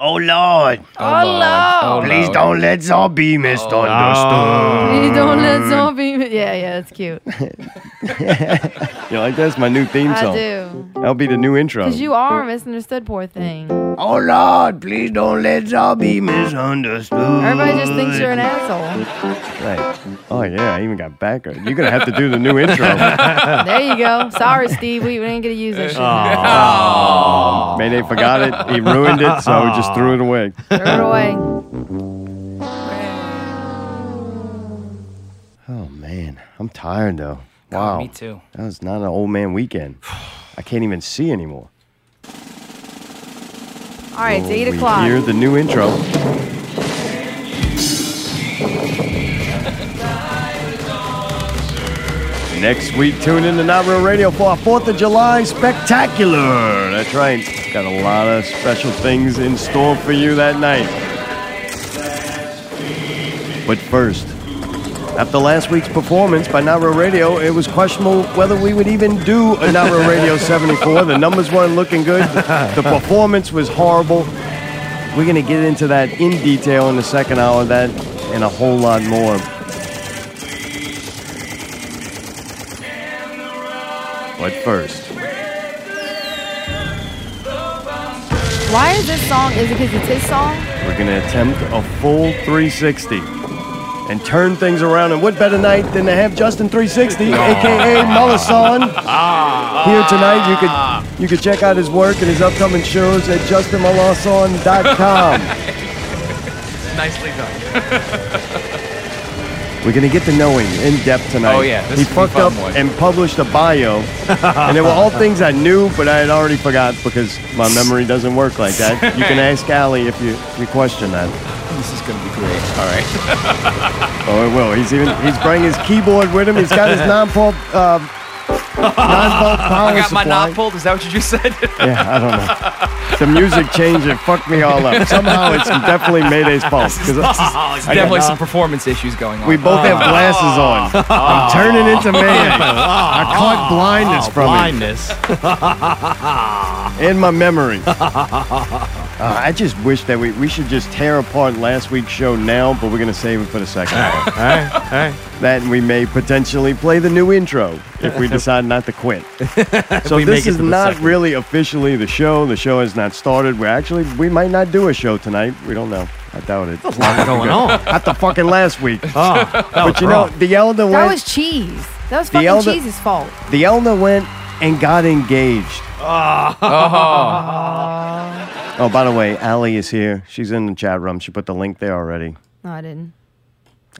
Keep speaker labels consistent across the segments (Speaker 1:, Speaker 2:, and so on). Speaker 1: Oh Lord,
Speaker 2: Oh, Lord.
Speaker 1: please don't let zombie misunderstood.
Speaker 2: Please don't let zombie. Yeah, yeah, that's cute.
Speaker 1: You like that's my new theme
Speaker 2: I
Speaker 1: song.
Speaker 2: do.
Speaker 1: That'll be the new intro.
Speaker 2: Because you are misunderstood, poor thing.
Speaker 1: Oh Lord, please don't let zombie misunderstood.
Speaker 2: Everybody just thinks you're an asshole.
Speaker 1: Right. Oh yeah, I even got backup. You're gonna have to do the new intro.
Speaker 2: There you go. Sorry, Steve. We, we ain't going to use that shit.
Speaker 1: Mayday forgot it. He ruined it, so we just threw it away.
Speaker 2: Throw it away.
Speaker 1: Oh man, I'm tired though. Wow.
Speaker 3: Me too.
Speaker 1: That was not an old man weekend. I can't even see anymore.
Speaker 2: All right, it's 8
Speaker 1: We
Speaker 2: o'clock.
Speaker 1: hear the new intro. Next week, tune in to Not Real Radio for our 4th of July spectacular. That's right. Got a lot of special things in store for you that night. But first, after last week's performance by Not Real Radio, it was questionable whether we would even do a Not Real Radio 74. The numbers weren't looking good. The performance was horrible. We're going to get into that in detail in the second hour, that and a whole lot more. But first,
Speaker 2: Why is this song? Is it because it's his song?
Speaker 1: we're going to attempt a full 360 and turn things around. And what better night than to have Justin 360, aka Mullison,
Speaker 3: Ah.
Speaker 4: Ah.
Speaker 1: here tonight. You could you could check out his work and his upcoming shows at justinmullison.com.
Speaker 3: Nicely done.
Speaker 1: We're gonna get to know him in depth tonight.
Speaker 3: Oh, yeah. This
Speaker 1: he
Speaker 3: is gonna be
Speaker 1: fucked
Speaker 3: a
Speaker 1: up
Speaker 3: fun one.
Speaker 1: and published a bio, and they were all things I knew, but I had already forgot because my memory doesn't work like that. You can ask Allie if you, you question that.
Speaker 3: This is gonna be great. All right.
Speaker 1: Oh, it will. He's even he's bringing his keyboard with him. He's got his non-pulp uh, non-pulp power
Speaker 3: Um, I got my
Speaker 1: supply.
Speaker 3: knob pulled. Is that what you just said?
Speaker 1: Yeah, I don't know. The music changed it. Fucked me all up. Somehow it's definitely Mayday's fault. 'cause
Speaker 3: oh, it's definitely some performance issues going on. Oh.
Speaker 1: We both have glasses on. I'm turning into Mayday.
Speaker 4: Oh.
Speaker 1: I
Speaker 3: Oh.
Speaker 1: caught blindness from
Speaker 5: blindness.
Speaker 3: Uh-huh.
Speaker 1: him in my memory. Uh, I just wish that we, we should just tear apart last week's show now, but we're going to save it for the second hour.
Speaker 5: Alright, alright.
Speaker 1: That and we may potentially play the new intro if we decide not to quit. So
Speaker 5: we make
Speaker 1: this
Speaker 5: it
Speaker 1: is
Speaker 5: to the
Speaker 1: not
Speaker 5: second.
Speaker 1: really officially the show. The show has not started. We're actually, we might not do a show tonight. We don't know. I doubt it.
Speaker 5: What's going on?
Speaker 1: After fucking last week.
Speaker 5: Oh, that
Speaker 1: But
Speaker 5: was
Speaker 1: you know,
Speaker 5: wrong.
Speaker 1: the elder
Speaker 2: That
Speaker 1: went
Speaker 2: was cheese. That was fucking
Speaker 1: elder-
Speaker 2: cheese's fault.
Speaker 1: The Elna went and got engaged. Oh. by the way, Allie is here. She's in the chat room. She put the link there already.
Speaker 2: No, I didn't.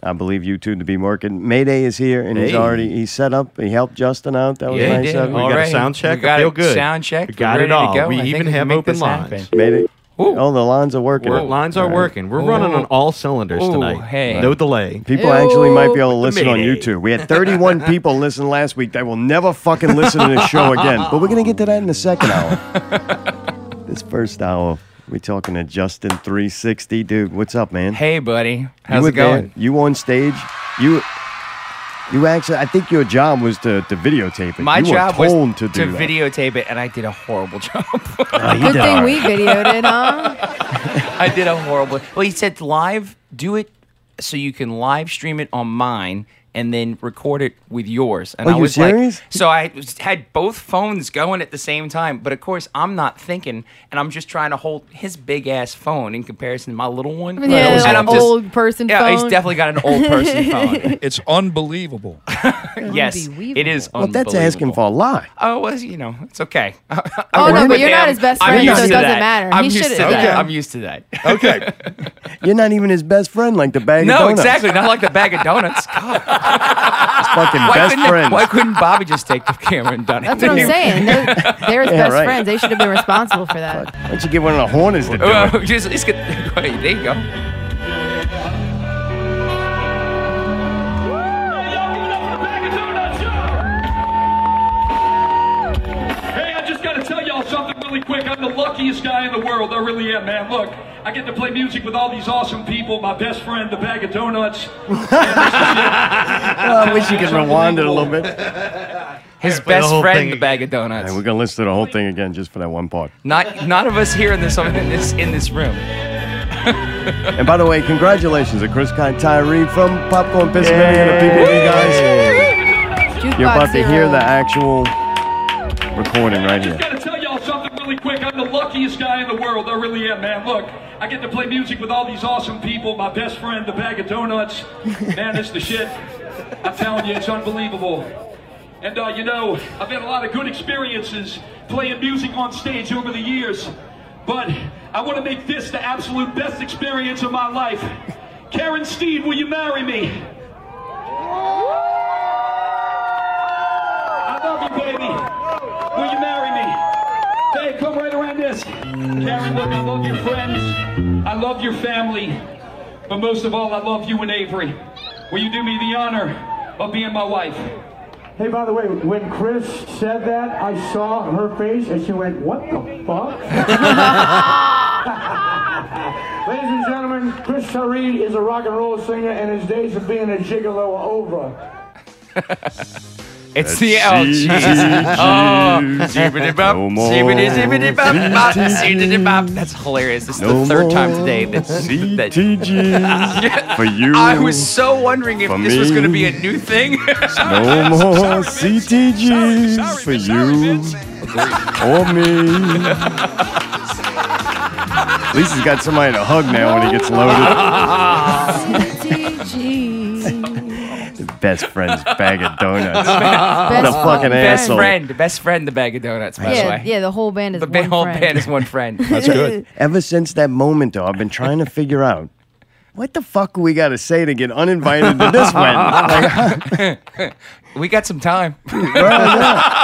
Speaker 1: I believe you two to be working. Mayday is here, and he's
Speaker 5: Hey.
Speaker 1: already he's set up. He helped Justin out. That
Speaker 5: Oh,
Speaker 1: was
Speaker 5: Yeah, he
Speaker 1: nice.
Speaker 5: did.
Speaker 1: of you.
Speaker 5: All
Speaker 3: All
Speaker 5: got a
Speaker 3: right.
Speaker 5: sound check.
Speaker 3: We got
Speaker 5: I feel
Speaker 3: it
Speaker 5: good.
Speaker 3: Sound check.
Speaker 5: We got
Speaker 3: We're
Speaker 5: it
Speaker 3: ready
Speaker 5: all.
Speaker 3: To go.
Speaker 5: We
Speaker 3: I think
Speaker 5: even
Speaker 3: can
Speaker 5: have
Speaker 3: make
Speaker 5: open
Speaker 3: this
Speaker 5: lines.
Speaker 3: happen.
Speaker 1: Mayday.
Speaker 3: Ooh.
Speaker 1: Oh, the lines are working.
Speaker 5: We're, lines are working. We're running on all cylinders
Speaker 3: Ooh,
Speaker 5: tonight.
Speaker 3: hey.
Speaker 5: No delay.
Speaker 1: People actually might be able to
Speaker 5: With the
Speaker 1: listen on
Speaker 5: Mayday.
Speaker 1: YouTube. We had 31 people listen last week that will never fucking listen to this show again. But we're going to get to that in the second hour. this first hour, we talking to Justin 360. Dude, what's up, man?
Speaker 3: Hey, buddy.
Speaker 1: you
Speaker 3: How's
Speaker 1: were
Speaker 3: it going?
Speaker 1: There, you on stage. You you actually, I think your job was to, to videotape it.
Speaker 3: My
Speaker 1: you
Speaker 3: job
Speaker 1: were
Speaker 3: was
Speaker 1: told to
Speaker 3: to,
Speaker 1: do that.
Speaker 3: videotape it, and I did a horrible job.
Speaker 2: Good thing we videoed it, huh?
Speaker 3: I did a horrible. Well, he said live, do it so you can live stream it on mine and then record it with yours. And
Speaker 1: Are
Speaker 3: I
Speaker 1: you
Speaker 3: was
Speaker 1: serious?
Speaker 3: like, so I was- had both phones going at the same time. But of course, I'm not thinking, and I'm just trying to hold his big ass phone in comparison to my little one.
Speaker 2: Yeah,
Speaker 3: and
Speaker 2: like
Speaker 3: I'm
Speaker 2: old person
Speaker 3: Yeah, he's
Speaker 2: phone.
Speaker 3: definitely got an old person phone.
Speaker 6: It's unbelievable.
Speaker 3: yes, it is.
Speaker 1: Well, that's asking
Speaker 3: unbelievable.
Speaker 1: for a lot.
Speaker 3: Oh, well, you know, it's okay. I,
Speaker 2: Oh, no,
Speaker 3: work
Speaker 2: but
Speaker 3: with
Speaker 2: you're not
Speaker 3: him.
Speaker 2: his best
Speaker 3: I'm
Speaker 2: friend,
Speaker 3: used
Speaker 2: so it
Speaker 3: to
Speaker 2: doesn't
Speaker 3: that.
Speaker 2: matter.
Speaker 3: I'm
Speaker 2: He
Speaker 3: used to
Speaker 2: should've
Speaker 3: that.
Speaker 2: done.
Speaker 3: I'm used to that.
Speaker 6: Okay.
Speaker 1: You're not even his best friend, like the bag of
Speaker 3: No,
Speaker 1: donuts.
Speaker 3: exactly. Not like the bag of donuts. God,
Speaker 1: It's fucking
Speaker 3: why,
Speaker 1: best
Speaker 3: couldn't,
Speaker 1: friend.
Speaker 3: why couldn't Bobby just take the camera and done it?
Speaker 2: That's what I'm saying. They're, they're his
Speaker 1: Yeah,
Speaker 2: best
Speaker 1: right.
Speaker 2: friends. They should have been responsible for that.
Speaker 1: Why don't you get one of the Hornets to do it?
Speaker 3: Well, Oh, just, just get, wait, there you go.
Speaker 7: Hey, I just gotta tell y'all something really quick. I'm the luckiest guy in the world. I really am, man. Look, I get to play music with all these awesome people. My best friend, the bag of donuts.
Speaker 1: Oh, Well, I wish you could rewind it a little bit.
Speaker 3: His
Speaker 5: for the
Speaker 3: best
Speaker 5: whole
Speaker 3: friend,
Speaker 5: thing
Speaker 3: the bag of donuts.
Speaker 1: And we're gonna listen to the whole thing again just for that one part.
Speaker 3: Not none of us here in this in this in this room.
Speaker 1: And by the way, congratulations to Chris Kai Tyree from Popcorn Pennsylvania and the people you guys.
Speaker 8: Jukebox
Speaker 1: You're about to
Speaker 8: hero.
Speaker 1: hear the actual recording right here.
Speaker 7: Gotta tell y'all something really quick. I'm the luckiest guy in the world. I really am, man. Look, I get to play music with all these awesome people. My best friend, the bag of donuts. Man, it's the shit. I'm telling you, it's unbelievable. And uh, you know, I've had a lot of good experiences playing music on stage over the years. But I want to make this the absolute best experience of my life. Karen Steed, will you marry me? I love you, baby. Will you marry me? Hey, come right around this. Karen, look, I love your friends. I love your family. But most of all, I love you and Avery. Will you do me the honor of being my wife?
Speaker 4: Hey, by the way, when Chris said that, I saw her face and she went, What the fuck? Ladies and gentlemen, Chris Sarid is a rock and roll singer and his days of being a gigolo are over.
Speaker 3: It's the oh
Speaker 1: No more
Speaker 3: jeez. That's hilarious. This is the third time today that, that
Speaker 1: CTG for you.
Speaker 3: I was so wondering if
Speaker 1: For
Speaker 3: this was going to be a
Speaker 1: me.
Speaker 3: new thing.
Speaker 1: no more CTGs for you or me. At least he's got somebody to hug now when he gets loaded.
Speaker 8: TG.
Speaker 1: Best friend's bag of donuts.
Speaker 8: Best
Speaker 1: a fucking
Speaker 8: friend.
Speaker 3: best
Speaker 1: asshole.
Speaker 3: friend, best friend, the bag of donuts. By the
Speaker 8: Yeah,
Speaker 3: way,
Speaker 8: yeah, the whole band is
Speaker 3: the
Speaker 8: one
Speaker 3: whole
Speaker 8: friend.
Speaker 3: band is one friend.
Speaker 1: That's good. Ever since that moment, though, I've been trying to figure out what the fuck we got to say to get uninvited to this one. Like,
Speaker 3: we got some time.
Speaker 1: well, yeah,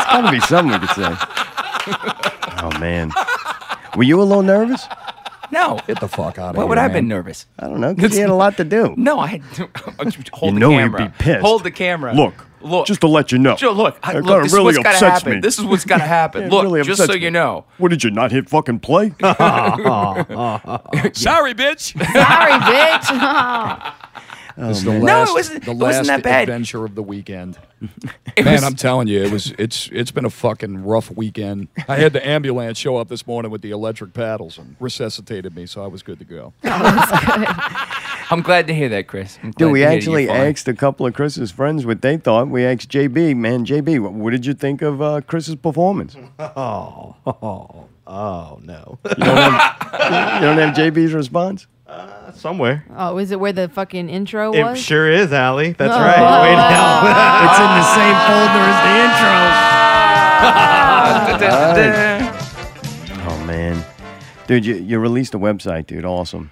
Speaker 1: it's got to be something we could say. Oh man, were you a little nervous?
Speaker 3: No,
Speaker 9: Get the fuck out of here.
Speaker 3: why would I have been
Speaker 9: man.
Speaker 3: nervous?
Speaker 1: I don't know. Because you had a lot to do.
Speaker 3: No, I had to hold
Speaker 1: You
Speaker 3: the
Speaker 1: know you'd
Speaker 3: camera.
Speaker 1: be pissed.
Speaker 3: Hold the camera.
Speaker 1: Look,
Speaker 3: look,
Speaker 1: Just to let you know.
Speaker 3: Joe, look, I,
Speaker 1: It
Speaker 3: look. This is
Speaker 1: really
Speaker 3: what's gotta
Speaker 1: upsets
Speaker 3: happen.
Speaker 1: me.
Speaker 3: This is what's gotta happen.
Speaker 1: It
Speaker 3: look,
Speaker 1: really
Speaker 3: just
Speaker 1: upsets
Speaker 3: so
Speaker 1: me.
Speaker 3: you know.
Speaker 1: What did you not hit fucking play?
Speaker 3: Sorry, bitch.
Speaker 8: Sorry, bitch.
Speaker 9: This is the
Speaker 3: No, it
Speaker 9: last,
Speaker 3: wasn't-
Speaker 9: the
Speaker 3: it wasn't
Speaker 9: last
Speaker 3: that bad.
Speaker 9: adventure of the weekend. Man, I'm telling you, it was it's it's been a fucking rough weekend. I had the ambulance show up this morning with the electric paddles and resuscitated me, so I was good to go.
Speaker 3: I'm glad to hear that, Chris. I'm glad
Speaker 1: Dude, we
Speaker 3: to hear
Speaker 1: actually
Speaker 3: you're fine.
Speaker 1: asked a couple of Chris's friends what they thought. We asked JB, man, JB, what, what did you think of uh, Chris's performance? You
Speaker 9: Oh no.
Speaker 1: don't have JB's response?
Speaker 5: Somewhere.
Speaker 8: oh, is it where the fucking intro
Speaker 5: It
Speaker 8: was?
Speaker 5: sure is, Allie. That's
Speaker 8: Oh.
Speaker 5: right. Way to help.
Speaker 1: It's in the same folder as the intro.
Speaker 4: Ah.
Speaker 1: Oh man, dude, you, you released a website, dude. Awesome.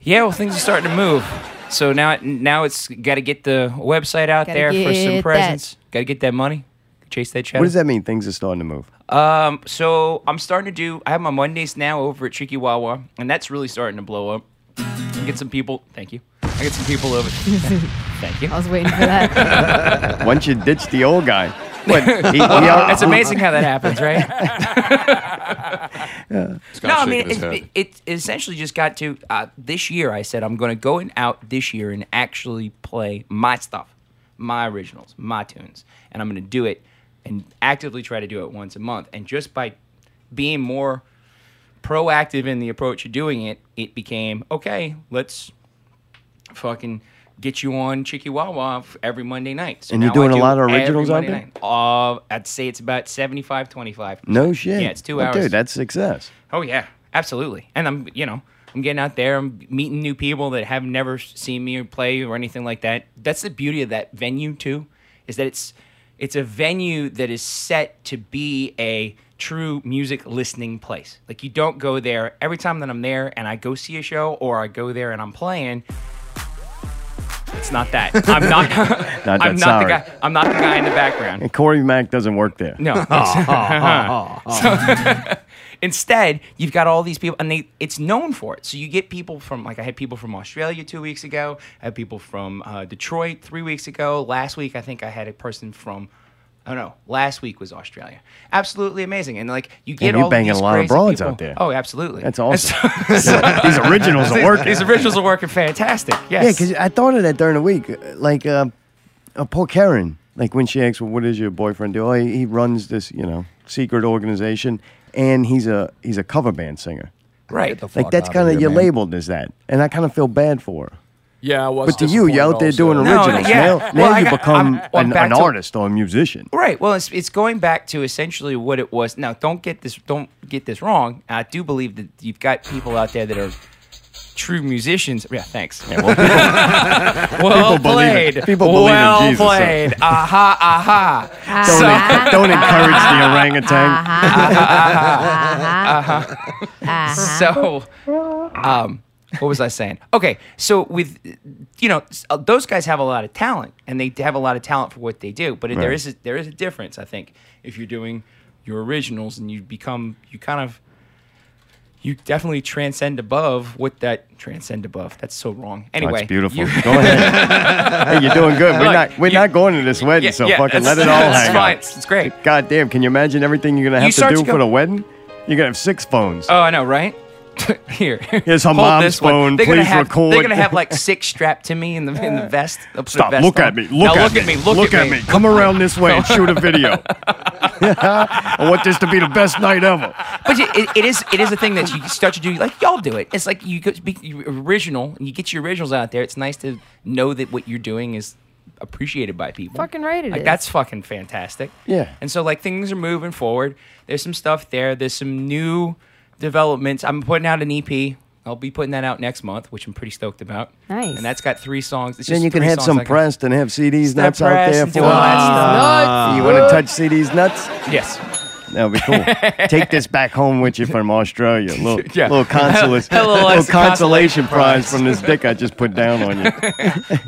Speaker 3: Yeah, well, things are starting to move. So now, now it's got to get the website out
Speaker 8: Gotta
Speaker 3: there for
Speaker 8: get
Speaker 3: some
Speaker 8: that.
Speaker 3: presents. Got to get that money, chase that cheddar.
Speaker 1: What does that mean? Things are starting to move.
Speaker 3: Um, so I'm starting to do. I have my Mondays now over at Cheeky Wawa, and that's really starting to blow up. I get some people. Thank you. I get some people over. thank you.
Speaker 8: I was waiting for that.
Speaker 1: Once you ditch the old guy, what, he, he al-
Speaker 3: That's amazing how that happens, right? no, I
Speaker 10: shaking
Speaker 3: mean,
Speaker 10: his
Speaker 3: it, it,
Speaker 10: head.
Speaker 3: it essentially just got to uh, this year. I said I'm going to go and out this year and actually play my stuff, my originals, my tunes, and I'm going to do it and actively try to do it once a month. And just by being more proactive in the approach of doing it, it became okay. Let's fucking get you on Chicky Wawa f- every Monday night. So
Speaker 1: And you're
Speaker 3: now I
Speaker 1: doing a
Speaker 3: do
Speaker 1: lot of
Speaker 3: every
Speaker 1: originals out
Speaker 3: Monday
Speaker 1: there?
Speaker 3: night. Uh, I'd say it's about 75, 25.
Speaker 1: No shit.
Speaker 3: Yeah, it's two
Speaker 1: Well,
Speaker 3: hours.
Speaker 1: Dude, that's success.
Speaker 3: Oh yeah, absolutely. And I'm, you know, I'm getting out there. I'm meeting new people that have never seen me or play or anything like that. That's the beauty of that venue too, is that it's it's a venue that is set to be a true music listening place. Like you don't go there every time that I'm there and I go see a show or I go there and I'm playing. It's not that. I'm not.
Speaker 1: Not
Speaker 3: I'm
Speaker 1: that,
Speaker 3: not
Speaker 1: sorry.
Speaker 3: the guy. I'm not the guy in the background.
Speaker 1: And Corey Mack doesn't work there.
Speaker 3: No.
Speaker 1: Oh,
Speaker 3: So- instead, you've got all these people, and they it's known for it. So you get people from like I had people from Australia two weeks ago. I had people from uh, Detroit three weeks ago. Last week, I think I had a person from. Oh no! Last week was Australia. Absolutely amazing, and like you get
Speaker 1: And you're
Speaker 3: all
Speaker 1: banging
Speaker 3: these
Speaker 1: a lot of
Speaker 3: crazy
Speaker 1: broads
Speaker 3: people.
Speaker 1: out there.
Speaker 3: Oh, absolutely.
Speaker 1: That's
Speaker 3: And
Speaker 1: awesome. These originals are
Speaker 3: so-
Speaker 1: working.
Speaker 3: these originals are working fantastic.
Speaker 1: Yeah,
Speaker 3: Yes.
Speaker 1: because I thought of that during the week. Like, uh, uh, poor Karen. Like when she asks, "Well, what does your boyfriend do?" Oh, he, he runs this, you know, secret organization, and he's a he's a cover band singer.
Speaker 3: Right.
Speaker 1: Like that's kind of you're labeled as that, and I kind of feel bad for her.
Speaker 7: Yeah, I was.
Speaker 1: But to you, you're out there doing
Speaker 3: No,
Speaker 1: originals.
Speaker 3: yeah.
Speaker 1: Now,
Speaker 3: Well,
Speaker 1: now
Speaker 3: I
Speaker 1: you
Speaker 3: got-
Speaker 1: become
Speaker 3: I'm- I'm
Speaker 1: an,
Speaker 3: back
Speaker 1: an
Speaker 3: to-
Speaker 1: artist or a musician.
Speaker 3: Right. Well, it's, it's going back to essentially what it was. Now, don't get this don't get this wrong. I do believe that you've got people out there that are true musicians. Yeah. Thanks. Yeah, well, well
Speaker 1: People believe it.
Speaker 3: played.
Speaker 1: People believe in
Speaker 3: well
Speaker 1: Jesus, so-
Speaker 3: played. Aha! Aha!
Speaker 1: Don't, en- don't encourage the orangutan.
Speaker 3: So, um, what was I saying? Okay, so with you know s- uh, those guys have a lot of talent, and they have a lot of talent for what they do. But there
Speaker 1: Right.
Speaker 3: is a, there is a difference, I think, if you're doing your originals and you become you kind of you definitely transcend above what that transcend above. That's so wrong. Anyway,
Speaker 1: That's beautiful.
Speaker 3: you-
Speaker 1: Go ahead. hey, you're doing good. We're
Speaker 3: Look,
Speaker 1: not we're
Speaker 3: you-
Speaker 1: not going to this wedding,
Speaker 3: yeah,
Speaker 1: so
Speaker 3: yeah,
Speaker 1: fucking
Speaker 3: that's-
Speaker 1: let it all
Speaker 3: that's
Speaker 1: hang
Speaker 3: fine.
Speaker 1: out.
Speaker 3: It's great.
Speaker 1: God damn, can you imagine everything you're gonna have
Speaker 3: You
Speaker 1: to
Speaker 3: start
Speaker 1: do
Speaker 3: to go-
Speaker 1: for the wedding? You're gonna have six phones.
Speaker 3: Oh, I know, right? Here,
Speaker 1: Here's her
Speaker 3: hold
Speaker 1: mom's
Speaker 3: this one.
Speaker 1: phone.
Speaker 3: They're gonna
Speaker 1: Please
Speaker 3: have, They're
Speaker 1: record.
Speaker 3: gonna have like six strapped to me in the in the vest. They'll put a
Speaker 1: Stop.
Speaker 3: vest
Speaker 1: Look
Speaker 3: on.
Speaker 1: at me.
Speaker 3: Now
Speaker 1: Look, at,
Speaker 3: me. Look,
Speaker 1: at me. Come around this way and shoot a video. I want this to be the best night ever.
Speaker 3: But it, it- it is it is a thing that you start to do. Like y'all do it. It's like you could be you- original and you get your originals out there. It's nice to know that what you're doing is appreciated by people.
Speaker 11: oh. Fucking right it
Speaker 3: like,
Speaker 11: is.
Speaker 3: That's fucking fantastic.
Speaker 1: Yeah.
Speaker 3: And so like things are moving forward. There's some stuff there. There's some new developments. I'm putting out an EP. I'll be putting that out next month, which I'm pretty stoked about.
Speaker 11: Nice.
Speaker 3: And that's got three songs. It's
Speaker 1: Then
Speaker 3: just
Speaker 1: you can
Speaker 3: three
Speaker 1: have
Speaker 3: songs
Speaker 1: some
Speaker 3: I can-
Speaker 1: pressed and have CDs nuts out
Speaker 3: pressed
Speaker 1: there
Speaker 3: and
Speaker 1: for
Speaker 3: do all that
Speaker 11: stuff.
Speaker 1: you want to touch CDs nuts?
Speaker 3: Yes.
Speaker 1: That would be cool. Take this back home with you from Australia. Little,
Speaker 3: Yeah.
Speaker 1: little, consolation,
Speaker 3: A little
Speaker 1: little
Speaker 3: ex-
Speaker 1: consolation
Speaker 3: consolation
Speaker 1: prize
Speaker 3: prize.
Speaker 1: from this dick I just put down on you.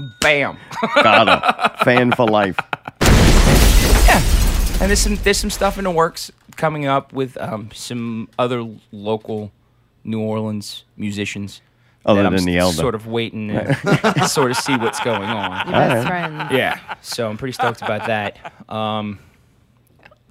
Speaker 3: Bam.
Speaker 1: Got a fan for life.
Speaker 3: And there's some there's some stuff in the works coming up with um, some other local New Orleans musicians.
Speaker 1: Other
Speaker 3: that I'm
Speaker 1: than the
Speaker 3: s-
Speaker 1: elder.
Speaker 3: Sort of waiting to sort of see what's going on.
Speaker 11: Best friends.
Speaker 3: Yeah. So I'm pretty stoked about that. Um,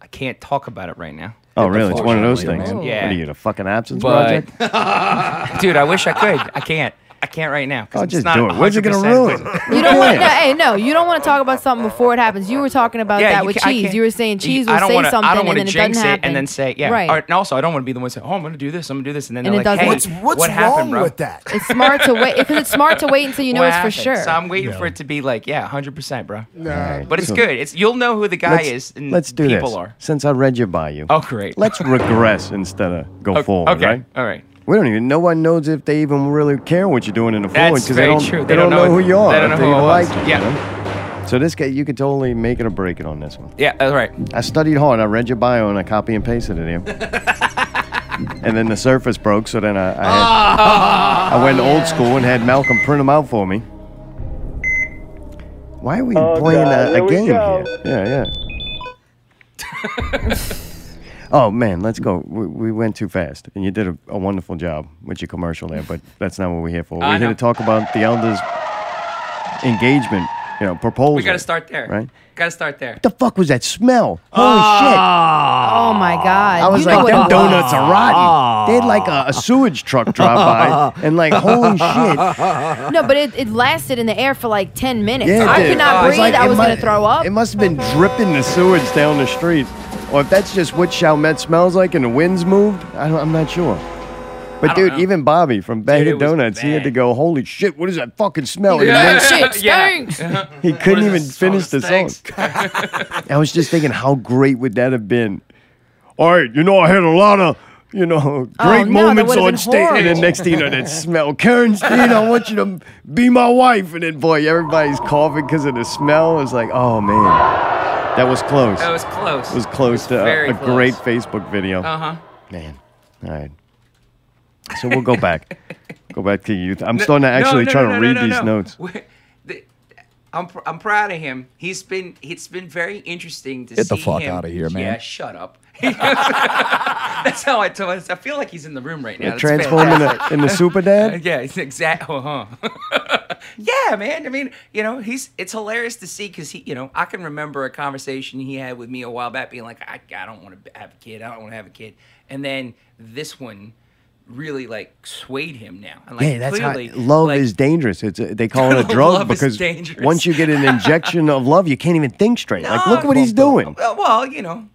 Speaker 3: I can't talk about it right now.
Speaker 1: Oh, really? It's one of those things.
Speaker 11: man.
Speaker 3: Yeah.
Speaker 1: What are you, the fucking absence
Speaker 3: But
Speaker 1: project?
Speaker 3: dude, I wish I could. I can't. I can't right now. 'cause
Speaker 1: Oh,
Speaker 3: it's
Speaker 1: just
Speaker 3: not
Speaker 1: do it. What's it going to
Speaker 3: 100%
Speaker 1: ruin?
Speaker 11: You don't want no,
Speaker 1: Yeah.
Speaker 11: hey, no, you don't want to talk about something before it happens. You were talking about
Speaker 3: Yeah,
Speaker 11: that
Speaker 3: you
Speaker 11: with
Speaker 3: ca- I
Speaker 11: cheese.
Speaker 3: can't-
Speaker 11: You were saying cheese
Speaker 3: I
Speaker 11: will
Speaker 3: don't
Speaker 11: say
Speaker 3: wanna-
Speaker 11: something
Speaker 3: I don't
Speaker 11: and
Speaker 3: wanna
Speaker 11: then it
Speaker 3: jinx
Speaker 11: doesn't
Speaker 3: it
Speaker 11: happen.
Speaker 3: and then say yeah.
Speaker 11: Right.
Speaker 3: Or- and also, I don't want to be the one saying, "Oh, I'm going to do this. I'm going to do this," and then
Speaker 11: And
Speaker 3: they're
Speaker 11: it
Speaker 3: like,
Speaker 11: doesn't.
Speaker 3: "Hey,
Speaker 11: What's-
Speaker 12: What's
Speaker 3: what
Speaker 12: wrong
Speaker 3: happened, bro?"
Speaker 12: with that?
Speaker 11: It's smart to wait because it's smart to wait until you know
Speaker 3: What
Speaker 11: it's for
Speaker 3: happened?
Speaker 11: sure.
Speaker 3: So I'm waiting for it to be like, yeah, 100%, bro.
Speaker 12: Nah.
Speaker 3: But it's
Speaker 1: So-
Speaker 3: good. It's you'll know who the guy
Speaker 1: let's,
Speaker 3: is and
Speaker 1: let's do
Speaker 3: people
Speaker 1: this.
Speaker 3: are.
Speaker 1: Since I read your bio,
Speaker 3: Oh, great.
Speaker 1: let's regress instead of go
Speaker 3: O-
Speaker 1: forward,
Speaker 3: okay.
Speaker 1: right?
Speaker 3: All right.
Speaker 1: We don't even. No one knows if they even really care what you're doing in the forward
Speaker 3: That's
Speaker 1: because
Speaker 3: very
Speaker 1: they don't.
Speaker 3: true.
Speaker 1: They, don't, know, who you are.
Speaker 3: They don't
Speaker 1: if
Speaker 3: know who
Speaker 1: even
Speaker 3: I was.
Speaker 1: like you,
Speaker 3: Yeah.
Speaker 1: you know? So this guy, you could totally make it or break it on this one.
Speaker 3: Yeah, all right.
Speaker 1: I studied hard. I read your bio and I copy and pasted it in. and then the surface broke, so then I I, had,
Speaker 3: Oh,
Speaker 1: I went old school and had Malcolm print them out for me. Why are we playing
Speaker 6: Oh, God,
Speaker 1: a,
Speaker 6: here
Speaker 1: a
Speaker 6: we
Speaker 1: game
Speaker 6: go.
Speaker 1: here? Yeah, yeah. oh man, let's go. We, we went too fast, and you did a, a wonderful job with your commercial there. But that's not what we're here for. We're
Speaker 3: I
Speaker 1: here
Speaker 3: know.
Speaker 1: to talk about the elders' engagement, you know, proposal.
Speaker 3: We got to start there.
Speaker 1: right?
Speaker 3: Got to start there.
Speaker 1: What the fuck was that smell? Holy shit!
Speaker 3: Ah.
Speaker 11: oh my god!
Speaker 1: I was
Speaker 11: you know
Speaker 1: like,
Speaker 11: what
Speaker 1: them
Speaker 11: it was.
Speaker 1: donuts are rotten. They had like a, a sewage truck drive by and like, holy shit.
Speaker 11: Oh. No, but it, it lasted in the air for like ten minutes.
Speaker 1: Yeah,
Speaker 11: I
Speaker 1: dude.
Speaker 11: could not
Speaker 1: It
Speaker 11: breathe.
Speaker 1: like-
Speaker 11: I
Speaker 1: it
Speaker 11: was
Speaker 1: mu-
Speaker 11: gonna throw up.
Speaker 1: It must have been dripping the sewage down the street. Or if that's just what Chalmette smells like and the winds moved, I don't, I'm not sure. But
Speaker 3: I don't
Speaker 1: dude,
Speaker 3: know.
Speaker 1: even Bobby from Bag
Speaker 3: Dude,
Speaker 1: of
Speaker 3: it was
Speaker 1: Donuts, he had
Speaker 3: bad.
Speaker 1: to go, holy shit, what is that fucking smell? And
Speaker 11: That
Speaker 1: then
Speaker 11: shit
Speaker 3: Yeah.
Speaker 11: stinks.
Speaker 1: He couldn't
Speaker 3: is
Speaker 1: even
Speaker 3: this
Speaker 1: finish the
Speaker 3: song?
Speaker 1: song. I was just thinking, how great would that have been? All right, you know, I had a lot of, you know, great
Speaker 11: Oh, no, that
Speaker 1: moments
Speaker 11: would've
Speaker 1: on
Speaker 11: been
Speaker 1: stage. And then
Speaker 11: horrible.
Speaker 1: next thing you know, that smell. Karen Steen, I want you to be my wife. And then, boy, everybody's coughing because of the smell. It's like, oh, man. That was close.
Speaker 3: That was close.
Speaker 1: It was close to a,
Speaker 3: very
Speaker 1: a
Speaker 3: close.
Speaker 1: great Facebook video.
Speaker 3: Uh-huh.
Speaker 1: Man. All right. So we'll go back. go back to youth. I'm starting to
Speaker 3: No,
Speaker 1: actually
Speaker 3: no,
Speaker 1: try
Speaker 3: no,
Speaker 1: to
Speaker 3: no,
Speaker 1: read
Speaker 3: no,
Speaker 1: these
Speaker 3: no.
Speaker 1: notes.
Speaker 3: We- the- I'm, pr- I'm proud of him. He's been it's been very interesting to
Speaker 7: Get the
Speaker 3: see
Speaker 7: fuck
Speaker 3: him.
Speaker 7: outta here, man.
Speaker 3: Yeah, shut up. That's how I told us. I feel like he's in the room right now. That's
Speaker 1: Transforming
Speaker 3: fantastic.
Speaker 1: the, in the Super Dad?
Speaker 3: Yeah, it's exactly. Huh? yeah, man. I mean, you know, he's it's hilarious to see because he, you know, I can remember a conversation he had with me a while back, being like, I, I don't want to have a kid. I don't want to have a kid. And then this one really like swayed him now. And, like,
Speaker 1: yeah, that's
Speaker 3: clearly,
Speaker 1: how love
Speaker 3: like,
Speaker 1: is dangerous. It's a, they call it a drug
Speaker 3: Love is
Speaker 1: because
Speaker 3: dangerous.
Speaker 1: once you get an injection of love, you can't even think straight. like, look what he's doing.
Speaker 3: Well, well, you know,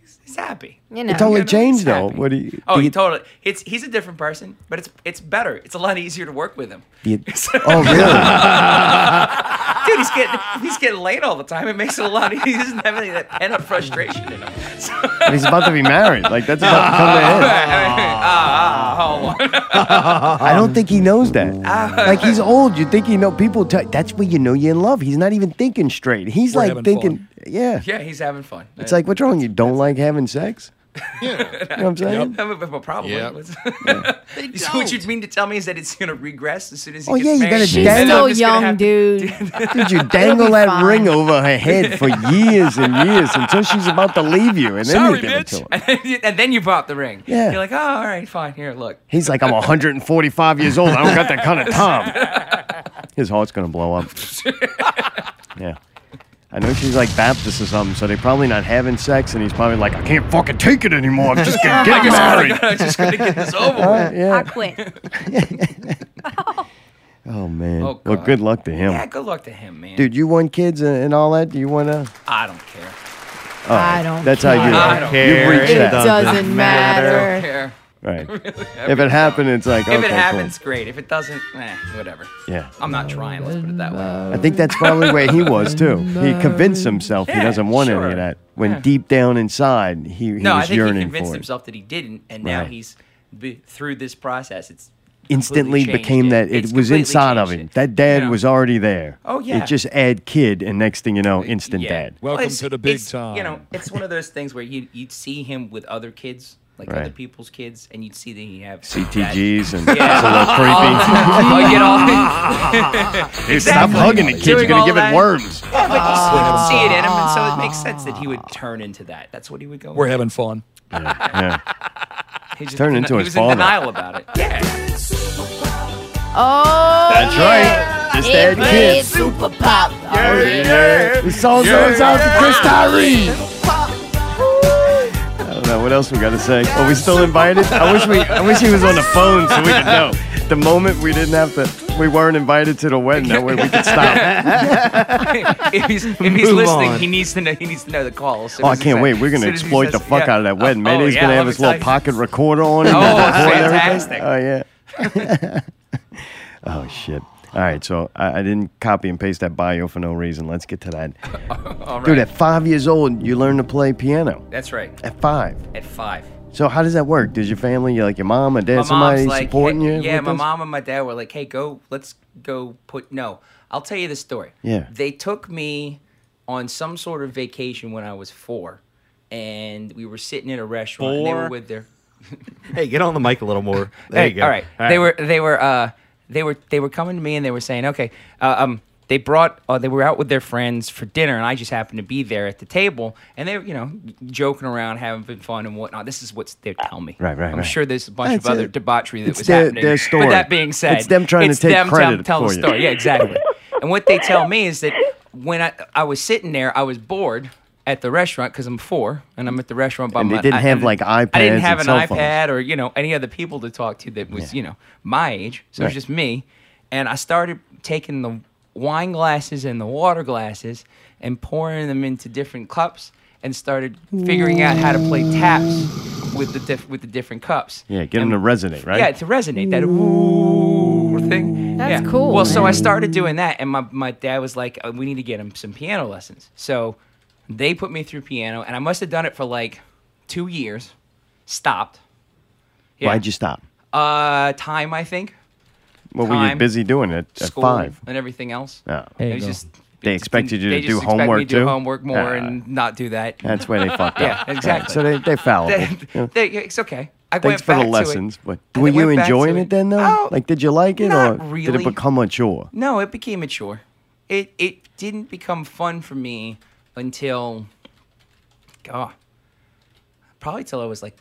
Speaker 3: he's, he's happy.
Speaker 11: You know.
Speaker 1: It totally
Speaker 3: You know, he's
Speaker 1: changed though.
Speaker 3: happy.
Speaker 1: What do you?
Speaker 3: Oh,
Speaker 1: do
Speaker 3: he
Speaker 1: you-
Speaker 3: totally. It's he's a different person, but it's it's better. It's a lot easier to work with him.
Speaker 1: do you- oh, really?
Speaker 3: Dude, he's getting he's getting laid all the time. It makes it a lot. e-, He doesn't have any of that pent up frustration in him. So,
Speaker 1: But he's about to be married. Like that's about to come to an end.
Speaker 3: ah, ah, oh,
Speaker 1: I don't think he knows that.
Speaker 3: Ah.
Speaker 1: like he's old. You think he know people? Tell, that's where you know you're in love. He's not even thinking straight. He's
Speaker 7: We're
Speaker 1: like
Speaker 7: having
Speaker 1: thinking,
Speaker 7: fun.
Speaker 1: yeah.
Speaker 3: yeah, he's having fun.
Speaker 1: It's like, what's wrong? You don't like having sex? Yeah. You know what I'm saying?
Speaker 3: problem.
Speaker 7: Yeah.
Speaker 3: so what you mean to tell me is that it's gonna regress as soon as he
Speaker 1: Oh,
Speaker 3: gets
Speaker 1: yeah, you
Speaker 3: married?
Speaker 1: gotta
Speaker 3: And I'm
Speaker 11: She's so
Speaker 1: dang-
Speaker 3: just gonna
Speaker 11: young,
Speaker 3: have to-
Speaker 11: dude.
Speaker 1: Did you dangle
Speaker 11: be
Speaker 1: that
Speaker 11: fine.
Speaker 1: ring over her head for years and years until she's about to leave you, and then
Speaker 3: Sorry,
Speaker 1: you give it
Speaker 3: bitch.
Speaker 1: to her?
Speaker 3: And then, you, and then you bought the ring.
Speaker 1: Yeah.
Speaker 3: You're like, oh, all right, fine. Here, look.
Speaker 1: He's like, I'm 145 years old. I don't got that kind of time. His heart's gonna blow up. Yeah. I know she's like Baptist or something, so they're probably not having sex, and he's probably like, I can't fucking take it anymore. I'm just gonna get married.
Speaker 3: I'm just gonna get this over with.
Speaker 1: Yeah.
Speaker 11: I quit.
Speaker 1: Oh man.
Speaker 3: Oh,
Speaker 1: well,
Speaker 3: God.
Speaker 1: good luck to him,
Speaker 3: Yeah, good luck to him, man.
Speaker 1: dude. You want kids and, and all that? Do you want to?
Speaker 3: I don't care.
Speaker 11: I don't.
Speaker 1: That's how you.
Speaker 3: I don't
Speaker 1: You've reached
Speaker 11: It
Speaker 1: that.
Speaker 11: doesn't
Speaker 3: I don't
Speaker 11: matter.
Speaker 3: care.
Speaker 1: Right. if it happened, it's
Speaker 3: If
Speaker 1: like. okay,
Speaker 3: it
Speaker 1: cool.
Speaker 3: happens, great. If it doesn't, eh, whatever.
Speaker 1: Yeah.
Speaker 3: I'm not trying. Let's put it that way.
Speaker 1: I think that's probably where he was too. He convinced himself he
Speaker 3: Yeah,
Speaker 1: doesn't want any
Speaker 3: sure.
Speaker 1: of that. When
Speaker 3: Yeah.
Speaker 1: deep down inside, he, he
Speaker 3: No, I
Speaker 1: was
Speaker 3: think he
Speaker 1: yearning
Speaker 3: convinced
Speaker 1: for it.
Speaker 3: himself that he didn't, and now
Speaker 1: Right.
Speaker 3: he's be, through this process. It's
Speaker 1: Instantly
Speaker 3: completely changed
Speaker 1: became
Speaker 3: it.
Speaker 1: that it
Speaker 3: It's
Speaker 1: was
Speaker 3: completely
Speaker 1: inside of
Speaker 3: changed
Speaker 1: him.
Speaker 3: it.
Speaker 1: That dad
Speaker 3: Yeah.
Speaker 1: was already there.
Speaker 3: Oh, yeah.
Speaker 1: It just add kid, and next thing you know, instant
Speaker 3: Yeah.
Speaker 1: dad.
Speaker 7: Welcome
Speaker 3: it's-
Speaker 7: to the big
Speaker 3: it's, You know,
Speaker 7: time.
Speaker 1: Um,
Speaker 3: it's one of those things where you you'd see him with other kids, like
Speaker 1: Right.
Speaker 3: other people's kids, and you'd see that he have that-
Speaker 1: CTGs and
Speaker 3: Yeah.
Speaker 1: it's a little creepy.
Speaker 3: Oh, you get all.
Speaker 1: Dude, Stop hugging the kids. You're
Speaker 3: Doing
Speaker 1: gonna
Speaker 3: all
Speaker 1: give
Speaker 3: that.
Speaker 1: it worms.
Speaker 3: Yeah, but you still can see it in him, and so it makes sense that he would turn into that. That's what he would go.
Speaker 7: We're having fun.
Speaker 1: Ah. Yeah.
Speaker 3: he just
Speaker 1: turned into
Speaker 3: he
Speaker 1: his
Speaker 3: was
Speaker 1: father.
Speaker 3: in denial about it. Yeah,
Speaker 11: Oh,
Speaker 1: That's right. Just add
Speaker 11: Every
Speaker 1: kids.
Speaker 11: super pop. Oh, yeah.
Speaker 1: This song goes out to Chris Tyree. I don't know what else we gotta say. Are we still invited? I wish we. I wish he was on the phone so we could know. The moment we didn't have to, we weren't invited to the wedding. That way we could stop.
Speaker 3: if he's, if he's
Speaker 9: Move
Speaker 3: listening,
Speaker 9: on.
Speaker 3: he needs to know. He needs to know the call. as soon
Speaker 1: Oh, I
Speaker 3: as he
Speaker 1: can't
Speaker 3: said-
Speaker 1: wait. We're
Speaker 3: as
Speaker 1: gonna
Speaker 3: soon as he
Speaker 1: exploit the
Speaker 3: says-
Speaker 1: fuck
Speaker 3: yeah.
Speaker 1: out of that wedding.
Speaker 3: Oh,
Speaker 1: Man, he's
Speaker 3: yeah,
Speaker 1: gonna
Speaker 3: let
Speaker 1: have
Speaker 3: me
Speaker 1: his little
Speaker 3: tell you.
Speaker 1: pocket recorder on. and
Speaker 3: Oh,
Speaker 1: record
Speaker 3: fantastic.
Speaker 1: everything. Oh yeah. oh shit. All right, so I, I didn't copy and paste that bio for no reason. Let's get to that.
Speaker 3: All right.
Speaker 1: Dude, at five years old, you learn to play piano.
Speaker 3: That's right.
Speaker 1: At five.
Speaker 3: At five.
Speaker 1: So how does that work? Does your family, you like your mom or dad,
Speaker 3: my
Speaker 1: somebody
Speaker 3: mom's like,
Speaker 1: supporting
Speaker 3: hey-
Speaker 1: you?
Speaker 3: Yeah,
Speaker 1: with
Speaker 3: my
Speaker 1: this?
Speaker 3: mom and my dad were like, "Hey, go, let's go put." No, I'll tell you the story.
Speaker 1: Yeah.
Speaker 3: they took me on some sort of vacation when I was four, and we were sitting in a restaurant. and they were
Speaker 9: Four?
Speaker 3: with their.
Speaker 9: Hey, get on the mic a little more. There
Speaker 3: Hey,
Speaker 9: you go.
Speaker 3: All right. They were they were uh they were they were coming to me and they were saying, okay, uh, um, they brought uh, they were out with their friends for dinner and I just happened to be there at the table and they were you know joking around, having fun and whatnot. This is what they tell me.
Speaker 1: Right, right,
Speaker 3: I'm
Speaker 1: right.
Speaker 3: sure there's a bunch
Speaker 1: That's
Speaker 3: of other
Speaker 1: it.
Speaker 3: debauchery that
Speaker 1: It's
Speaker 3: was
Speaker 1: their-
Speaker 3: happening.
Speaker 1: their story.
Speaker 3: But that being said,
Speaker 1: It's them trying to
Speaker 3: it's
Speaker 1: take
Speaker 3: them tell-
Speaker 1: credit
Speaker 3: tell
Speaker 1: for
Speaker 3: the
Speaker 1: you.
Speaker 3: story. Yeah, exactly. and what they tell me is that when I I was sitting there, I was bored. At the restaurant because I'm four and I'm at the restaurant by
Speaker 1: And they
Speaker 3: my-
Speaker 1: didn't
Speaker 3: I-
Speaker 1: have, like,
Speaker 3: I
Speaker 1: iPads
Speaker 3: didn't have
Speaker 1: and
Speaker 3: an
Speaker 1: cell phones.
Speaker 3: iPad dad or you know any other people to talk to that was
Speaker 1: Yeah.
Speaker 3: you know my age so it
Speaker 1: Right.
Speaker 3: was just me and i started taking the wine glasses and the water glasses and pouring them into different cups and started figuring out how to play taps with the diff- with the different cups
Speaker 1: Yeah, get them to
Speaker 3: And-
Speaker 1: resonate, right?
Speaker 3: yeah, to resonate that ooh thing.
Speaker 11: That's
Speaker 3: Yeah.
Speaker 11: cool,
Speaker 3: Well, so I
Speaker 11: man.
Speaker 3: started doing that, and my, my dad was like, "Uh, "We need to get him some piano lessons." So they put me through piano, and I must have done it for like two years. Stopped. Yeah.
Speaker 1: Why'd you stop?
Speaker 3: Uh, time I think.
Speaker 1: What were you
Speaker 3: Time,
Speaker 1: busy doing at, at
Speaker 3: School
Speaker 1: five?
Speaker 3: and everything else.
Speaker 1: Oh.
Speaker 3: It was just.
Speaker 1: They
Speaker 3: it
Speaker 1: expected you
Speaker 3: they
Speaker 1: to
Speaker 3: just
Speaker 1: do
Speaker 3: expect me
Speaker 1: homework
Speaker 3: to do
Speaker 1: too?
Speaker 3: homework more
Speaker 1: Ah.
Speaker 3: and not do that.
Speaker 1: That's where they fucked
Speaker 3: Yeah,
Speaker 1: up. Right,
Speaker 3: exactly.
Speaker 1: So they they fouled.
Speaker 3: They-
Speaker 1: it. Yeah.
Speaker 3: they- it's okay. I
Speaker 1: Thanks
Speaker 3: went
Speaker 1: for the
Speaker 3: back to it.
Speaker 1: lessons, but
Speaker 3: I
Speaker 1: were
Speaker 3: went
Speaker 1: you
Speaker 3: back to
Speaker 1: enjoying it then though?
Speaker 3: Oh,
Speaker 1: like, did you like it
Speaker 3: not
Speaker 1: or did
Speaker 3: really.
Speaker 1: it become a chore?
Speaker 3: No, it became mature. It it didn't become fun for me until God. Probably till I was like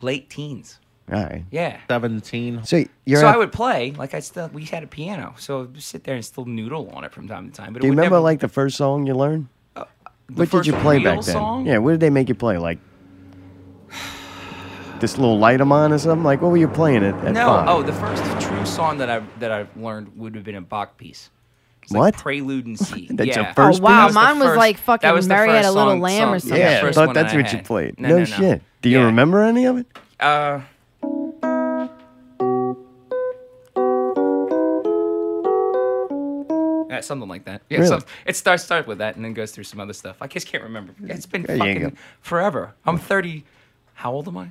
Speaker 3: late teens.
Speaker 1: All right.
Speaker 3: Yeah.
Speaker 9: seventeen.
Speaker 1: So you're
Speaker 3: so
Speaker 1: at-
Speaker 3: I would play, like I still we had a piano. So I'd just sit there and still noodle on it from time to time. But
Speaker 1: Do
Speaker 3: it
Speaker 1: you
Speaker 3: would never,
Speaker 1: remember
Speaker 3: Uh,
Speaker 1: like the first song you learned?
Speaker 3: the
Speaker 1: What did
Speaker 3: first
Speaker 1: you play
Speaker 3: real
Speaker 1: back then?
Speaker 3: Song?
Speaker 1: Yeah, what did they make you play? Like this little light I'm on or something? Like, what were you playing at, at
Speaker 3: No,
Speaker 1: five?
Speaker 3: oh, the first true song that I that I've learned would have been a Bach piece. It's like
Speaker 1: What?
Speaker 3: Prelude and C.
Speaker 1: That's your
Speaker 3: yeah.
Speaker 1: first
Speaker 11: Oh, wow,
Speaker 1: piece?
Speaker 3: That
Speaker 11: mine
Speaker 3: the
Speaker 11: was
Speaker 3: first-
Speaker 11: like
Speaker 3: that
Speaker 11: fucking
Speaker 3: was the
Speaker 11: Mary had
Speaker 3: first
Speaker 11: a little
Speaker 3: song-
Speaker 11: lamb or
Speaker 3: song-
Speaker 11: something.
Speaker 1: yeah, I
Speaker 3: first
Speaker 1: thought
Speaker 3: one
Speaker 1: that's
Speaker 3: I
Speaker 1: what you
Speaker 3: had.
Speaker 1: played.
Speaker 3: No,
Speaker 1: No,
Speaker 3: no, no.
Speaker 1: shit. Do you
Speaker 3: Yeah.
Speaker 1: remember any of it?
Speaker 3: Uh, yeah, Uh, something like that. Yeah,
Speaker 1: Really?
Speaker 3: some- it starts start with that and then goes through some other stuff. I just can't remember. It's been
Speaker 1: There you go.
Speaker 3: fucking forever. I'm 30. How old am I?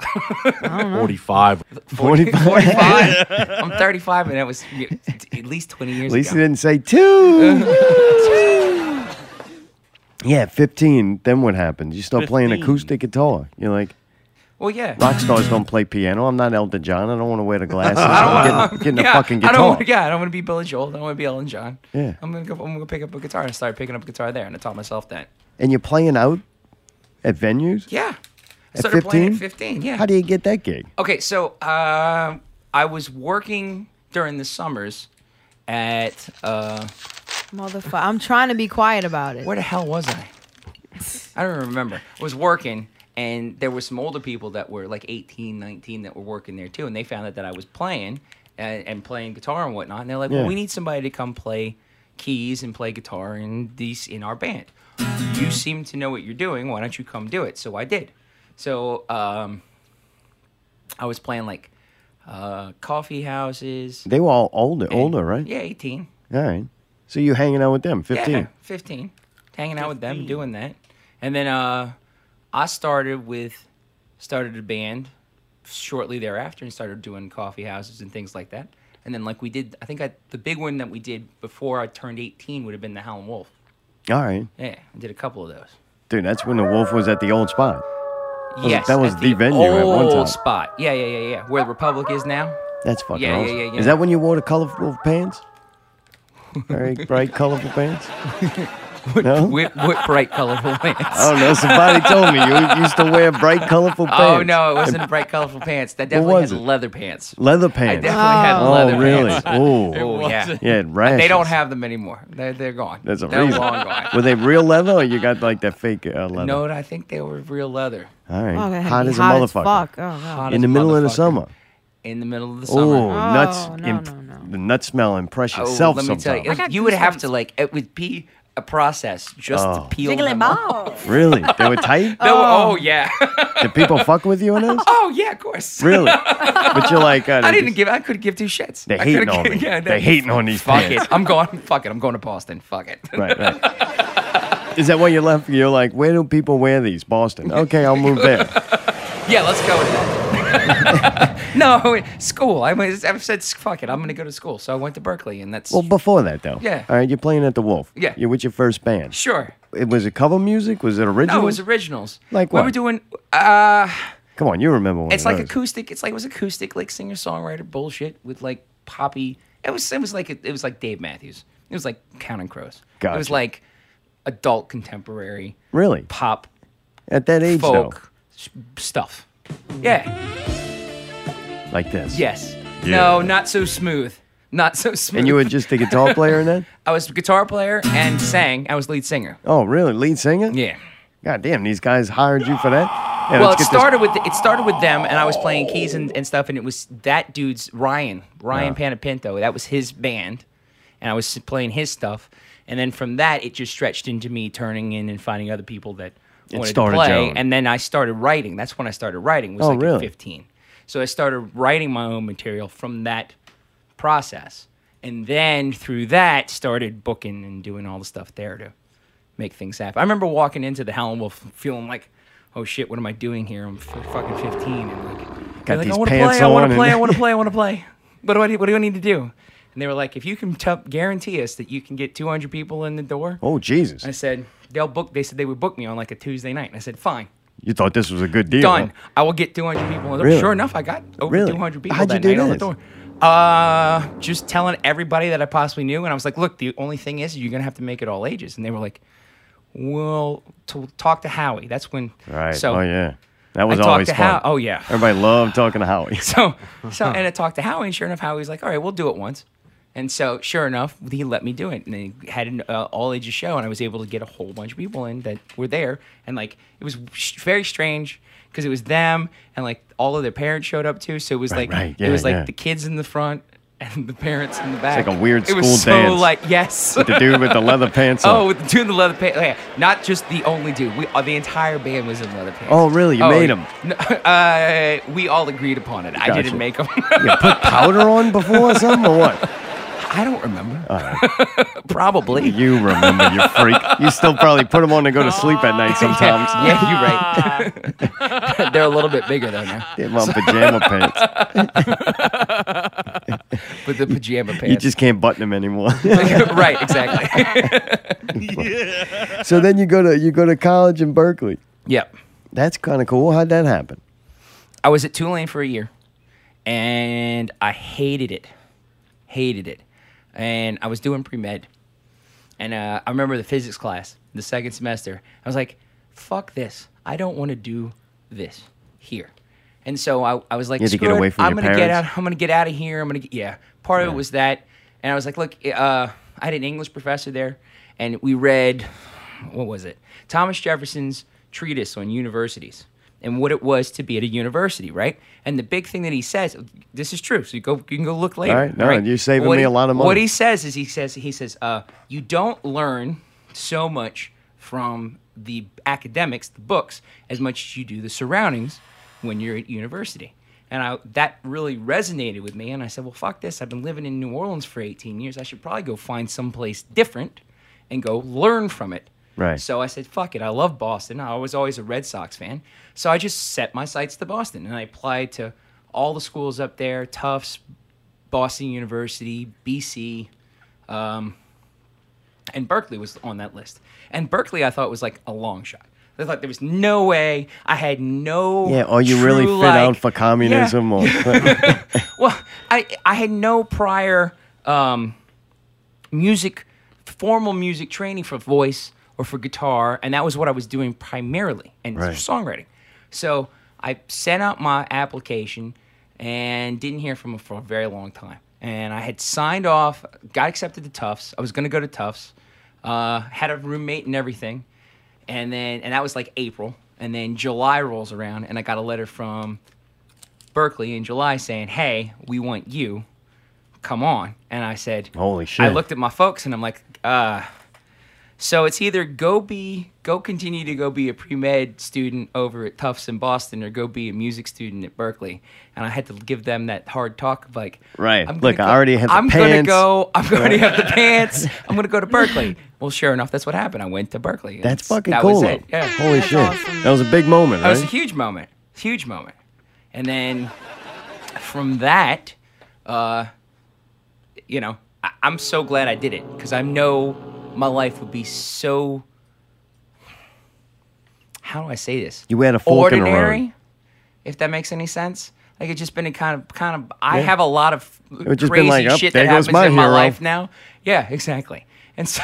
Speaker 9: 45.
Speaker 1: 45.
Speaker 3: I'm 35, and that was yeah, at least 20 years
Speaker 1: At least you
Speaker 3: ago.
Speaker 1: didn't say two. yeah, 15. Then what happens? You start playing
Speaker 12: 15.
Speaker 1: acoustic guitar. You're like,
Speaker 3: Well, yeah.
Speaker 1: rock stars don't play piano. I'm not Elton John. I don't want to wear the glasses. I'm getting, getting
Speaker 3: yeah,
Speaker 1: a fucking guitar.
Speaker 3: I don't wanna, yeah, I don't want to be Billy Joel. I don't want to be Ellen John.
Speaker 1: Yeah.
Speaker 3: I'm gonna go. I'm gonna pick up a guitar and start picking up a guitar there, and I taught myself that.
Speaker 1: And you're playing out at venues?
Speaker 3: Yeah. I
Speaker 1: At
Speaker 3: started playing at
Speaker 1: 15?
Speaker 3: 15. Yeah.
Speaker 1: How do you get that gig?
Speaker 3: Okay, so uh, I was working during the summers at uh,
Speaker 11: Motherfucker. I'm trying to be quiet about it.
Speaker 3: where the hell was I? I don't remember. I was working, and there were some older people that were like 18, 19 that were working there too, and they found out that I was playing and, and playing guitar and whatnot. And they're like,
Speaker 1: Yeah.
Speaker 3: "Well, we need somebody to come play keys and play guitar in these in our band. You seem to know what you're doing. Why don't you come do it?" So I did. So um, I was playing like uh, coffee houses.
Speaker 1: They were all older, older, right?
Speaker 3: Yeah, 18.
Speaker 1: All right. So you hanging out with them, 15.
Speaker 3: Yeah, 15. Hanging out with them, doing that. And then uh, I started with, started a band shortly thereafter and started doing coffee houses and things like that. And then like we did, I think I, the big one that we did before I turned 18 would have been the Howlin' Wolf.
Speaker 1: All right.
Speaker 3: Yeah, I did a couple of those.
Speaker 1: Dude, that's when the wolf was at the old spot. was-
Speaker 3: yes.
Speaker 1: that was
Speaker 3: at
Speaker 1: the venue at one
Speaker 3: old
Speaker 1: time.
Speaker 3: spot. Yeah, yeah, yeah, yeah. Where the Republic is now.
Speaker 1: That's fucking
Speaker 3: Yeah, yeah,
Speaker 1: awesome.
Speaker 3: yeah, yeah.
Speaker 1: Is that when you wore the colorful pants? Very bright, colorful pants? No?
Speaker 3: With, with bright colorful pants.
Speaker 1: I don't know. Somebody told me you used to wear bright, colorful pants.
Speaker 3: Oh no, it wasn't bright colorful pants. That definitely
Speaker 1: was
Speaker 3: had
Speaker 1: it?
Speaker 3: leather pants.
Speaker 1: Leather
Speaker 3: I
Speaker 1: pants.
Speaker 3: definitely had
Speaker 1: oh,
Speaker 3: leather
Speaker 1: really?
Speaker 3: pants.
Speaker 1: Oh,
Speaker 3: Oh yeah.
Speaker 1: yeah, rashes.
Speaker 3: They don't have them anymore. They're, they're gone.
Speaker 1: That's a
Speaker 3: they're
Speaker 1: reason.
Speaker 3: long gone.
Speaker 1: Were they real leather, or you got like that fake uh, leather?
Speaker 3: No, I think they were real leather.
Speaker 1: All right.
Speaker 11: Oh, that had to
Speaker 1: hot
Speaker 11: be
Speaker 1: as
Speaker 11: hot
Speaker 1: a
Speaker 11: as
Speaker 1: motherfucker.
Speaker 11: fuck. Oh, God.
Speaker 3: Hot as
Speaker 1: In the
Speaker 3: a
Speaker 1: middle of the
Speaker 3: motherfucker.
Speaker 1: summer.
Speaker 3: In the middle of the
Speaker 1: Oh,
Speaker 3: summer.
Speaker 1: nuts!
Speaker 11: no,
Speaker 1: imp-
Speaker 11: no, no.
Speaker 1: The nut smell impress
Speaker 3: Oh,
Speaker 1: yourself
Speaker 3: let me tell
Speaker 1: sometimes.
Speaker 3: you,
Speaker 11: got
Speaker 3: you would have to
Speaker 11: goosebumps.
Speaker 3: like it would be a process just
Speaker 1: Oh.
Speaker 3: to peel
Speaker 11: Jiggly
Speaker 3: them off.
Speaker 11: balls.
Speaker 1: Really? They were tight.
Speaker 3: They were- Oh. yeah.
Speaker 1: Did people fuck with you in those?
Speaker 3: oh yeah, of course.
Speaker 1: Really? But you're like, uh,
Speaker 3: I didn't give. I could give two shits.
Speaker 1: They're
Speaker 3: I could've
Speaker 1: hating on
Speaker 3: gi-
Speaker 1: me.
Speaker 3: Yeah,
Speaker 1: They're hating on these
Speaker 3: Fuck
Speaker 1: pants.
Speaker 3: it. I'm going. Fuck it. I'm going to Boston. Fuck it.
Speaker 1: Right, right. Is that why you left? You're like, where do people wear these? Boston. Okay, I'll move there.
Speaker 3: Yeah, let's go with that. no, wait, school. I went, I've said fuck it. I'm gonna go to school. So I went to Berkeley, and that's
Speaker 1: Well, before that though.
Speaker 3: Yeah.
Speaker 1: All right, you're playing at the Wolf.
Speaker 3: Yeah.
Speaker 1: You're with your first band.
Speaker 3: sure.
Speaker 1: It was it cover music? Was it original?
Speaker 3: No, it was originals.
Speaker 1: Like
Speaker 3: we
Speaker 1: what?
Speaker 3: were doing. Uh,
Speaker 1: Come on, you remember one
Speaker 3: it's
Speaker 1: of
Speaker 3: like
Speaker 1: those.
Speaker 3: acoustic. It's like it was acoustic, like singer songwriter bullshit with like poppy. It was it was like it was like Dave Matthews. It was like Counting Crows. It was
Speaker 1: Gotcha.
Speaker 3: like adult contemporary
Speaker 1: Really?
Speaker 3: pop
Speaker 1: At that age
Speaker 3: folk s- stuff. Yeah.
Speaker 1: though. Like this.
Speaker 3: Yes. No, not so smooth. Not so smooth.
Speaker 1: And you were just a guitar player in that?
Speaker 3: I was a guitar player and sang. I was lead singer.
Speaker 1: Oh, really? Lead singer?
Speaker 3: Yeah.
Speaker 1: God damn, these guys hired you for that? Yeah,
Speaker 3: well,
Speaker 1: let's
Speaker 3: it
Speaker 1: get this-
Speaker 3: started with it started with them, and I was playing keys and, and stuff, and it was that dude's Ryan Ryan Panapinto. That was his band, and I was playing his stuff, and then from that it just stretched into me turning in and finding other people that wanted to
Speaker 1: started
Speaker 3: play,
Speaker 1: your own.
Speaker 3: and then I started writing. That's when I started writing. Was
Speaker 1: Oh,
Speaker 3: like
Speaker 1: really?
Speaker 3: at fifteen, so I started writing my own material from that process, and then through that started booking and doing all the stuff there to make things happen. I remember walking into the Howlin' Wolf feeling like, oh shit, what am I doing here? I'm f- fucking 15 and like,
Speaker 1: Got
Speaker 3: like,
Speaker 1: these
Speaker 3: I want to
Speaker 1: pants
Speaker 3: play, I want
Speaker 1: on
Speaker 3: to play,
Speaker 1: and-
Speaker 3: I want to play, I want to play. What do I do? What do I need to do? And they were like, if you can t- guarantee us that you can get 200 people in the door,
Speaker 1: Oh Jesus.
Speaker 3: I said they'll book. They said they would book me on like a Tuesday night. And I said, fine,
Speaker 1: You thought this was a good deal.
Speaker 3: done.
Speaker 1: huh?
Speaker 3: I will get 200 people in the door.
Speaker 1: Really?
Speaker 3: Sure enough, I got over
Speaker 1: Really?
Speaker 3: 200 people
Speaker 1: How'd you
Speaker 3: that
Speaker 1: do
Speaker 3: night on the
Speaker 1: this?
Speaker 3: door. Uh, just telling everybody that I possibly knew, and I was like, "Look, the only thing is, you're gonna have to make it all ages." And they were like, "Well, to talk to Howie." That's when.
Speaker 1: Right.
Speaker 3: So
Speaker 1: oh yeah. That was
Speaker 3: I talked
Speaker 1: always
Speaker 3: to
Speaker 1: fun.
Speaker 3: Howie. Oh yeah.
Speaker 1: Everybody loved talking to Howie.
Speaker 3: So so and I talked to Howie, and sure enough, Howie's like, "All right, we'll do it once." And so, sure enough, he let me do it, and they had an uh, all ages show, and I was able to get a whole bunch of people in that were there, and like it was sh- very strange because it was them, and like all of their parents showed up too, so it was like
Speaker 1: right,
Speaker 3: it was
Speaker 1: yeah,
Speaker 3: like
Speaker 1: yeah.
Speaker 3: the kids in the front and the parents in the back.
Speaker 1: like a weird
Speaker 3: It was
Speaker 1: school
Speaker 3: so
Speaker 1: dance.
Speaker 3: like yes,
Speaker 1: The dude with the leather pants on.
Speaker 3: Oh, with the dude in the leather pants. yeah. Not just the only dude. We, uh, the entire band was in leather pants.
Speaker 1: Oh, really? You made 'em?
Speaker 3: No, uh, we all agreed upon it. I
Speaker 1: Gotcha.
Speaker 3: didn't make them.
Speaker 1: You put powder on before or something or what?
Speaker 3: I don't remember. Probably.
Speaker 1: You remember, you freak. You still probably put them on to go to sleep at night sometimes.
Speaker 3: Yeah, yeah, you're right. They're a little bit bigger though now.
Speaker 1: Get 'em on pajama pants.
Speaker 3: With the pajama pants.
Speaker 1: You just can't button them anymore.
Speaker 3: right, exactly.
Speaker 1: so then you go to you go to college in Berkeley.
Speaker 3: yep.
Speaker 1: That's kind of cool. How'd that happen?
Speaker 3: I was at Tulane for a year, and I hated it, hated it, and I was doing pre med, and uh, I remember the physics class, the second semester. I was like, "Fuck this! I don't want to do this here." And so I, I was like,
Speaker 1: You had to get
Speaker 3: "Screw it.
Speaker 1: away from
Speaker 3: I'm
Speaker 1: your
Speaker 3: gonna get
Speaker 1: parents?
Speaker 3: out. I'm gonna get out of here. I'm gonna get yeah." Part of it was that, and I was like, "Look, uh, I had an English professor there, and we read, what was it? Thomas Jefferson's treatise on universities." and what it was to be at a university, right? And the big thing that he says, this is true. So you go, you can go look later.
Speaker 1: All right, no, you're saving
Speaker 3: What
Speaker 1: me
Speaker 3: he-
Speaker 1: a lot of money.
Speaker 3: What he says is he says he says uh, you don't learn so much from the academics, the books, as much as you do the surroundings when you're at university. And I, that really resonated with me. And I said, well, fuck this. I've been living in New Orleans for 18 years. I should probably go find someplace different and go learn from it.
Speaker 1: Right.
Speaker 3: So I said, fuck it. I love Boston. I was always a Red Sox fan. So I just set my sights to Boston and I applied to all the schools up there Tufts, Boston University, BC, um, and Berkeley was on that list. And Berkeley, I thought was like a long shot. I thought there was no way. I had no.
Speaker 1: Yeah, are you really
Speaker 3: true,
Speaker 1: fit out
Speaker 3: like-
Speaker 1: for
Speaker 3: Yeah.
Speaker 1: communism or
Speaker 3: Well, I I had no prior um, music, formal music training for voice or for guitar, and that was what I was doing primarily and
Speaker 1: Right.
Speaker 3: songwriting. So I sent out my application and didn't hear from them for a very long time. And I had signed off, got accepted to Tufts. I was going to go to Tufts. Uh, had a roommate and everything, and then and that was like April. And then July rolls around, and I got a letter from Berkeley in July saying, "Hey, we want you. Come on." And I said,
Speaker 1: Holy
Speaker 3: I
Speaker 1: shit.
Speaker 3: looked at my folks and I'm like, "Uh, so it's either go be go continue to go be a pre-med student over at Tufts in Boston or go be a music student at Berkeley." And I had to give them that hard talk of like,
Speaker 1: Right.
Speaker 3: I'm
Speaker 1: Look,
Speaker 3: gonna
Speaker 1: I
Speaker 3: go-
Speaker 1: already have the
Speaker 3: I'm
Speaker 1: pants.
Speaker 3: gonna go. I'm gonna have the pants. I'm gonna go to Berkeley." Well, sure enough, that's what happened. I went to Berkeley. and
Speaker 1: That's fucking
Speaker 3: that
Speaker 1: cool.
Speaker 3: Was
Speaker 1: though.
Speaker 3: it. Yeah.
Speaker 1: Holy shit.
Speaker 11: awesome.
Speaker 1: That was a big moment,
Speaker 3: That was a
Speaker 1: right?
Speaker 3: huge moment. Huge moment. And then from that, uh, you know, I- I'm so glad I did it because I know my life would be so. How do I say this?
Speaker 1: You had a fork in the road.
Speaker 3: Ordinary, if that makes any sense. Like it's just been a kind of, kind of. I have a lot of
Speaker 1: would just
Speaker 3: crazy
Speaker 1: been like, "Up,
Speaker 3: shit
Speaker 1: there
Speaker 3: that
Speaker 1: goes
Speaker 3: happens
Speaker 1: my
Speaker 3: in my
Speaker 1: hero."
Speaker 3: life now. Yeah, exactly. And so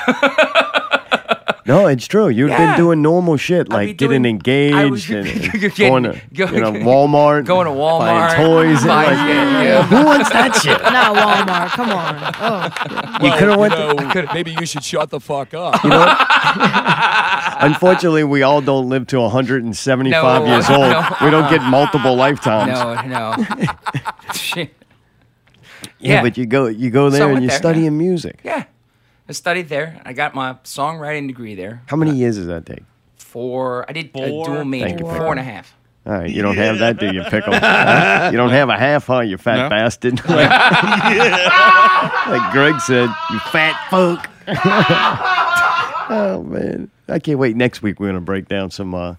Speaker 1: No, it's true. You've been
Speaker 3: Yeah.
Speaker 1: doing normal shit
Speaker 3: I'd be
Speaker 1: like getting
Speaker 3: doing- I was-
Speaker 1: engaged and and
Speaker 3: you're
Speaker 1: going
Speaker 3: kidding.
Speaker 1: to
Speaker 3: Go-
Speaker 1: you know, Walmart,
Speaker 3: going to Walmart,
Speaker 1: buying toys. and,
Speaker 3: buying-
Speaker 1: like,
Speaker 3: yeah, yeah.
Speaker 1: Who wants that shit?
Speaker 11: Not Walmart. Come on. Oh,
Speaker 7: Well, you
Speaker 1: could've went
Speaker 7: know, maybe you should shut the fuck up.
Speaker 1: Unfortunately, we all don't live to 175
Speaker 3: No,
Speaker 1: years old.
Speaker 3: no.
Speaker 1: We don't get multiple lifetimes.
Speaker 3: no, no. Shit.
Speaker 1: yeah,
Speaker 3: yeah.
Speaker 1: but you go you go there
Speaker 3: So I
Speaker 1: and
Speaker 3: went
Speaker 1: you're
Speaker 3: there,
Speaker 1: studying
Speaker 3: yeah.
Speaker 1: music.
Speaker 3: Yeah. I studied there. I got my songwriting degree there.
Speaker 1: How many years does that take?
Speaker 3: Four. I did a dual major,
Speaker 1: Thank you,
Speaker 3: four and a half.
Speaker 1: All right, you don't have that, do you, Pickle? Huh? You don't have a half, huh, you fat
Speaker 12: No.
Speaker 1: bastard? like, like Greg said, you fat fuck. oh man, I can't wait. Next week we're gonna break down some uh,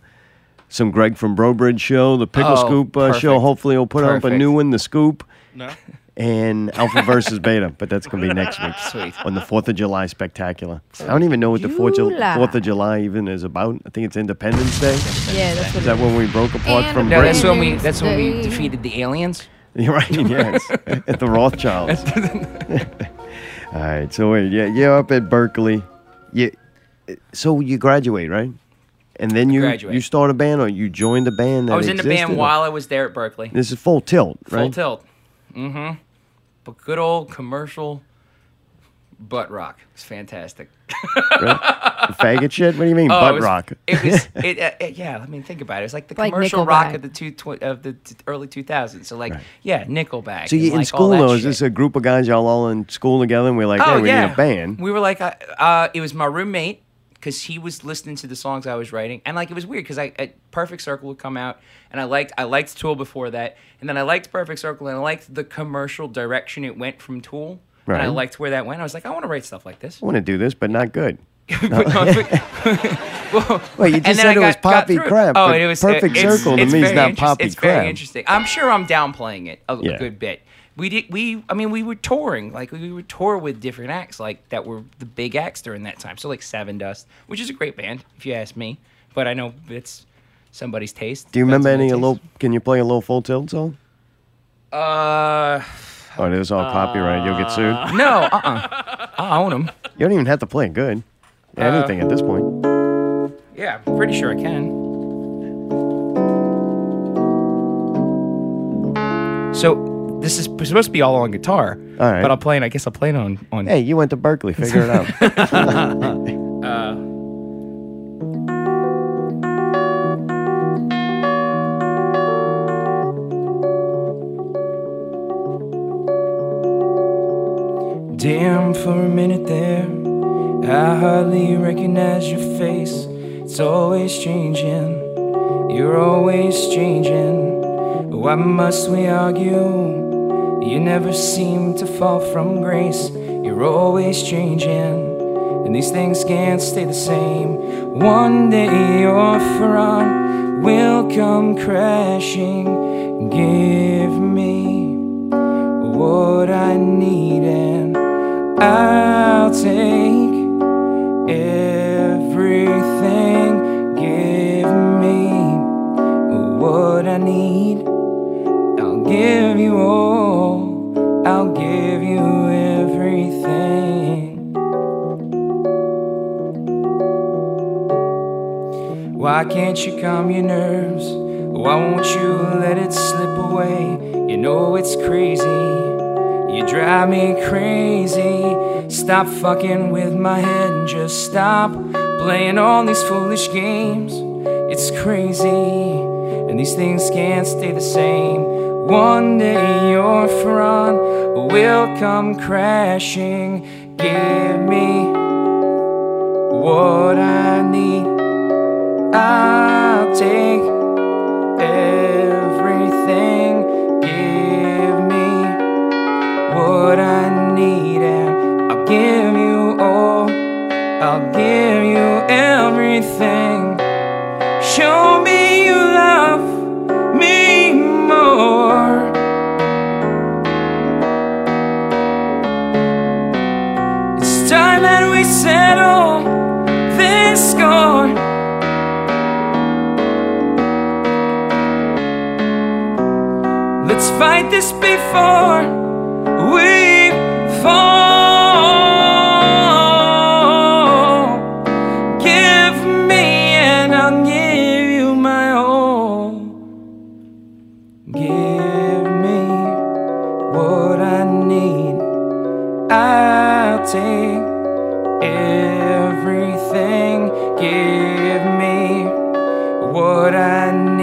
Speaker 1: some Greg from Brobridge show, the Pickle
Speaker 3: Oh,
Speaker 1: Scoop uh, show.
Speaker 3: perfect.
Speaker 1: Hopefully, he'll put up a
Speaker 3: Perfect.
Speaker 1: new one, the Scoop.
Speaker 12: No.
Speaker 1: and Alpha versus Beta, but that's going to be next week.
Speaker 3: Sweet.
Speaker 1: On the 4th of July spectacular. I don't even know what the 4th of,
Speaker 11: July.
Speaker 1: 4th of July even is about. I think it's Independence Day. Is
Speaker 11: yeah, that's what.
Speaker 1: that when we broke apart from
Speaker 3: No, that's
Speaker 1: Britain?
Speaker 3: when we that's when we
Speaker 11: Independence Day.
Speaker 3: defeated the aliens.
Speaker 1: You're right, yes. at the Rothschilds. All right, so wait, yeah, you're up at Berkeley. You, so you graduate, right? And then you
Speaker 3: graduate.
Speaker 1: you start a band or you joined a band that
Speaker 3: I was in the
Speaker 1: existed,
Speaker 3: band
Speaker 1: or-
Speaker 3: while I was there at Berkeley.
Speaker 1: This is full tilt, right?
Speaker 3: Full tilt. Mm-hmm. But good old commercial
Speaker 8: butt rock. It's fantastic.
Speaker 1: Faggot shit? What do you mean,
Speaker 8: Oh,
Speaker 1: butt
Speaker 8: it was,
Speaker 1: rock?
Speaker 8: It was, it, uh, uh, yeah. I mean, think about it. It's like the
Speaker 2: Like
Speaker 8: commercial rock
Speaker 2: Nickelback.
Speaker 8: of the two tw- of the t- early 2000s. So like, yeah, Nickelback.
Speaker 1: So
Speaker 8: and,
Speaker 1: you in
Speaker 8: like, all
Speaker 1: school
Speaker 8: that
Speaker 1: though? Is
Speaker 8: shit. Oh,
Speaker 1: this a group of guys y'all all in school together? and We're like, hey, we need a band.
Speaker 8: We were like, uh, uh, it was my roommate because he was listening to the songs I was writing, and like it was weird because I, I Perfect Circle would come out, and I liked I liked Tool before that, and then I liked Perfect Circle, and I liked the commercial direction it went from Tool, and I
Speaker 1: Right.
Speaker 8: liked where that went. I was like, I want to write stuff like this.
Speaker 1: I want to do this, but not good. Uh,
Speaker 8: well,
Speaker 1: Well, you just
Speaker 8: and then
Speaker 1: said
Speaker 8: I
Speaker 1: it was
Speaker 8: got- got
Speaker 1: poppy
Speaker 8: through it.
Speaker 1: crap,
Speaker 8: Oh,
Speaker 1: but
Speaker 8: it was
Speaker 1: Perfect
Speaker 8: it's-
Speaker 1: Circle to
Speaker 8: it's
Speaker 1: me is
Speaker 8: very
Speaker 1: not
Speaker 8: interest-
Speaker 1: poppy
Speaker 8: It's very
Speaker 1: crap.
Speaker 8: interesting. I'm sure I'm downplaying it a, a
Speaker 1: Yeah.
Speaker 8: good bit. We did. We. I mean, we were touring. Like we would tour with different acts, like that were the big acts during that time. So like Seven Dust, which is a great band, if you ask me. But I know it's somebody's taste.
Speaker 1: Do you
Speaker 8: Depends
Speaker 1: remember
Speaker 8: on
Speaker 1: any
Speaker 8: their
Speaker 1: of low?
Speaker 8: taste.
Speaker 1: Can you play a little full tilt song?
Speaker 8: Uh,
Speaker 1: Oh, this is all copyright. You'll get sued.
Speaker 8: no. Uh. uh I own them.
Speaker 1: You don't even have to play it good.
Speaker 8: uh,
Speaker 1: Anything at this point.
Speaker 8: Yeah, I'm pretty sure I can. So this is supposed to be all on guitar.
Speaker 1: All right.
Speaker 8: But I'll play it. I guess I'll play it on on.
Speaker 1: Hey, you went to Berkeley. Figure it out.
Speaker 3: Uh,
Speaker 8: Damn, for a minute there, I hardly recognize your face. It's always changing. You're always changing. Why must we argue? You never seem to fall from grace. You're always changing, and these things can't stay the same. One day your front will come crashing. Give me what I need, and I'll take everything. Give me what I need. I'll give you all, I'll give you everything. Why can't you calm your nerves? Why won't you let it slip away? You know it's crazy. You drive me crazy. Stop fucking with my head and just stop playing all these foolish games. It's crazy, and these things can't stay the same. One day your front will come crashing. Give me what I need. I'll take everything. Give me what I need, and I'll give you all. I'll give you everything. Show me you love me more. It's time that we settle this score. Let's fight this before we fall. Give me and I'll give you my all. Give me what I need. I'll take everything. Give me what I need.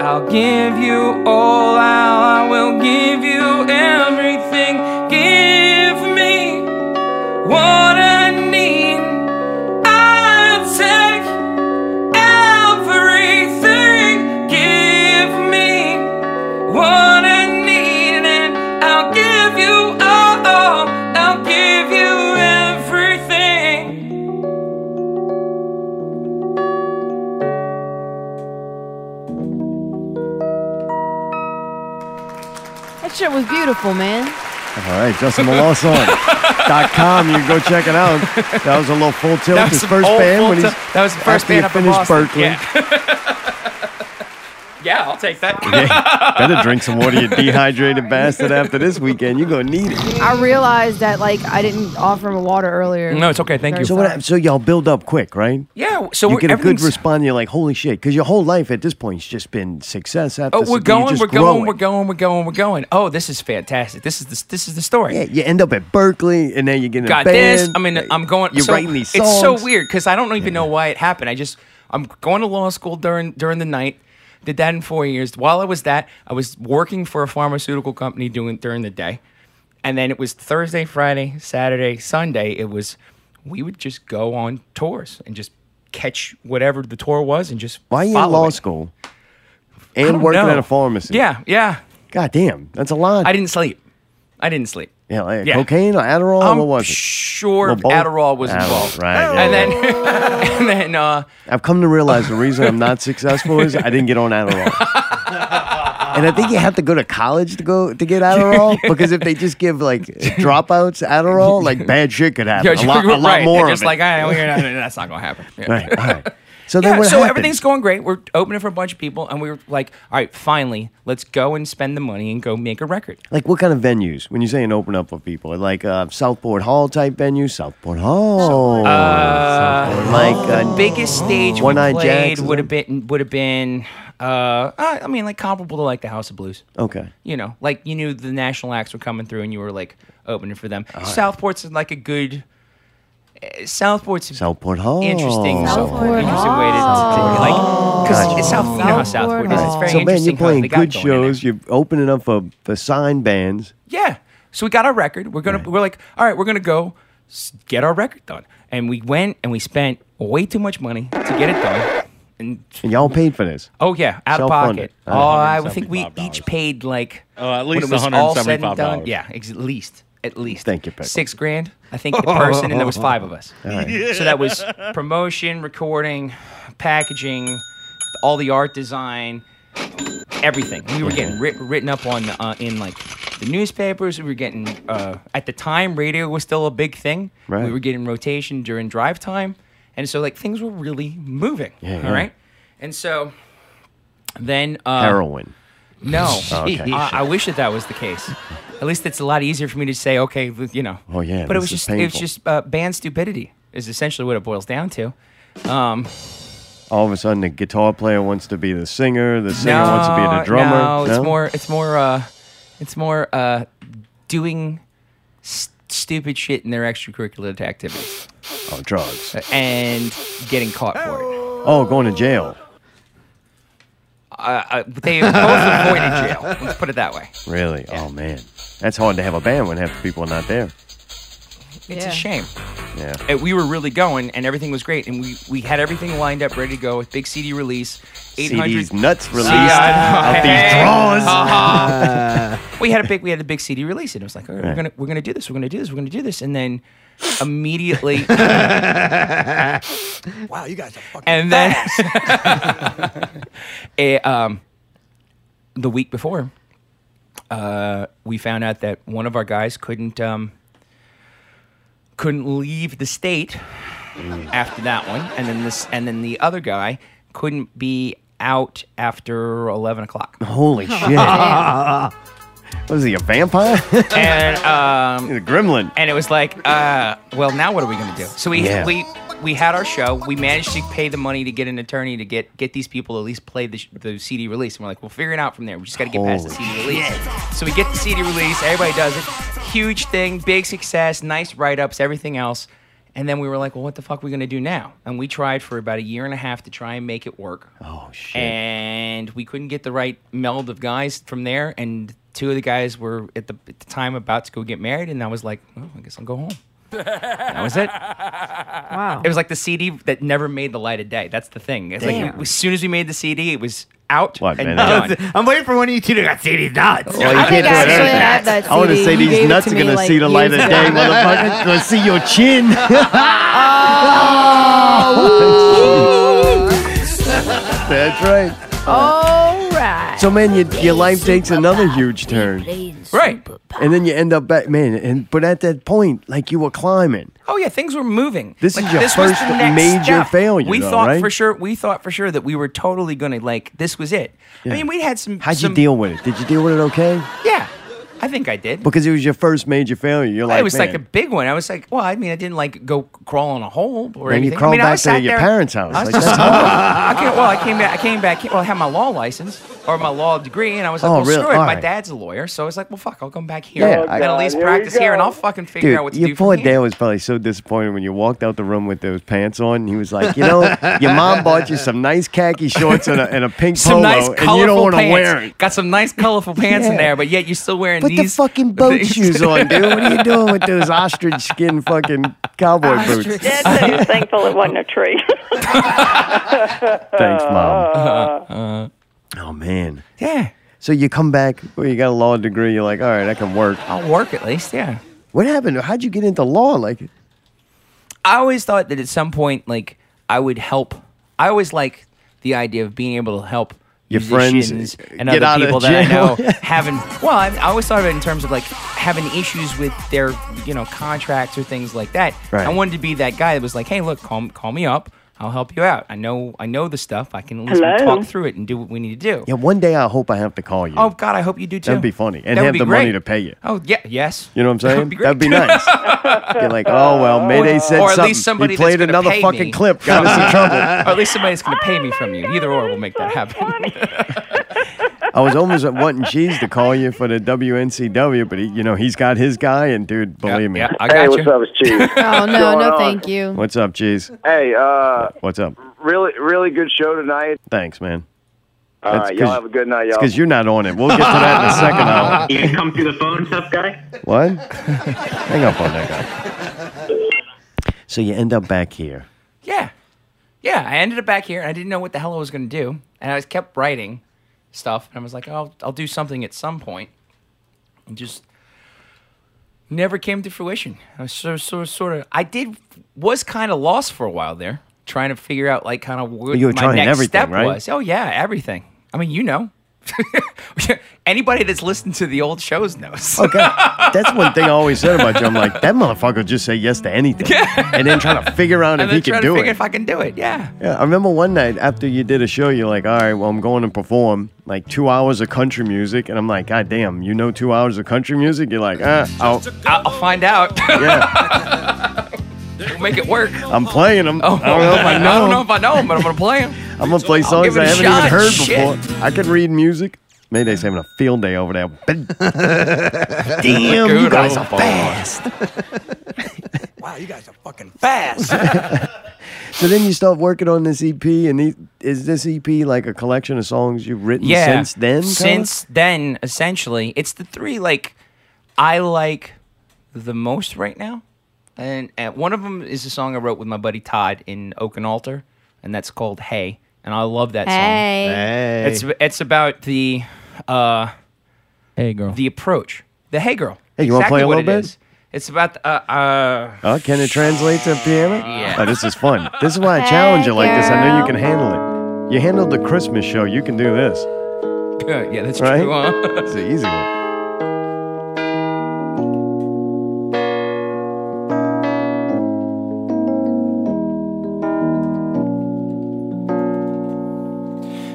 Speaker 8: I'll give you all I, I will give you everything. Give me what I need. I'll take everything. Give me what I need, and I'll give you all. I'll give you everything.
Speaker 2: That shit was beautiful, man.
Speaker 1: All right, Justin com. You can go check it out. That was a little full tilt.
Speaker 8: That was
Speaker 1: his
Speaker 8: some
Speaker 1: first
Speaker 8: old
Speaker 1: band
Speaker 8: full
Speaker 1: when he's
Speaker 8: tilt. That was the first
Speaker 1: after he
Speaker 8: band up in
Speaker 1: finished
Speaker 8: Boston,
Speaker 1: Berkeley.
Speaker 3: Yeah, I'll take that.
Speaker 1: Better drink some water, you dehydrated bastard. After this weekend, you're gonna need it.
Speaker 11: I realized that like I didn't offer him water earlier.
Speaker 3: No, it's okay. Thank you.
Speaker 11: Very
Speaker 1: So
Speaker 11: sorry.
Speaker 1: what? So y'all build up quick, right?
Speaker 3: Yeah, so
Speaker 1: you
Speaker 3: we're,
Speaker 1: get a good
Speaker 3: everything's-
Speaker 1: response. You're like, holy shit, because your whole life at this point has just been success after.
Speaker 3: Oh,
Speaker 1: success.
Speaker 3: we're
Speaker 1: You're
Speaker 3: going,
Speaker 1: just
Speaker 3: we're going,
Speaker 1: growing.
Speaker 3: we're going, we're going, we're going. Oh, this is fantastic. This is the this is the story.
Speaker 1: Yeah, you end up at Berkeley, and then you get in a
Speaker 3: Got
Speaker 1: band.
Speaker 3: this. I mean, I'm going.
Speaker 1: You're
Speaker 3: so
Speaker 1: writing these songs.
Speaker 3: It's so weird because I don't even know why it happened. I just I'm going to law school during during the night. Did that in four years. While I was that, I was working for a pharmaceutical company doing during the day, and then it was Thursday, Friday, Saturday, Sunday. It was we would just go on tours and just catch whatever the tour was and just
Speaker 1: Why are you in
Speaker 3: follow
Speaker 1: law
Speaker 3: it.
Speaker 1: school
Speaker 3: I
Speaker 1: and
Speaker 3: don't
Speaker 1: working
Speaker 3: know.
Speaker 1: at a pharmacy?
Speaker 3: Yeah, yeah.
Speaker 1: God damn, that's a lot.
Speaker 3: I didn't sleep. I didn't sleep.
Speaker 1: Yeah, like
Speaker 3: Yeah. Um,
Speaker 1: cocaine or Adderall.
Speaker 3: I'm
Speaker 1: or what was it?
Speaker 3: sure
Speaker 1: Little bowl?
Speaker 3: Adderall was
Speaker 1: Adderall,
Speaker 3: involved.
Speaker 1: right, yeah,
Speaker 3: and then, and then, uh,
Speaker 1: I've come to realize the reason I'm not successful is I didn't get on Adderall. And I think you have to go to college to go to get Adderall because if they just give like dropouts Adderall, like bad shit could happen. a lot, a
Speaker 3: you're
Speaker 1: lot
Speaker 3: right.
Speaker 1: more
Speaker 3: They're
Speaker 1: of
Speaker 3: just
Speaker 1: it.
Speaker 3: like, "Ah, we're not- that's not going to happen. Yeah.
Speaker 1: right, Uh, all right. So then
Speaker 3: Yeah,
Speaker 1: what
Speaker 3: so
Speaker 1: happened?
Speaker 3: everything's going great. We're opening for a bunch of people, and we were like, all right, finally, let's go and spend the money and go make a record.
Speaker 1: like what kind of venues when you say an open up for people? Like uh, Southport Hall type venues, Southport
Speaker 3: Uh,
Speaker 1: Hall, Southport, Oh, like uh,
Speaker 3: Biggest stage we
Speaker 1: One-Eyed
Speaker 3: played
Speaker 1: Jacks is
Speaker 3: would have
Speaker 1: on.
Speaker 3: been, would have been uh, uh, I mean, like comparable to like the House of Blues.
Speaker 1: okay.
Speaker 3: you know, like you knew the national acts were coming through and you were like opening for them. Southport's like a good. eh, Southport's
Speaker 1: Southport Hall.
Speaker 3: interesting.
Speaker 11: Southport
Speaker 3: Southport, interesting way to, to like because it's South. You know how Southport is. It's
Speaker 11: Southport
Speaker 3: very
Speaker 1: Oh. so man, you're
Speaker 3: interesting. how
Speaker 1: playing
Speaker 3: they got
Speaker 1: good
Speaker 3: going in there.
Speaker 1: shows. You're opening up for for signed bands.
Speaker 3: Yeah. So we got our record. We're gonna. We're like, all right, we're gonna go s- get our record done. And we went and we spent way too much money to get it done. And
Speaker 1: And y'all paid for this.
Speaker 3: oh yeah, out of
Speaker 1: Self-funded.
Speaker 3: pocket. Oh, I
Speaker 12: $175.
Speaker 3: think we each paid like
Speaker 12: Oh, at
Speaker 3: when it
Speaker 12: least
Speaker 3: was all said and done-
Speaker 12: $175.
Speaker 3: Yeah, ex- at least. At least.
Speaker 1: Thank you, Pickle.
Speaker 3: Six grand, I think, a person, and there was five of us. So that was promotion, recording, packaging, all the art design, everything. We were getting writ- written up on uh, in like the newspapers. We were getting uh, at the time radio was still a big thing.
Speaker 1: Right.
Speaker 3: We were getting rotation during drive time, and so like things were really moving.
Speaker 1: Yeah, yeah.
Speaker 3: All right, and so then uh,
Speaker 1: Heroin. Oh,
Speaker 3: no,
Speaker 1: okay.
Speaker 3: I, I wish that that was the case. At least it's a lot easier for me to say, okay, with- you know.
Speaker 1: Oh, yeah,
Speaker 3: But it
Speaker 1: this
Speaker 3: was
Speaker 1: is
Speaker 3: just it was
Speaker 1: painful.
Speaker 3: just uh, band stupidity is essentially what it boils down to. Um,
Speaker 1: All of a sudden, the guitar player wants to be the singer. The singer wants to be the drummer.
Speaker 3: No, it's more it's more uh, it's more uh, doing st- stupid shit in their extracurricular activities Uh,
Speaker 1: oh, drugs.
Speaker 3: and getting caught for it.
Speaker 1: Oh, going to jail.
Speaker 3: Uh, they both avoided jail. Let's put it that way.
Speaker 1: Really? Oh man, that's hard to have a band when half the people are not there.
Speaker 3: It's
Speaker 11: Yeah.
Speaker 3: a shame.
Speaker 1: Yeah.
Speaker 3: and we were really going and everything was great and we, we had everything lined up ready to go with big cd release 800
Speaker 1: CDs nuts released
Speaker 3: Yeah, I know.
Speaker 1: out these
Speaker 3: Hey.
Speaker 1: drawers.
Speaker 3: Uh-huh. we had a big we had a big cd release and it was like all right, we're gonna we're gonna do this we're gonna do this we're gonna do this and then immediately
Speaker 13: Wow, you guys are fucking.
Speaker 3: and then eh, um, the week before uh, we found out that one of our guys couldn't um, couldn't leave the state
Speaker 1: Mm.
Speaker 3: after that one and then this and then the other guy couldn't be out after 11 o'clock
Speaker 1: Holy shit! Was he a vampire?
Speaker 3: and um,
Speaker 1: He's a gremlin.
Speaker 3: and it was like, uh, well, now what are we gonna do? So we
Speaker 1: Yeah.
Speaker 3: we we had our show. We managed to pay the money to get an attorney to get get these people to at least play the, sh- the CD release. And we're like, we'll figure it out from there. We just got to get past the
Speaker 1: Holy
Speaker 3: CD release. So we get the CD release. Everybody does it. Huge thing, big success, nice write ups, everything else. And then we were like, well, what the fuck are we gonna do now? And we tried for about a year and a half to try and make it work
Speaker 1: Oh shit!
Speaker 3: and we couldn't get the right meld of guys from there. And two of the guys were at the, at the time about to go get married, and I was like, oh, I guess I'll go home. And that was it.
Speaker 11: Wow.
Speaker 3: It was like the CD that never made the light of day. That's the thing. It's like
Speaker 11: Damn.
Speaker 3: as soon as we made the CD, it was out
Speaker 1: What,
Speaker 3: and
Speaker 1: man?
Speaker 3: done.
Speaker 9: I'm waiting for when you two to got CD nuts.
Speaker 1: Well,
Speaker 11: I think I
Speaker 1: do
Speaker 11: actually
Speaker 1: it anyway.
Speaker 11: have that CD.
Speaker 1: I want to say
Speaker 11: You
Speaker 1: these
Speaker 11: gave it
Speaker 1: nuts
Speaker 11: to
Speaker 1: are
Speaker 11: me,
Speaker 1: gonna
Speaker 11: like,
Speaker 1: see the light of
Speaker 11: years
Speaker 1: day,
Speaker 11: ago.
Speaker 1: motherfucker. Gonna see your chin. Oh, Oh, That's right.
Speaker 11: All right.
Speaker 1: So man, your, your life takes another huge turn,
Speaker 3: Right.
Speaker 1: and then you end up back, man. And but at that point, like you were climbing.
Speaker 3: Oh yeah, things were moving.
Speaker 1: This is your
Speaker 3: was
Speaker 1: first
Speaker 3: the next
Speaker 1: major
Speaker 3: step.
Speaker 1: failure,
Speaker 3: We
Speaker 1: though,
Speaker 3: thought
Speaker 1: right?
Speaker 3: for sure. We thought for sure that we were totally gonna like this was it. I mean, we had some.
Speaker 1: How'd
Speaker 3: some-
Speaker 1: you deal with it? Did you deal with it okay?
Speaker 3: Yeah, I think I did.
Speaker 1: Because it was your first major failure. You're like,
Speaker 3: it was like a
Speaker 1: "Man."
Speaker 3: big one. I was like, well, I mean, I didn't like go crawl in a hole or
Speaker 1: Then you
Speaker 3: anything.
Speaker 1: crawled
Speaker 3: I mean, I
Speaker 1: back
Speaker 3: was
Speaker 1: to
Speaker 3: sat
Speaker 1: your
Speaker 3: there-
Speaker 1: parents' house.
Speaker 3: I was
Speaker 1: Like,
Speaker 3: just,
Speaker 1: that's
Speaker 3: I came, well, I came back. I came back. Well, I had my law license or my law degree, and I was like,
Speaker 1: Oh,
Speaker 3: well,
Speaker 1: really?
Speaker 3: screw it.
Speaker 1: All
Speaker 3: My
Speaker 1: right.
Speaker 3: dad's a lawyer, so I was like, well, fuck, I'll come back here
Speaker 1: Yeah,
Speaker 3: and
Speaker 1: I-
Speaker 3: at least
Speaker 6: God, here we
Speaker 3: practice here, and
Speaker 6: go.
Speaker 3: I'll fuccking figure
Speaker 1: Dude,
Speaker 3: out what to
Speaker 1: your
Speaker 3: do.
Speaker 1: poor
Speaker 3: from here.
Speaker 1: dad was probably so disappointed when you walked out the room with those pants on. He was like, you know, your mom bought you some nice khaki shorts and a, and a pink
Speaker 3: some
Speaker 1: polo,
Speaker 3: nice
Speaker 1: and
Speaker 3: colorful
Speaker 1: you don't want to
Speaker 3: pants.
Speaker 1: wear it.
Speaker 3: Got some nice colorful pants in
Speaker 1: Yeah.
Speaker 3: there, but yet you're still wearing
Speaker 1: Put the
Speaker 3: these
Speaker 1: fucking boat
Speaker 3: things.
Speaker 1: shoes on, dude. What are you doing with those ostrich skin fucking cowboy boots?
Speaker 12: Dad said he was thankful it wasn't a tree.
Speaker 11: Oh,
Speaker 1: Thanks, mom.
Speaker 12: Uh.
Speaker 1: oh man.
Speaker 3: Yeah,
Speaker 1: So you come back, well, you got a law degree. You're like, all right, I can work.
Speaker 3: I'll work at least. Yeah.
Speaker 1: What happened? How'd you get into law? Like,
Speaker 3: I always thought that at some point, like I would help. I always like the idea of being able to help
Speaker 1: Your
Speaker 3: musicians
Speaker 1: friends uh,
Speaker 3: and
Speaker 1: get
Speaker 3: other
Speaker 1: out of
Speaker 3: people that I
Speaker 1: jail.
Speaker 3: know having. Well, I, I always thought of it in terms of like having issues with their, you know, contracts or things like that.
Speaker 1: Right.
Speaker 3: I wanted to be that guy that was like, "Hey, look, call call me up. I'll help you out. I know I know the stuff. I can at least we
Speaker 12: Hello?
Speaker 3: talk through it and do what we need to do."
Speaker 1: yeah, one day I hope I have to call you.
Speaker 3: Oh God, I hope you do too.
Speaker 1: That'd be funny. And
Speaker 3: That would
Speaker 1: have
Speaker 3: be
Speaker 1: the money
Speaker 3: great.
Speaker 1: to pay you.
Speaker 3: Oh yeah, yes.
Speaker 1: You know what I'm saying?
Speaker 3: That'd be great.
Speaker 1: nice. You're like, oh well, Mayday said
Speaker 3: or at least
Speaker 1: something.
Speaker 3: somebody
Speaker 1: he
Speaker 3: that's
Speaker 1: played
Speaker 3: gonna
Speaker 1: another
Speaker 3: pay
Speaker 1: fucking
Speaker 3: me.
Speaker 1: clip, got us in trouble.
Speaker 3: or at least somebody's going to pay me from you. Either or, we'll make that happen.
Speaker 1: I was almost wanting Cheese to call you for the WNCW, but he, you know he's got his guy, and dude, believe me.
Speaker 3: Yeah, I got
Speaker 13: Hey,
Speaker 3: you.
Speaker 13: what's up? It's Chief.
Speaker 11: Oh no,
Speaker 13: going
Speaker 11: no,
Speaker 13: on?
Speaker 11: thank you.
Speaker 1: What's up, Cheese?
Speaker 13: hey, uh,
Speaker 1: What's up?
Speaker 13: really, really good show tonight.
Speaker 1: Thanks, man.
Speaker 13: All
Speaker 1: That's
Speaker 13: right, y'all
Speaker 1: 'cause-
Speaker 13: have a good night,
Speaker 1: It's
Speaker 13: y'all.
Speaker 1: because you're not on it. We'll get to that in a second hour.
Speaker 14: You Oh, can come through the phone, tough guy.
Speaker 1: What? Hang up on that guy. So you end up back here.
Speaker 3: Yeah. Yeah, I ended up back here and I didn't know what the hell I was going to do. And I was kept writing stuff and I was like, "Oh, I'll, I'll do something at some point. And just never came to fruition. I was sort of, sort of, sort of I did, was kind of lost for a while there, trying to figure out like kind of what
Speaker 1: you were
Speaker 3: my
Speaker 1: trying
Speaker 3: next
Speaker 1: everything,
Speaker 3: step
Speaker 1: right?
Speaker 3: was. Oh, yeah, everything. I mean, you know. Anybody that's listened to the old shows knows.
Speaker 1: Okay. That's one thing I always said about you. I'm like, that motherfucker would just say yes to anything. And then try to figure out
Speaker 3: and
Speaker 1: if
Speaker 3: then
Speaker 1: he
Speaker 3: trying
Speaker 1: could
Speaker 3: to
Speaker 1: do
Speaker 3: figure
Speaker 1: it.
Speaker 3: if I can do it. Yeah.
Speaker 1: Yeah, I remember one night after you did a show, you're like, all right, well, I'm going to perform like two hours of country music. And I'm like, God damn, you know two hours of country music? You're like, ah, I'll,
Speaker 3: I'll, I'll find out.
Speaker 1: yeah,
Speaker 3: we'll make it work.
Speaker 1: I'm playing them.
Speaker 3: Oh,
Speaker 1: I don't know if I know.
Speaker 3: I don't know if I know him, but I'm gonna play him.
Speaker 1: I'm going to play songs
Speaker 3: give it
Speaker 1: I
Speaker 3: a
Speaker 1: haven't
Speaker 3: shot,
Speaker 1: even heard
Speaker 3: shit.
Speaker 1: before. I can read music. Mayday's having a field day over there. damn, you
Speaker 3: Good
Speaker 1: guys
Speaker 3: old
Speaker 1: are
Speaker 3: boy.
Speaker 1: fast.
Speaker 3: Wow, you guys are fucking fast.
Speaker 1: So then you start working on this EP. And the, is this EP like a collection of songs you've written
Speaker 3: yeah.
Speaker 1: since then? kinda?
Speaker 3: Since then, essentially, it's the three like I like the most right now, and, and one of them is a song I wrote with my buddy Todd in Oaken Altar, and that's called Hey, and I love that song.
Speaker 11: Hey,
Speaker 3: It's it's about the uh
Speaker 9: Hey, girl.
Speaker 3: the approach. The Hey Girl.
Speaker 1: Hey, you wanna
Speaker 3: exactly
Speaker 1: play a
Speaker 3: what
Speaker 1: little
Speaker 3: it
Speaker 1: bit?
Speaker 3: is. It's about the, uh uh
Speaker 1: Oh, can it translate to piano?
Speaker 3: Yeah.
Speaker 1: Oh, this is fun. This is why I challenge you like this. I know you
Speaker 11: girl.
Speaker 1: can handle it. You handled the Christmas show. You can do this.
Speaker 3: yeah, that's
Speaker 1: Right?
Speaker 3: true. Huh?
Speaker 1: It's an easy one.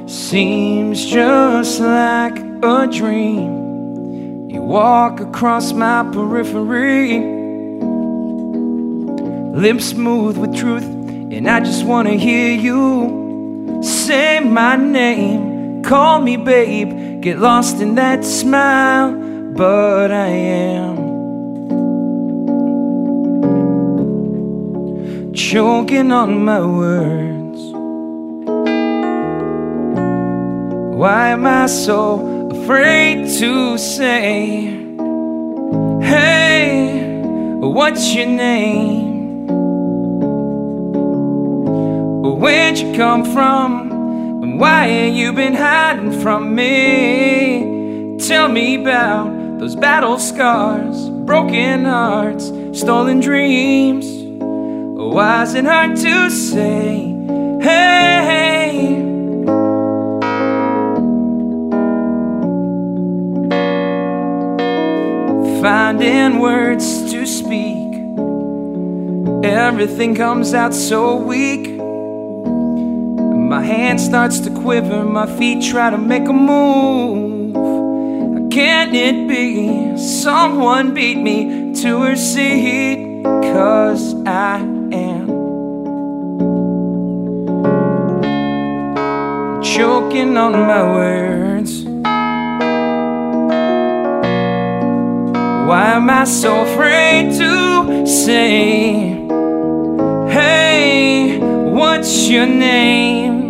Speaker 3: Seems just like a dream. You walk across my periphery, lips smooth with truth, and I just wanna hear you say my name. Call me babe, get lost in that smile, but I am choking on my words. Why am I so afraid to say, Hey, what's your name? Where'd you come from? And why have you been hiding from me? Tell me about those battle scars, broken hearts, stolen dreams. Why is it hard to say, Hey? finding words to speak.
Speaker 8: Everything comes out so weak. My hand starts to quiver, my feet try to make a move. Can it be someone beat me to her seat? Cause I am choking on my words. Why am I so afraid to say, Hey, what's your name?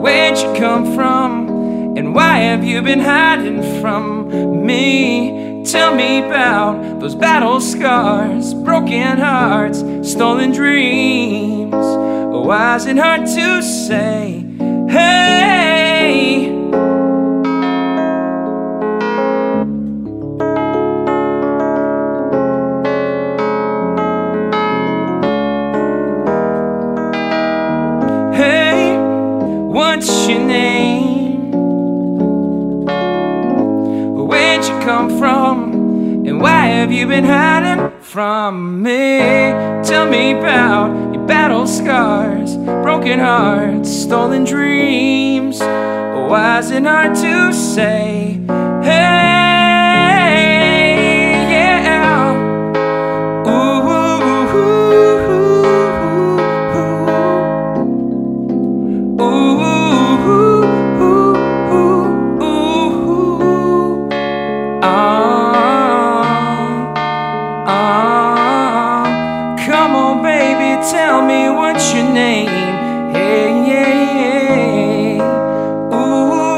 Speaker 8: Where'd you come from? And why have you been hiding from me? Tell me about those battle scars, broken hearts, stolen dreams. Why is it hard to say, Hey? Hey, what's your name? Where'd you come from? And why have you been hiding from me? Tell me about your battle scars, broken hearts, stolen dreams. Why is it hard to say, hey, yeah? Ooh, ooh, ooh, ooh, ooh, ooh. Ah, ah, come on, baby, tell me what's your name. Hey, yeah, yeah. Ooh,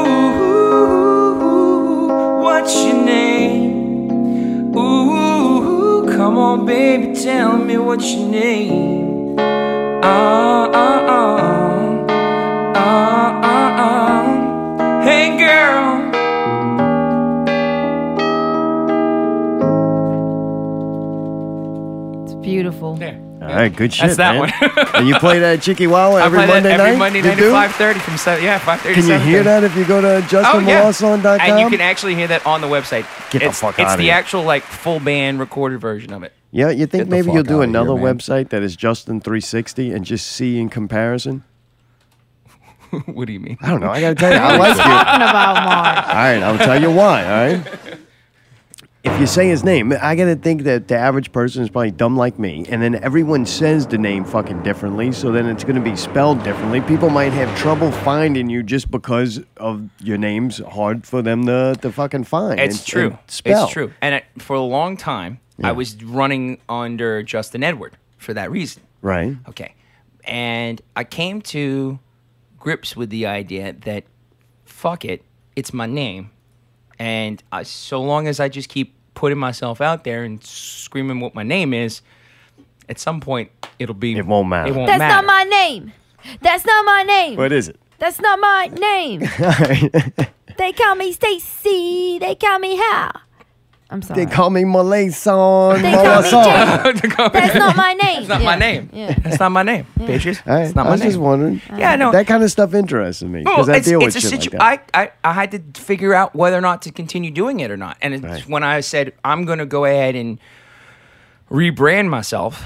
Speaker 8: what's your name? Ooh, come on, baby, tell me what's your name. Ah, ah, ah, ah, ah, ah. Hey, girl.
Speaker 11: It's beautiful.
Speaker 1: All right, good shit.
Speaker 3: That's that
Speaker 1: man.
Speaker 3: one.
Speaker 1: and you play that Chicky Wow
Speaker 3: I
Speaker 1: every
Speaker 3: play
Speaker 1: Monday
Speaker 3: that
Speaker 1: night?
Speaker 3: every Monday
Speaker 1: You
Speaker 3: night
Speaker 1: do?
Speaker 3: at five thirty from seven. Yeah, five thirty. Oh,
Speaker 1: Can you hear that if you go to justinwallason.com?
Speaker 3: And you can actually hear that on the website.
Speaker 1: Get the
Speaker 3: it's,
Speaker 1: fuck
Speaker 3: It's
Speaker 1: outta
Speaker 3: the
Speaker 1: here.
Speaker 3: actual like full band recorded version of it.
Speaker 1: yeah, you think
Speaker 3: Get the
Speaker 1: maybe you'll
Speaker 3: fuck
Speaker 1: do
Speaker 3: outta here,
Speaker 1: another
Speaker 3: man.
Speaker 1: website that is Justin360 and just see in comparison?
Speaker 3: what do you mean?
Speaker 1: I don't know. I got to tell you, I like you. All right, I'll tell you why. All right. If you say his name, I gotta think that the average person is probably dumb like me, and then everyone says the name fucking differently, so then it's gonna be spelled differently. People might have trouble finding you just because of your name's hard for them to, to fucking find.
Speaker 3: It's
Speaker 1: and-
Speaker 3: true.
Speaker 1: and spell.
Speaker 3: It's true. And I, for a long time,
Speaker 1: Yeah.
Speaker 3: I was running under Justin Edward for that reason.
Speaker 1: Right.
Speaker 3: Okay. And I came to grips with the idea that fuck it, it's my name. And I, so long as I just keep putting myself out there and screaming what my name is, at some point it'll be. It
Speaker 1: won't matter.
Speaker 3: It won't
Speaker 11: That's
Speaker 3: matter.
Speaker 11: not my name. That's not my name.
Speaker 1: What is it?
Speaker 11: That's not my name. they call me Stacy. They call me Hal. I'm sorry.
Speaker 1: They call me Malay Song.
Speaker 11: They call me
Speaker 1: Malason.
Speaker 11: That's not my name.
Speaker 3: That's not my name. That's not my name, bitches.
Speaker 1: All right,
Speaker 3: It's not
Speaker 1: I
Speaker 3: my
Speaker 1: was just
Speaker 3: name.
Speaker 1: wondering.
Speaker 3: Yeah, I know.
Speaker 1: That kind of stuff interests me because I
Speaker 3: it's,
Speaker 1: deal with
Speaker 3: it's a
Speaker 1: shit
Speaker 3: situ-
Speaker 1: like that.
Speaker 3: I, I, I had to figure out whether or not to continue doing it or not. And it's
Speaker 1: Right.
Speaker 3: when I said, I'm going to go ahead and rebrand myself,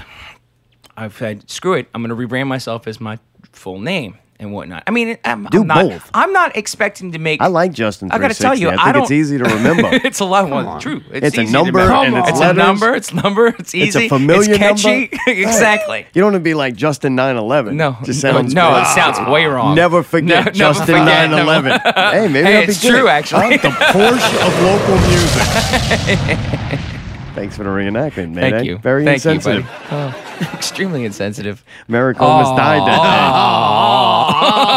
Speaker 3: I've said, screw it. I'm going to rebrand myself as my full name and whatnot. I mean, I'm,
Speaker 1: Do
Speaker 3: I'm not,
Speaker 1: both.
Speaker 3: I'm not expecting to make.
Speaker 1: I, like Justin.
Speaker 3: I gotta tell
Speaker 1: 360.
Speaker 3: you,
Speaker 1: I think
Speaker 3: I
Speaker 1: it's
Speaker 3: don't-
Speaker 1: easy to remember.
Speaker 3: it's a lot more true. It's,
Speaker 1: It's a
Speaker 3: easy to
Speaker 1: number
Speaker 3: remember.
Speaker 1: and it's
Speaker 3: it's
Speaker 1: letters.
Speaker 3: a number. It's number. It's easy.
Speaker 1: It's a familiar
Speaker 3: catchy.
Speaker 1: number.
Speaker 3: exactly.
Speaker 1: You don't want to be like Justin 911. No, just
Speaker 3: no,
Speaker 1: sounds
Speaker 3: no,
Speaker 1: bad.
Speaker 3: it sounds way wrong.
Speaker 1: Never forget
Speaker 3: No, never
Speaker 1: Justin
Speaker 3: forget,
Speaker 1: 911.
Speaker 3: never-
Speaker 1: Hey, maybe
Speaker 3: Hey,
Speaker 1: that'd be
Speaker 3: it's
Speaker 1: good.
Speaker 3: true, actually.
Speaker 1: I'm the Porsche of local music. Thanks for the reenactment, man.
Speaker 3: Thank you.
Speaker 1: Very
Speaker 3: Thank
Speaker 1: insensitive.
Speaker 3: You, buddy. Oh, extremely insensitive.
Speaker 1: Merrick almost died that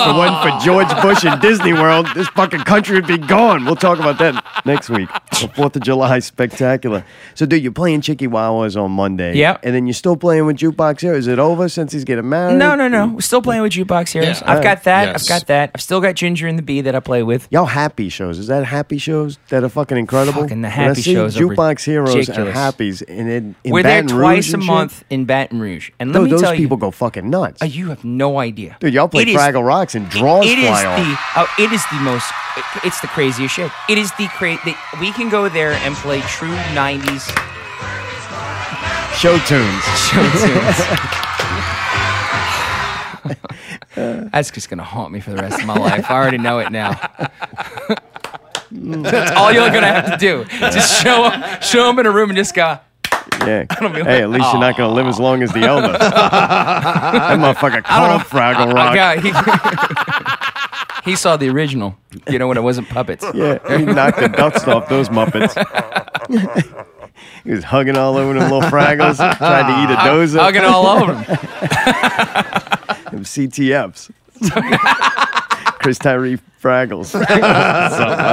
Speaker 1: day. If it wasn't for George Bush and Disney World, this fucking country would be gone. We'll talk about that next week. The Fourth of July spectacular. So, dude, you're playing Chicky Wawas on Monday.
Speaker 3: Yep.
Speaker 1: And then you're still playing with Jukebox here. Is it over since he's getting married?
Speaker 3: No, no, no. We're still playing with jukebox heroes.
Speaker 1: Yeah.
Speaker 3: I've got that.
Speaker 1: Yes.
Speaker 3: I've got that. I've still got Ginger and the Bee that I play with.
Speaker 1: Y'all happy shows. Is that happy shows that are fucking incredible?
Speaker 3: Fucking the
Speaker 1: When I
Speaker 3: happy
Speaker 1: see
Speaker 3: shows are
Speaker 1: Jukebox Heroes and
Speaker 3: ridiculous.
Speaker 1: Happies. And in, in
Speaker 3: We're
Speaker 1: Baton
Speaker 3: there twice
Speaker 1: Rouge
Speaker 3: a
Speaker 1: and shit,
Speaker 3: month in Baton Rouge, and let
Speaker 1: dude,
Speaker 3: me
Speaker 1: those
Speaker 3: tell
Speaker 1: people go fucking nuts.
Speaker 3: you, uh, you have no idea.
Speaker 1: Dude, y'all play
Speaker 3: It is-
Speaker 1: Fraggle Rocks and draws
Speaker 3: It is
Speaker 1: fly off.
Speaker 3: the uh, it is the most. it- it's the craziest shit. It is the crazy. We can go there and play true '90s
Speaker 1: Show tunes.
Speaker 3: Show tunes. That's just gonna haunt me for the rest of my life. I already know it now. That's all you're gonna have to do. Just show up, show him in a room and just go.
Speaker 1: Yeah.
Speaker 3: don't be
Speaker 1: Hey, at least you're not going to live as long as the elder. that motherfucker called Fraggle Rock.
Speaker 3: he, he saw the original. You know when it wasn't puppets.
Speaker 1: Yeah, he knocked the dust off those Muppets. he was hugging all over them little Fraggles, tried to eat a
Speaker 3: Hug-
Speaker 1: dozer.
Speaker 3: hugging all over
Speaker 1: them. CTFs. Chris Tyree Fraggles. so, I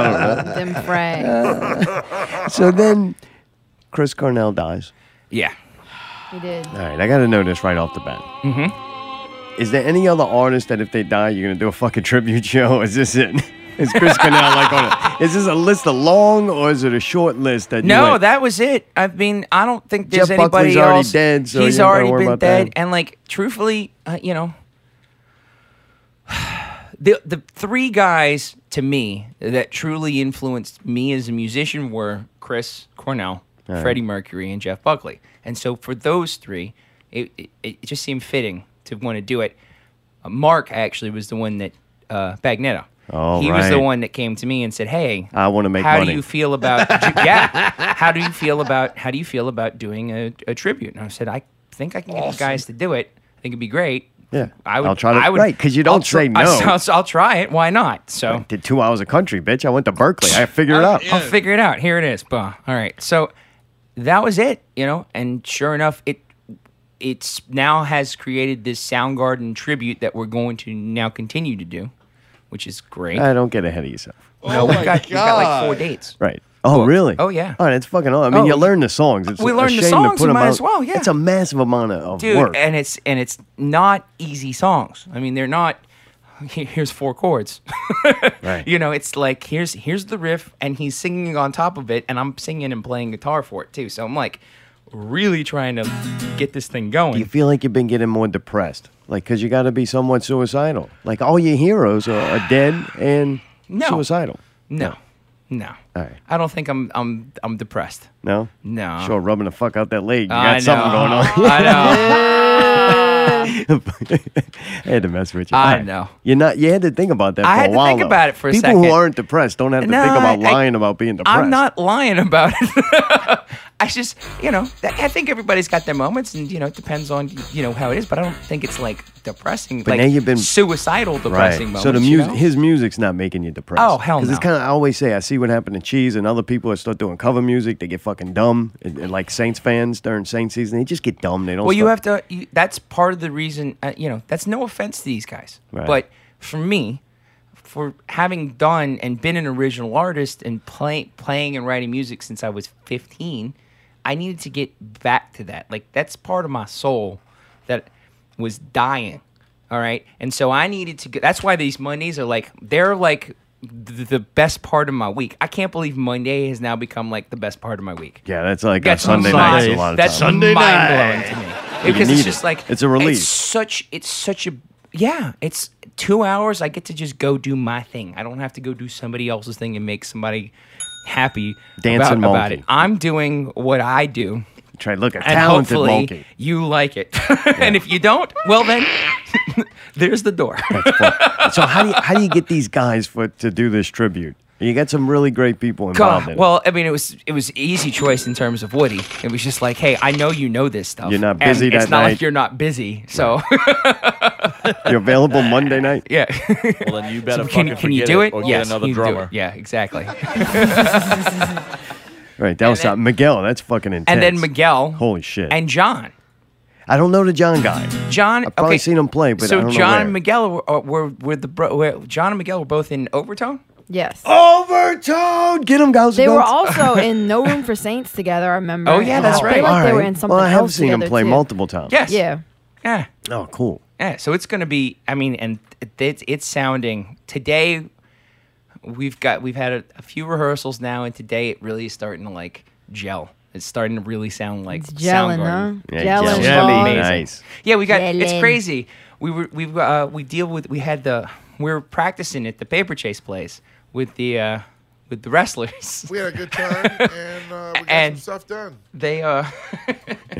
Speaker 1: don't know.
Speaker 2: Them frags.
Speaker 1: So then Chris Cornell dies.
Speaker 3: Yeah.
Speaker 2: He did.
Speaker 1: All right, I got to know this right off the bat. Mm-hmm. Is there any other artist that if they die, you're gonna do a fucking tribute show? Is this it? Is Chris Cornell like on it? Is this a list of long or is it a short list that? you
Speaker 3: No,
Speaker 1: went,
Speaker 3: that was it. I mean, I don't think there's
Speaker 1: Jeff
Speaker 3: anybody
Speaker 1: Buckley's already
Speaker 3: else.
Speaker 1: dead, so
Speaker 3: he's
Speaker 1: you don't gotta
Speaker 3: already
Speaker 1: worry
Speaker 3: been
Speaker 1: about
Speaker 3: dead,
Speaker 1: that.
Speaker 3: and like truthfully, uh, you know, the the three guys to me that truly influenced me as a musician were Chris Cornell,
Speaker 8: All right.
Speaker 3: Freddie Mercury, and Jeff Buckley. And so for those three, it it, it just seemed fitting to want to do it. Uh, Mark actually was the one that uh, Bagnetto.
Speaker 1: All
Speaker 3: he was the
Speaker 1: right.
Speaker 3: one that came to me and said, "Hey,
Speaker 1: I want to make
Speaker 3: how
Speaker 1: money.
Speaker 3: do you feel about yeah how do you feel about how do you feel about doing a, a tribute and i said i think i can get the guys to do it i think it'd be great
Speaker 1: yeah,
Speaker 3: i would
Speaker 1: I'll try to.
Speaker 3: i would
Speaker 1: right, because you don't say no.
Speaker 3: I, will I'll try it why not so
Speaker 1: I did two hours of country, bitch. I went to Berkeley. I figured it out.
Speaker 3: I'll figure it out. Here it is. Bah. All right. So that was it, you know, and sure enough, it it's now has created this Soundgarden tribute that we're going to now continue to do, which is great.
Speaker 1: I don't get ahead of yourself.
Speaker 3: Oh, no,
Speaker 1: Oh
Speaker 3: we've got, we've got like four
Speaker 8: God.
Speaker 3: dates.
Speaker 1: Right. Oh, really?
Speaker 3: oh, yeah.
Speaker 1: All right, it's fucking. All. I mean,
Speaker 3: Oh,
Speaker 1: you learn the songs. It's
Speaker 3: we
Speaker 1: a
Speaker 3: learned the
Speaker 1: shame to
Speaker 3: songs,
Speaker 1: put
Speaker 3: you
Speaker 1: 'em
Speaker 3: might as
Speaker 1: out.
Speaker 3: well, yeah.
Speaker 1: It's a massive amount of of
Speaker 3: Dude,
Speaker 1: work.
Speaker 3: and it's and it's not easy songs. I mean, they're not "Here- here's four chords.
Speaker 1: Right.
Speaker 3: You know, it's like here's here's the riff and he's singing on top of it and I'm singing and playing guitar for it too. So I'm like really trying to get this thing going.
Speaker 1: Do you feel like you've been getting more depressed? Like, because you got to be somewhat suicidal. Like, all your heroes are, are dead and
Speaker 3: No.
Speaker 1: suicidal.
Speaker 3: No. No.
Speaker 1: All right.
Speaker 3: I don't think I'm I'm I'm depressed.
Speaker 1: No?
Speaker 3: No.
Speaker 1: Sure, rubbing the fuck out that leg. You
Speaker 3: I
Speaker 1: got something
Speaker 3: know.
Speaker 1: going on.
Speaker 3: I know.
Speaker 1: I had to mess with you.
Speaker 3: I
Speaker 1: All right.
Speaker 3: know.
Speaker 1: You're not. You had to think about that.
Speaker 3: I
Speaker 1: for
Speaker 3: had
Speaker 1: a
Speaker 3: to
Speaker 1: while,
Speaker 3: think
Speaker 1: though.
Speaker 3: about it for a
Speaker 1: People who
Speaker 3: second.
Speaker 1: aren't depressed don't have to
Speaker 3: No,
Speaker 1: think about
Speaker 3: I-
Speaker 1: lying about being depressed.
Speaker 3: I'm not lying about it. I just, you know, th- I think everybody's got their moments, and you know, it depends on you know how it is. But I don't think it's like depressing,
Speaker 1: But
Speaker 3: like
Speaker 1: now you've been
Speaker 3: suicidal, depressing moments.
Speaker 1: So the
Speaker 3: you
Speaker 1: music,
Speaker 3: know?
Speaker 1: his music's not making you depressed.
Speaker 3: Oh, hell
Speaker 1: Because it's
Speaker 3: no.
Speaker 1: kind of I always say I see what happened to Cheese and other people that start doing cover music. They get fucking dumb, and, and like Saints fans during Saints season, they just get dumb. They don't.
Speaker 3: well, you
Speaker 1: start-
Speaker 3: have to. You, that's part of the reason. Uh, you know, that's no offense to these guys,
Speaker 1: Right.
Speaker 3: but for me, for having done and been an original artist and play, playing and writing music since I was 15, I needed to get back to that. Like that's part of my soul that was dying. All right, and so I needed to. Get, that's why these Mondays are like they're like th- the best part of my week. I can't believe Monday has now become like the best part of my week.
Speaker 1: Yeah, that's like
Speaker 3: That's
Speaker 1: a Sunday night. A lot of
Speaker 3: That's
Speaker 1: times.
Speaker 3: mind blowing to me
Speaker 1: You
Speaker 3: because
Speaker 1: need
Speaker 3: it's
Speaker 1: it.
Speaker 3: just like
Speaker 1: It's a relief.
Speaker 3: It's such it's such a yeah. It's two hours. I get to just go do my thing. I don't have to go do somebody else's thing and make somebody happy about,
Speaker 1: Dancing
Speaker 3: about it.
Speaker 1: monkey.
Speaker 3: I'm doing what I do.
Speaker 1: Try look a
Speaker 3: and
Speaker 1: talented
Speaker 3: hopefully
Speaker 1: monkey.
Speaker 3: you like it. and if you don't, well then there's the door.
Speaker 1: so how do you, how do you get these guys for to do this tribute? You got some really great people involved
Speaker 3: God,
Speaker 1: in it.
Speaker 3: well, I mean, it was it was easy choice in terms of Woody. It was just like, hey, I know you know this stuff.
Speaker 1: You're not
Speaker 3: and
Speaker 1: busy
Speaker 3: It's
Speaker 1: that
Speaker 3: not
Speaker 1: night.
Speaker 3: like you're not busy. So
Speaker 1: You're available Monday night.
Speaker 3: Yeah.
Speaker 15: Well, then you better
Speaker 3: So can,
Speaker 15: fucking
Speaker 3: can you
Speaker 15: forget
Speaker 3: do
Speaker 15: it
Speaker 3: it?
Speaker 15: or get
Speaker 3: yes,
Speaker 15: another
Speaker 3: you can do
Speaker 15: drummer.
Speaker 3: it. Yeah, exactly.
Speaker 1: Right, that was not Miguel. That's fucking intense.
Speaker 3: and then Miguel
Speaker 1: Holy shit.
Speaker 3: and John.
Speaker 1: I don't know the John guy.
Speaker 3: John.
Speaker 1: I've probably
Speaker 3: okay,
Speaker 1: seen him play, but
Speaker 3: so
Speaker 1: I don't
Speaker 3: John
Speaker 1: know
Speaker 3: and Miguel were, uh, were, were the bro, were, John and Miguel were both in Overtone.
Speaker 2: Yes.
Speaker 1: Overtone! Get them, guys.
Speaker 2: They were also in No Room for Saints together, I remember.
Speaker 3: Oh, yeah, that's
Speaker 2: I
Speaker 3: right.
Speaker 2: feel like they were
Speaker 3: Alright.
Speaker 2: in something
Speaker 1: Well, I have
Speaker 2: else
Speaker 1: seen him
Speaker 2: together,
Speaker 1: play
Speaker 2: too.
Speaker 1: multiple times.
Speaker 3: Yes.
Speaker 2: Yeah.
Speaker 3: Yeah.
Speaker 1: Oh, cool.
Speaker 3: Yeah. So it's gonna be. I mean, and it's it's sounding today. We've got we've had a, a few rehearsals now, and today it really is starting to like gel. It's starting to really sound like
Speaker 2: It's gelling,
Speaker 3: Soundgarden.
Speaker 2: huh? Yeah, Gelling, gelling.
Speaker 3: It's
Speaker 2: Bones.
Speaker 3: amazing.
Speaker 2: Nice.
Speaker 3: Yeah, we got. It's
Speaker 2: Gelling.
Speaker 3: crazy. We were we uh, we deal with we had the we were practicing at the paper chase place with the uh, with the wrestlers.
Speaker 5: We had a good time, and uh, we got
Speaker 3: And-
Speaker 5: some stuff done.
Speaker 3: They uh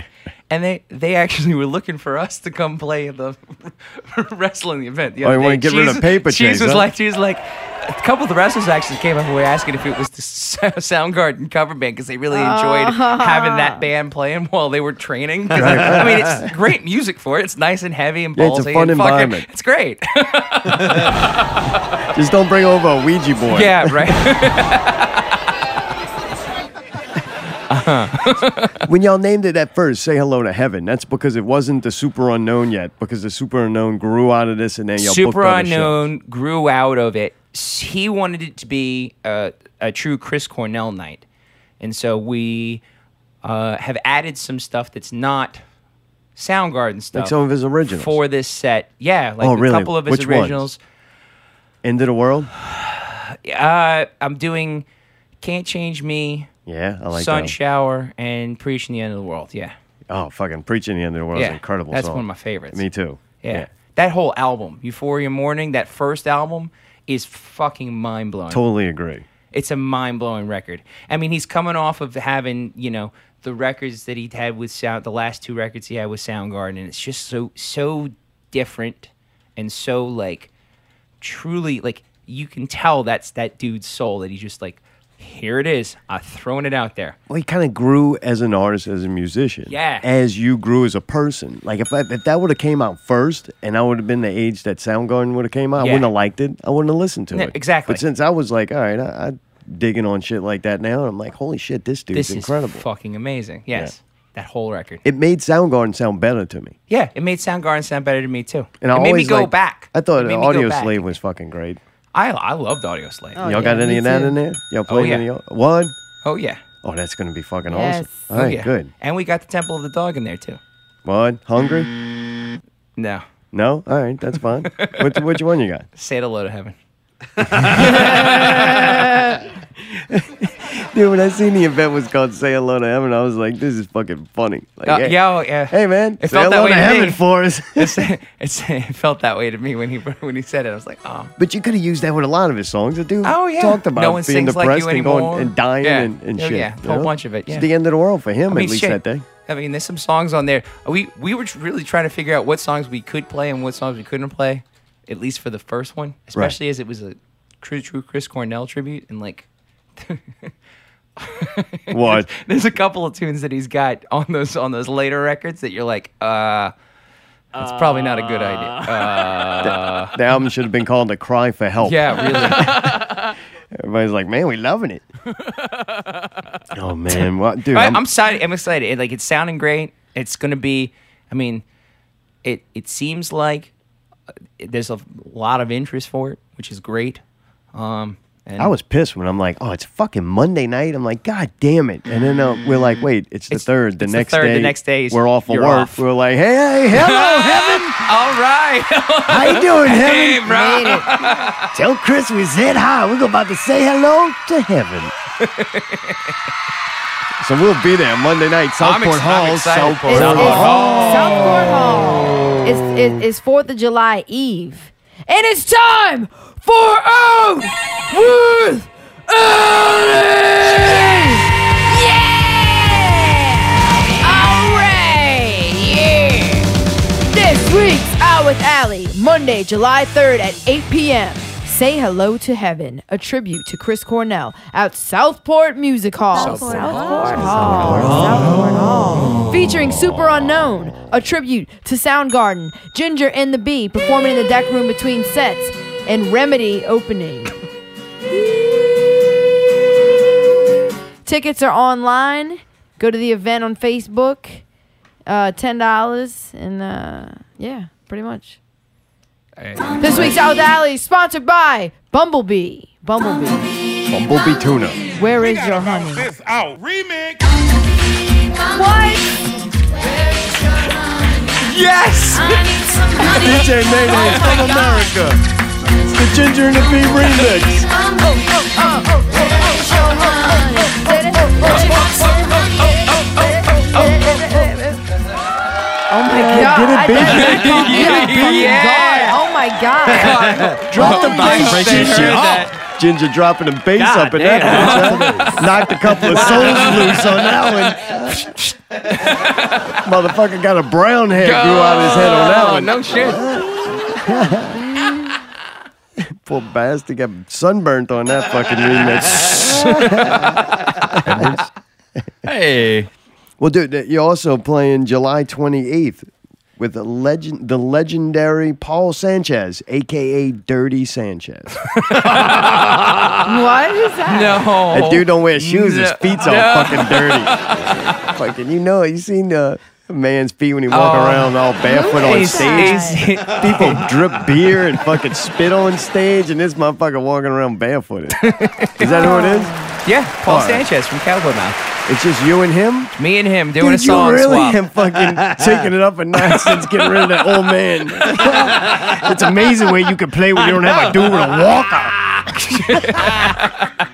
Speaker 3: and they they actually were looking for us to come play at the wrestling event. the
Speaker 1: Oh, you
Speaker 3: other
Speaker 1: wanna
Speaker 3: day.
Speaker 1: get rid of
Speaker 3: Cheese-
Speaker 1: paper
Speaker 3: Cheese
Speaker 1: chase,
Speaker 3: was
Speaker 1: huh?
Speaker 3: like, she was like, a couple of the wrestlers actually came up and were asking if it was the S- Soundgarden cover band because they really enjoyed having that band playing while they were training. 'Cause,
Speaker 1: Right,
Speaker 3: I
Speaker 1: right.
Speaker 3: mean, it's great music for it. It's nice and heavy and
Speaker 1: Yeah,
Speaker 3: ballsy.
Speaker 1: it's a fun
Speaker 3: and fucking-
Speaker 1: environment.
Speaker 3: It's great.
Speaker 1: Just don't bring over a Ouija board.
Speaker 3: Yeah, right. Uh-huh.
Speaker 1: when y'all named it at first, say hello to heaven. That's because it wasn't the super unknown yet. Because the super unknown grew out of this, and then y'all
Speaker 3: Super
Speaker 1: booked other
Speaker 3: Unknown grew out of it. S- He wanted it to be a, a true Chris Cornell night. And so we uh, have added some stuff that's not Soundgarden
Speaker 1: shows.
Speaker 3: stuff.
Speaker 1: Like some of his originals.
Speaker 3: For this set. Yeah, like
Speaker 1: oh,
Speaker 3: a
Speaker 1: really?
Speaker 3: couple of his
Speaker 1: Which
Speaker 3: originals.
Speaker 1: Ones? End of the world.
Speaker 3: Uh, I'm doing Can't Change Me,
Speaker 1: Yeah, I like
Speaker 3: Sun
Speaker 1: that.
Speaker 3: Shower, and Preaching the End of the World. Yeah.
Speaker 1: one. Oh, fucking preaching the end of the world is
Speaker 3: Yeah,
Speaker 1: an incredible.
Speaker 3: that's
Speaker 1: song.
Speaker 3: one of my favorites.
Speaker 1: Me too.
Speaker 3: Yeah. That whole album, Euphoria Morning, that first album, is fucking mind blowing.
Speaker 1: Totally agree.
Speaker 3: It's a mind blowing record. I mean, he's coming off of having, you know, the records that he had with Sound, the last two records he had with Soundgarden. And it's just so, so different and so, like, truly, like, you can tell that's that dude's soul that he's just like, here it is. I'm throwing it out there.
Speaker 1: Well, he kind of grew as an artist, as a musician.
Speaker 3: Yeah.
Speaker 1: As you grew as a person. Like if I, if that would have came out first, and I would have been the age that Soundgarden would have came out, I
Speaker 3: Yeah.
Speaker 1: wouldn't have liked it. I wouldn't have listened to
Speaker 3: Yeah,
Speaker 1: it.
Speaker 3: exactly.
Speaker 1: But since I was like, all right, I, I digging on shit like that now, and I'm like, holy shit, this dude's
Speaker 3: this
Speaker 1: incredible.
Speaker 3: is fucking amazing.
Speaker 1: Yeah.
Speaker 3: Yes. That whole record.
Speaker 1: it made Soundgarden sound better to me.
Speaker 3: Yeah, it made Soundgarden sound better to me too.
Speaker 1: And
Speaker 3: it
Speaker 1: I
Speaker 3: made me
Speaker 1: always
Speaker 3: go
Speaker 1: liked-
Speaker 3: back.
Speaker 1: I
Speaker 3: It
Speaker 1: thought
Speaker 3: made me go
Speaker 1: Audio
Speaker 3: back.
Speaker 1: Slave was fucking great.
Speaker 3: I I loved Audio Slave.
Speaker 1: Y'all got any of that in there? Y'all
Speaker 3: Oh,
Speaker 1: played
Speaker 3: yeah.
Speaker 1: any? of- One?
Speaker 3: Oh yeah.
Speaker 1: Oh, that's gonna be fucking
Speaker 3: Yes.
Speaker 1: awesome. All right,
Speaker 3: Oh, yeah.
Speaker 1: good.
Speaker 3: And we got the Temple of the Dog in there too.
Speaker 1: One hungry?
Speaker 3: No.
Speaker 1: No. All right, that's fine. which which one you got?
Speaker 3: Say hello to heaven.
Speaker 1: Dude, when I seen the event was called "Say Hello to Heaven," I was like, "This is fucking funny." Like,
Speaker 3: Uh,
Speaker 1: hey,
Speaker 3: yeah, oh, yeah.
Speaker 1: Hey, man,
Speaker 3: It
Speaker 1: say
Speaker 3: felt that
Speaker 1: hello
Speaker 3: way
Speaker 1: to
Speaker 3: to
Speaker 1: heaven
Speaker 3: me.
Speaker 1: for us.
Speaker 3: It's, it's, it felt that way to me when he when he said it. I was like, oh.
Speaker 1: But you could have used that with a lot of his songs. The dude oh,
Speaker 3: yeah.
Speaker 1: talked about
Speaker 3: No one
Speaker 1: being
Speaker 3: sings like
Speaker 1: depressed
Speaker 3: you
Speaker 1: and going
Speaker 3: anymore.
Speaker 1: and dying
Speaker 3: Yeah.
Speaker 1: and, and
Speaker 3: Oh,
Speaker 1: shit.
Speaker 3: yeah.
Speaker 1: you
Speaker 3: Whole
Speaker 1: know?
Speaker 3: bunch of it, yeah.
Speaker 1: It's the end of the world for him,
Speaker 3: I mean,
Speaker 1: at least
Speaker 3: shit.
Speaker 1: that day.
Speaker 3: I mean, there's some songs on there. We we were tr- really trying to figure out what songs we could play and what songs we couldn't play, at least for the first one, especially as it was a true true Chris Cornell tribute and like.
Speaker 1: What?
Speaker 3: There's a couple of tunes that he's got on those on those later records that you're like, uh, that's probably not a good idea. Uh,
Speaker 1: The album should have been called "The Cry for Help."
Speaker 3: yeah, really.
Speaker 1: Everybody's like, "Man, we loving it." oh man, what, dude?
Speaker 3: I,
Speaker 1: I'm,
Speaker 3: I'm excited. I'm excited. It- like it's sounding great. It's gonna be. I mean, it it seems like uh, there's a lot of interest for it, which is great. Um, and
Speaker 1: I was pissed when I'm like, "Oh, it's fucking Monday night." I'm like, "God damn it!" And then uh, we're like, "Wait, it's the third. The
Speaker 3: it's the
Speaker 1: next
Speaker 3: third, the
Speaker 1: day,
Speaker 3: next day is-
Speaker 1: we're off of
Speaker 3: you're
Speaker 1: work."
Speaker 3: off.
Speaker 1: We're like, "Hey, hey, hello, heaven."
Speaker 3: All right.
Speaker 1: How you doing,
Speaker 3: Hey,
Speaker 1: Heaven?
Speaker 3: bro.
Speaker 1: Tell Chris we said hi. We're about to say hello to Heaven. so we'll be there Monday night,
Speaker 3: I'm
Speaker 1: Southport
Speaker 3: ex- I'm
Speaker 1: Hall,
Speaker 3: excited.
Speaker 1: Southport
Speaker 3: It's-
Speaker 1: Hall.
Speaker 3: it's-
Speaker 2: Southport Hall. It's, it- it's 4th of July Eve. And it's time for Out with Ellie! Yeah! All right! Yeah! This week's Out with Allie, Monday, July 3rd at 8 p.m. Say Hello to Heaven, a tribute to Chris Cornell at Southport Music Hall. Southport, Hall. Southport Hall. Featuring Super Unknown, a tribute to Soundgarden, Ginger and the Bee performing in the deck room between sets, and Remedy opening. Tickets are online. Go to the event on Facebook. Uh, ten dollars and uh, yeah, pretty much. This week's Out with Alley is sponsored by Bumblebee. Bumblebee.
Speaker 1: Bumblebee Tuna.
Speaker 2: Where is your honey?
Speaker 15: This out. Remix.
Speaker 2: What?
Speaker 3: Yes!
Speaker 1: DJ Mayday from America. It's the Ginger and the Bee remix.
Speaker 2: Oh my god!
Speaker 1: Get it,
Speaker 2: I-
Speaker 1: Bee.
Speaker 2: that- that- that-
Speaker 1: Get it, Bee.
Speaker 2: that- Oh my god!
Speaker 1: Drop the bass.
Speaker 2: Oh,
Speaker 3: Vibration.
Speaker 1: shit.
Speaker 3: Heard that.
Speaker 1: Ginger dropping a bass up in that bitch. huh? Knocked a couple of souls loose on that one. Motherfucker got a brown hair grew out of his head on that one.
Speaker 3: No shit.
Speaker 1: Poor bastard got sunburnt on that fucking remix.
Speaker 3: hey.
Speaker 1: Well, dude, you're also playing July 28th with the legend, the legendary Paul Sanchez, aka Dirty Sanchez.
Speaker 2: Why is that?
Speaker 3: No.
Speaker 1: That dude don't wear shoes. His
Speaker 3: No.
Speaker 1: feet's all
Speaker 3: No.
Speaker 1: fucking dirty. fucking, you know, you seen uh, a man's feet when he walk
Speaker 3: Oh.
Speaker 1: around all barefoot on
Speaker 3: He's-
Speaker 1: stage.
Speaker 3: he's-
Speaker 1: People drip beer and fucking spit on stage, and this motherfucker walking around barefooted. Is that who it is?
Speaker 3: Yeah, Paul
Speaker 1: All right.
Speaker 3: Sanchez from Cowboy Mouth.
Speaker 1: It's just you and him.
Speaker 3: Me and him doing
Speaker 1: Dude,
Speaker 3: a song
Speaker 1: you really
Speaker 3: swap.
Speaker 1: am fucking taking it up a notch since getting rid of that old man. it's amazing where you can play when you don't have a dude with a walker.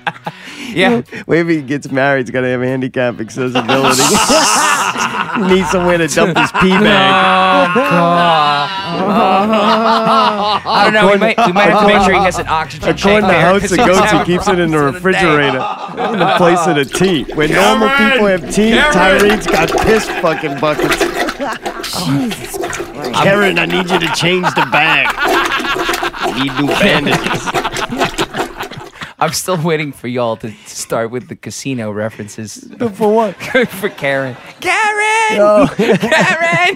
Speaker 3: yeah.
Speaker 1: Maybe he gets married, he's got to have handicap accessibility. he needs somewhere to dump his pee bag.
Speaker 3: I don't know. We might, we might have to make sure he has an oxygen
Speaker 1: According
Speaker 3: tank
Speaker 1: to
Speaker 3: there,
Speaker 1: House
Speaker 3: 'cause
Speaker 1: of
Speaker 3: he's
Speaker 1: Goats, he
Speaker 3: having
Speaker 1: keeps it in the refrigerator in the place of the tea. Where normal people have tea,
Speaker 3: Cameron!
Speaker 1: Tyreek's got piss fucking buckets. Karen, I need you to change the bag. We do bandages.
Speaker 3: I'm still waiting for y'all to start with the casino references
Speaker 1: For what?
Speaker 3: for Karen.
Speaker 8: Karen!
Speaker 3: Karen!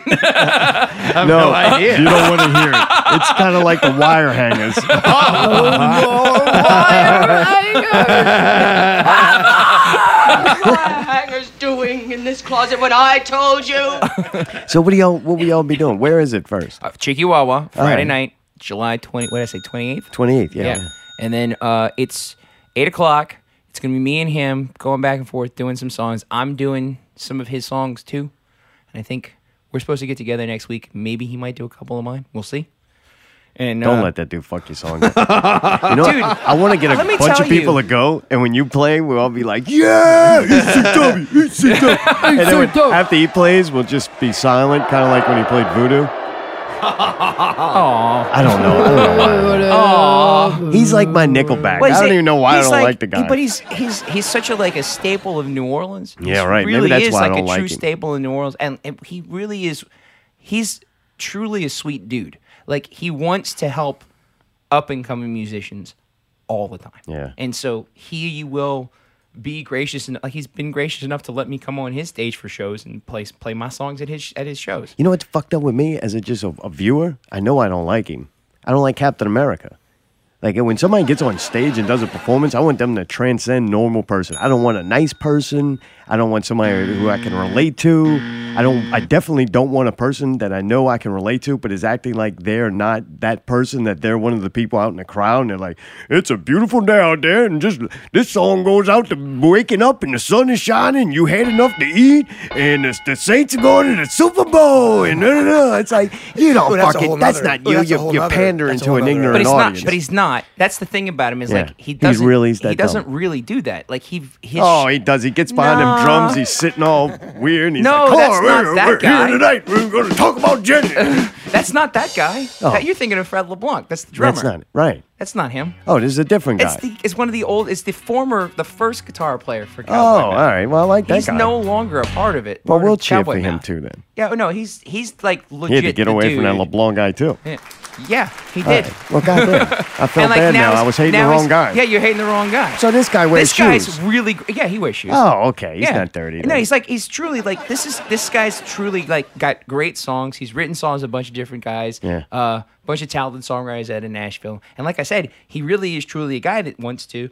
Speaker 8: have
Speaker 1: no, you don't want to hear it. It's kind of like the wire hangers.
Speaker 4: Oh,
Speaker 15: hangers doing in this closet when I told you?
Speaker 1: so what do y'all? What we all be doing? Where is it first?
Speaker 3: Uh, Cheeky Wawa, Friday
Speaker 1: right.
Speaker 3: night, July 20, what did I say, 28th?
Speaker 1: Twenty eighth. Uh-huh. Yeah.
Speaker 3: And then uh, it's 8 o'clock. It's going to be me and him going back and forth doing some songs. I'm doing some of his songs too. And I think we're supposed to get together next week. Maybe he might do a couple of mine. We'll see. And
Speaker 1: Don't
Speaker 3: uh,
Speaker 1: let that dude fuck your song. up. you know,
Speaker 3: Dude,
Speaker 1: I, want to get
Speaker 3: let me
Speaker 1: a bunch
Speaker 3: tell
Speaker 1: of people
Speaker 3: you.
Speaker 1: to go, and when you play, we'll all be like, "Yeah, E ECW, ECW." E and then
Speaker 3: E
Speaker 1: when- after he plays, we'll just be silent, kind of like when he played Voodoo.
Speaker 3: Aw.
Speaker 1: I don't know. I don't know why. He's like my Nickelback.
Speaker 3: Well,
Speaker 1: I
Speaker 3: he's
Speaker 1: don't
Speaker 3: a-
Speaker 1: even know why I
Speaker 3: he's
Speaker 1: don't like, the guy.
Speaker 3: But he's he's he's such a like a staple of New Orleans.
Speaker 1: Yeah,
Speaker 3: He
Speaker 1: right. Maybe
Speaker 3: Really
Speaker 1: that's
Speaker 3: is
Speaker 1: why I
Speaker 3: like
Speaker 1: don't
Speaker 3: a
Speaker 1: like
Speaker 3: true
Speaker 1: him.
Speaker 3: staple in New Orleans, and, and he really is. He's truly a sweet dude. Like he wants to help up and coming musicians all the time.
Speaker 1: Yeah.
Speaker 3: And so he will be gracious and like he's been gracious enough to let me come on his stage for shows and play play my songs at his at his shows.
Speaker 1: You know what's fucked up with me as a, just a, a viewer? I know I don't like him. I don't like Captain America. Like when somebody gets on stage and does a performance, I want them to transcend normal person. I don't want a nice person. I don't want somebody who I can relate to. I don't. I definitely don't want a person that I know I can relate to, but is acting like they're not that person. That they're one of the people out in the crowd, and they're like, "It's a beautiful day out there, and just this song goes out to waking up, and the sun is shining. You had enough to eat, and the, the Saints are going to the Super Bowl, and da, da, da." it's like you don't
Speaker 5: Ooh, that's a
Speaker 1: fucking.
Speaker 5: whole
Speaker 1: Oh, That's
Speaker 5: nother-
Speaker 1: not
Speaker 5: ooh,
Speaker 1: you.
Speaker 5: that's a
Speaker 1: you're
Speaker 5: whole
Speaker 1: you're
Speaker 5: nother-
Speaker 1: pandering
Speaker 5: that's a
Speaker 1: to
Speaker 5: whole
Speaker 1: an
Speaker 5: nother-
Speaker 1: ignorant
Speaker 3: But he's
Speaker 1: audience.
Speaker 3: not. But he's not. That's the thing about him is
Speaker 1: Yeah.
Speaker 3: like he
Speaker 1: He
Speaker 3: doesn't.
Speaker 1: really is that
Speaker 3: he doesn't
Speaker 1: dumb.
Speaker 3: really do that. Like he his
Speaker 1: oh, he does. He gets behind
Speaker 3: Nah.
Speaker 1: them drums. He's sitting all weird. And he's
Speaker 3: No,
Speaker 1: like,
Speaker 3: that's
Speaker 1: "Oh,
Speaker 3: not
Speaker 1: we're,
Speaker 3: that
Speaker 1: we're
Speaker 3: guy."
Speaker 1: here tonight. We're going to talk about Jenny.
Speaker 3: That's not that guy.
Speaker 1: Oh.
Speaker 3: That- you're thinking of Fred LeBlanc. That's the drummer.
Speaker 1: That's not right.
Speaker 3: That's not him.
Speaker 1: Oh, this is a different guy.
Speaker 3: It's the it's one of the old. It's the former, the first guitar player for
Speaker 1: oh,
Speaker 3: Cowboy.
Speaker 1: all
Speaker 3: Mouth.
Speaker 1: right. Well, I like that
Speaker 3: He's
Speaker 1: guy.
Speaker 3: no longer a part of it.
Speaker 1: well,
Speaker 3: part
Speaker 1: we'll
Speaker 3: of
Speaker 1: cheer
Speaker 3: Cowboy
Speaker 1: for him
Speaker 3: Mouth.
Speaker 1: too. Then
Speaker 3: Yeah, oh, no, he's he's like legit.
Speaker 1: he had to get
Speaker 3: the
Speaker 1: away from
Speaker 3: dude.
Speaker 1: that LeBlanc guy too.
Speaker 3: Yeah, yeah he
Speaker 1: All
Speaker 3: did.
Speaker 1: right. Well, goddamn. I felt
Speaker 3: And, like,
Speaker 1: bad now.
Speaker 3: he's-
Speaker 1: I was hating
Speaker 3: now
Speaker 1: the wrong
Speaker 3: he's-
Speaker 1: guy.
Speaker 3: Yeah, you're hating the wrong guy.
Speaker 1: So this guy wears
Speaker 3: this guy's
Speaker 1: shoes.
Speaker 3: really gr- yeah, he wears shoes.
Speaker 1: Oh, okay. He's not dirty,
Speaker 3: No,
Speaker 1: then.
Speaker 3: he's like he's truly like this is this guy's truly like got great songs. He's written songs with a bunch of different guys.
Speaker 1: Yeah.
Speaker 3: Uh, bunch of talented songwriters out of Nashville. And like I said, he really is truly a guy that wants to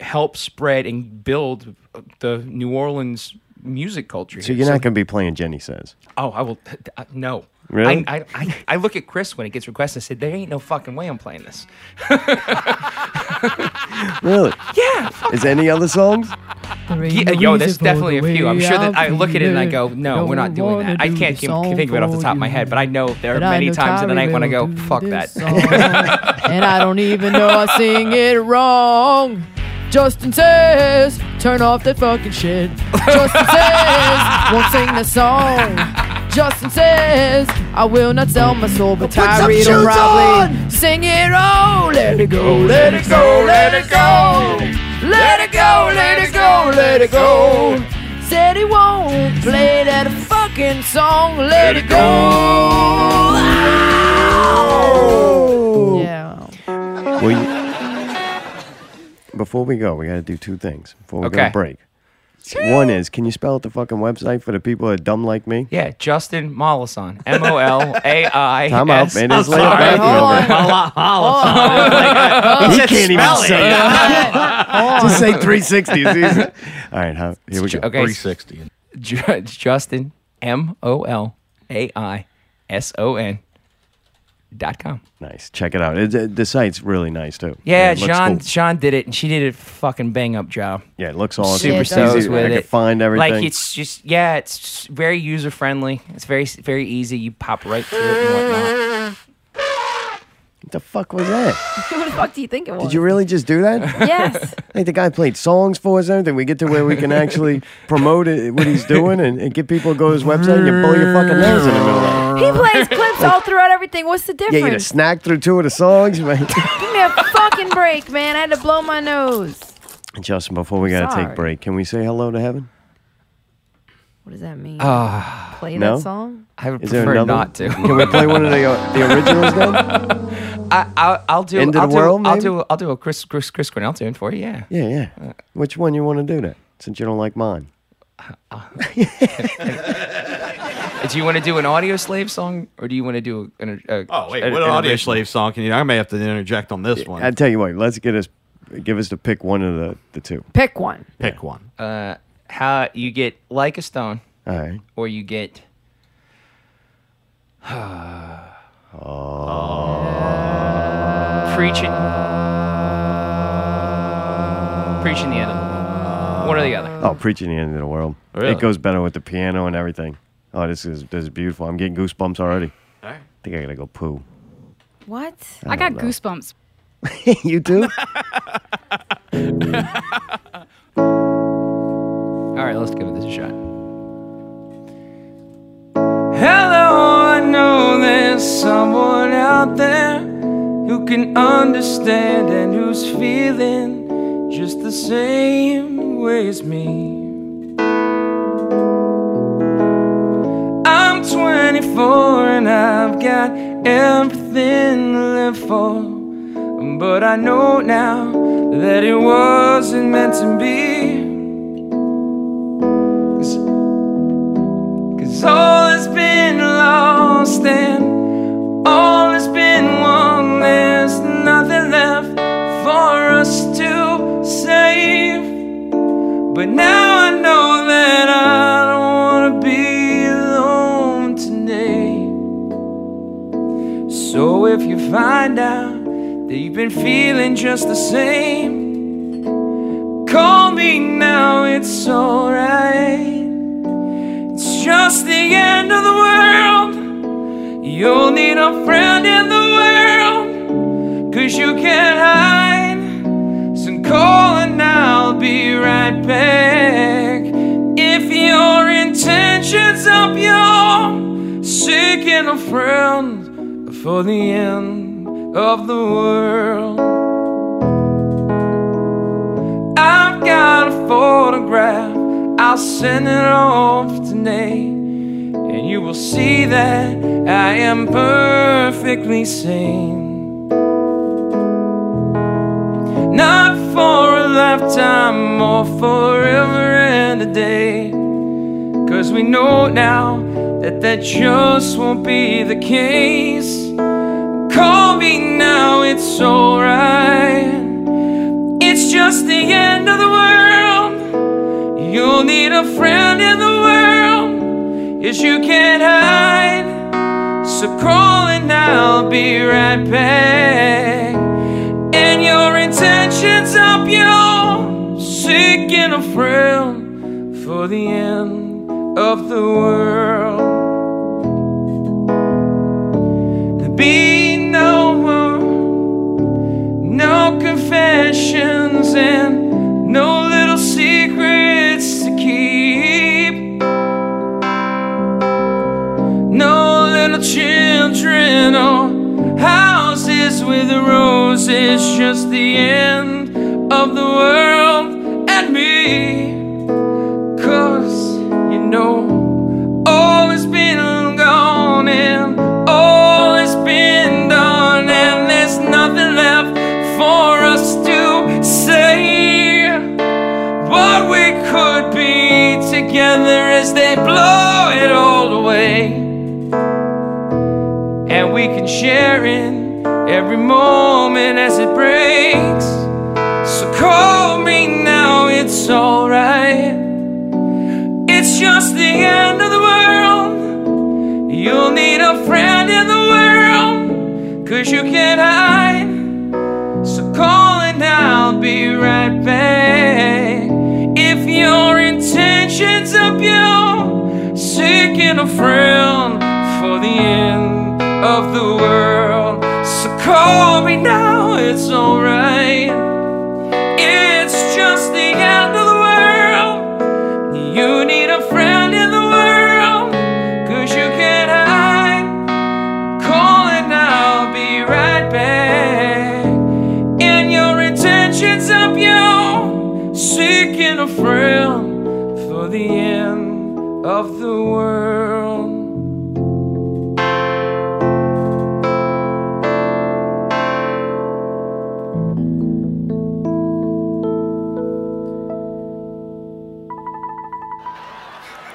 Speaker 3: help spread and build the New Orleans music culture.
Speaker 1: So
Speaker 3: here.
Speaker 1: you're not going to be playing Jenny Says.
Speaker 3: Oh, I will. Uh, no.
Speaker 1: Really?
Speaker 3: I, I, I, I look at Chris when it gets requested. I said, "There ain't no fucking way I'm playing this."
Speaker 1: Really?
Speaker 3: Yeah.
Speaker 1: Is any other songs?
Speaker 3: Yeah, yo, there's definitely a few. I'm sure that I look at it and I go, "No, we're not doing that." I can't keep, think of it off the top of my head, but I know there are
Speaker 2: But I
Speaker 3: many
Speaker 2: know
Speaker 3: times in the
Speaker 2: Tyree
Speaker 3: night when I
Speaker 2: will
Speaker 3: go, "Fuck that."
Speaker 2: and I don't even know I sing it wrong. Justin says, turn off that fucking shit. Justin says, won't sing the song. Justin says, I will not sell my soul, but
Speaker 8: Put some
Speaker 2: Tyree will
Speaker 8: shoes
Speaker 2: probably sing it. Oh, let it go, let it go, let it go. Let it go, let it go, let it go. Said he won't play that fucking song. Let it go. Yeah.
Speaker 1: We- before we go, we got to do two things before we go
Speaker 3: Okay.
Speaker 1: to break. One is, can you spell out the fucking website for the people that are dumb like me?
Speaker 3: Yeah, Justin Mollison. M O L A I.
Speaker 1: Time out, man. It's late back He can't even say Just say 360. it's easy. All right, how, here we go.
Speaker 3: Okay. Ju- Justin M O L A I S O N dot com.
Speaker 1: Nice. Check it out. It, it- the site's really nice too.
Speaker 3: Yeah,
Speaker 1: it looks
Speaker 3: Sean.
Speaker 1: cool.
Speaker 3: Sean did it, and she did a fucking bang up job.
Speaker 1: Yeah, it looks awesome.
Speaker 3: Super
Speaker 1: It's
Speaker 3: stoked
Speaker 1: easy. I
Speaker 3: with
Speaker 1: can
Speaker 3: it.
Speaker 1: find everything.
Speaker 3: Like it's just yeah, it's just very user friendly. It's very very easy. You pop right through it and whatnot.
Speaker 1: What the fuck was that?
Speaker 11: what the fuck do you think it was?
Speaker 1: Did you really just do that?
Speaker 11: Yes.
Speaker 1: I think the guy played songs for us and everything. We get to where we can actually promote it, what he's doing and, and get people to go to his website and you blow your fucking nose in the middle of it.
Speaker 11: He plays clips all throughout everything. What's the
Speaker 1: Yeah, you get a
Speaker 11: difference?
Speaker 1: snack through two of the songs. Man.
Speaker 11: Give me a fucking break, man. I had to blow my nose.
Speaker 1: Justin, before we got to
Speaker 11: Sorry.
Speaker 1: take break, can we say hello to heaven?
Speaker 11: What does that mean?
Speaker 1: Ah,
Speaker 11: Play
Speaker 1: no?
Speaker 11: that song?
Speaker 3: I would
Speaker 1: Is there
Speaker 3: prefer
Speaker 1: another
Speaker 3: not to.
Speaker 1: one? Can we play one of the, uh, the originals then?
Speaker 3: I, I, I'll do.
Speaker 1: End of the
Speaker 3: I'll do,
Speaker 1: world,
Speaker 3: I'll
Speaker 1: maybe?
Speaker 3: do. I'll do a Chris Chris Chris Cornell tune for you. Yeah. Uh,
Speaker 1: Yeah, yeah. Which one you want to do that? Since you don't like mine.
Speaker 3: Do you want to do an audio slave song, or do you want to do an? A,
Speaker 5: Oh wait,
Speaker 3: an-
Speaker 5: what
Speaker 3: an
Speaker 5: audio
Speaker 3: original?
Speaker 5: slave song can you? I may have to interject on this one.
Speaker 1: I tell you what, let's get us give us to pick one of the, the two.
Speaker 2: Pick one.
Speaker 5: Pick one.
Speaker 3: Uh, how you get like a stone,
Speaker 1: All right.
Speaker 3: or you get. Preaching. Preaching the end of the world. One or the other.
Speaker 1: Oh, preaching the end of the world.
Speaker 3: Really?
Speaker 1: It goes better with the piano and everything. Oh, this is this is beautiful. I'm getting goosebumps already. All right. I think I gotta go poo.
Speaker 16: What?
Speaker 1: I
Speaker 16: I, got
Speaker 1: don't know.
Speaker 16: goosebumps.
Speaker 1: you do?
Speaker 3: All right, let's give this a shot.
Speaker 8: Hello, I know there's someone out there who can understand and who's feeling just the same way as me. I'm 24 and I've got everything to live for, but I know now that it wasn't meant to be. Cause all has been lost and all has been won. There's nothing left for us to save. But now I know that I don't wanna be alone today. So if you find out that you've been feeling just the same, call me now, it's alright. It's just the end of the world. You'll need a friend in the world. Cause you can't hide. So call and I'll be right back. If your intentions are pure, seeking a friend for the end of the world. I've got a photograph. I'll send it off today, and you will see that I am perfectly sane. Not for a lifetime or forever and a day, cause we know now that that just won't be the case. Call me now, it's alright. It's just the end of the world. You'll need a friend in the world. Yes, you can't hide. So call and I'll be right back. And your intentions are pure. Seeking a friend for the end of the world. There be no more no confessions and no little secrets to keep. with a rose is just the end of the world and me. Cause you know, all has been gone and all has been done, and there's nothing left for us to say. What we could be together as they blow it all away. And we can share in every moment as it breaks. So call me now, it's alright. It's just the end of the world. You'll need a friend in the world, cause you can't hide. So call and I'll be right back. If your intentions are pure, seeking a friend for the end of the world. So call me now, it's alright. It's just the end of the world. You need a friend in the world, cause you can't hide. Call and I'll be right back. And your intentions of you, seeking a friend for the end of the world.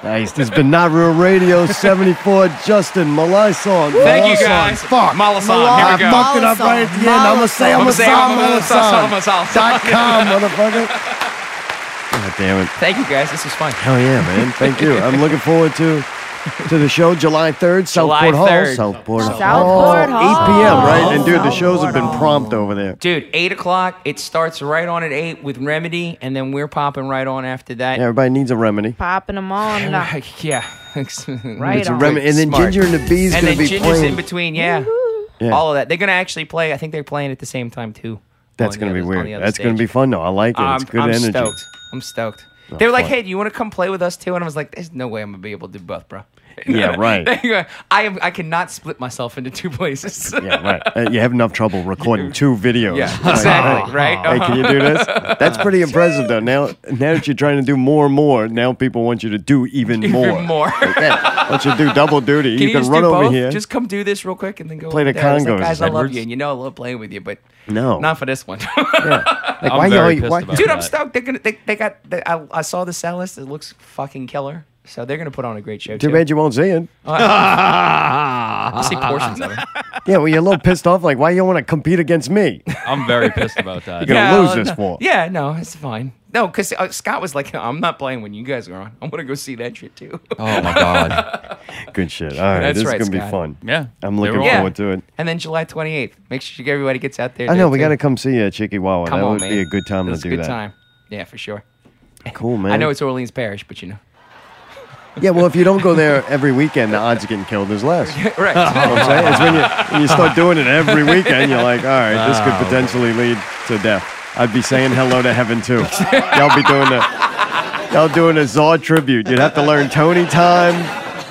Speaker 1: Nice. This has been Not Real Radio 74. Justin Malaison.
Speaker 3: Thank you
Speaker 1: Malaison.
Speaker 3: guys.
Speaker 1: Fuck.
Speaker 3: Malaison. Here we go.
Speaker 1: I fucked it up right at the end. I'm going to say I'm
Speaker 3: Malaison.
Speaker 1: a song.
Speaker 3: Malaison. Malaison.
Speaker 1: Dot com, motherfucker. God damn it.
Speaker 3: Thank you guys. This was fun.
Speaker 1: Hell yeah, man. Thank you. I'm looking forward to to the show July 3rd,
Speaker 3: July
Speaker 1: Southport
Speaker 3: 3rd.
Speaker 1: Hall. Southport,
Speaker 3: Southport
Speaker 1: Hall.
Speaker 3: Hall.
Speaker 1: 8 p.m., right? And dude, the shows have been prompt over there.
Speaker 3: Dude, eight o'clock. It starts right on at eight with Remedy, and then we're popping right on after that.
Speaker 1: Yeah, everybody needs a remedy.
Speaker 2: Popping them on.
Speaker 3: Yeah, right
Speaker 1: It's a on. remedy- and then Ginger and the Bees
Speaker 3: and
Speaker 1: gonna
Speaker 3: then
Speaker 1: be
Speaker 3: Ginger's
Speaker 1: playing.
Speaker 3: in between. Yeah.
Speaker 1: Yeah.
Speaker 3: all of that. They're gonna actually play. I think they're playing at the same time too.
Speaker 1: That's
Speaker 3: on
Speaker 1: going to
Speaker 3: the
Speaker 1: be
Speaker 3: other- on
Speaker 1: weird.
Speaker 3: the other
Speaker 1: That's
Speaker 3: stage.
Speaker 1: going to be fun, though. I like it. It's
Speaker 3: I'm-
Speaker 1: good
Speaker 3: I'm
Speaker 1: energy.
Speaker 3: stoked. I'm stoked.
Speaker 1: Oh,
Speaker 3: they were like,
Speaker 1: fuck.
Speaker 3: "Hey, do you want to come play with us too?" And I was like, "There's no way I'm gonna be able to do both, bro."
Speaker 1: Yeah, right.
Speaker 3: I am. I cannot split myself into two places.
Speaker 1: Yeah, right. Uh, you have enough trouble recording two videos.
Speaker 3: Yeah,
Speaker 1: Like,
Speaker 3: exactly,
Speaker 1: hey,
Speaker 3: right?
Speaker 1: Hey, can you do this? That's pretty impressive, though. Now, now that you're trying to do more and more, now people want you to do even,
Speaker 3: Even
Speaker 1: more.
Speaker 3: more.
Speaker 1: Like, yeah, why don't you do double duty?
Speaker 3: Can you,
Speaker 1: can
Speaker 3: just
Speaker 1: run
Speaker 3: do
Speaker 1: over
Speaker 3: both?
Speaker 1: here.
Speaker 3: Just come do this real quick and then go
Speaker 1: Play
Speaker 3: over
Speaker 1: the
Speaker 3: there. I was like,
Speaker 1: congos
Speaker 3: guys. I love
Speaker 1: backwards.
Speaker 3: you, and you know I love playing with you, but
Speaker 1: No.
Speaker 3: not for this one.
Speaker 1: Like, why y'all- why-
Speaker 3: dude? I'm stoked. They're gonna. They, they got. They, I, I saw the set list. It looks fucking killer. So they're gonna put on a great show.
Speaker 1: Too
Speaker 3: too.
Speaker 1: bad you won't see it.
Speaker 3: Uh, I'll see portions of it.
Speaker 1: Yeah, well, you're a little pissed off. Like, why you don't want to compete against me?
Speaker 16: I'm very pissed about that.
Speaker 1: You're gonna
Speaker 3: Yeah,
Speaker 1: lose
Speaker 3: I'll-
Speaker 1: this for.
Speaker 3: Yeah, no, it's fine. No, because uh, Scott was like, "I'm not playing when you guys are on. I'm gonna go see that shit too."
Speaker 1: Oh, my God. Good shit. All right,
Speaker 3: That's
Speaker 1: this
Speaker 3: right,
Speaker 1: is gonna
Speaker 3: Scott.
Speaker 1: be fun.
Speaker 3: Yeah,
Speaker 1: I'm looking
Speaker 3: Yeah.
Speaker 1: forward to it.
Speaker 3: and then July 28th. Make sure everybody gets out there.
Speaker 1: I know
Speaker 3: dude,
Speaker 1: we
Speaker 3: too.
Speaker 1: got to come see you at Chikiwawa.
Speaker 3: Come
Speaker 1: that
Speaker 3: on,
Speaker 1: would
Speaker 3: man.
Speaker 1: be a good time
Speaker 3: That's
Speaker 1: to
Speaker 3: a
Speaker 1: do
Speaker 3: good
Speaker 1: that.
Speaker 3: time. Yeah, for sure.
Speaker 1: Cool, man.
Speaker 3: I know it's Orleans Parish, but you know.
Speaker 1: Yeah, well, if you don't go there every weekend, the odds of getting killed is less.
Speaker 3: Right.
Speaker 1: You know what I'm saying? It's when you, when you start doing it every weekend, you're like, all right, this could
Speaker 16: Wow.
Speaker 1: potentially lead to death. I'd be saying hello to heaven too. Y'all be doing a y'all doing a Zod tribute. You'd have to learn Tony time,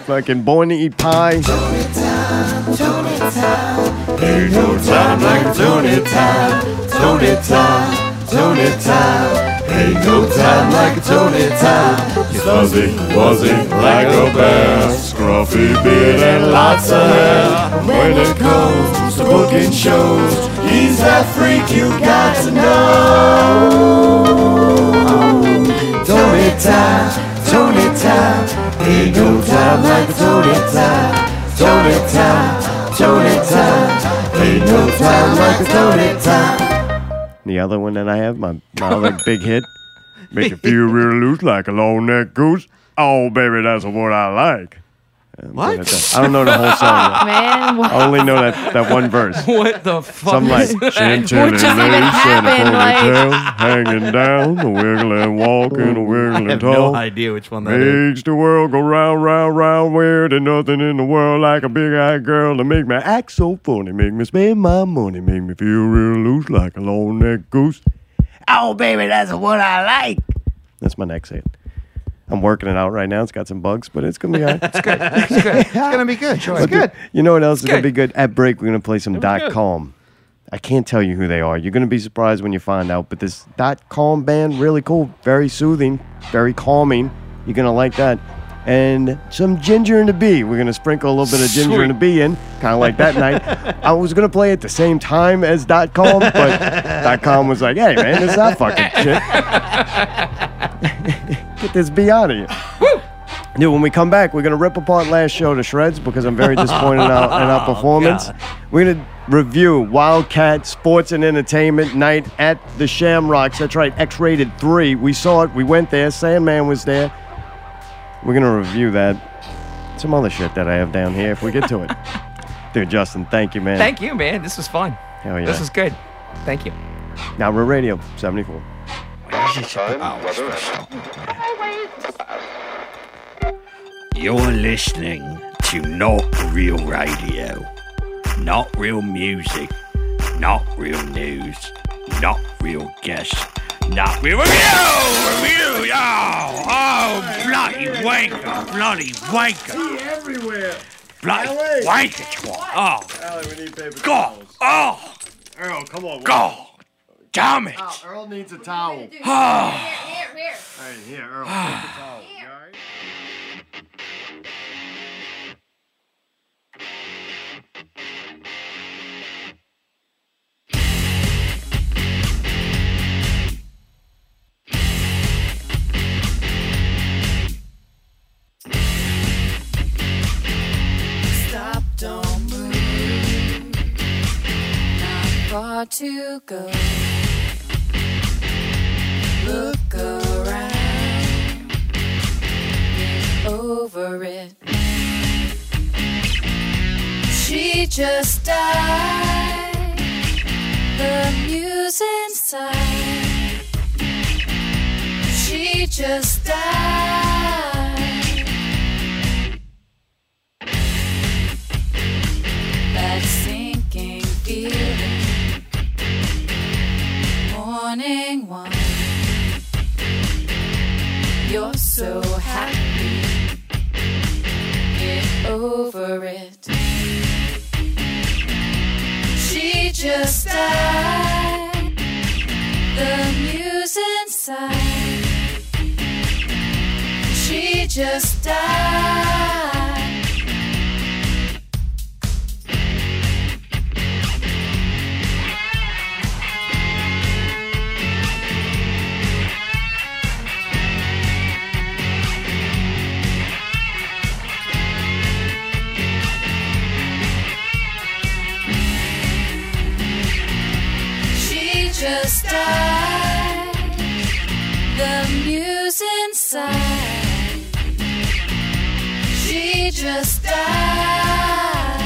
Speaker 1: fucking born to eat pie.
Speaker 17: Ain't no time like Tony time, Tony time, Tony time. Ain't no time like Tony time. Fuzzy, fuzzy, like a bear, scruffy beard and lots of hair. When it comes to booking shows, he's that freak you got to know. Tony time, Tony time. Ain't no time like Tony time, Tony time, Tony time. Ain't no time like Tony time.
Speaker 1: The other one that I have, my, my other big hit, make you feel real loose like a long neck goose. Oh, baby, that's what I like. I'm
Speaker 17: What?
Speaker 1: good at that. I don't know the whole song. yet.
Speaker 2: Man, what?
Speaker 1: I only know that, that one verse.
Speaker 3: What the fuck?
Speaker 1: Some like
Speaker 17: is that?
Speaker 1: chantilly
Speaker 17: What
Speaker 1: lace
Speaker 17: just even
Speaker 1: and a
Speaker 17: happened, like-
Speaker 1: ponytail, hanging down, a wiggle and walk and a wiggle
Speaker 5: I have
Speaker 1: and
Speaker 5: no
Speaker 1: talk.
Speaker 5: idea which one that is.
Speaker 1: Makes the world go round, round, round. Weird and nothing in the world like a big eyed girl to make me act so funny, make me spend my money, make me feel real loose like a long neck goose.
Speaker 17: Oh, baby, that's what I like.
Speaker 1: That's my next hit. I'm working it out right now. It's got some bugs, but it's gonna be all right. it's good.
Speaker 17: It's gonna be good. It's
Speaker 1: But
Speaker 17: good.
Speaker 1: You know what else is gonna
Speaker 17: good.
Speaker 1: be good? At break, we're gonna play some dot
Speaker 17: good.
Speaker 1: com. I can't tell you who they are. You're going to be surprised when you find out. But this dot com band, really cool, very soothing, very calming. You're going to like that. And some ginger and a bee. We're going to sprinkle a little bit of ginger and a bee in, kind of like that night. I was going to play at the same time as dot com, but dot com was like, hey, man, it's not fucking shit. Get this bee out of here. Dude, when we come back, we're going to rip apart last show to shreds because I'm very disappointed in, our, in our
Speaker 3: Oh,
Speaker 1: performance. We're going to review Wildcat Sports and Entertainment Night at the Shamrocks. That's right, X rated 3. We saw it, we went there, Sandman was there. We're going to review that. Some other shit that I have down here if we get to it. Dude, Justin, thank you, man.
Speaker 3: Thank you, man. This was fun.
Speaker 1: Hell yeah.
Speaker 3: This was good. Thank you.
Speaker 1: Now we're radio 74.
Speaker 16: You're listening to Not Real Radio. Not real music. Not real news. Not real guests. Not real review! Review! Oh, oh bloody wanker! Bloody wanker!
Speaker 6: everywhere.
Speaker 16: Bloody wanker! twat. Oh,
Speaker 1: Allie, we need paper
Speaker 16: God! Oh,
Speaker 1: Earl, come on.
Speaker 16: God! Damn it!
Speaker 1: Earl needs a towel.
Speaker 16: Ah.
Speaker 1: here, here. All right, here, Earl. Take the towel. You all right?
Speaker 4: Stop, don't move. Not far to go. Look around. Get over it. She just died. The muse inside. She just died. that sinking feeling. Morning one, you're so happy. Get over it. She just died. The muse inside. She just died. She just died. The muse inside. She just died.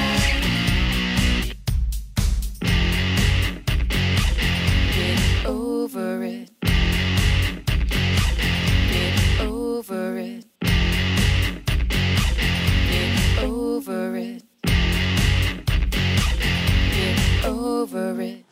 Speaker 4: Get over it. Get over it. Get over it. Get over it.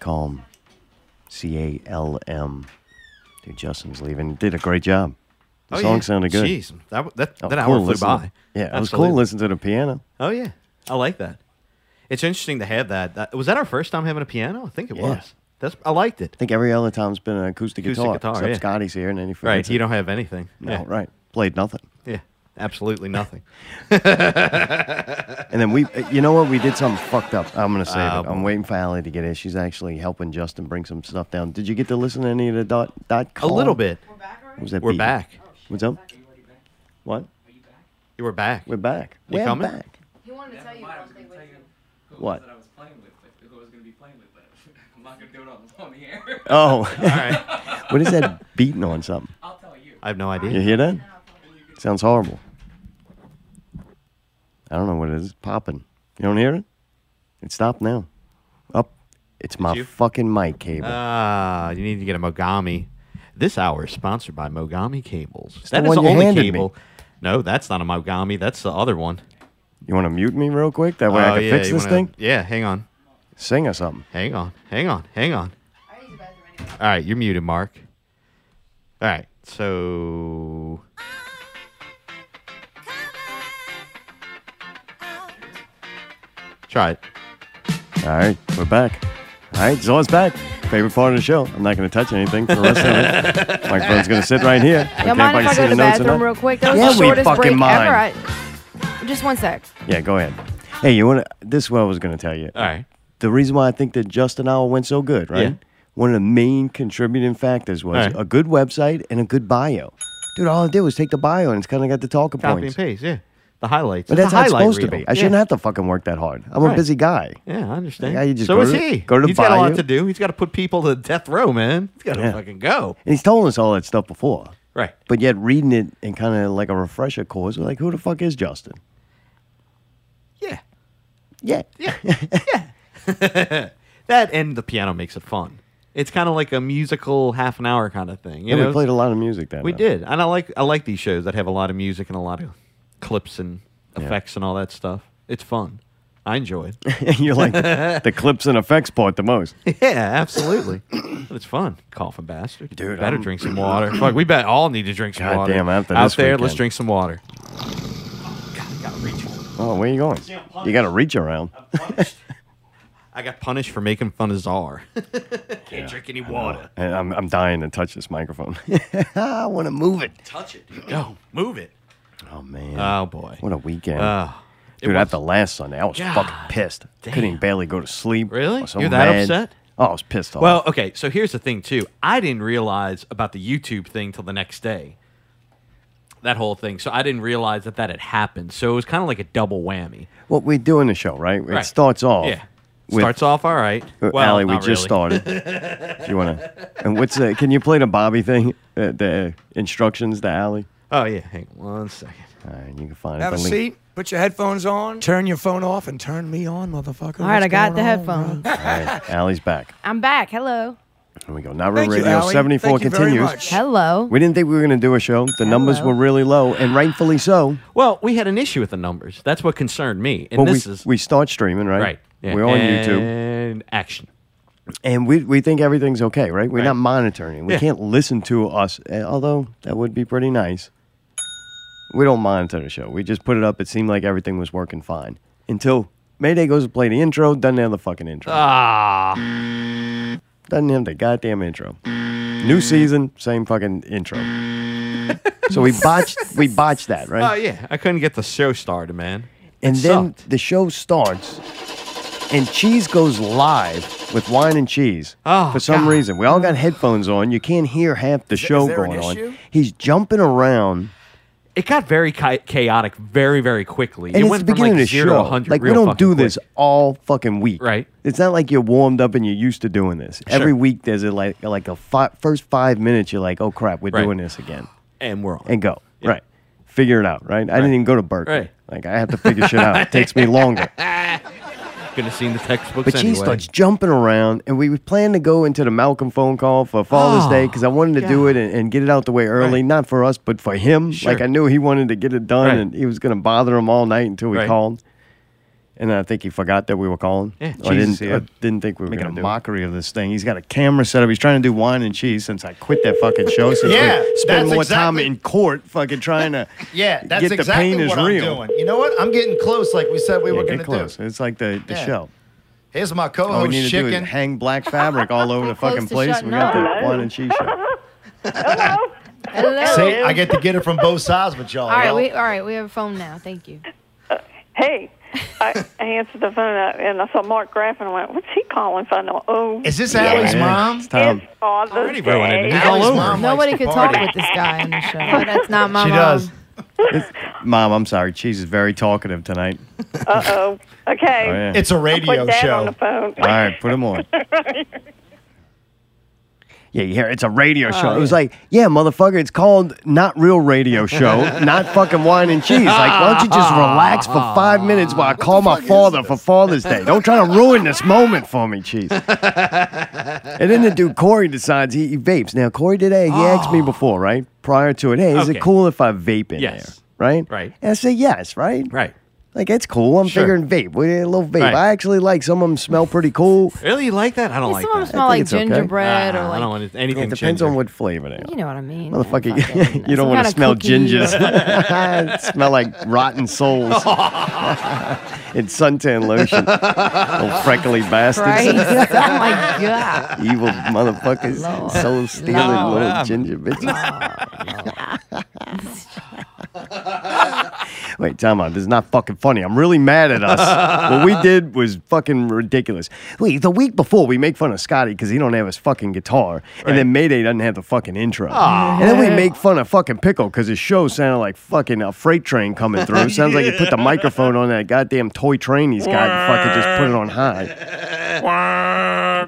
Speaker 1: Calm. C A L M. Dude, Justin's leaving. Did a great job. The
Speaker 5: Oh,
Speaker 1: song
Speaker 5: yeah.
Speaker 1: sounded good.
Speaker 5: Jeez, that- that-
Speaker 1: Oh,
Speaker 5: that hour flew
Speaker 1: listening-
Speaker 5: by.
Speaker 1: Yeah, it was
Speaker 5: Absolutely.
Speaker 1: cool listening to the piano.
Speaker 5: Oh yeah, I like that. It's interesting to have that. That- was that our first time having a piano? I think it
Speaker 1: Yeah.
Speaker 5: was. That's I liked it.
Speaker 1: I think every other time's been an acoustic,
Speaker 5: Acoustic guitar,
Speaker 1: except
Speaker 5: yeah.
Speaker 1: Scotty's here, and then he
Speaker 5: Right,
Speaker 1: forgets
Speaker 5: you
Speaker 1: it.
Speaker 5: don't have anything.
Speaker 1: No,
Speaker 5: Yeah.
Speaker 1: right. Played nothing.
Speaker 5: Yeah, absolutely nothing.
Speaker 1: And then we, you know what? We did something fucked up. I'm gonna say
Speaker 5: Oh,
Speaker 1: it. I'm waiting for Allie to get in. She's actually helping Justin bring some stuff down. Did you get to listen to any of the dot dot
Speaker 5: a
Speaker 1: com?
Speaker 5: little bit.
Speaker 1: What was that
Speaker 5: We're
Speaker 1: beat?
Speaker 5: back.
Speaker 1: What's up? What?
Speaker 5: You were back.
Speaker 1: We're back.
Speaker 5: You
Speaker 1: We're
Speaker 5: coming?
Speaker 1: back.
Speaker 2: He wanted to tell you something with you.
Speaker 1: What?
Speaker 3: That I was playing with, like, who I was going to be playing with, but I'm not going to do it on, on the air.
Speaker 1: Oh.
Speaker 5: All right.
Speaker 1: what is that beating on something?
Speaker 3: I'll tell you.
Speaker 5: I have no idea.
Speaker 1: You hear that? Sounds horrible. I don't know what it is. It's popping. You don't hear it? It stopped now. Up. It's my fucking mic cable.
Speaker 5: Ah, you need to get a Mogami. This hour is sponsored by Mogami Cables.
Speaker 1: the
Speaker 5: That is
Speaker 1: one
Speaker 5: the
Speaker 1: you
Speaker 5: only
Speaker 1: handed me.
Speaker 5: cable. No, that's not a Mogami. That's the other one.
Speaker 1: you want to mute me real quick? That way I
Speaker 5: Oh,
Speaker 1: can
Speaker 5: yeah,
Speaker 1: fix
Speaker 5: you
Speaker 1: this
Speaker 5: wanna-
Speaker 1: thing?
Speaker 5: Yeah, hang on.
Speaker 1: Sing or something.
Speaker 5: Hang on. Hang on. Hang on. All right, you're muted, Mark. All right, so. Try it.
Speaker 1: All right, we're back. All right, Zoe's back. Favorite part of the show. I'm not going to touch anything for the rest of it. Microphone's going to sit right here. I
Speaker 2: Y'all
Speaker 1: can't
Speaker 2: mind if
Speaker 1: fucking
Speaker 2: I
Speaker 1: see
Speaker 2: go to the
Speaker 1: notes in
Speaker 2: bathroom
Speaker 1: that.
Speaker 2: real quick? That was
Speaker 1: yeah,
Speaker 2: the shortest
Speaker 1: we fucking
Speaker 2: break
Speaker 1: mind.
Speaker 2: ever. I, just one sec.
Speaker 1: Yeah, go ahead. Hey, you want to? This is what I was going to tell you. All
Speaker 5: right.
Speaker 1: The reason why I think that Justin Hour went so good, right?
Speaker 5: Yeah.
Speaker 1: One of the main contributing factors was
Speaker 5: All right.
Speaker 1: a good website and a good bio. Dude, all I did was take the bio and it's kind of got the talking
Speaker 5: Copy and
Speaker 1: points.
Speaker 5: paste, yeah. The highlights.
Speaker 1: But
Speaker 5: It's
Speaker 1: that's
Speaker 5: a
Speaker 1: how it's
Speaker 5: highlight
Speaker 1: supposed to
Speaker 5: reel.
Speaker 1: be. I
Speaker 5: Yeah.
Speaker 1: shouldn't have to fucking work that hard. I'm a
Speaker 5: Right.
Speaker 1: busy guy.
Speaker 5: Yeah, I understand.
Speaker 1: Yeah, you just
Speaker 5: so
Speaker 1: go
Speaker 5: is
Speaker 1: to-
Speaker 5: he.
Speaker 1: go to the
Speaker 5: He's got a lot
Speaker 1: bayou.
Speaker 5: to do. He's got to put people to death row, man. He's got to
Speaker 1: Yeah.
Speaker 5: fucking go.
Speaker 1: And he's told us all that stuff before.
Speaker 5: Right.
Speaker 1: But yet reading it and kind of like a refresher course, we're like, who the fuck is Justin? Yeah.
Speaker 5: Yeah. yeah. that and the piano makes it fun. It's kind of like a musical half an hour kind of thing. You
Speaker 1: and
Speaker 5: know?
Speaker 1: we played a lot of music that
Speaker 5: We
Speaker 1: night.
Speaker 5: did, and I like I like these shows that have a lot of music and a lot of clips and effects and all that stuff. It's fun. I enjoy it.
Speaker 1: you like the, the clips and effects part the most.
Speaker 5: yeah, absolutely. it's fun. Coughing bastard, dude. Better
Speaker 1: I'm-
Speaker 5: drink some water. Fuck, we bet all need to drink some
Speaker 1: God
Speaker 5: water.
Speaker 1: damn, after
Speaker 5: out
Speaker 1: this
Speaker 5: there, let's
Speaker 1: weekend.
Speaker 5: drink some water.
Speaker 1: Oh, where you going? You got to reach around.
Speaker 5: I got punished for making fun of Czar. Can't drink any water.
Speaker 1: And I'm, I'm dying to touch this microphone. I want to move it.
Speaker 5: Touch it. No, move it.
Speaker 1: Oh man.
Speaker 5: Oh boy.
Speaker 1: What a weekend.
Speaker 5: Ah. It
Speaker 1: Dude,
Speaker 5: was-
Speaker 1: after last Sunday, I was fucking pissed. Couldn't even barely go to sleep.
Speaker 5: Really?
Speaker 1: I was so
Speaker 5: You're that
Speaker 1: mad.
Speaker 5: upset?
Speaker 1: Oh, I was pissed off.
Speaker 5: Well, okay. So here's the thing, too. I didn't realize about the YouTube thing till the next day. That whole thing. So I didn't realize that that had happened. So it was kind of like a double whammy.
Speaker 1: what we do in the show, right? It
Speaker 5: Right.
Speaker 1: starts off.
Speaker 5: Yeah.
Speaker 1: with-
Speaker 5: Starts off all right.
Speaker 1: Uh,
Speaker 5: Well,
Speaker 1: Allie, we
Speaker 5: not
Speaker 1: just
Speaker 5: really.
Speaker 1: started. If you want to? And what's the? Can you play the Bobby thing? The, the instructions to Allie.
Speaker 5: Oh yeah. Hang on one second.
Speaker 1: All right, you can find it.
Speaker 18: Have
Speaker 1: the
Speaker 18: a
Speaker 1: link.
Speaker 18: seat. Put your headphones on. Turn your phone off and turn me on, motherfucker.
Speaker 2: All right,
Speaker 18: What's
Speaker 2: I got the
Speaker 18: going on,
Speaker 2: headphones.
Speaker 18: bro?
Speaker 1: All right, Allie's back.
Speaker 2: I'm back. Hello.
Speaker 1: Here we go. Not
Speaker 18: Thank you,
Speaker 1: Radio
Speaker 18: Allie.
Speaker 1: 74
Speaker 18: Thank you very
Speaker 1: continues.
Speaker 18: much.
Speaker 2: Hello.
Speaker 1: We didn't think we were going to do a show. The numbers were really low, and rightfully so.
Speaker 5: Well, we had an issue with the numbers. That's what concerned me. And
Speaker 1: Well,
Speaker 5: this
Speaker 1: we,
Speaker 5: is
Speaker 1: we start streaming, right?
Speaker 5: right. Yeah.
Speaker 1: We're on YouTube,
Speaker 5: And action.
Speaker 1: and we, we think everything's okay, right? We're not monitoring. it. We
Speaker 5: Yeah.
Speaker 1: can't listen to us, eh, although that would be pretty nice. We don't monitor the show. We just put it up. It seemed like everything was working fine until Mayday goes to play the intro. Doesn't have the fucking intro.
Speaker 5: Ah.
Speaker 1: Doesn't have the goddamn intro. New season, same fucking intro. so we botched we botched that, right?
Speaker 5: Oh yeah. I couldn't get the show started, man.
Speaker 1: And
Speaker 5: It
Speaker 1: then the show starts, and Cheese goes live with Wine and Cheese.
Speaker 5: Oh,
Speaker 1: for some
Speaker 5: God.
Speaker 1: reason, we all got headphones on. You can't hear half the
Speaker 5: Is- is
Speaker 1: show
Speaker 5: there an
Speaker 1: going
Speaker 5: issue?
Speaker 1: on. He's jumping around.
Speaker 5: It got very chi- chaotic very, very quickly.
Speaker 1: And
Speaker 5: it
Speaker 1: it's
Speaker 5: went
Speaker 1: the beginning
Speaker 5: from like
Speaker 1: of the
Speaker 5: zero to
Speaker 1: show.
Speaker 5: 100
Speaker 1: Like we
Speaker 5: real
Speaker 1: don't
Speaker 5: fucking
Speaker 1: do
Speaker 5: quick.
Speaker 1: this all fucking week,
Speaker 5: Right.
Speaker 1: It's not like you're warmed up and you're used to doing this. Every
Speaker 5: Sure.
Speaker 1: week there's a like like a fi- first five minutes you're like, oh crap, we're
Speaker 5: Right.
Speaker 1: doing this again.
Speaker 5: and we're on.
Speaker 1: and go. Right. Figure it out, right? I didn't even go to Berkeley.
Speaker 5: Right.
Speaker 1: Like I have to figure shit out. It takes me longer.
Speaker 5: Gonna see the textbooks
Speaker 1: But she
Speaker 5: anyway.
Speaker 1: starts jumping around, and we planned to go into the Malcolm phone call for Father's
Speaker 5: Oh,
Speaker 1: Day because I wanted to do it and, and get it out the way early, not for us, but for him.
Speaker 5: Sure.
Speaker 1: Like I knew he wanted to get it done,
Speaker 5: Right.
Speaker 1: and he was going to bother him all night until we
Speaker 5: Right.
Speaker 1: called. And then I think he forgot that we were calling.
Speaker 19: Yeah,
Speaker 1: Or
Speaker 19: Jesus,
Speaker 1: didn't,
Speaker 19: yeah.
Speaker 1: or didn't think we were
Speaker 19: Making a
Speaker 1: gonna do it.
Speaker 19: mockery of this thing.
Speaker 1: He's got a camera set up. He's trying to do wine and cheese since I quit that fucking show. Since
Speaker 19: Yeah,
Speaker 1: we spend
Speaker 19: that's
Speaker 1: more time
Speaker 19: exactly-
Speaker 1: in court, fucking trying to
Speaker 19: Yeah, that's
Speaker 1: get the
Speaker 19: exactly
Speaker 1: pain is
Speaker 19: what
Speaker 1: real.
Speaker 19: I'm doing. You know what? I'm getting close, like we said we
Speaker 1: yeah,
Speaker 19: were
Speaker 1: get
Speaker 19: going to
Speaker 1: close.
Speaker 19: do.
Speaker 1: It's like the, the
Speaker 19: Yeah.
Speaker 1: show.
Speaker 19: Here's my
Speaker 1: All we
Speaker 2: Oh,
Speaker 19: co-host,
Speaker 1: need to do
Speaker 19: Chicken.
Speaker 1: is hang black fabric all over the fucking
Speaker 19: to
Speaker 1: place. We
Speaker 19: shutting
Speaker 1: got
Speaker 19: up.
Speaker 1: the wine and cheese show.
Speaker 2: Hello.
Speaker 19: See, I get to get it from both sides with y'all.
Speaker 2: all right,
Speaker 19: y'all.
Speaker 2: we all right. We have a phone now. Thank you.
Speaker 12: Uh, Hey, I, I answered the phone uh, and I saw Mark Graff and I went, "What's he calling for?" No, oh,
Speaker 19: Is this Allie's mom?
Speaker 1: It's Tom.
Speaker 12: Father's Day.
Speaker 2: Nobody could talk with this guy on the show. That's not my
Speaker 1: She
Speaker 2: mom.
Speaker 1: does. Mom, I'm sorry. Cheese is very talkative tonight.
Speaker 12: Uh oh. Okay.
Speaker 1: Oh, yeah. It's a
Speaker 12: I'll put
Speaker 1: radio
Speaker 12: Dad
Speaker 1: show.
Speaker 12: On the phone.
Speaker 1: All right, put him on. Yeah, you hear it's a radio show.
Speaker 12: Oh,
Speaker 1: it was like, yeah, motherfucker, it's called not real radio show, not fucking wine and cheese. Like, why don't you just relax for five minutes while I call my father for Father's Day? Don't try to ruin this moment for me, cheese. and then the dude Corey decides he, he vapes. Now Corey today, he asked me before, right? Prior to it, hey, is
Speaker 19: Okay.
Speaker 1: it cool if I vape in
Speaker 19: Yes.
Speaker 1: there? Right?
Speaker 19: Right.
Speaker 1: And I say yes, right?
Speaker 5: Right.
Speaker 1: Like it's cool. I'm
Speaker 5: Sure.
Speaker 1: figuring vape. We did a little vape.
Speaker 5: Right.
Speaker 1: I actually like some of them smell pretty cool.
Speaker 5: Really, you like that? I don't
Speaker 1: Yeah,
Speaker 5: like
Speaker 1: some of 'em
Speaker 5: that.
Speaker 1: smell I think like it's okay. gingerbread or
Speaker 5: Nah, I don't want it- anything.
Speaker 1: It depends
Speaker 5: ginger.
Speaker 1: on what flavor they are.
Speaker 2: You know what I mean?
Speaker 1: Motherfucker, you,
Speaker 2: Some
Speaker 1: don't want
Speaker 2: kinda
Speaker 1: to smell
Speaker 2: cookie.
Speaker 1: gingers. smell like rotten souls and suntan lotion. Little freckly
Speaker 2: Christ.
Speaker 1: bastards.
Speaker 2: oh my god.
Speaker 1: Evil motherfuckers. Soul stealing
Speaker 2: Lord.
Speaker 1: little
Speaker 2: Lord.
Speaker 1: ginger bitches. Wait, time out. This is not fucking funny. I'm really mad at us. what we did was fucking ridiculous. Wait, the week before we make fun of Scotty because he don't have his fucking guitar, and then Mayday doesn't have the fucking intro,
Speaker 19: Aw.
Speaker 1: and then we make fun of fucking Pickle because his show sounded like fucking a freight train coming through. sounds like he put the microphone on that goddamn toy train he's got and fucking just put it on high.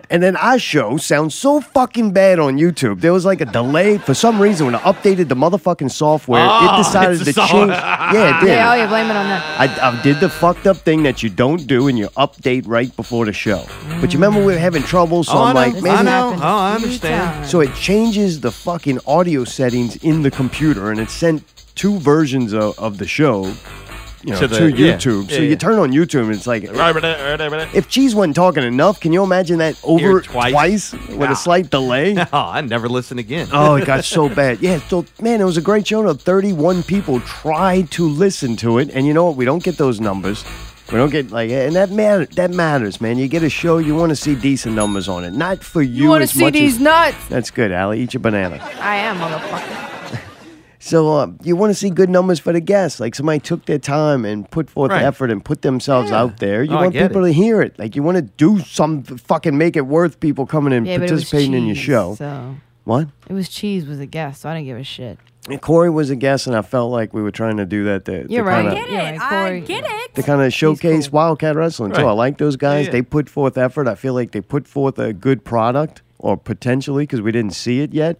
Speaker 1: And then our show sounds so fucking bad on YouTube. There was like a delay for some reason when I updated the motherfucking software.
Speaker 2: Oh,
Speaker 5: Ah,
Speaker 1: it decided
Speaker 2: it's
Speaker 1: to
Speaker 2: a song.
Speaker 1: change. Yeah, it did.
Speaker 2: Yeah, oh, you blame it on that.
Speaker 1: I, I did the fucked up thing that you don't do and you update right before the show. But you remember we were having trouble, so
Speaker 5: Oh, I
Speaker 1: I'm
Speaker 5: know.
Speaker 1: like, maybe.
Speaker 5: I know. Oh, I understand.
Speaker 1: So it changes the fucking audio settings in the computer and it sent two versions of, of the show. You know,
Speaker 5: To
Speaker 1: to,
Speaker 5: the- yeah.
Speaker 1: YouTube.
Speaker 5: Yeah,
Speaker 1: so
Speaker 5: yeah.
Speaker 1: you turn on YouTube and it's like,
Speaker 5: If
Speaker 1: if Cheese wasn't talking enough, can you imagine that over
Speaker 5: twice?
Speaker 1: with a slight delay?
Speaker 5: No, I never listen again.
Speaker 1: oh, it got so bad. Yeah, so man, it was a great show. though. 31 people tried to listen to it, and you know what? We don't get those numbers. We don't get like, and that matter. That matters, man. You get a show, you want to see decent numbers on it, not for you.
Speaker 2: You want to
Speaker 1: as
Speaker 2: see
Speaker 1: much
Speaker 2: these
Speaker 1: as-
Speaker 2: nuts?
Speaker 1: That's good, Allie. Eat your banana.
Speaker 2: I am, motherfucker.
Speaker 1: So uh, you want to see good numbers for the guests. Like somebody took their time and put forth
Speaker 19: Right.
Speaker 1: effort and put themselves out there. You
Speaker 19: Oh, I
Speaker 1: want
Speaker 19: get
Speaker 1: people to hear it. Like you want to do some fucking make it worth people coming and
Speaker 2: Yeah, but it was
Speaker 1: participating in your
Speaker 2: cheese,
Speaker 1: show.
Speaker 2: So
Speaker 1: What?
Speaker 2: it was cheese was a guest, so I didn't give a shit.
Speaker 1: And Corey was a guest, and I felt like we were trying to do that. To,
Speaker 2: You're
Speaker 1: to
Speaker 2: right.
Speaker 1: kinda-
Speaker 2: You're right, Corey. get it.
Speaker 1: to kind of showcase Wildcat Wrestling too.
Speaker 19: Right.
Speaker 1: I like those guys.
Speaker 19: Yeah.
Speaker 1: They put forth effort. I feel like they put forth a good product, or potentially because we didn't see it yet.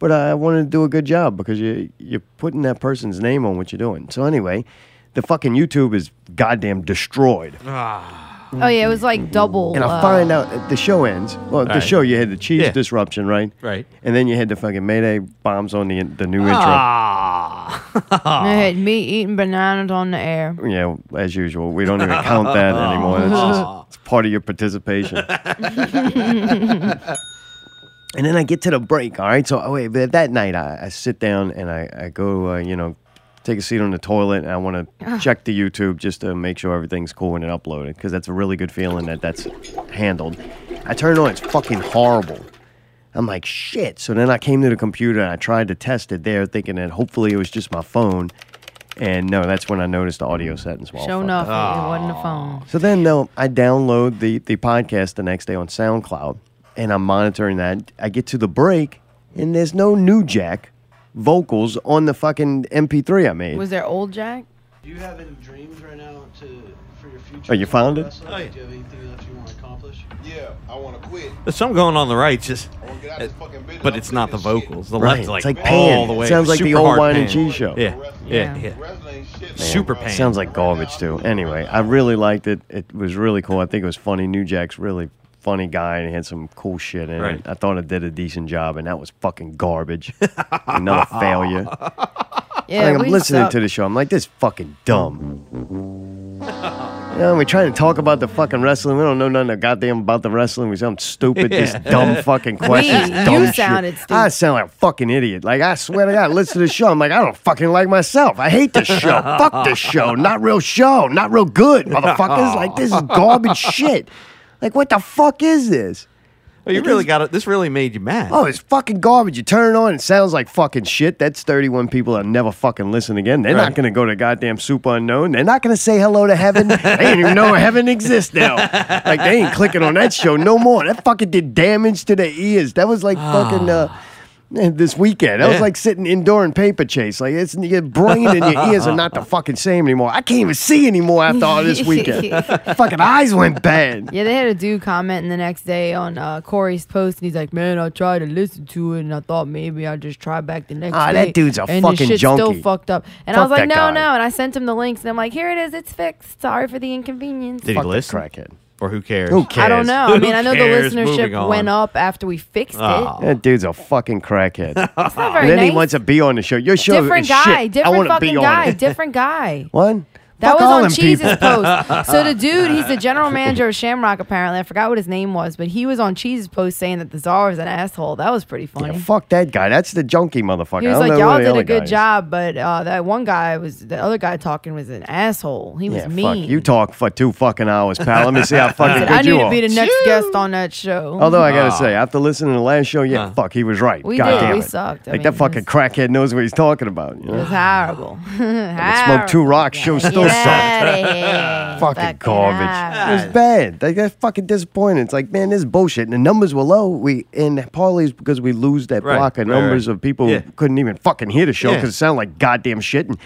Speaker 1: But I wanted to do a good job because you you're putting that person's name on what you're doing. So anyway, the fucking YouTube is goddamn destroyed.
Speaker 17: Ah.
Speaker 2: Oh yeah, it was like double.
Speaker 1: Mm-hmm. And I
Speaker 2: uh,
Speaker 1: find out that the show ends. Well, the
Speaker 19: Right.
Speaker 1: show you had the cheese disruption, right? Right. And then you had the fucking Mayday bombs on the the new Ah.
Speaker 19: Ah.
Speaker 2: They had me eating bananas on the air.
Speaker 1: intro. Yeah, as usual, we don't even count that anymore. It's, just, it's part of your participation. And then I get to the break, all right? So, oh, wait, but that night I, I sit down and I, I go, uh, you know, take a seat on the toilet and I want to
Speaker 19: Ugh.
Speaker 1: check the YouTube just to make sure everything's cool and uploaded because that's a really good feeling that that's handled. I turn it on, it's fucking horrible. I'm like, shit. So then I came to the computer and I tried to test it there, thinking that hopefully it was just my phone. And no, that's when I noticed the audio settings were all
Speaker 2: Show
Speaker 1: fucked
Speaker 2: enough,
Speaker 1: up.
Speaker 2: it wasn't a phone.
Speaker 1: So then, though, I download the, the podcast the next day on SoundCloud and I'm monitoring that. I get to the break and there's no new Jack vocals on the fucking MP3 I made.
Speaker 2: Was there old Jack?
Speaker 20: Do you have any dreams right now to for your future?
Speaker 1: Oh, you found it?
Speaker 20: wrestling? Do you have anything else you want to accomplish? Yeah, I want to quit.
Speaker 5: There's something going on the right, just uh, but it's not the vocals. The
Speaker 1: Right,
Speaker 5: left's
Speaker 1: it's
Speaker 5: like,
Speaker 1: like
Speaker 5: all
Speaker 1: pan.
Speaker 5: the way.
Speaker 1: Sounds like the
Speaker 5: super
Speaker 1: old
Speaker 5: hard
Speaker 1: wine and
Speaker 5: pan.
Speaker 1: cheese show.
Speaker 5: Yeah, yeah, yeah. Super pan.
Speaker 1: Sounds like garbage, too. Anyway, I really liked it. It was really cool. I think it was funny. New Jack's really funny guy and he had some cool shit in
Speaker 19: Right.
Speaker 1: it. I thought it did a decent job and that was fucking garbage. Another failure.
Speaker 2: Yeah,
Speaker 1: like,
Speaker 2: we
Speaker 1: I'm listening
Speaker 2: suck.
Speaker 1: to the show. I'm like, this is fucking dumb. You know, we're trying to talk about the fucking wrestling. We don't know nothing goddamn about the wrestling. We sound stupid, just
Speaker 2: Yeah.
Speaker 1: dumb fucking
Speaker 2: We-
Speaker 1: questions.
Speaker 2: you
Speaker 1: dumb
Speaker 2: sounded
Speaker 1: shit. I sound like a fucking idiot. Like, I swear to God, listen to the show. I'm like, I don't fucking like myself. I hate this show. Fuck this show. Not real show. Not real good, motherfuckers. Like, this is garbage shit. Like, what the fuck is this?
Speaker 5: Well, you
Speaker 1: Like,
Speaker 5: really
Speaker 1: this-
Speaker 5: got it. This really made you mad.
Speaker 1: Oh, it's fucking garbage. You turn it on, it sounds like fucking shit. That's 31 people that never fucking listen again. They're not
Speaker 5: Right.
Speaker 1: going to go to goddamn Super Unknown. They're not going to say hello to heaven. they didn't even know heaven exists now. Like, they ain't clicking on that show no more. That fucking did damage to their ears. That was like fucking.
Speaker 5: Ah.
Speaker 1: Uh, this weekend, that was
Speaker 17: Yeah.
Speaker 1: like sitting indoor in paper chase. Like it's your brain and your ears are not the fucking same anymore. I can't even see anymore after all this weekend. fucking eyes went bad.
Speaker 2: Yeah, they had a dude commenting the next day on uh, Corey's post, and he's like, "Man, I tried to listen to it, and I thought maybe I'd just try back the next
Speaker 1: Ah,
Speaker 2: day."
Speaker 1: that dude's a
Speaker 2: and the
Speaker 1: fucking
Speaker 2: shit's Still
Speaker 1: junkie.
Speaker 2: fucked up, and I
Speaker 1: Fuck
Speaker 2: was like,
Speaker 1: that
Speaker 2: "No,
Speaker 1: guy."
Speaker 2: no," and I sent him the links, and I'm like, "Here it is, it's fixed. Sorry for the inconvenience."
Speaker 5: Did he listen? Or who cares?
Speaker 1: Who cares?
Speaker 2: I don't know. I
Speaker 1: Who
Speaker 2: mean, I know the
Speaker 1: cares? Moving
Speaker 2: listenership
Speaker 1: on.
Speaker 2: went up after we fixed
Speaker 1: Oh.
Speaker 2: it.
Speaker 1: That dude's a fucking crackhead.
Speaker 2: very
Speaker 1: and then he
Speaker 2: nice.
Speaker 1: wants to be on the show. Your show
Speaker 2: different
Speaker 1: is
Speaker 2: guy,
Speaker 1: shit. I
Speaker 2: different
Speaker 1: want to
Speaker 2: fucking
Speaker 1: be on
Speaker 2: guy,
Speaker 1: it.
Speaker 2: different guy.
Speaker 1: What?
Speaker 2: That
Speaker 1: Fuck
Speaker 2: was
Speaker 1: all
Speaker 2: on
Speaker 1: them
Speaker 2: Cheese's
Speaker 1: people.
Speaker 2: post. So the dude, he's the general manager of Shamrock. Apparently, I forgot what his name was, but he was on Cheese's post saying that the czar is an asshole. That was pretty funny.
Speaker 1: Yeah, fuck that guy. That's the junkie motherfucker.
Speaker 2: He
Speaker 1: I
Speaker 2: was
Speaker 1: don't
Speaker 2: like,
Speaker 1: know
Speaker 2: "Y'all
Speaker 1: who the
Speaker 2: did
Speaker 1: other
Speaker 2: a
Speaker 1: guy
Speaker 2: good
Speaker 1: is."
Speaker 2: job, but uh, that one guy was the other guy talking was an asshole. He was
Speaker 1: yeah,
Speaker 2: mean."
Speaker 1: fuck. You talk for two fucking hours, pal. Let me see how
Speaker 2: I
Speaker 1: fucking
Speaker 2: said, I
Speaker 1: good
Speaker 2: need
Speaker 1: you
Speaker 2: to
Speaker 1: are.
Speaker 2: be the next guest on that show.
Speaker 1: Although I gotta say, after listening to the last show, yeah, fuck, he was right.
Speaker 2: We
Speaker 1: God
Speaker 2: did.
Speaker 1: damn
Speaker 2: We
Speaker 1: it.
Speaker 2: sucked. I
Speaker 1: like
Speaker 2: mean,
Speaker 1: that fucking crackhead knows what he's talking about. You
Speaker 2: it was horrible.
Speaker 1: know? Smoke two rocks, show still
Speaker 2: Get
Speaker 1: sucked. Fucking garbage. It was bad. Like that's fucking disappointing. It's like, man, this is bullshit. And the numbers were low. We and partly it's because we lose that
Speaker 17: Right,
Speaker 1: block of
Speaker 17: right,
Speaker 1: numbers
Speaker 17: right.
Speaker 1: of people
Speaker 17: Yeah.
Speaker 1: who couldn't even fucking hear the show
Speaker 17: Yeah.
Speaker 1: because it sounded like goddamn shit. And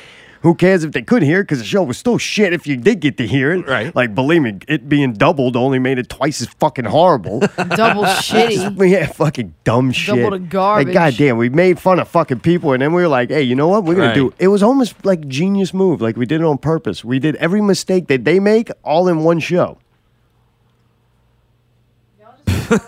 Speaker 1: who cares if they could hear it? Because the show was still shit if you did get to hear it. Right. Like, believe me, it being doubled only made it twice as fucking horrible.
Speaker 2: Double shitty.
Speaker 1: Yeah, fucking dumb shit.
Speaker 2: the garbage.
Speaker 1: Like, goddamn, we made fun of fucking people, and then we were like, hey, you know what? We're gonna
Speaker 17: Right.
Speaker 1: do. It was almost like genius move. Like we did it on purpose. We did every mistake that they make all in one show.
Speaker 5: what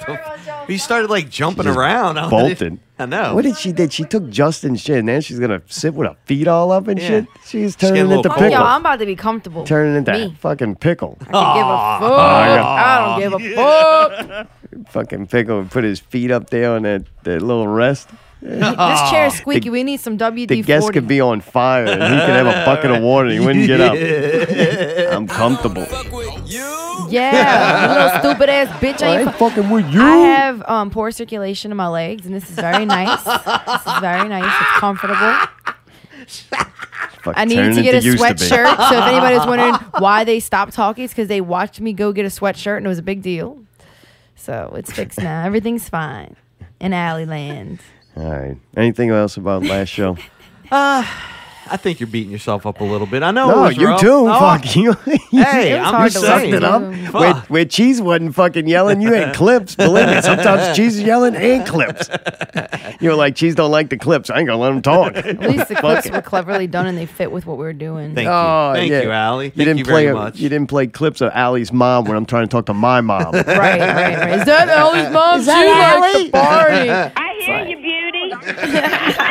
Speaker 5: the? f- He started like jumping around. I was-
Speaker 1: Bolted.
Speaker 5: I know.
Speaker 1: What did she did? She took Justin's shit, and then she's gonna sit with her feet all up and shit. She's
Speaker 2: I'm
Speaker 1: turning into
Speaker 2: telling y'all, I'm
Speaker 1: pickle.
Speaker 2: about to be comfortable.
Speaker 1: Turning into
Speaker 2: me.
Speaker 1: fucking pickle. Ah,
Speaker 2: I can give
Speaker 5: Ah.
Speaker 2: a fuck. I don't give a fuck.
Speaker 1: Fucking pickle would put his feet up there on that, that little rest.
Speaker 5: Ah.
Speaker 2: this chair's squeaky. we need some WD-40.
Speaker 1: The guest could be on fire, and he could have a bucket of water, and he wouldn't get up. I'm comfortable.
Speaker 2: Yeah, you little stupid ass bitch.
Speaker 1: I
Speaker 2: I,
Speaker 1: ain't
Speaker 2: ain't
Speaker 1: fucking with you.
Speaker 2: I have um, poor circulation in my legs, and this is very nice. this is very nice. It's comfortable. I needed to get a sweatshirt. so if anybody's wondering why they stopped talking, it's because they watched me go get a sweatshirt, and it was a big deal. So it's fixed now. Everything's fine in Alleyland.
Speaker 1: All right. Anything else about last show? Ah.
Speaker 5: Uh, I think you're beating yourself up a little bit. I know. it
Speaker 1: no,
Speaker 5: was
Speaker 1: you
Speaker 5: rough.
Speaker 1: too.
Speaker 5: Oh,
Speaker 1: Fuck you.
Speaker 5: Hey,
Speaker 1: you
Speaker 5: I'm
Speaker 1: you
Speaker 5: just
Speaker 1: sucked
Speaker 5: saying.
Speaker 1: it up.
Speaker 5: Fuck.
Speaker 1: Where, where cheese wasn't fucking yelling, you had clips. Believe me, sometimes cheese is yelling and clips. You were like, cheese don't like the clips. I ain't gonna let him talk.
Speaker 2: At least the
Speaker 1: Fuck
Speaker 2: clips
Speaker 1: it.
Speaker 2: were cleverly done, and they fit with what we were doing.
Speaker 1: Oh, yeah.
Speaker 5: Allie. Thank
Speaker 1: you didn't
Speaker 5: you
Speaker 1: play
Speaker 5: very
Speaker 1: a-
Speaker 5: much.
Speaker 1: You didn't play clips of Allie's mom when I'm trying to talk to my mom.
Speaker 2: Right, right, right. Is that Allie's mom?
Speaker 17: Is
Speaker 2: She
Speaker 17: that
Speaker 2: likes
Speaker 17: Allie?
Speaker 2: the party.
Speaker 17: I hear you, beauty.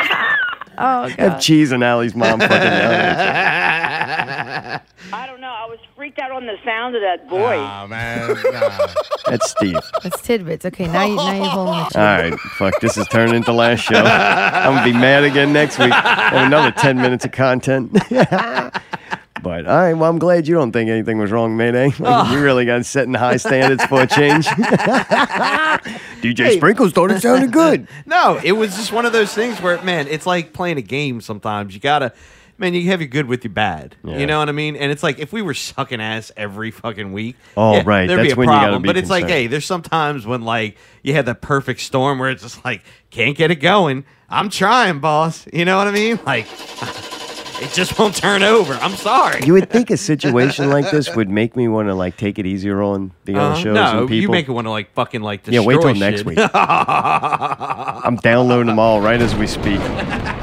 Speaker 2: Oh,
Speaker 1: Have cheese and Allie's mom fucking yelling. at each
Speaker 21: I don't know. I was freaked out on the sound of that voice.
Speaker 1: Nah, other. That's Steve.
Speaker 2: That's tidbits. Okay, now you now you're holding the
Speaker 1: All right, fuck. This is turning into last show. I'm gonna be mad again next week. Have another ten minutes of content. but all right, well, I'm glad you don't think anything was wrong, Mayday. Like, You really got setting high standards for a change. DJ
Speaker 5: Hey.
Speaker 1: Sprinkles thought it sounded good.
Speaker 5: No, it was just one of those things where, man, it's like playing a game sometimes. You gotta, man, you have your good with your bad.
Speaker 1: Yeah.
Speaker 5: You know what I mean? And it's like if we were sucking ass every fucking week,
Speaker 1: Oh, right.
Speaker 5: there'd
Speaker 1: That's
Speaker 5: be a
Speaker 1: when you gotta
Speaker 5: problem.
Speaker 1: be
Speaker 5: but it's like,
Speaker 1: concerned.
Speaker 5: hey, there's sometimes when like you have that perfect storm where it's just like can't get it going. I'm trying, boss. You know what I mean? Like it just won't turn over. I'm sorry.
Speaker 1: You would think a situation like this would make me want to like take it easier on the
Speaker 5: Uh,
Speaker 1: other shows
Speaker 5: no,
Speaker 1: and people.
Speaker 5: you make it want to like fucking like destroy
Speaker 1: Yeah, wait till next
Speaker 5: shit.
Speaker 1: week. I'm downloading them all right as we speak.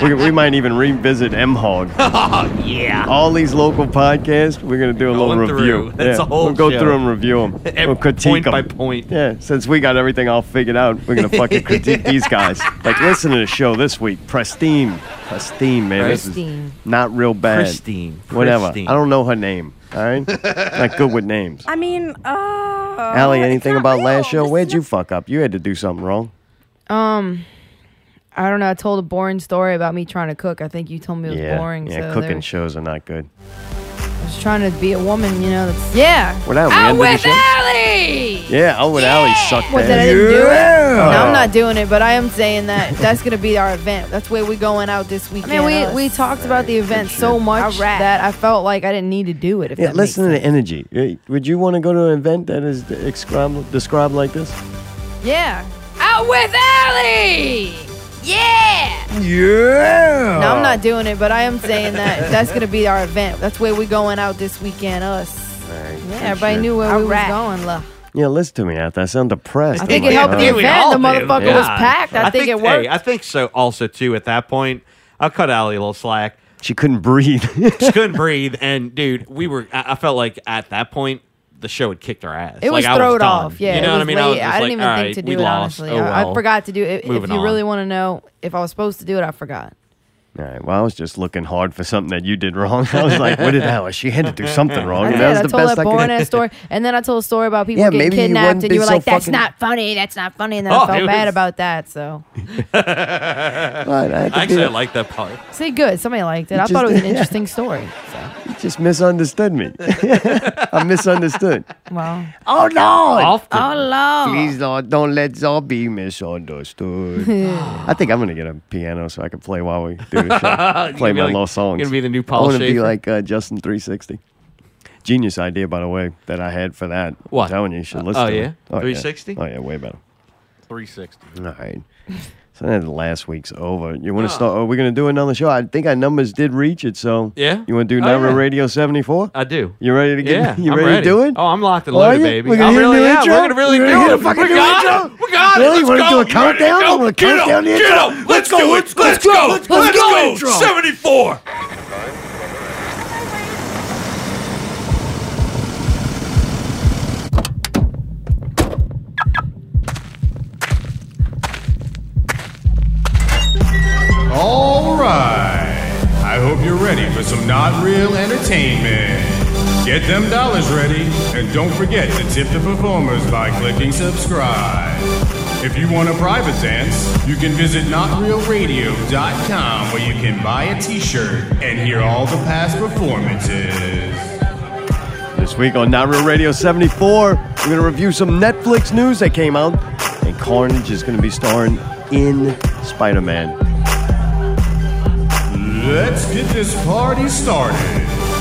Speaker 1: We, we might even revisit M Hog.
Speaker 16: Oh, yeah.
Speaker 1: All these local podcasts, we're gonna do a little
Speaker 5: Going through.
Speaker 1: review.
Speaker 5: That's a whole
Speaker 1: We'll go
Speaker 5: show.
Speaker 1: through and review them.
Speaker 5: Every-
Speaker 1: we'll critique
Speaker 5: point
Speaker 1: 'em.
Speaker 5: by point.
Speaker 1: Yeah, since we got everything all figured out, we're gonna fucking critique these guys. Like, listen to the show this week, Pristine, Pristine, man, this is
Speaker 22: Pristine.
Speaker 1: not real bad.
Speaker 5: Pristine.
Speaker 1: whatever.
Speaker 5: Pristine.
Speaker 1: I don't know her name. All right, not good with names.
Speaker 22: I mean, uh.
Speaker 1: Allie, anything about last show? Where'd you fuck up? You had to do something wrong.
Speaker 2: Um, I don't know. I told a boring story about me trying to cook. I think you told me it was
Speaker 1: yeah,
Speaker 2: boring.
Speaker 1: yeah,
Speaker 2: so
Speaker 1: cooking
Speaker 2: there-
Speaker 1: shows are not good.
Speaker 2: I was trying to be a woman, you know. That's, yeah.
Speaker 1: Well, that Out random with shit.
Speaker 2: Allie.
Speaker 1: Yeah, oh, with Allie sucked
Speaker 2: What
Speaker 1: ass.
Speaker 2: did I didn't do it? No,
Speaker 1: Oh.
Speaker 2: I'm not doing it, but I am saying that that's gonna be our event. That's where we're going out this weekend. I mean,
Speaker 22: us.
Speaker 2: we, we talked about the event so much that I felt like I didn't need to do it. If
Speaker 1: Yeah,
Speaker 2: that
Speaker 1: listen to the energy. Yeah, Would you want to go to an event that is described, described like this?
Speaker 2: makes- yeah. Out with Allie. Yeah.
Speaker 1: Yeah.
Speaker 2: No, I'm
Speaker 5: Oh.
Speaker 2: not doing it, but I am saying that that's gonna be our event. That's where we're going out this weekend. Us. Yeah, everybody knew where we was going. Look.
Speaker 1: Yeah, listen to me after. I sound depressed. uh,
Speaker 2: I think it helped the
Speaker 1: Alright.
Speaker 2: event. The motherfucker
Speaker 1: Yeah.
Speaker 2: was packed. I, think, it worked.
Speaker 5: Hey, I think so. Also, too, at that point, I'll cut Allie a little slack.
Speaker 1: She couldn't breathe.
Speaker 5: she couldn't breathe, and dude, we were. I, I felt like at that point. The show had kicked our ass.
Speaker 2: It was
Speaker 5: like, I
Speaker 2: throwed
Speaker 5: done.
Speaker 2: off. Yeah,
Speaker 5: you
Speaker 2: it
Speaker 5: know what I
Speaker 2: was
Speaker 5: mean.
Speaker 2: late.
Speaker 5: I, was just
Speaker 2: didn't
Speaker 5: like,
Speaker 2: even
Speaker 5: all
Speaker 2: think
Speaker 5: right,
Speaker 2: to
Speaker 5: we
Speaker 2: do it
Speaker 5: lost.
Speaker 2: honestly.
Speaker 5: Oh,
Speaker 2: I- I,
Speaker 5: well.
Speaker 2: forgot to do it. If
Speaker 5: Moving
Speaker 2: you
Speaker 5: on.
Speaker 2: really want to know if I was supposed to do it, I forgot.
Speaker 1: All right, well, I was just looking hard for something that you did wrong. I was like, what did Alice? She had to do something wrong.
Speaker 2: I
Speaker 1: and
Speaker 2: did.
Speaker 1: that was
Speaker 2: I
Speaker 1: the
Speaker 2: told
Speaker 1: best
Speaker 2: that
Speaker 1: I
Speaker 2: boring
Speaker 1: could.
Speaker 2: ass story, and then I told a story about people
Speaker 1: Yeah,
Speaker 2: getting
Speaker 1: maybe you
Speaker 2: kidnapped,
Speaker 1: wouldn't
Speaker 2: and you
Speaker 1: be
Speaker 2: were
Speaker 1: so
Speaker 2: like, "That's
Speaker 1: fucking-
Speaker 2: not funny. That's not funny." And then
Speaker 5: Oh,
Speaker 2: I felt
Speaker 5: it
Speaker 2: bad
Speaker 5: was-
Speaker 2: about that. So,
Speaker 1: Right, I had to do
Speaker 5: Actually, I
Speaker 1: it.
Speaker 5: like that part.
Speaker 2: see, good. Somebody liked it.
Speaker 1: You
Speaker 2: I thought it
Speaker 1: just-
Speaker 2: was an interesting story.
Speaker 1: You just misunderstood me. I misunderstood.
Speaker 2: Wow.
Speaker 1: Oh, Lord.
Speaker 2: Often. Oh, Lord.
Speaker 1: Please, Lord, don't let Zor be misunderstood. I think I'm going to get a piano so I can play while we do the show.
Speaker 5: You're gonna
Speaker 1: play
Speaker 5: be
Speaker 1: my
Speaker 5: like-
Speaker 1: little songs.
Speaker 5: you're gonna be the new Paul
Speaker 1: I want to be
Speaker 5: Schaefer.
Speaker 1: like uh, Justin 360. Genius idea, by the way, that I had for that.
Speaker 5: What?
Speaker 1: I'm telling you, you should
Speaker 5: Uh,
Speaker 1: listen
Speaker 5: oh,
Speaker 1: to
Speaker 5: yeah?
Speaker 1: it.
Speaker 5: 360?
Speaker 1: Oh, yeah, way better.
Speaker 5: 360.
Speaker 1: All right. So then last week's over. You
Speaker 5: Oh.
Speaker 1: want to start? Are we going to do another show? I think our numbers did reach it. So
Speaker 5: Yeah?
Speaker 1: you want to do
Speaker 5: Oh,
Speaker 1: number
Speaker 5: yeah.
Speaker 1: radio seventy four?
Speaker 5: I do.
Speaker 1: You ready to get?
Speaker 5: Yeah,
Speaker 1: you
Speaker 5: I'm
Speaker 1: ready, to do it?
Speaker 5: Oh, I'm locked and
Speaker 1: Are
Speaker 5: loaded,
Speaker 1: you?
Speaker 5: baby.
Speaker 1: We're gonna
Speaker 5: I'm
Speaker 1: hit a
Speaker 5: really,
Speaker 1: new
Speaker 5: yeah,
Speaker 1: intro?
Speaker 5: we're gonna really
Speaker 1: We're
Speaker 5: do
Speaker 1: gonna hit a
Speaker 5: it.
Speaker 1: fucking
Speaker 5: we
Speaker 1: new
Speaker 5: got
Speaker 1: intro?
Speaker 5: it. We got
Speaker 1: Really?
Speaker 5: it.
Speaker 1: You wanna
Speaker 5: Let's
Speaker 1: do
Speaker 5: go.
Speaker 1: a countdown?
Speaker 5: You
Speaker 1: Wanna
Speaker 5: ready to go?
Speaker 1: count down the
Speaker 5: Get
Speaker 1: intro?
Speaker 5: up. Get up. Let's
Speaker 1: Let's
Speaker 5: go.
Speaker 1: go.
Speaker 5: Let's let's go.
Speaker 1: Let's
Speaker 5: Let's
Speaker 1: go.
Speaker 5: go.
Speaker 1: Intro.
Speaker 5: 74.
Speaker 23: All right. I hope you're ready for some not real entertainment. Get them dollars ready and don't forget to tip the performers by clicking subscribe. If you want a private dance, you can visit notrealradio.com where you can buy a t-shirt and hear all the past performances.
Speaker 1: This week on Not Real Radio 74, we're going to review some Netflix news that came out, and Carnage is going to be starring in Spider Man.
Speaker 23: Let's get this party started.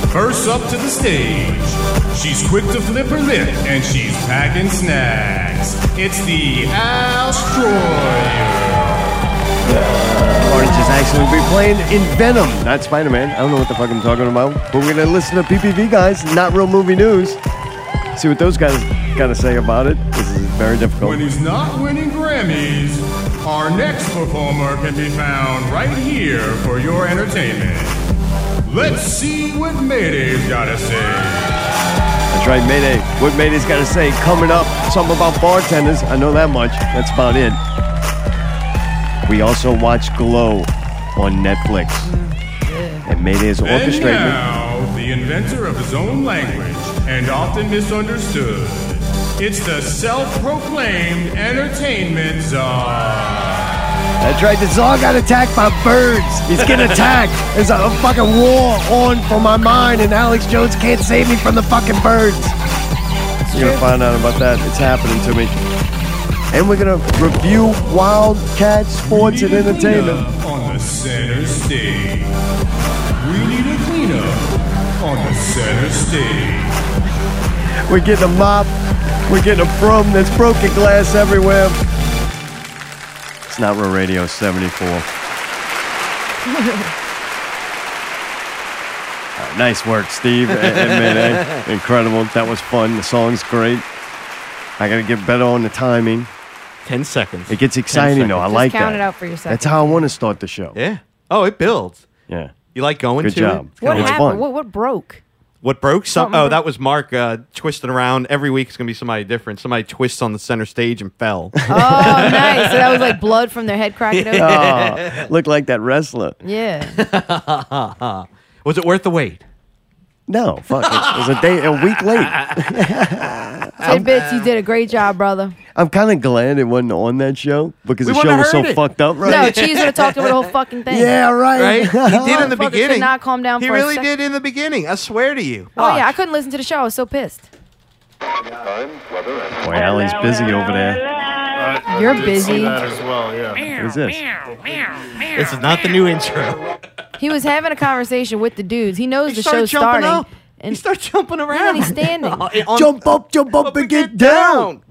Speaker 23: First up to the stage. She's quick to flip her lip and she's packing snacks. It's the Alstroyer.
Speaker 1: Carnage is actually going to be playing in Venom, not Spider Man. I don't know what the fuck I'm talking about, but we're going to listen to PPV guys, Not Real Movie News, see what those guys got to say about it. This is very difficult.
Speaker 23: When he's not winning Grammys, our next performer can be found right here for your entertainment. Let's see what Mayday's gotta say.
Speaker 1: That's right, Mayday. What Mayday's got to say coming up, something about bartenders. I know that much. That's about it. We also watch Glow on Netflix. And Mayday is
Speaker 23: And
Speaker 1: orchestrating.
Speaker 23: now, the inventor of his own language and often misunderstood, it's the self-proclaimed entertainment czar.
Speaker 1: That's right, the Czar got attacked by birds. He's getting attacked. There's a fucking war Oh, on for my mind, and Alex Jones can't save me from the fucking birds. You're going to find out about that. It's happening to me. And we're going to review Wildcat Sports and
Speaker 23: Need a
Speaker 1: Entertainment.
Speaker 23: cleanup on the center stage. We need a cleanup on the center stage.
Speaker 1: We're getting a mop. We're getting a broom. There's broken glass everywhere. It's not real radio 74. Uh, nice work, Steve and, and Mayday. Incredible. That was fun. The song's great. I got to get better on the timing.
Speaker 5: Ten seconds.
Speaker 1: It gets exciting though. I
Speaker 5: seconds.
Speaker 1: like
Speaker 5: Just count
Speaker 1: that.
Speaker 5: it out for yourself.
Speaker 1: That's how I want to start the show.
Speaker 5: Yeah. Oh, it builds.
Speaker 1: Yeah.
Speaker 5: You like going
Speaker 1: Good
Speaker 5: to
Speaker 1: job.
Speaker 5: it?
Speaker 2: What
Speaker 5: It's
Speaker 2: happened?
Speaker 5: fun.
Speaker 2: What, what broke?
Speaker 5: What broke? Some,
Speaker 2: Something
Speaker 5: oh,
Speaker 2: broke.
Speaker 5: that was Mark uh, twisting around. Every week it's going to be somebody different. Somebody twists on the center stage and fell.
Speaker 2: Oh, nice. So that was like blood from their head cracking open.
Speaker 1: Oh, look like that wrestler.
Speaker 2: Yeah.
Speaker 5: was it worth the wait?
Speaker 1: No, fuck. It was a day, a week late.
Speaker 2: Tidbits, you did a great job, brother.
Speaker 1: I'm kind of glad it wasn't on that show because
Speaker 2: We
Speaker 1: the
Speaker 2: wouldn't
Speaker 1: show was so
Speaker 2: have heard it.
Speaker 1: fucked up. Right?
Speaker 2: No, Cheese would have talked over the whole fucking thing.
Speaker 1: Yeah, right.
Speaker 5: Right? He did in the
Speaker 2: Motherfucker could
Speaker 5: beginning.
Speaker 2: not calm down
Speaker 5: He
Speaker 2: for a
Speaker 5: really
Speaker 2: sec-
Speaker 5: did in the beginning. I swear to you.
Speaker 2: Oh, yeah. I couldn't listen to the show. I was so pissed.
Speaker 1: Boy, Allie's busy over there.
Speaker 2: You're busy.
Speaker 19: well, yeah.
Speaker 1: Who's this?
Speaker 5: This is not the new intro.
Speaker 2: He was having a conversation with the dudes. He knows
Speaker 5: He
Speaker 2: the
Speaker 5: started
Speaker 2: show's
Speaker 5: jumping
Speaker 2: starting.
Speaker 5: up.
Speaker 2: And he
Speaker 5: starts jumping around. Oh,
Speaker 2: he's standing.
Speaker 1: jump up, jump up, and get down.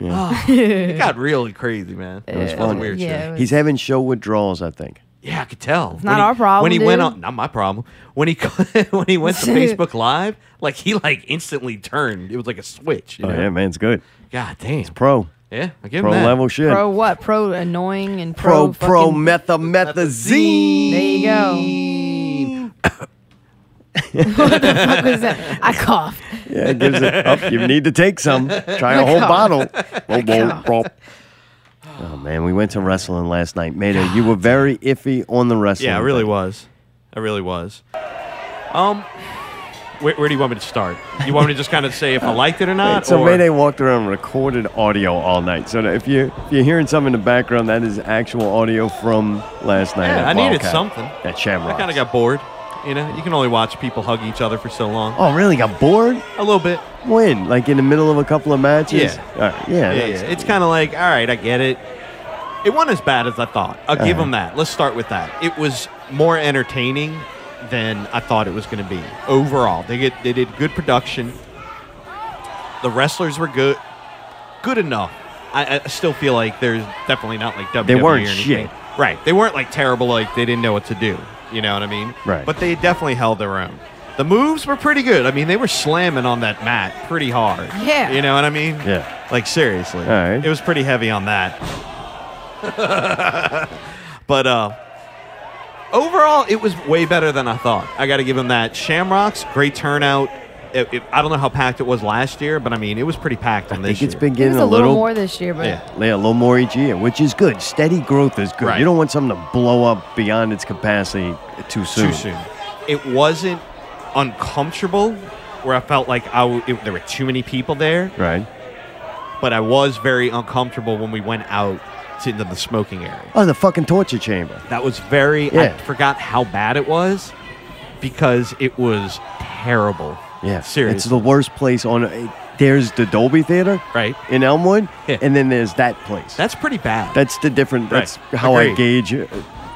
Speaker 5: Oh, it got really crazy, man.
Speaker 1: It was
Speaker 5: a
Speaker 1: fun.
Speaker 5: weird show.
Speaker 1: He's having show withdrawals, I think.
Speaker 5: Yeah, I could tell.
Speaker 2: not
Speaker 5: When he-
Speaker 2: our problem,
Speaker 5: When he went
Speaker 2: dude.
Speaker 5: on, not my problem. When he when he went to Facebook Live, like he like instantly turned. It was like a switch. You
Speaker 1: Oh
Speaker 5: know?
Speaker 1: yeah, man, it's good.
Speaker 5: God damn, it's
Speaker 1: pro.
Speaker 5: Yeah, I give him
Speaker 1: pro
Speaker 5: that.
Speaker 1: level shit.
Speaker 2: Pro what? Pro annoying and pro
Speaker 1: pro, pro
Speaker 2: fucking-
Speaker 1: methamethazine.
Speaker 2: There you go. what the fuck was that? I coughed.
Speaker 1: Yeah, it gives it up. You need to take some. Try a
Speaker 2: My
Speaker 1: whole
Speaker 2: God.
Speaker 1: bottle. Whoa, whoa, whoa. Oh man, we went to wrestling last night. Mayday, you were very iffy on the wrestling.
Speaker 5: Yeah, I really
Speaker 1: thing.
Speaker 5: was. I really was. Um, where, where do you want me to start? You want me to just kind of say if I liked it or
Speaker 1: Wait,
Speaker 5: not?
Speaker 1: so
Speaker 5: or-
Speaker 1: Mayday walked around and recorded audio all night. So that if you if you're hearing something in the background, that is actual audio from last night.
Speaker 5: yeah,
Speaker 1: at
Speaker 5: I needed
Speaker 1: Wildcat.
Speaker 5: something.
Speaker 1: That
Speaker 5: I
Speaker 1: Shamrock.
Speaker 5: kind of got bored. You know, you can only watch people hug each other for so long.
Speaker 1: Oh, really? Got bored?
Speaker 5: A little bit.
Speaker 1: When? Like in the middle of a couple of matches?
Speaker 5: Yeah.
Speaker 1: All right, yeah.
Speaker 5: yeah,
Speaker 1: that's-
Speaker 5: yeah. It's kind of like, all right, I get it. It wasn't as bad as I thought. I'll give
Speaker 1: Uh-huh.
Speaker 5: them that. Let's start with that. It was more entertaining than I thought it was going to be overall. They get they did good production. The wrestlers were good, good enough. I, I still feel like there's definitely not like WWE
Speaker 1: They weren't
Speaker 5: or anything.
Speaker 1: shit.
Speaker 5: Right. They weren't like terrible. Like they didn't know what to do. You know what I mean?
Speaker 1: Right.
Speaker 5: But they definitely held their own. The moves were pretty good. I mean, they were slamming on that mat pretty hard.
Speaker 2: Yeah.
Speaker 5: You know what I mean?
Speaker 1: Yeah.
Speaker 5: Like seriously.
Speaker 1: All right.
Speaker 5: It was pretty heavy on that. but uh overall it was way better than I thought. I got to give him that. Shamrocks great turnout. It- it- I don't know how packed it was last year, but I mean it was pretty packed on
Speaker 1: I
Speaker 5: this
Speaker 1: think it's
Speaker 5: year.
Speaker 1: been
Speaker 2: It was
Speaker 1: getting
Speaker 2: a
Speaker 1: a
Speaker 2: little
Speaker 1: little,
Speaker 2: more this year, but
Speaker 5: Yeah.
Speaker 1: yeah, a little more each year, which is good. Steady growth is good.
Speaker 5: Right.
Speaker 1: You don't want something to blow up beyond its capacity too soon.
Speaker 5: Too soon. It wasn't uncomfortable where I felt like I w- it, there were too many people there.
Speaker 1: Right.
Speaker 5: but I was very uncomfortable when we went out to into the smoking area.
Speaker 1: Oh, the fucking torture chamber.
Speaker 5: That was very.
Speaker 1: Yeah.
Speaker 5: I forgot how bad it was because it was terrible.
Speaker 1: Yeah.
Speaker 5: seriously.
Speaker 1: It's the worst place on. it- There's the Dolby Theater
Speaker 5: right
Speaker 1: in Elmwood, and then there's that place.
Speaker 5: That's pretty bad.
Speaker 1: That's the different.
Speaker 5: Right.
Speaker 1: That's how I
Speaker 5: Agreed.
Speaker 1: gauge uh,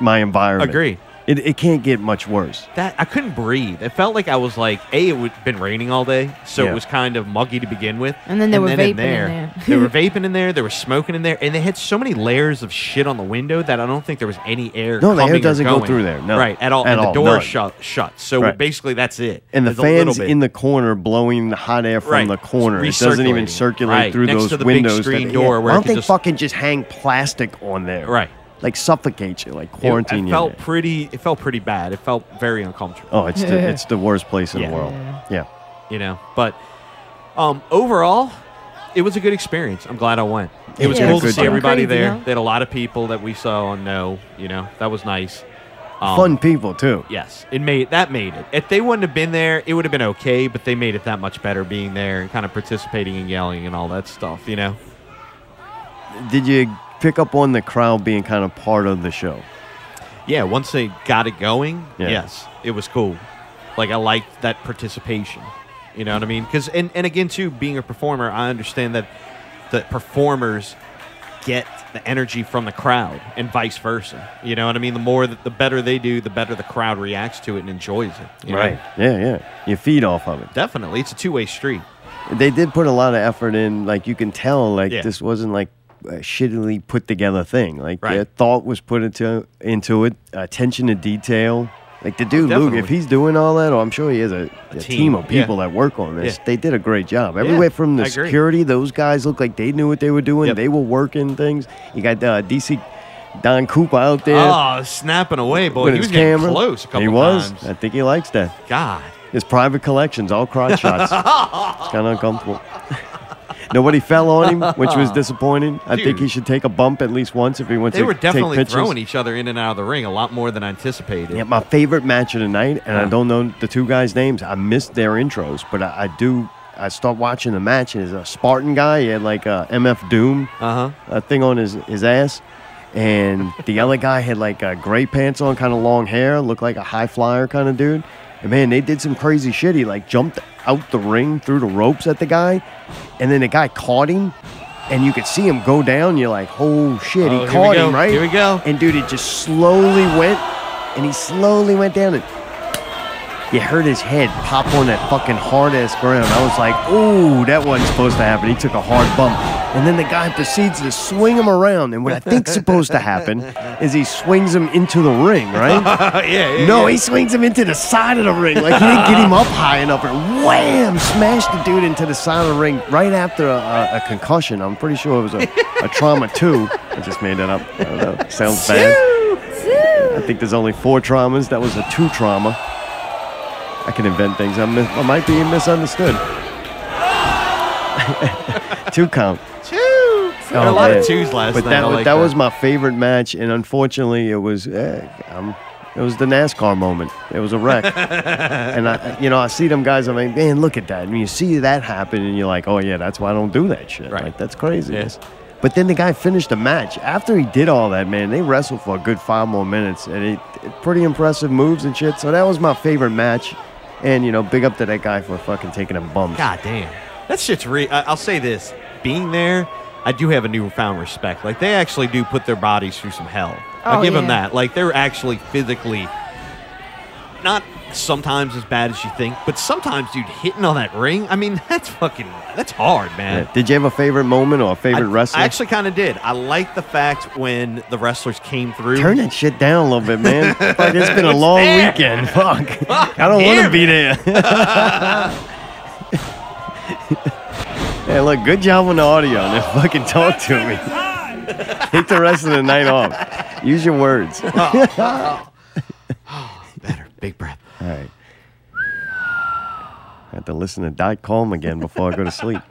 Speaker 1: my environment.
Speaker 5: Agreed.
Speaker 1: It, it can't get much worse.
Speaker 5: that I couldn't breathe. It felt like I was like a. It had been raining all day, so
Speaker 1: Yeah.
Speaker 5: it was kind of muggy to begin with.
Speaker 2: And then they were vaping in there.
Speaker 5: there were vaping in there. There was smoking in there, and they had so many layers of shit on the window that I don't think there was any air.
Speaker 1: No, the air
Speaker 5: coming or
Speaker 1: doesn't go
Speaker 5: going.
Speaker 1: through there, no.
Speaker 5: right at all.
Speaker 1: At
Speaker 5: and
Speaker 1: all,
Speaker 5: the door
Speaker 1: none.
Speaker 5: shut. Shut. So
Speaker 1: Right.
Speaker 5: basically, that's it.
Speaker 1: And the
Speaker 5: There's a little
Speaker 1: fans
Speaker 5: bit.
Speaker 1: in the corner blowing the hot air from
Speaker 5: Right.
Speaker 1: the corner. It
Speaker 5: It's
Speaker 1: doesn't even
Speaker 5: recirculating.
Speaker 1: circulate
Speaker 5: Right.
Speaker 1: through
Speaker 5: Next
Speaker 1: those
Speaker 5: to the big
Speaker 1: windows.
Speaker 5: screen
Speaker 1: that-
Speaker 5: door where it
Speaker 1: Why don't
Speaker 5: could
Speaker 1: they
Speaker 5: just-
Speaker 1: fucking just hang plastic on there?
Speaker 5: Right.
Speaker 1: Like suffocate you, like
Speaker 5: It-
Speaker 1: quarantine
Speaker 5: It,
Speaker 1: you.
Speaker 5: felt
Speaker 1: in there.
Speaker 5: pretty. It felt pretty bad. It felt very uncomfortable.
Speaker 1: Oh, it's the, it's the worst place in
Speaker 5: Yeah.
Speaker 1: the world. Yeah.
Speaker 5: you know. But um, overall, it was a good experience. I'm glad I went. It was
Speaker 1: Yeah,
Speaker 5: cool to
Speaker 1: good
Speaker 5: see
Speaker 1: time.
Speaker 5: everybody
Speaker 1: Crazy,
Speaker 5: there.
Speaker 1: huh?
Speaker 5: They had a lot of people that we saw and know. You know, that was nice. Um,
Speaker 1: Fun people, too.
Speaker 5: Yes, it made that made it. If they wouldn't have been there, it would have been okay. But they made it that much better being there and kind of participating and yelling and all that stuff. You know.
Speaker 1: Did you pick up on the crowd being kind of part of the show?
Speaker 5: Yeah, once they got it going,
Speaker 1: Yeah.
Speaker 5: yes, it was cool. Like I liked that participation. You know what I mean? Because and, and again too, being a performer, I understand that the performers get the energy from the crowd and vice versa. You know what I mean? The more that the better they do, the better the crowd reacts to it and enjoys it. you know?
Speaker 1: Yeah, yeah. You feed off of it.
Speaker 5: Definitely, it's a two way street.
Speaker 1: They did put a lot of effort in. Like you can tell, like
Speaker 5: Yeah.
Speaker 1: this wasn't like a shittily put together thing. Like
Speaker 5: Right.
Speaker 1: uh, thought was put into into it, attention to detail. Like the dude Luke, if he's doing all that, or I'm sure he is a, a, team.
Speaker 5: team.
Speaker 1: of people that work on this.
Speaker 5: Yeah.
Speaker 1: They did a great job.
Speaker 5: Yeah,
Speaker 1: Everywhere from the
Speaker 5: I agree.
Speaker 1: security, those guys looked like they knew what they were doing. They were working things. You got uh, DC Don Cooper out there
Speaker 5: Oh, snapping away, boy.
Speaker 1: with
Speaker 5: he was
Speaker 1: his
Speaker 5: getting
Speaker 1: camera.
Speaker 5: close a couple
Speaker 1: he was.
Speaker 5: times.
Speaker 1: I think he likes that.
Speaker 5: God.
Speaker 1: His private collections, all crotch shots. it's kind of uncomfortable. Nobody fell on him, which was disappointing. I think he
Speaker 5: Dude.
Speaker 1: should take a bump at least once if he wants
Speaker 5: They
Speaker 1: to
Speaker 5: were definitely
Speaker 1: take pictures.
Speaker 5: throwing each other in and out of the ring a lot more than I anticipated.
Speaker 1: Yeah, my favorite match of the night, and I
Speaker 5: Yeah.
Speaker 1: don't know the two guys' names. I missed their intros, but I, I do. I start watching the match, and there's a Spartan guy. He had like a MF Doom
Speaker 5: Uh-huh.
Speaker 1: uh a thing on his, his ass. And the other guy had like uh, gray pants on, kind of long hair, looked like a high flyer kind of dude. And man, they did some crazy shit. He like jumped out the ring, threw the ropes at the guy, and then the guy caught him. And you could see him go down. You're like, oh
Speaker 5: Oh,
Speaker 1: shit,
Speaker 5: here
Speaker 1: he
Speaker 5: we
Speaker 1: caught
Speaker 5: go,
Speaker 1: him, right?
Speaker 5: here we
Speaker 1: go. And dude, it just slowly went, and he slowly went down. And you heard his head pop on that fucking hard ass ground. I was like, ooh, that wasn't supposed to happen. He took a hard bump. And then the guy proceeds to swing him around. And what I think's supposed to happen is he swings him into the ring, right?
Speaker 5: yeah, yeah,
Speaker 1: No,
Speaker 5: yeah.
Speaker 1: he swings him into the side of the ring. Like he didn't get him up high enough. And wham, smashed the dude into the side of the ring right after a, a, a concussion. I'm pretty sure it was a, a trauma, too. I just made that up. I don't know. Sounds bad. I think there's only four traumas. That was a two trauma. I can invent things. I'm, I might be misunderstood. two count.
Speaker 5: Two. There were a
Speaker 1: Oh,
Speaker 5: lot
Speaker 1: man.
Speaker 5: of twos last
Speaker 1: but
Speaker 5: night.
Speaker 1: That,
Speaker 5: I
Speaker 1: was-
Speaker 5: like
Speaker 1: that was my favorite match, and unfortunately, it was eh, um, it was the NASCAR moment. It was a wreck, and I, you know, I see them guys. I'm like, man, look at that. And you see that happen, and you're like, oh yeah, that's why I don't do that shit. Like that's craziness. But then the guy finished the match. After he did all that, man, they wrestled for a good five more minutes, and it, it- pretty impressive moves and shit. So that was my favorite match, and you know, big up to that guy for fucking taking a bump.
Speaker 5: God damn. That shit's real. I'll say this. Being there, I do have a newfound respect. Like, they actually do put their bodies through some hell.
Speaker 17: Oh,
Speaker 5: I'll give them
Speaker 17: yeah.
Speaker 5: that. Like, they're actually physically not sometimes as bad as you think, but sometimes, dude, hitting on that ring, I mean, that's fucking, that's hard, man.
Speaker 1: Yeah. Did you have a favorite moment or a favorite
Speaker 5: I,
Speaker 1: wrestler?
Speaker 5: I actually kind of did. I like the fact when the wrestlers came through.
Speaker 1: Turn that shit down a little bit, man. Fuck, it's been a
Speaker 5: It's
Speaker 1: long
Speaker 5: there.
Speaker 1: weekend. Fuck. I don't want
Speaker 5: damn
Speaker 1: to be there. hey, look, good job on the audio. Now fucking talk to me. Take the rest of the night off. Use your words.
Speaker 5: Oh, Better. Big breath.
Speaker 1: All right. I have to listen to Dot Calm again before I go to sleep.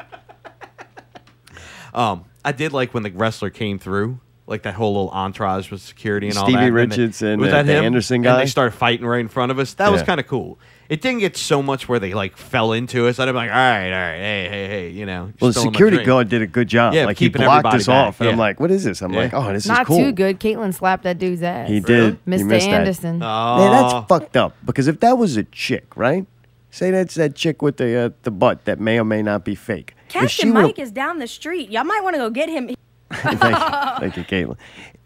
Speaker 5: Um, I did like when the wrestler came through, like that whole little entourage with security and all
Speaker 1: Stevie
Speaker 5: that. they-
Speaker 1: Richards and,
Speaker 5: was
Speaker 1: uh,
Speaker 5: that
Speaker 1: the
Speaker 5: him?
Speaker 1: Anderson
Speaker 5: And
Speaker 1: guy?
Speaker 5: they started fighting right in front of us. That was
Speaker 1: Yeah.
Speaker 5: kind of cool. It didn't get so much where they like fell into us. I'd be like, all right, all right, hey, hey, hey, you know.
Speaker 1: Well, the
Speaker 5: stolen my
Speaker 1: security
Speaker 5: drink.
Speaker 1: guard did a good job.
Speaker 5: Yeah,
Speaker 1: like he
Speaker 5: keeping
Speaker 1: blocked
Speaker 5: everybody
Speaker 1: us
Speaker 5: back,
Speaker 1: off, and I'm
Speaker 5: yeah.
Speaker 1: like, "What is this?" I'm
Speaker 5: Yeah.
Speaker 1: like, "Oh, this
Speaker 2: Not
Speaker 1: is cool."
Speaker 2: too good. Caitlyn slapped that dude's ass.
Speaker 1: He did.
Speaker 2: Mr.
Speaker 1: He missed that.
Speaker 2: Anderson.
Speaker 5: Oh.
Speaker 1: Man, that's fucked up. Because if that was a chick, right? Say that's that chick with the uh, the butt that may or may not be fake. if she
Speaker 22: Captain
Speaker 1: would've-
Speaker 22: Mike is down the street. Y'all might want to go get him.
Speaker 1: thank, you, thank you, Caitlin.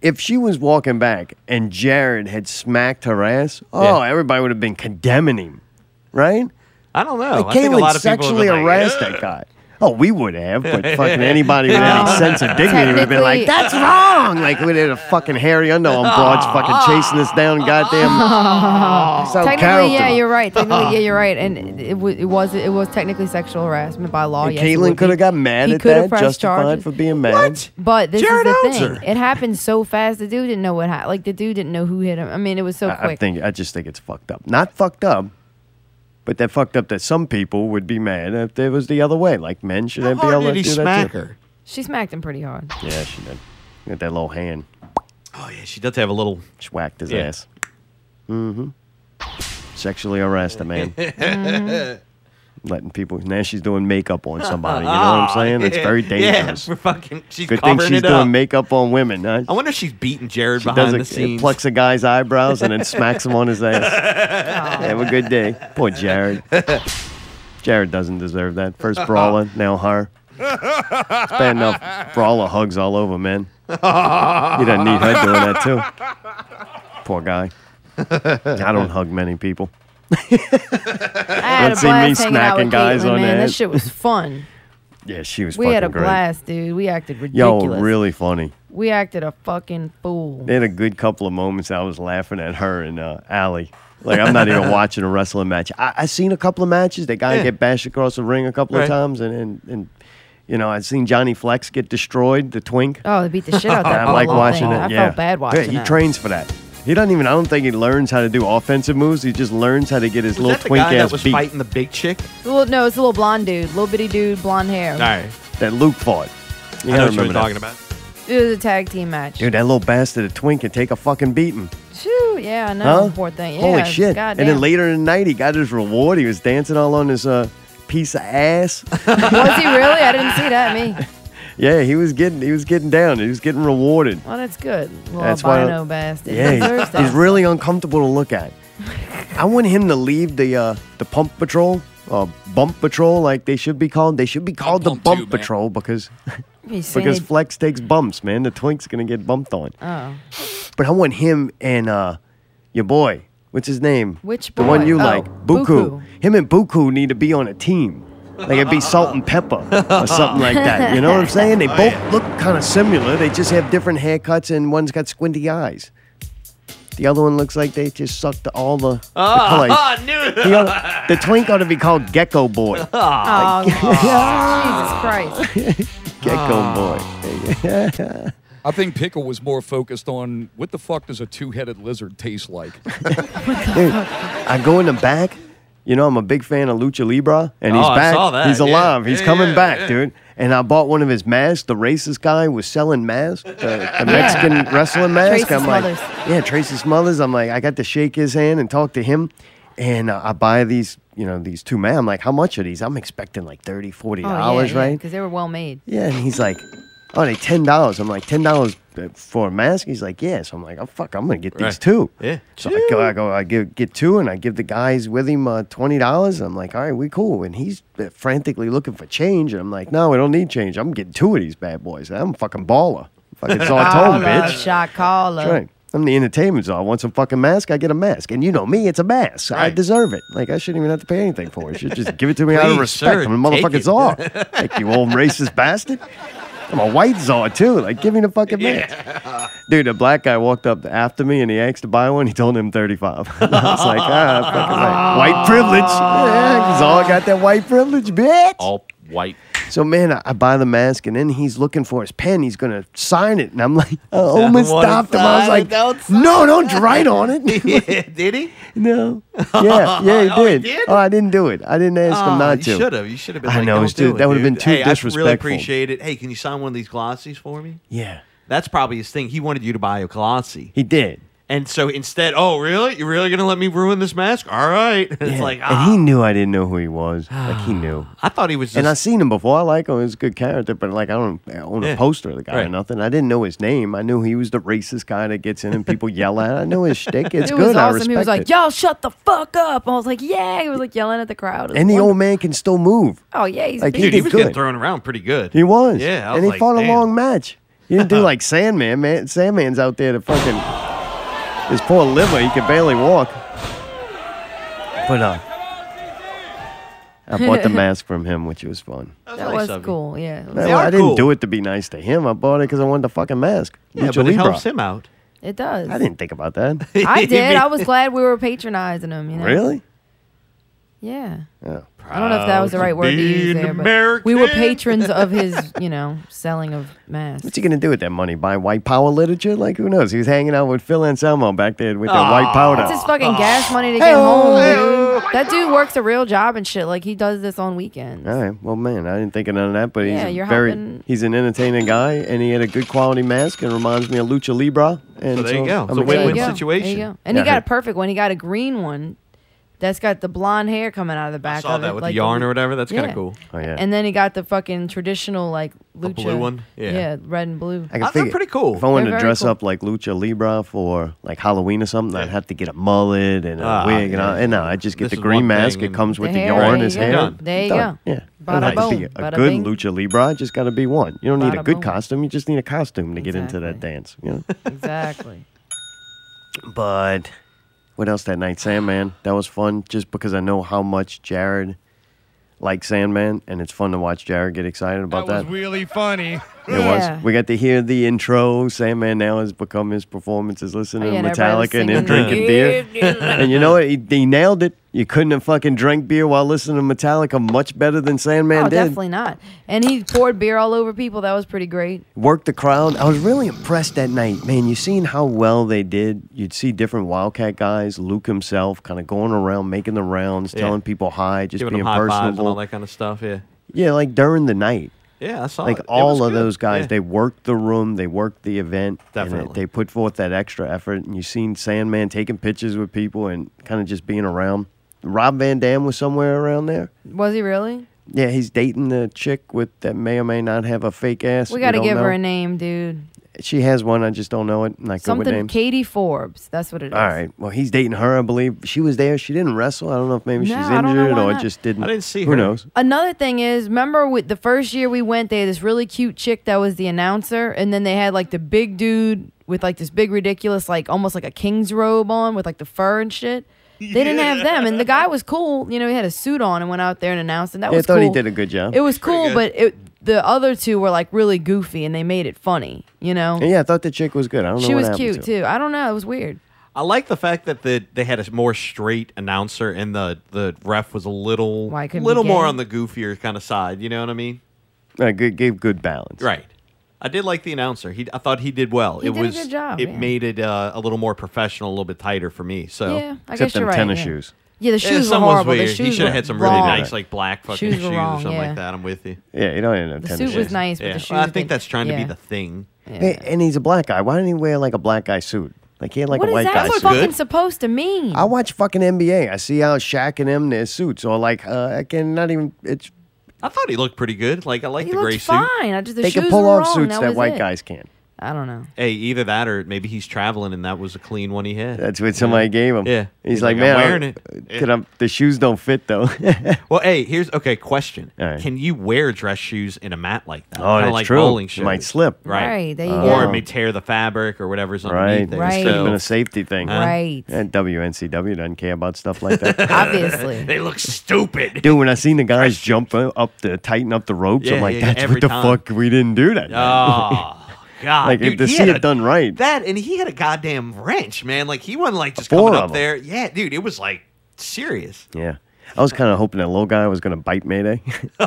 Speaker 1: If she was walking back and Jared had smacked her ass, oh, everybody would have been condemning him, right?
Speaker 5: I don't know.
Speaker 1: Like,
Speaker 5: I think a
Speaker 1: Caitlyn
Speaker 5: lot of people have
Speaker 1: sexually
Speaker 5: been like,
Speaker 1: harassed that guy. Oh, we would have, but fucking anybody with any
Speaker 5: No.
Speaker 1: sense of dignity would have been like,
Speaker 5: Technically-
Speaker 1: "That's wrong!" Like we had a fucking hairy underarm broads fucking chasing us down, goddamn. It's out of
Speaker 2: Technically, yeah,
Speaker 1: character.
Speaker 2: you're right. Technically, yeah, you're right. And it, wa- it was it was technically sexual harassment by law.
Speaker 1: And
Speaker 2: Oh, yes, it would
Speaker 1: Caitlyn could
Speaker 2: be.
Speaker 1: have got mad
Speaker 2: He
Speaker 1: at
Speaker 2: could have
Speaker 1: that,
Speaker 2: pressed
Speaker 1: justified
Speaker 2: charges.
Speaker 1: for being mad.
Speaker 2: But this
Speaker 1: Jared
Speaker 2: is the
Speaker 1: Elzer.
Speaker 2: thing. It happened so fast. The dude didn't know what happened. Like the dude didn't know who hit him. I mean, it was so
Speaker 1: I, I
Speaker 2: quick.
Speaker 1: think I just think it's fucked up. Not fucked up, but that fucked up that some people would be mad if it was the other way. Like men shouldn't be
Speaker 2: hard did
Speaker 1: able to
Speaker 2: he
Speaker 1: do
Speaker 2: smack
Speaker 1: that. her?
Speaker 2: she smacked him pretty hard.
Speaker 1: Yeah, she did. With that little hand,
Speaker 5: Oh yeah, she does have a little.
Speaker 1: she whacked his
Speaker 5: Yeah.
Speaker 1: ass. Mm-hmm. Sexually harassed a man. Letting people now she's doing makeup on somebody. You know what I'm
Speaker 5: Aw,
Speaker 1: saying? It's very
Speaker 5: yeah, yeah,
Speaker 1: dangerous.
Speaker 5: we're fucking. She's
Speaker 1: Good thing
Speaker 5: covering
Speaker 1: she's
Speaker 5: it
Speaker 1: doing
Speaker 5: up.
Speaker 1: makeup on women. Huh?
Speaker 5: I wonder if she's beating Jared
Speaker 1: She
Speaker 5: behind
Speaker 1: does
Speaker 5: the
Speaker 1: it,
Speaker 5: scenes.
Speaker 1: it plucks a guy's eyebrows and then smacks him on his ass. Have a good day. Poor Jared. Jared doesn't deserve that. First brawler, now her. It's bad enough. Brawler hugs all over, man. You don't need her doing that, too. Poor guy. I don't hug many people.
Speaker 2: I had
Speaker 1: Don't
Speaker 2: a blast
Speaker 1: see me
Speaker 2: hanging out
Speaker 1: smacking
Speaker 2: with
Speaker 1: guys
Speaker 2: Caitlyn,
Speaker 1: on the
Speaker 2: man.
Speaker 1: head.
Speaker 2: That shit was fun.
Speaker 1: Yeah, she was
Speaker 2: we
Speaker 1: fucking
Speaker 2: had a
Speaker 1: great.
Speaker 2: blast, dude. We acted
Speaker 1: Yo,
Speaker 2: ridiculous.
Speaker 1: really funny.
Speaker 2: We acted a fucking fool.
Speaker 1: They had a good couple of moments. I was laughing at her and uh, Allie. Like I'm not even watching a wrestling match. I, I seen a couple of matches. That guy
Speaker 5: Yeah.
Speaker 1: get bashed across the ring a couple
Speaker 5: Right.
Speaker 1: of times, and and and you know I seen Johnny Flex get destroyed. The twink.
Speaker 2: Oh, they beat the shit out of that.
Speaker 1: I like
Speaker 2: little
Speaker 1: watching
Speaker 2: thing.
Speaker 1: it.
Speaker 2: I
Speaker 1: yeah.
Speaker 2: felt bad watching
Speaker 1: Yeah, he
Speaker 2: that.
Speaker 1: trains for that. He doesn't even. I don't think he learns how to do offensive moves. He just learns how to get his
Speaker 5: Was
Speaker 1: little
Speaker 5: that the
Speaker 1: twink
Speaker 5: guy that
Speaker 1: ass
Speaker 5: was
Speaker 1: beat.
Speaker 5: fighting the big chick?
Speaker 2: Well, no, it's a little blonde dude, little bitty dude, blonde hair.
Speaker 1: That Luke fought. You
Speaker 5: I know what
Speaker 1: gotta
Speaker 5: you're
Speaker 1: remember that.
Speaker 5: talking about.
Speaker 2: It was a tag team match.
Speaker 1: Dude, that little bastard of twink can take a fucking beating.
Speaker 2: Shoo, yeah, I know.
Speaker 1: Huh?
Speaker 2: Poor thing. Yeah,
Speaker 1: Holy shit.
Speaker 2: Goddamn.
Speaker 1: And then later in the night, he got his reward. He was dancing all on his uh, piece of ass.
Speaker 2: was he really? I didn't see that. Me.
Speaker 1: yeah, he was getting he was getting down. He was getting rewarded.
Speaker 2: Well, that's good. Little
Speaker 1: That's why-
Speaker 2: albino bastard.
Speaker 1: Yeah,
Speaker 2: He
Speaker 1: he's,
Speaker 2: deserves
Speaker 1: he's
Speaker 2: that.
Speaker 1: really uncomfortable to look at. I want him to leave the uh, the pump patrol, uh, bump patrol, like they should be called. They should be called the bump patrol because
Speaker 2: He's saying
Speaker 1: because
Speaker 2: it-
Speaker 1: Flex takes bumps, man. The twink's gonna get bumped on.
Speaker 2: Oh.
Speaker 1: But I want him and uh, your boy. What's his name?
Speaker 2: Which
Speaker 1: The one
Speaker 2: boy?
Speaker 1: you
Speaker 2: Oh,
Speaker 1: like, Buku. Him and Buku need to be on a team. Like it'd be Salt and Pepper or something like that. You know what I'm saying? They
Speaker 5: Oh,
Speaker 1: both
Speaker 5: yeah.
Speaker 1: look kind of similar. They just have different haircuts, and one's got squinty eyes. The other one looks like they just sucked all the, the
Speaker 5: Ah,
Speaker 1: colors.
Speaker 5: I knew it.
Speaker 1: The, other- the twink ought to be called Gecko Boy.
Speaker 5: Ah.
Speaker 2: Oh,
Speaker 4: Oh,
Speaker 1: Jesus Christ. Gecko
Speaker 5: Ah.
Speaker 1: Boy.
Speaker 7: I think Pickle was more focused on what the fuck does a two-headed lizard taste like?
Speaker 1: Dude, I go in the back. You know, I'm a big fan of Lucha Libre, and he's
Speaker 7: Oh, I
Speaker 1: back.
Speaker 7: saw that,
Speaker 1: He's
Speaker 7: yeah.
Speaker 1: alive. He's
Speaker 7: Yeah,
Speaker 1: coming
Speaker 7: yeah,
Speaker 1: back,
Speaker 7: yeah.
Speaker 1: dude. And I bought one of his masks. The racist guy was selling masks, the, the Mexican wrestling mask.
Speaker 2: Tracy
Speaker 1: I'm like,
Speaker 2: Smothers.
Speaker 1: yeah, Tracy Smothers. I'm like, I got to shake his hand and talk to him. And uh, I buy these, you know, these two masks. I'm like, how much are these? I'm expecting like 30
Speaker 2: Oh,
Speaker 7: Oh,
Speaker 1: $40, right?
Speaker 2: Because they were well made.
Speaker 1: Yeah, and he's like, oh, they ten dollars. I'm like, ten dollars uh, for a mask. He's like, yeah. So I'm like, oh fuck, I'm gonna get these
Speaker 5: Right.
Speaker 1: two.
Speaker 5: Yeah.
Speaker 1: So I go, I go, I give, get two, and I give the guys with him uh, twenty dollars. I'm like, all right, we cool. And he's uh, frantically looking for change, and I'm like, no, we don't need change. I'm getting two of these bad boys. I'm a fucking baller. Fucking Sartone,
Speaker 5: Oh,
Speaker 2: Caller,
Speaker 1: bitch.
Speaker 2: Shot caller.
Speaker 1: That's right. I'm the entertainment czar. I want some fucking mask. I get a mask, and you know me, it's a mask. I deserve it. Like I shouldn't even have to pay anything for it. You should just give it to me out of
Speaker 5: Please,
Speaker 1: respect.
Speaker 5: sir,
Speaker 1: I'm a
Speaker 5: take
Speaker 1: motherfucking
Speaker 5: it.
Speaker 1: czar. like you old racist bastard. I'm a white czar too. Like give me the fucking mask. Dude, a black guy walked up after me and he asked to buy one. He told him 35. I was like, ah, fucking right. white privilege. Yeah, czar got that white privilege, bitch.
Speaker 5: All white.
Speaker 1: So man, I, I buy the mask, and then he's looking for his pen. He's gonna sign it, and I'm like, I almost
Speaker 5: Wanna
Speaker 1: Oh, stopped him. I was
Speaker 5: sign
Speaker 1: like,
Speaker 5: it, don't sign
Speaker 1: No,
Speaker 5: it.
Speaker 1: don't write on it.
Speaker 5: did he?
Speaker 1: No. Yeah, yeah, he
Speaker 5: Oh, he
Speaker 1: did.
Speaker 5: did?
Speaker 1: Oh, I didn't do it. I didn't ask
Speaker 5: Oh,
Speaker 1: him not to.
Speaker 5: You should have. You should have been.
Speaker 1: I
Speaker 5: like,
Speaker 1: know.
Speaker 5: "Don't
Speaker 1: it's too-
Speaker 5: do it,
Speaker 1: that would have been
Speaker 5: dude.
Speaker 1: too
Speaker 5: hey,
Speaker 1: disrespectful.
Speaker 5: I really appreciate it. Hey, can you sign one of these glossies for me?
Speaker 1: Yeah.
Speaker 5: That's probably his thing. He wanted you to buy a glossie.
Speaker 1: He did.
Speaker 5: And so instead, oh really? You're really gonna let me ruin this mask? All right. it's
Speaker 1: Yeah.
Speaker 5: like ah.
Speaker 1: and he knew I didn't know who he was. Like he knew.
Speaker 5: I thought he was just.
Speaker 1: and I seen him before. I like him. He's a good character, but like I don't own a
Speaker 5: Yeah.
Speaker 1: poster of the guy or
Speaker 5: Right.
Speaker 1: nothing. I didn't know his name. I knew he was the racist guy that gets in and people yell at. I know his shtick. It's
Speaker 2: it
Speaker 1: good.
Speaker 2: was
Speaker 1: I
Speaker 2: awesome.
Speaker 1: respect
Speaker 2: He was like,
Speaker 1: it.
Speaker 2: y'all shut the fuck up. I was like, yeah. He was like yelling at the crowd. It was
Speaker 1: And the
Speaker 2: wonderful.
Speaker 1: old man can still move.
Speaker 2: Oh, yeah. He's
Speaker 1: Like,
Speaker 2: big.
Speaker 1: he
Speaker 5: dude, he
Speaker 1: did
Speaker 5: was
Speaker 1: good.
Speaker 5: getting thrown around pretty good.
Speaker 1: He was.
Speaker 5: Yeah. I
Speaker 1: and
Speaker 5: was
Speaker 1: he
Speaker 5: like,
Speaker 1: fought
Speaker 5: damn.
Speaker 1: a long match. He didn't do like Sandman. Man, Sandman's out there to fucking his poor liver. He could barely walk. But uh, I bought the mask from him, which was fun.
Speaker 2: That
Speaker 5: nice
Speaker 2: was
Speaker 5: of you.
Speaker 2: cool. Yeah.
Speaker 1: Well, I didn't do it to be nice to him. I bought it because I wanted the fucking mask.
Speaker 5: Yeah,
Speaker 1: Lucha
Speaker 5: but it
Speaker 1: Libre.
Speaker 5: helps him out.
Speaker 2: It does.
Speaker 1: I didn't think about that.
Speaker 2: I did. I was glad we were patronizing him. You know?
Speaker 1: Really?
Speaker 2: Yeah.
Speaker 1: Oh.
Speaker 2: I don't know if that was the
Speaker 1: Proud
Speaker 2: right
Speaker 1: to
Speaker 2: word to
Speaker 1: be
Speaker 2: use
Speaker 1: an
Speaker 2: there, but we were
Speaker 1: American.
Speaker 2: patrons of his, you know, selling of masks.
Speaker 1: What's he gonna do with that money? Buy white power literature? Like who knows? He was hanging out with Phil Anselmo back there with the white powder.
Speaker 2: That's his fucking gas money to get
Speaker 1: Hey-oh,
Speaker 2: home,
Speaker 1: hey-oh.
Speaker 2: dude. That dude works a real job and shit. Like he does this on weekends.
Speaker 1: All right. Well, man, I didn't think of none of that, but
Speaker 2: Yeah,
Speaker 1: he's
Speaker 2: you're
Speaker 1: a very
Speaker 2: helping.
Speaker 1: he's an entertaining guy, and he had a good quality mask, and reminds me of Lucha Libre. And
Speaker 5: So there you go. It's
Speaker 1: I'm
Speaker 5: a
Speaker 1: excited.
Speaker 5: win-win
Speaker 2: There you go. There you go. And
Speaker 1: Yeah,
Speaker 2: he got
Speaker 1: I
Speaker 2: a perfect one. He got a green one that's got the blonde hair coming out of the back.
Speaker 5: saw
Speaker 2: of
Speaker 5: that
Speaker 2: it,
Speaker 5: with
Speaker 2: like
Speaker 5: the yarn or whatever. That's kind
Speaker 2: Yeah.
Speaker 5: of cool.
Speaker 1: Oh yeah.
Speaker 2: And then he got the fucking traditional like lucha
Speaker 5: blue one? Yeah.
Speaker 2: red and blue.
Speaker 5: Oh,
Speaker 1: I can figure, If I wanted to dress up like Lucha Libre for like Halloween or something, I'd have to get a mullet and a
Speaker 5: Ah,
Speaker 1: wig, and,
Speaker 5: yeah.
Speaker 1: all, and no, I just get
Speaker 5: This
Speaker 1: the
Speaker 5: is
Speaker 1: green
Speaker 5: one
Speaker 1: mask.
Speaker 5: thing
Speaker 1: It
Speaker 5: and-
Speaker 1: comes with
Speaker 2: The
Speaker 1: the,
Speaker 2: hair,
Speaker 1: yarn,
Speaker 2: there
Speaker 1: his
Speaker 2: you
Speaker 1: hair.
Speaker 2: go. Done. There you
Speaker 1: Done.
Speaker 2: go.
Speaker 1: Yeah,
Speaker 2: Bada
Speaker 1: It has to
Speaker 2: boom,
Speaker 1: be a
Speaker 2: bada
Speaker 1: good
Speaker 2: bing.
Speaker 1: Lucha Libre. It just got to be one. You don't need a
Speaker 2: Bada
Speaker 1: good
Speaker 2: boom.
Speaker 1: costume. You just need a costume to get into that dance. You know?
Speaker 2: Exactly.
Speaker 1: But what else that night, Sandman? That was fun, just because I know how much Jared like Sandman, and it's fun to watch Jared get excited about that.
Speaker 13: was really funny.
Speaker 1: It was. We got to hear the intro. Sandman now has become his performances. Listening
Speaker 13: Yeah,
Speaker 1: to
Speaker 13: and everybody's
Speaker 1: Metallica and him
Speaker 13: singing
Speaker 1: drinking beer.
Speaker 13: that.
Speaker 1: and you know what? He, he nailed it. You couldn't have fucking drank beer while listening to Metallica much better than Sandman
Speaker 2: oh,
Speaker 1: did.
Speaker 2: definitely not. And he poured beer all over people. That was pretty great.
Speaker 1: Worked the crowd. I was really impressed that night. Man, you seen how well they did. You'd see different Wildcat guys, Luke himself, kind of going around, making the rounds,
Speaker 5: Yeah.
Speaker 1: telling people hi, just
Speaker 5: Giving
Speaker 1: being
Speaker 5: them high fives and all
Speaker 1: personable.
Speaker 5: that kind of stuff. Yeah.
Speaker 1: Yeah, like during the night.
Speaker 5: Yeah, I saw
Speaker 1: like
Speaker 5: it. It was
Speaker 1: all of
Speaker 5: good.
Speaker 1: those guys,
Speaker 5: Yeah.
Speaker 1: they worked the room, they worked the event. and
Speaker 5: Definitely.
Speaker 1: they, they put forth that extra effort. And you've seen Sandman taking pictures with people and kind of just being around. Rob Van Dam was somewhere around there.
Speaker 2: Was he really?
Speaker 1: Yeah, he's dating the chick with that may or may not have a fake ass.
Speaker 2: we got to
Speaker 1: don't
Speaker 2: give
Speaker 1: know.
Speaker 2: her a name, dude.
Speaker 1: She has one. I just don't know it. I'm not good with
Speaker 2: Something.
Speaker 1: names.
Speaker 2: Katie Forbes. That's what it is.
Speaker 1: All right. Well, he's dating her, I believe. She was there. She didn't wrestle. I don't know if maybe
Speaker 2: No,
Speaker 1: she's
Speaker 2: I don't know
Speaker 1: injured
Speaker 2: why
Speaker 1: or
Speaker 2: not.
Speaker 1: just didn't.
Speaker 2: I didn't see
Speaker 1: Who
Speaker 2: her.
Speaker 1: knows?
Speaker 2: Another thing is, remember with the first year we went, they had this really cute chick that was the announcer, and then they had like the big dude with like this big ridiculous, like almost like a king's robe on with like the fur and shit. They didn't have them, and the guy was cool. You know, he had a suit on and went out there and announced, and that
Speaker 1: yeah, I
Speaker 2: was
Speaker 1: thought he
Speaker 2: cool.
Speaker 1: did a good job.
Speaker 2: It was cool, but it the other two were like really goofy, and they made it funny. You know,
Speaker 1: And yeah, I thought the chick was good. I don't know
Speaker 2: she
Speaker 1: what
Speaker 2: was
Speaker 1: happened
Speaker 2: cute
Speaker 1: to her.
Speaker 2: too. I don't know, it was weird.
Speaker 5: I like the fact that the, they had a more straight announcer and the, the ref was a little
Speaker 2: Why, it couldn't be
Speaker 5: little more
Speaker 2: gay?
Speaker 5: on the goofier kind of side. You know what I mean?
Speaker 1: Uh, good, gave good balance.
Speaker 5: Right. I did like the announcer. He, I thought he did well.
Speaker 2: He
Speaker 5: it
Speaker 2: did a
Speaker 5: was
Speaker 2: good job,
Speaker 5: It
Speaker 2: yeah.
Speaker 5: made it uh, a little more professional, a little bit tighter for me. So
Speaker 2: Yeah, I Except guess them you're right, tennis yeah. shoes. Yeah, the shoes were
Speaker 5: some was
Speaker 2: horrible. The
Speaker 5: weird. he
Speaker 2: shoes
Speaker 5: should have
Speaker 2: were
Speaker 5: had some really
Speaker 2: wrong.
Speaker 5: nice, like black fucking
Speaker 2: Shoes
Speaker 5: shoes,
Speaker 2: were wrong,
Speaker 5: or something
Speaker 2: yeah.
Speaker 5: like that. I'm with you.
Speaker 1: Yeah, you don't even know
Speaker 2: The
Speaker 1: tennis
Speaker 2: suit was
Speaker 1: shoes.
Speaker 2: nice, but the shoes.
Speaker 5: Well, I
Speaker 2: they-
Speaker 5: think that's trying to
Speaker 2: yeah.
Speaker 5: be the thing.
Speaker 1: Hey, and he's a black guy. Why didn't he wear like a black guy suit? Like he had like
Speaker 2: what
Speaker 1: a
Speaker 2: is
Speaker 1: white guy
Speaker 2: that
Speaker 1: suit.
Speaker 2: fucking supposed to mean?
Speaker 1: I watch fucking NBA. I see how Shaq and them their suits or like uh, I can not even. It's
Speaker 5: I thought he looked pretty good. Like I like
Speaker 2: He
Speaker 5: the
Speaker 2: looked
Speaker 5: gray suit.
Speaker 2: fine. I just the
Speaker 1: they
Speaker 2: shoes
Speaker 1: can pull
Speaker 2: were
Speaker 1: off
Speaker 2: wrong.
Speaker 1: suits that
Speaker 2: was
Speaker 1: white
Speaker 2: it.
Speaker 1: guys can.
Speaker 2: I don't know.
Speaker 5: Hey, either that or maybe he's traveling and that was a clean one he had.
Speaker 1: That's what somebody gave him.
Speaker 5: Yeah.
Speaker 1: he's, like,
Speaker 5: I'm
Speaker 1: man, I-
Speaker 5: wearing it.
Speaker 1: Could I, the shoes don't fit though.
Speaker 5: Well, hey, here's okay. Question:
Speaker 1: right.
Speaker 5: Can you wear dress shoes in a mat like that?
Speaker 1: Oh,
Speaker 5: Kinda
Speaker 1: that's
Speaker 5: like
Speaker 1: true.
Speaker 5: Bowling
Speaker 1: It
Speaker 5: shoes.
Speaker 1: might slip.
Speaker 5: right? Uh,
Speaker 2: Right, there you
Speaker 5: or
Speaker 2: go.
Speaker 5: it may tear the fabric or whatever's
Speaker 1: Right.
Speaker 5: underneath there.
Speaker 1: This
Speaker 2: Right.
Speaker 1: could have been a safety thing.
Speaker 5: Huh?
Speaker 2: Right.
Speaker 1: And WNCW doesn't care about stuff like that.
Speaker 2: Obviously.
Speaker 5: they look stupid.
Speaker 1: Dude, when I seen the guys jump uh, up to tighten up the ropes,
Speaker 5: Yeah,
Speaker 1: I'm like,
Speaker 5: yeah,
Speaker 1: that's
Speaker 5: every
Speaker 1: what the
Speaker 5: time.
Speaker 1: fuck we didn't do that.
Speaker 5: Oh God!
Speaker 1: Like, if
Speaker 5: dude,
Speaker 1: to
Speaker 5: he
Speaker 1: see
Speaker 5: had
Speaker 1: it
Speaker 5: a-
Speaker 1: done right.
Speaker 5: that and he had a goddamn wrench, man. Like he wasn't like just
Speaker 1: Four
Speaker 5: coming
Speaker 1: of
Speaker 5: up
Speaker 1: 'em.
Speaker 5: there. Yeah, dude, it was like serious.
Speaker 1: Yeah. I was kind of hoping that little guy was going to bite Mayday.
Speaker 2: Jesus.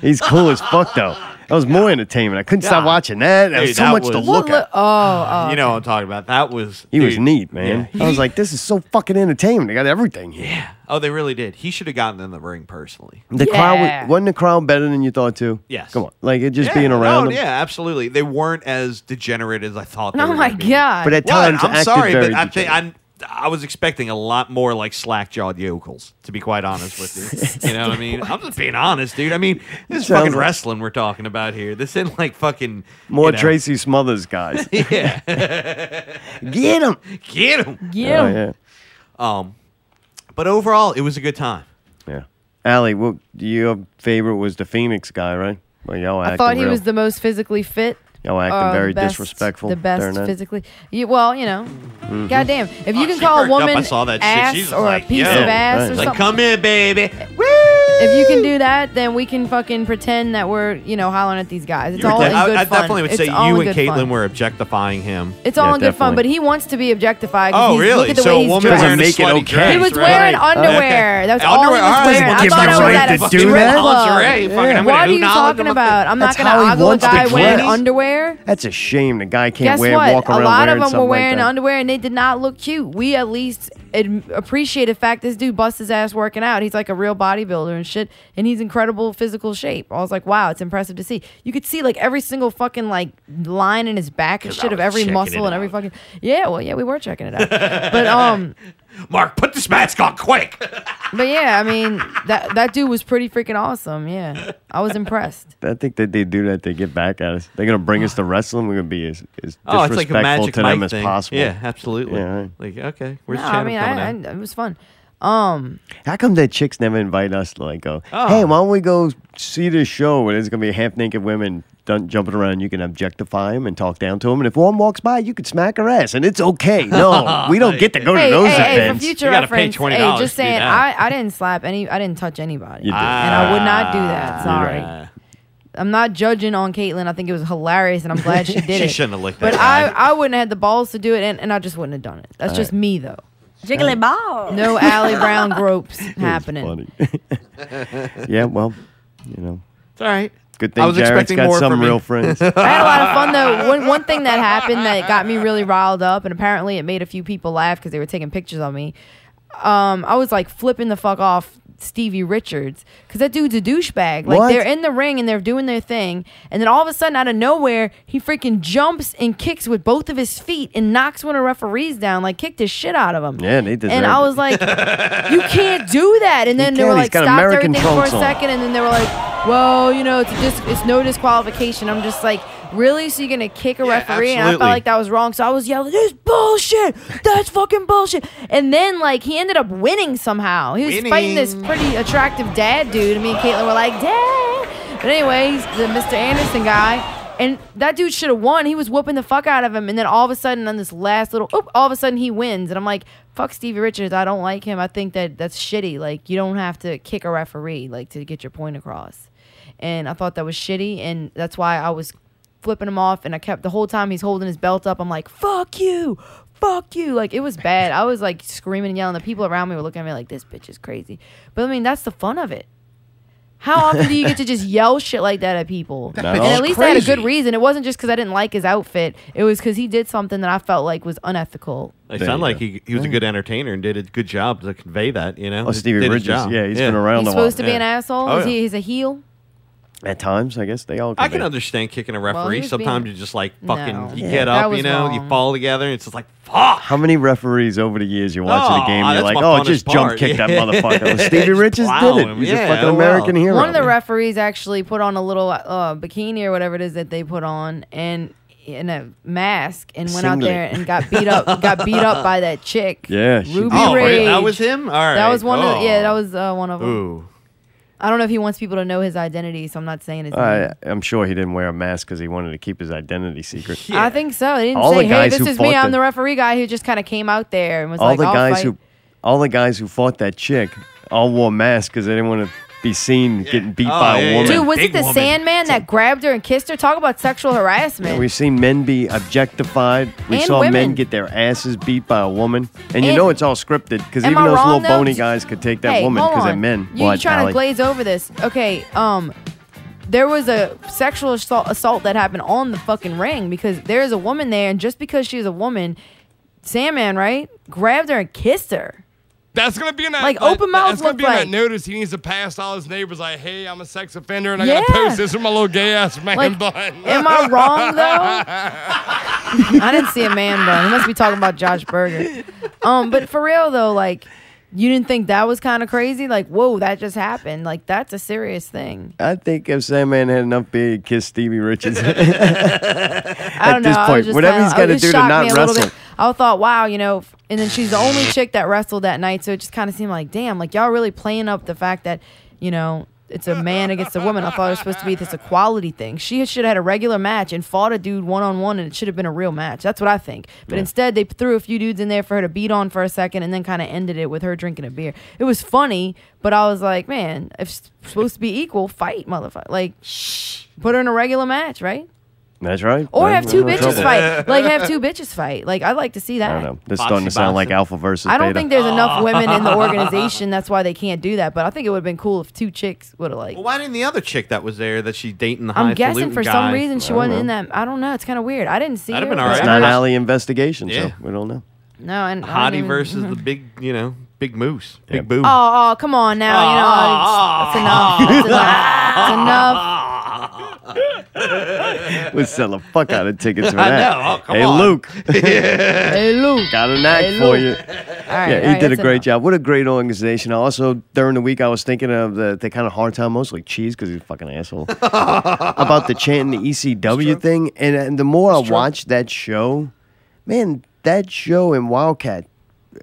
Speaker 1: He's cool as fuck, though. That was more entertainment. I couldn't stop watching that. That was
Speaker 5: Dude,
Speaker 1: so
Speaker 5: that
Speaker 1: much to
Speaker 5: was-
Speaker 1: look at.
Speaker 2: Oh, oh.
Speaker 5: you know what I'm talking about? That was
Speaker 1: He was
Speaker 5: dude,
Speaker 1: neat, man.
Speaker 5: yeah.
Speaker 1: I was like, this is so fucking entertainment. They got everything here.
Speaker 5: Yeah. Oh, they really did. He should have gotten in the ring personally.
Speaker 1: The crowd was, not the crowd better than you thought too.
Speaker 5: Yes.
Speaker 1: Come on, like it just
Speaker 5: Yeah,
Speaker 1: being around.
Speaker 5: no,
Speaker 1: them.
Speaker 5: yeah, absolutely. They weren't as degenerate as I thought. They
Speaker 2: Oh
Speaker 5: were
Speaker 2: my
Speaker 5: gonna be.
Speaker 2: god.
Speaker 1: But at
Speaker 5: Well,
Speaker 1: times,
Speaker 5: I'm
Speaker 1: acted
Speaker 5: sorry,
Speaker 1: very
Speaker 5: but I think I'm. I was expecting a lot more like slack jawed yokels, to be quite honest with you. You know what I mean? I'm just being honest, dude. I mean, this is
Speaker 1: Sounds
Speaker 5: fucking
Speaker 1: like-
Speaker 5: wrestling we're talking about here. This isn't like fucking
Speaker 1: More
Speaker 5: you know-
Speaker 1: Tracy Smothers guys.
Speaker 5: yeah.
Speaker 1: Get him.
Speaker 5: Get him.
Speaker 1: Oh, yeah.
Speaker 5: Um, but overall, it was a good time.
Speaker 1: Yeah. Allie, what your favorite was the Phoenix guy, right? Well, y'all
Speaker 2: I
Speaker 1: acting
Speaker 2: thought he
Speaker 1: real-
Speaker 2: was the most physically fit.
Speaker 1: Y'all acting
Speaker 2: uh, the
Speaker 1: very
Speaker 2: best-
Speaker 1: disrespectful.
Speaker 2: The
Speaker 1: during
Speaker 2: best
Speaker 1: that.
Speaker 2: physically. You, well, you know,
Speaker 1: Mhm.
Speaker 2: goddamn. If you
Speaker 5: Oh,
Speaker 2: can
Speaker 5: she
Speaker 2: call a
Speaker 5: perked up.
Speaker 2: woman
Speaker 5: I saw that
Speaker 2: ass
Speaker 5: shit. She's
Speaker 2: or
Speaker 5: like,
Speaker 2: a piece
Speaker 5: yo.
Speaker 2: of ass or
Speaker 5: Like,
Speaker 2: something,
Speaker 5: come here, baby.
Speaker 2: if you can do that, then we can fucking pretend that we're you know hollering at these guys. It's all in good
Speaker 5: I, I
Speaker 2: fun.
Speaker 5: definitely would
Speaker 2: It's
Speaker 5: say you
Speaker 2: all in
Speaker 5: and
Speaker 2: good
Speaker 5: Caitlin
Speaker 2: fun.
Speaker 5: were objectifying him.
Speaker 2: It's all in good fun, but he wants to be objectified. 'cause
Speaker 5: Oh,
Speaker 2: he's- Look
Speaker 5: really?
Speaker 2: at the
Speaker 5: So
Speaker 2: way
Speaker 5: a
Speaker 2: he's
Speaker 5: woman
Speaker 2: dressed.
Speaker 5: wearing a sweaty dress,
Speaker 2: He was
Speaker 5: right?
Speaker 2: wearing
Speaker 5: Right.
Speaker 2: underwear.
Speaker 5: Okay.
Speaker 2: That's
Speaker 5: Underwear.
Speaker 2: all he was
Speaker 5: Alright,
Speaker 2: wearing.
Speaker 5: well,
Speaker 2: I
Speaker 5: give
Speaker 2: thought
Speaker 5: me
Speaker 2: I
Speaker 5: a
Speaker 2: was
Speaker 5: right
Speaker 2: at a
Speaker 5: to
Speaker 2: strip
Speaker 5: do that?
Speaker 2: club.
Speaker 5: Lingerie, fucking, I'm
Speaker 2: What
Speaker 5: gonna
Speaker 2: are you
Speaker 5: acknowledge
Speaker 2: talking
Speaker 5: him.
Speaker 2: about? I'm not
Speaker 1: That's
Speaker 2: going to
Speaker 1: how he
Speaker 2: ogle a
Speaker 1: wants to
Speaker 2: guy wearing
Speaker 1: dress.
Speaker 2: underwear.
Speaker 1: That's a shame. The guy can't
Speaker 2: Guess
Speaker 1: wear
Speaker 2: what?
Speaker 1: walk around
Speaker 2: a lot of
Speaker 1: wearing
Speaker 2: them were
Speaker 1: something
Speaker 2: wearing
Speaker 1: like that.
Speaker 2: underwear and they did not look cute. We at least ad- appreciate the fact this dude busts his ass working out. He's like a real bodybuilder and shit, and he's incredible physical shape. I was like, wow, it's impressive to see. You could see like every single fucking like line in his back and
Speaker 5: 'Cause I
Speaker 2: shit of
Speaker 5: was
Speaker 2: every
Speaker 5: checking
Speaker 2: muscle
Speaker 5: it
Speaker 2: and every fucking yeah. Well, yeah, we were checking it out, but um,
Speaker 5: Mark, put this mask on quick.
Speaker 2: but yeah, I mean that that dude was pretty freaking awesome. Yeah, I was impressed.
Speaker 1: I think that they do that. They get back at us. They're gonna bring us to wrestling. We're gonna be as, as
Speaker 5: Oh, it's like a
Speaker 1: disrespectful
Speaker 5: magic
Speaker 1: to them
Speaker 5: Mike
Speaker 1: as
Speaker 5: thing.
Speaker 1: possible.
Speaker 5: Yeah, absolutely.
Speaker 1: Yeah, right.
Speaker 5: Like, okay, where's
Speaker 2: no,
Speaker 5: Channel
Speaker 2: I mean,
Speaker 5: coming
Speaker 2: I,
Speaker 5: out?
Speaker 2: I, it was fun. Um, Oh.
Speaker 1: How come that chicks never invite us to like go, hey, why don't we go see this show where there's going to be half naked women dun- jumping around? You can objectify them and talk down to them. And if one walks by, you could smack her ass and it's okay. No, we don't get to go
Speaker 2: hey,
Speaker 1: to those
Speaker 2: hey, hey,
Speaker 1: events.
Speaker 2: for future reference, hey, just saying, I, I didn't slap any, I didn't touch anybody,
Speaker 1: You did.
Speaker 2: and I would not do that.
Speaker 1: Ah.
Speaker 2: Sorry,
Speaker 1: Right.
Speaker 2: I'm not judging on Caitlyn. I think it was hilarious, and I'm glad she did
Speaker 5: She
Speaker 2: it.
Speaker 5: shouldn't have licked
Speaker 2: But
Speaker 5: that
Speaker 2: I, I wouldn't have had the balls to do it, and, and I just wouldn't have done it. That's
Speaker 5: All
Speaker 2: just
Speaker 5: right.
Speaker 2: me though.
Speaker 22: Jiggly ball.
Speaker 2: No Allie Brown gropes happening.
Speaker 1: yeah, well, you know.
Speaker 5: It's all right.
Speaker 1: Good thing
Speaker 5: I was
Speaker 1: Jared's
Speaker 5: expecting
Speaker 1: got
Speaker 5: more
Speaker 1: some
Speaker 5: from me.
Speaker 1: real friends.
Speaker 2: I had a lot of fun though. One, one thing that happened that got me really riled up, and apparently it made a few people laugh because they were taking pictures of me. Um, I was like flipping the fuck off Stevie Richards because that dude's a douchebag. Like
Speaker 13: What?
Speaker 2: they're in the ring and they're doing their thing, and then all of a sudden out of nowhere he freaking jumps and kicks with both of his feet and knocks one of the referees down. Like kicked his shit out of him.
Speaker 1: Yeah, they deserve
Speaker 2: And I
Speaker 1: it.
Speaker 2: was like, you can't do that. And then they
Speaker 1: can't.
Speaker 2: were
Speaker 1: He's
Speaker 2: like,
Speaker 1: got
Speaker 2: stopped
Speaker 1: American
Speaker 2: everything for a
Speaker 1: trunks on.
Speaker 2: second, and then they were like, well, you know, it's just it's no disqualification. I'm just like, really? So you're gonna kick a referee? And I
Speaker 13: absolutely.
Speaker 2: felt like that was wrong. So I was yelling, this is bullshit. That's fucking bullshit. And then like he ended up winning somehow. He was fighting this pretty attractive dad dude. And me and Caitlin were like, dad. But anyways, the Mr. Anderson guy. And that dude should have won. He was whooping the fuck out of him. And then all of a sudden, on this last little, oop, all of a sudden he wins. And I'm like, fuck Stevie Richards. I don't like him. I think that that's shitty. Like, you don't have to kick a referee, like, to get your point across. And I thought that was shitty. And that's why I was flipping him off. And I kept, the whole time he's holding his belt up, I'm like, fuck you. Fuck you. Like, it was bad. I was like screaming and yelling. The people around me were looking at me like, this bitch is crazy. But I mean, that's the fun of it. How often do you get to just yell shit like that at people?
Speaker 13: That
Speaker 2: and
Speaker 13: bitch is
Speaker 2: at least I had a good
Speaker 13: crazy.
Speaker 2: reason. It wasn't just because I didn't like his outfit. It was because he did something that I felt like was unethical.
Speaker 5: They
Speaker 1: There
Speaker 5: sound
Speaker 1: you
Speaker 5: like
Speaker 1: go.
Speaker 5: he, he was a good entertainer and did a good job to convey that, you know?
Speaker 1: Oh, Stevie
Speaker 5: Did his
Speaker 1: Richards.
Speaker 5: job.
Speaker 1: Yeah, he's been around
Speaker 2: He's
Speaker 1: a while.
Speaker 2: supposed to be an asshole.
Speaker 5: Oh,
Speaker 2: Is
Speaker 5: yeah.
Speaker 2: he, he's a heel.
Speaker 1: At times, I guess they all.
Speaker 5: I
Speaker 1: could
Speaker 5: can
Speaker 1: be.
Speaker 5: understand kicking a
Speaker 2: Well,
Speaker 5: referee.
Speaker 2: he was
Speaker 5: Sometimes
Speaker 2: being-
Speaker 5: you just like fucking,
Speaker 2: No.
Speaker 5: you
Speaker 2: Yeah.
Speaker 5: get
Speaker 2: That
Speaker 5: up,
Speaker 2: was
Speaker 5: you know, you fall together, and it's just like, fuck.
Speaker 1: How many referees over the years you watch in
Speaker 5: Oh,
Speaker 1: a game? You're
Speaker 5: that's
Speaker 1: like,
Speaker 5: my
Speaker 1: oh,
Speaker 5: funnest
Speaker 1: just jump
Speaker 5: part.
Speaker 1: kick that
Speaker 5: Yeah.
Speaker 1: motherfucker. Well, Stevie
Speaker 5: Just
Speaker 1: Richards
Speaker 5: plow
Speaker 1: did it.
Speaker 5: him.
Speaker 1: He's
Speaker 5: Yeah,
Speaker 1: a fucking
Speaker 5: oh, well.
Speaker 1: American hero.
Speaker 2: One of the referees actually put on a little uh, bikini or whatever it is that they put on, and in a mask, and went out
Speaker 5: Singlet.
Speaker 2: there and got beat up. got beat up by that chick.
Speaker 5: Yeah, she
Speaker 2: Ruby
Speaker 5: did. Oh,
Speaker 2: Rage.
Speaker 5: wait, that was him? All
Speaker 2: That was
Speaker 5: right.
Speaker 2: one. Of the,
Speaker 5: Oh.
Speaker 2: yeah, that was uh, one of them.
Speaker 1: Ooh.
Speaker 2: I don't know if he wants people to know his identity, so I'm not saying his name.
Speaker 1: I, I'm sure he didn't wear a mask because he wanted to keep his identity secret.
Speaker 2: I think so. They didn't
Speaker 1: All
Speaker 2: say,
Speaker 1: the
Speaker 2: "Hey,
Speaker 1: guys
Speaker 2: this
Speaker 1: who
Speaker 2: is me.
Speaker 1: fought
Speaker 2: I'm
Speaker 1: the-
Speaker 2: the referee guy who just kind of came out there and was
Speaker 1: all
Speaker 2: like,
Speaker 1: the
Speaker 2: I'll
Speaker 1: guys
Speaker 2: fight."
Speaker 1: who, all the guys who fought that chick, all wore masks because they didn't want to be seen getting
Speaker 5: Oh,
Speaker 1: beat by a Oh, woman.
Speaker 2: Dude, was it the Sandman that grabbed her and kissed her? Talk about sexual harassment.
Speaker 1: Yeah, we've seen men be objectified. We
Speaker 2: And
Speaker 1: saw men
Speaker 2: women.
Speaker 1: get their asses beat by a woman, and you
Speaker 2: And-
Speaker 1: know it's all scripted because
Speaker 2: Am
Speaker 1: even
Speaker 2: I
Speaker 1: those
Speaker 2: wrong,
Speaker 1: little
Speaker 2: though?
Speaker 1: bony guys could take that
Speaker 2: hey,
Speaker 1: woman
Speaker 2: hold
Speaker 1: because they're
Speaker 2: on.
Speaker 1: men.
Speaker 2: You
Speaker 1: What,
Speaker 2: trying
Speaker 1: Allie?
Speaker 2: to glaze over this? Okay, um, there was a sexual assault, assault that happened on the fucking ring because there is a woman there, and just because she was a woman, Sandman right grabbed her and kissed her.
Speaker 14: That's gonna be in that
Speaker 2: Like,
Speaker 14: that-
Speaker 2: open mouth
Speaker 14: That's gonna
Speaker 2: look
Speaker 14: be in
Speaker 2: like-
Speaker 14: that notice. He needs to pass all his neighbors like, "Hey, I'm a sex offender, and I
Speaker 2: Yeah.
Speaker 14: gotta post this with my little gay ass man
Speaker 2: Like,
Speaker 14: bun."
Speaker 2: am I wrong, though? I didn't see a man bun. He must be talking about Josh Berger. Um, but for real though, like you didn't think that was kind of crazy? Like, whoa, that just happened. Like that's a serious thing.
Speaker 1: I think if Sandman had enough beer, he'd kiss Stevie Richards.
Speaker 2: I don't
Speaker 1: At
Speaker 2: know.
Speaker 1: this
Speaker 2: I was
Speaker 1: point,
Speaker 2: just
Speaker 1: whatever
Speaker 2: kinda-
Speaker 1: he's
Speaker 2: it
Speaker 1: got to
Speaker 2: just
Speaker 1: do to
Speaker 2: shocked
Speaker 1: not
Speaker 2: me a little
Speaker 1: wrestle.
Speaker 2: bit. I thought, wow, you know, f- and then she's the only chick that wrestled that night, so it just kind of seemed like, damn, like y'all really playing up the fact that, you know, it's a man against a woman. I thought it was supposed to be this equality thing. She should have had a regular match and fought a dude one on one, and it should have been a real match. That's what I think. But
Speaker 13: Yeah.
Speaker 2: instead, they threw a few dudes in there for her to beat on for a second, and then kind of ended it with her drinking a beer. It was funny, but I was like, man, if it's supposed to be equal, fight, motherfucker. Like, put her in a regular match, right?
Speaker 1: That's right.
Speaker 2: Or
Speaker 1: Right,
Speaker 2: have two
Speaker 1: we're
Speaker 2: bitches
Speaker 1: in trouble.
Speaker 2: fight. Like have two bitches fight. Like I'd like to see that.
Speaker 1: I don't know. This is starting to sound like alpha versus
Speaker 2: I don't
Speaker 1: beta.
Speaker 2: think there's enough women in the organization. That's why they can't do that. But I think it would have been cool if two chicks would have like.
Speaker 5: Well, why didn't the other chick that was there that she dating the
Speaker 2: I'm
Speaker 5: highfalutin
Speaker 2: guessing for
Speaker 5: guy?
Speaker 2: some reason she wasn't in that. I don't know. It's kind of weird. I didn't see.
Speaker 5: That'd
Speaker 2: her,
Speaker 5: have been all
Speaker 2: but
Speaker 5: right.
Speaker 1: It's
Speaker 2: I
Speaker 1: not
Speaker 2: don't-
Speaker 1: Alley investigation,
Speaker 5: Yeah.
Speaker 1: so we don't know.
Speaker 2: No, and I don't
Speaker 5: Hottie
Speaker 2: even-
Speaker 5: versus the big, you know, big moose, big boo.
Speaker 2: Oh, oh, come on now. you know, it's, it's enough. It's enough.
Speaker 1: We sell the fuck out of tickets for
Speaker 2: I
Speaker 1: that.
Speaker 2: know. Oh, come
Speaker 1: hey,
Speaker 2: on.
Speaker 1: Luke.
Speaker 2: Hey, Luke.
Speaker 1: Got a knack
Speaker 2: Hey,
Speaker 1: for
Speaker 2: Luke.
Speaker 1: you.
Speaker 2: right, all
Speaker 1: yeah, he
Speaker 2: right,
Speaker 1: did a
Speaker 2: that's
Speaker 1: great job. What a great organization. Also, during the week, I was thinking of the, the kind of hard time, mostly Cheese, because he's a fucking asshole, about the chanting the ECW thing. And, and the more I watched that show, man, that show and Wildcat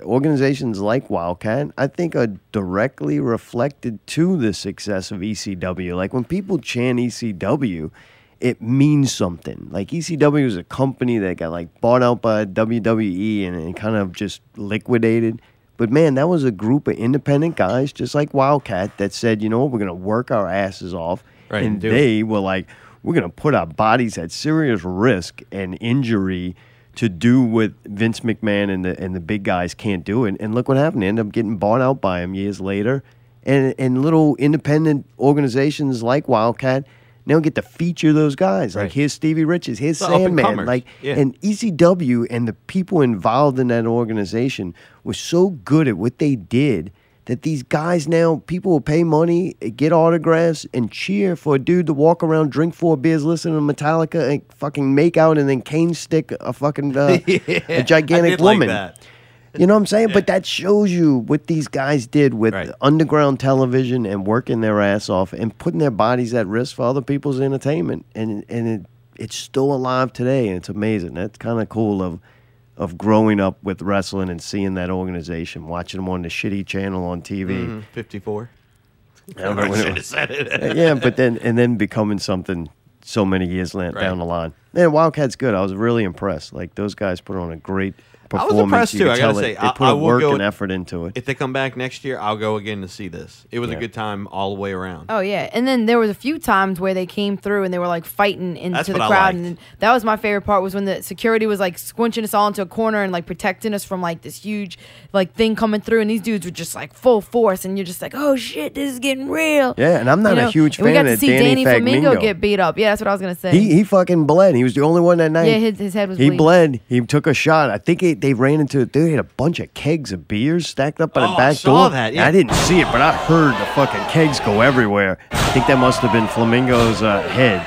Speaker 1: organizations like Wildcat, I think, are directly reflected to the success of ECW. Like when people chant E ECW, it means something. Like ECW is a company that got like bought out by WWE and, and kind of just liquidated. But man, that was a group of independent guys, just like Wildcat, that said, you know what, we're gonna work our asses off,
Speaker 5: Right,
Speaker 1: and
Speaker 5: do it.
Speaker 1: they were like, we're gonna put our bodies at serious risk and injury to do what Vince McMahon and the and the big guys can't do. And, and look what happened. They ended up getting bought out by him years later. And and little independent organizations like Wildcat now get to feature those guys. Like here's Stevie Richards, here's
Speaker 5: The up and
Speaker 1: Sandman.
Speaker 5: comers.
Speaker 1: Like
Speaker 5: Yeah.
Speaker 1: and ECW and the people involved in that organization were so good at what they did that these guys now people will pay money, get autographs, and cheer for a dude to walk around, drink four beers, listen to Metallica, and fucking make out, and then cane stick a fucking uh,
Speaker 5: Yeah, I
Speaker 1: a gigantic
Speaker 5: did like
Speaker 1: woman.
Speaker 5: that.
Speaker 1: You know what I'm saying? But that shows you what these guys did with underground television and working their ass off and putting their bodies at risk for other people's entertainment. And and it, it's still alive today and it's amazing. That's kind of cool of of growing up with wrestling and seeing that organization, watching them on the shitty channel on TV.
Speaker 5: Mhm, 54.
Speaker 1: I don't know when it
Speaker 5: should've
Speaker 1: was.
Speaker 5: said it.
Speaker 1: yeah, but then and then becoming something so many years la- down the line. Man, Wildcat's good. I was really impressed. Like those guys put on a great
Speaker 5: I
Speaker 1: performance.
Speaker 5: was impressed
Speaker 1: You could
Speaker 5: too. I
Speaker 1: tell
Speaker 5: gotta
Speaker 1: they-
Speaker 5: say,
Speaker 1: they
Speaker 5: I,
Speaker 1: put
Speaker 5: I
Speaker 1: a
Speaker 5: will
Speaker 1: work
Speaker 5: go
Speaker 1: and effort into it.
Speaker 5: If they come back next year, I'll go again to see this. It was
Speaker 1: Yeah.
Speaker 5: a good time all the way around.
Speaker 2: Oh yeah, and then there was a few times where they came through and they were like fighting into
Speaker 5: That's
Speaker 2: the
Speaker 5: what I
Speaker 2: crowd,
Speaker 5: liked.
Speaker 2: and that was my favorite part was when the security was like squinching us all into a corner and like protecting us from like this huge like thing coming through, and these dudes were just like full force, and you're just like, oh shit, this is getting real.
Speaker 1: Yeah, and I'm not
Speaker 2: You
Speaker 1: a
Speaker 2: know?
Speaker 1: huge
Speaker 2: And we
Speaker 1: fan
Speaker 2: got to
Speaker 1: of
Speaker 2: see
Speaker 1: Danny
Speaker 2: Flamingo
Speaker 1: Fagmingo.
Speaker 2: get beat up. Yeah, that's what I was gonna say.
Speaker 1: He he fucking bled. He was the only one that night.
Speaker 2: yeah, his, his head was
Speaker 1: he
Speaker 2: bleeding.
Speaker 1: bled. He took a shot. I think he, they ran into it. They had a bunch of kegs of beers stacked up by
Speaker 5: Oh,
Speaker 1: the
Speaker 5: I
Speaker 1: back
Speaker 5: saw
Speaker 1: door.
Speaker 5: that,
Speaker 1: And
Speaker 5: yeah.
Speaker 1: I didn't see it, but I heard the fucking kegs go everywhere. I think that must have been Flamingo's uh, head.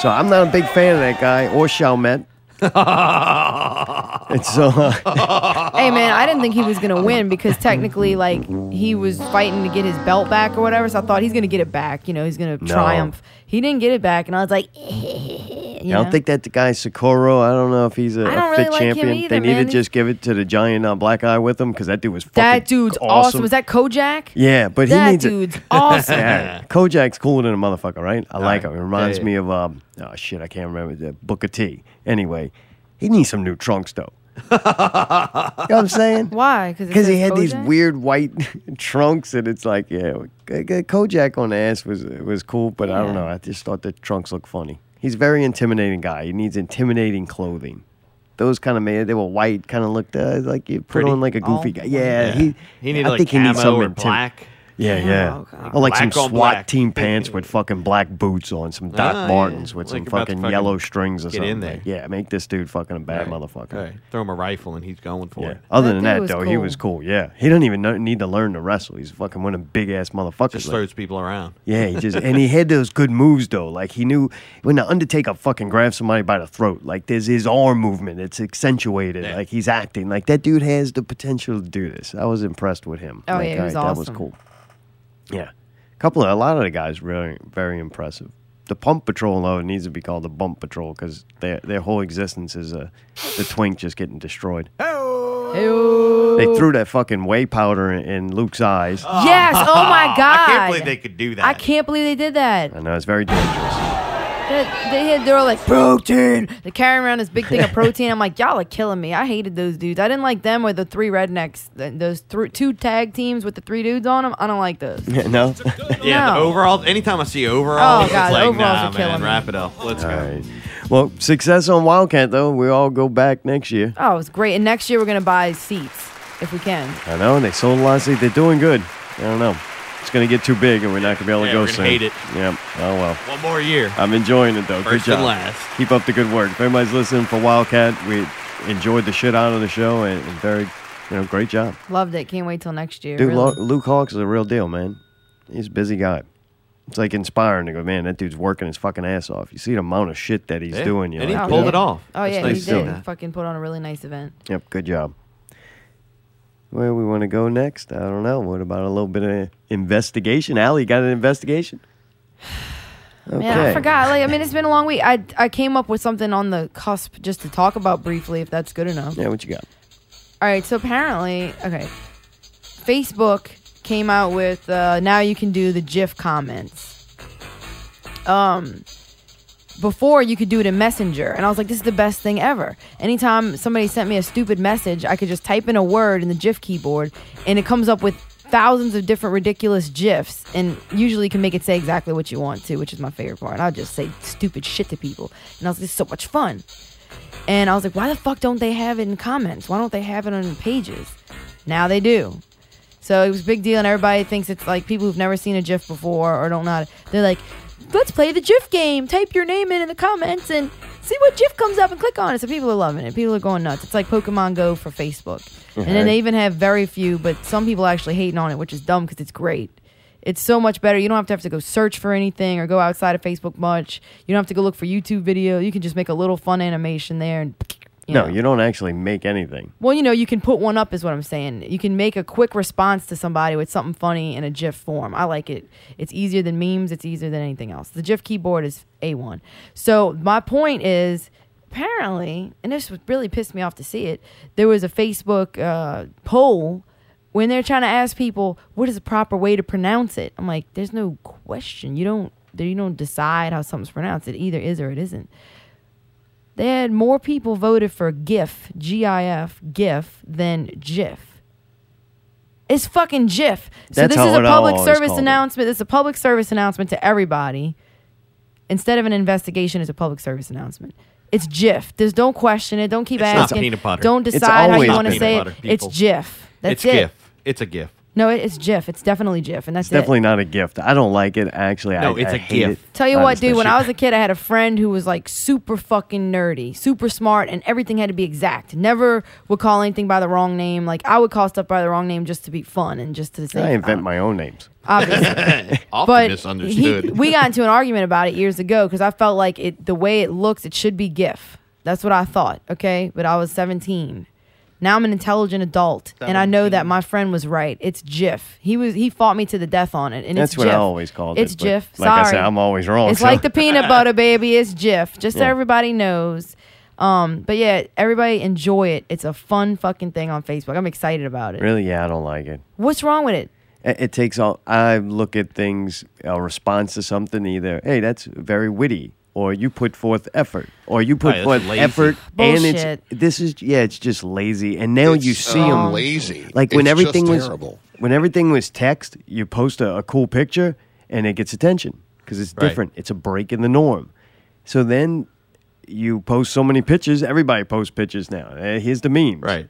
Speaker 1: so I'm not a big fan of that guy or Chalmette. and so uh,
Speaker 2: Hey man, I didn't think he was gonna win because technically, like, he was fighting to get his belt back or whatever. So I thought he's gonna get it back. You know, he's gonna
Speaker 1: No.
Speaker 2: triumph. He didn't get it back, and I was like,
Speaker 1: I don't think that the guy Socorro. I don't know if he's a,
Speaker 2: I don't
Speaker 1: a fit
Speaker 2: really like him
Speaker 1: champion.
Speaker 2: either,
Speaker 1: they need
Speaker 2: man.
Speaker 1: to just give it to the giant uh, black eye with him because that dude was fucking
Speaker 2: that dude's awesome.
Speaker 1: awesome.
Speaker 2: Was that Kojak?
Speaker 1: Yeah, but
Speaker 2: That
Speaker 1: he needs
Speaker 2: dude's
Speaker 1: it.
Speaker 2: awesome.
Speaker 1: yeah, Kojak's cooler than a motherfucker, right? I like him. It reminds
Speaker 5: yeah.
Speaker 1: me of um, oh shit, I can't remember the Booker T. Anyway, he needs some new trunks though. you know what I'm saying?
Speaker 2: Why?
Speaker 1: Because he had these weird white trunks, and it's like, yeah, K- K- Kojak on the ass was was cool, but I don't know. I just thought the trunks looked funny. He's a very intimidating guy. He needs intimidating clothing. Those kind of made they were white, kind of looked uh, like you put
Speaker 5: Pretty.
Speaker 1: on like a goofy
Speaker 5: Oh.
Speaker 1: guy. Yeah,
Speaker 5: Yeah.
Speaker 1: he
Speaker 5: He needed,
Speaker 1: I
Speaker 5: like,
Speaker 1: think he needs
Speaker 5: camo
Speaker 1: something
Speaker 5: or black.
Speaker 1: Yeah,
Speaker 5: Yeah,
Speaker 1: yeah.
Speaker 2: Oh,
Speaker 5: okay.
Speaker 1: Or like
Speaker 5: Black
Speaker 1: some
Speaker 5: on
Speaker 1: SWAT
Speaker 5: black.
Speaker 1: team pants with fucking black boots on, some Doc
Speaker 5: Ah, yeah.
Speaker 1: Martens
Speaker 5: Like
Speaker 1: with some
Speaker 5: you're about to
Speaker 1: fucking,
Speaker 5: fucking
Speaker 1: yellow strings or
Speaker 5: get
Speaker 1: something.
Speaker 5: in there.
Speaker 1: Like, yeah, make this dude fucking a bad motherfucker.
Speaker 5: Right. Throw him a rifle and he's going for
Speaker 1: Yeah.
Speaker 5: it.
Speaker 1: Other than that, though, he was cool. Yeah, he doesn't even know, need to learn to wrestle. He's fucking one of them big ass motherfuckers.
Speaker 5: Just
Speaker 1: like-
Speaker 5: throws people around.
Speaker 1: yeah, he just and he had those good moves though. Like he knew when the Undertaker fucking grabs somebody by the throat. Like there's his arm movement. It's accentuated. Like he's acting. Like that dude has the potential to do this. I was impressed with him.
Speaker 2: Oh,
Speaker 1: like,
Speaker 2: yeah, he
Speaker 1: all
Speaker 2: was
Speaker 1: right, that was
Speaker 2: awesome.
Speaker 1: cool. Yeah, couple of a lot of the guys really very impressive. The Pump Patrol though needs to be called the Bump Patrol because their their whole existence is uh, the twink just getting destroyed. They threw that fucking whey powder in, in Luke's eyes.
Speaker 2: Yes. Oh my god.
Speaker 5: I can't believe they could do that.
Speaker 2: I can't believe they did that.
Speaker 1: I know it's very dangerous.
Speaker 2: They, they had. They were like protein. They carrying around this big thing of protein. I'm like, y'all are killing me. I hated those dudes. I didn't like them or the three rednecks. Th- Those thr two tag teams with the three dudes on them. I don't like those.
Speaker 1: no.
Speaker 5: Yeah,
Speaker 2: No.
Speaker 5: the overall. Anytime I see overalls,
Speaker 2: Oh, God,
Speaker 5: it's like,
Speaker 2: overalls are
Speaker 5: nah,
Speaker 2: killing
Speaker 5: man,
Speaker 2: me.
Speaker 5: wrap it up. Let's go.
Speaker 1: Well, success on Wildcat though. We all go back next year.
Speaker 2: Oh, it was great. And next year we're gonna buy seats if we can.
Speaker 1: I know, and they sold a lot of seats. They're doing good. I don't know. It's going to get too big, and we're not going to be able to
Speaker 5: Yeah,
Speaker 1: go
Speaker 5: we're gonna
Speaker 1: soon.
Speaker 5: hate it.
Speaker 1: Yeah. Oh well.
Speaker 5: One more year.
Speaker 1: I'm enjoying it though.
Speaker 5: First
Speaker 1: good job.
Speaker 5: and last.
Speaker 1: Keep up the good work. If everybody's listening for Wildcat, we enjoyed the shit out of the show, and, and very, you know, great job.
Speaker 2: Loved it. Can't wait till next year.
Speaker 1: Dude,
Speaker 2: really.
Speaker 1: Lu- Luke Hawks is a real deal, man. He's a busy guy. It's like inspiring to go, man. That dude's working his fucking ass off. You see the amount of shit that he's
Speaker 5: Yeah,
Speaker 1: doing. You're
Speaker 5: and he
Speaker 1: like,
Speaker 5: pulled
Speaker 1: yeah.
Speaker 5: it off.
Speaker 2: Oh yeah,
Speaker 1: nice
Speaker 2: he
Speaker 1: doing
Speaker 2: did.
Speaker 1: that.
Speaker 2: Fucking put on a really nice event.
Speaker 1: Yep, good job. Where we want to go next? I don't know. What about a little bit of investigation? Allie, you got an investigation? Okay.
Speaker 2: Man, I forgot. Like, I mean, it's been a long week. I I came up with something on the cusp just to talk about briefly, if that's good enough.
Speaker 1: Yeah, what you got?
Speaker 2: All right, so apparently, okay, Facebook came out with uh, now you can do the GIF comments. Um, before you could do it in Messenger, and I was like, this is the best thing ever. Anytime somebody sent me a stupid message, I could just type in a word in the GIF keyboard, and it comes up with thousands of different ridiculous GIFs, and usually you can make it say exactly what you want to, which is my favorite part. I'll just say stupid shit to people, and I was like, this is so much fun. And I was like, why the fuck don't they have it in comments? Why don't they have it on pages? Now they do. So it was a big deal, and everybody thinks it's like people who've never seen a GIF before or don't know. How to, they're like, let's play the GIF game. Type your name in in the comments and see what GIF comes up and click on it. So people are loving it. People are going nuts. It's like Pokemon Go for Facebook. And
Speaker 9: Right.
Speaker 2: then they even have very few, but some people are actually hating on it, which is dumb because it's great. It's so much better. You don't have to have to go search for anything or go outside of Facebook much. You don't have to go look for YouTube video. You can just make a little fun animation there and
Speaker 1: No, you don't actually make anything.
Speaker 2: well, you know, you can put one up, is what I'm saying. You can make a quick response to somebody with something funny in a GIF form. I like it. It's easier than memes, it's easier than anything else. The GIF keyboard is A1. So, my point is apparently, and this was really pissed me off to see it, there was a Facebook uh, poll when they're trying to ask people what is the proper way to pronounce it. I'm like, there's no question. You don't. You don't decide how something's pronounced. It either is or it isn't they had more people voted for GIF, G-I-F, GIF than GIF. It's fucking GIF. So
Speaker 9: That's
Speaker 2: this is
Speaker 9: how
Speaker 2: a
Speaker 9: it all
Speaker 2: public
Speaker 9: always
Speaker 2: service
Speaker 9: called it.
Speaker 2: announcement. This is a public service announcement to everybody. Instead of an investigation, it's a public service announcement. It's GIF. Just don't question it. Don't keep
Speaker 5: It's not
Speaker 2: asking.
Speaker 5: peanut butter.
Speaker 2: Don't
Speaker 5: It's
Speaker 2: decide how
Speaker 5: always
Speaker 2: you want to
Speaker 5: peanut
Speaker 2: say
Speaker 5: butter,
Speaker 2: it. It's
Speaker 5: people.
Speaker 2: GIF. That's
Speaker 5: it's
Speaker 2: it.
Speaker 5: GIF. It's a GIF.
Speaker 2: No, it- it's GIF. It's definitely GIF, and that's
Speaker 1: It's
Speaker 2: it.
Speaker 1: definitely not a gift. I don't like it. Actually,
Speaker 5: No,
Speaker 1: I,
Speaker 5: it's
Speaker 1: I
Speaker 5: a
Speaker 1: hate
Speaker 5: gift.
Speaker 1: it.
Speaker 2: Tell you
Speaker 1: Honest
Speaker 2: what,
Speaker 1: to
Speaker 2: dude, when
Speaker 1: shit.
Speaker 2: I was a kid, I had a friend who was like super fucking nerdy, super smart, and everything had to be exact. Never would call anything by the wrong name. Like, I would call stuff by the wrong name just to be fun and just to say.
Speaker 1: I invent my own names.
Speaker 2: Obviously.
Speaker 5: Often
Speaker 2: but
Speaker 5: misunderstood.
Speaker 2: he- we got into an argument about it years ago because I felt like it the way it looks, it should be GIF. That's what I thought, okay? But I was 17. Now I'm an intelligent adult, and I know that my friend was right. It's GIF. He was he fought me to the death on it, and
Speaker 1: That's
Speaker 2: it's
Speaker 1: what
Speaker 2: GIF.
Speaker 1: I always called
Speaker 2: it's
Speaker 1: it. but
Speaker 2: GIF.
Speaker 1: Like
Speaker 2: Sorry.
Speaker 1: I said, I'm always wrong.
Speaker 2: It's
Speaker 1: so-
Speaker 2: like the peanut butter, baby. It's Jif. Just so
Speaker 1: Yeah.
Speaker 2: everybody knows. Um, but yeah, everybody enjoy it. It's a fun fucking thing on Facebook. I'm excited about it.
Speaker 1: Really, yeah, I don't like it.
Speaker 2: What's wrong with it?
Speaker 1: It it takes all. I look at things, a response to something either. Hey, that's very witty, or you put forth effort, or you put
Speaker 5: Right, that's
Speaker 1: forth
Speaker 5: lazy.
Speaker 1: effort, and
Speaker 5: Bullshit.
Speaker 1: it's this is yeah, it's just lazy. And now you
Speaker 5: It's
Speaker 1: see
Speaker 5: so
Speaker 1: them
Speaker 5: lazy.
Speaker 1: Like when
Speaker 5: It's just
Speaker 1: everything was
Speaker 5: terrible.
Speaker 1: when everything was text, you post a, a cool picture and it gets attention because it's
Speaker 5: Right.
Speaker 1: different. It's a break in the norm. So then you post so many pictures. Everybody posts pictures now. Eh, Here's the memes, right?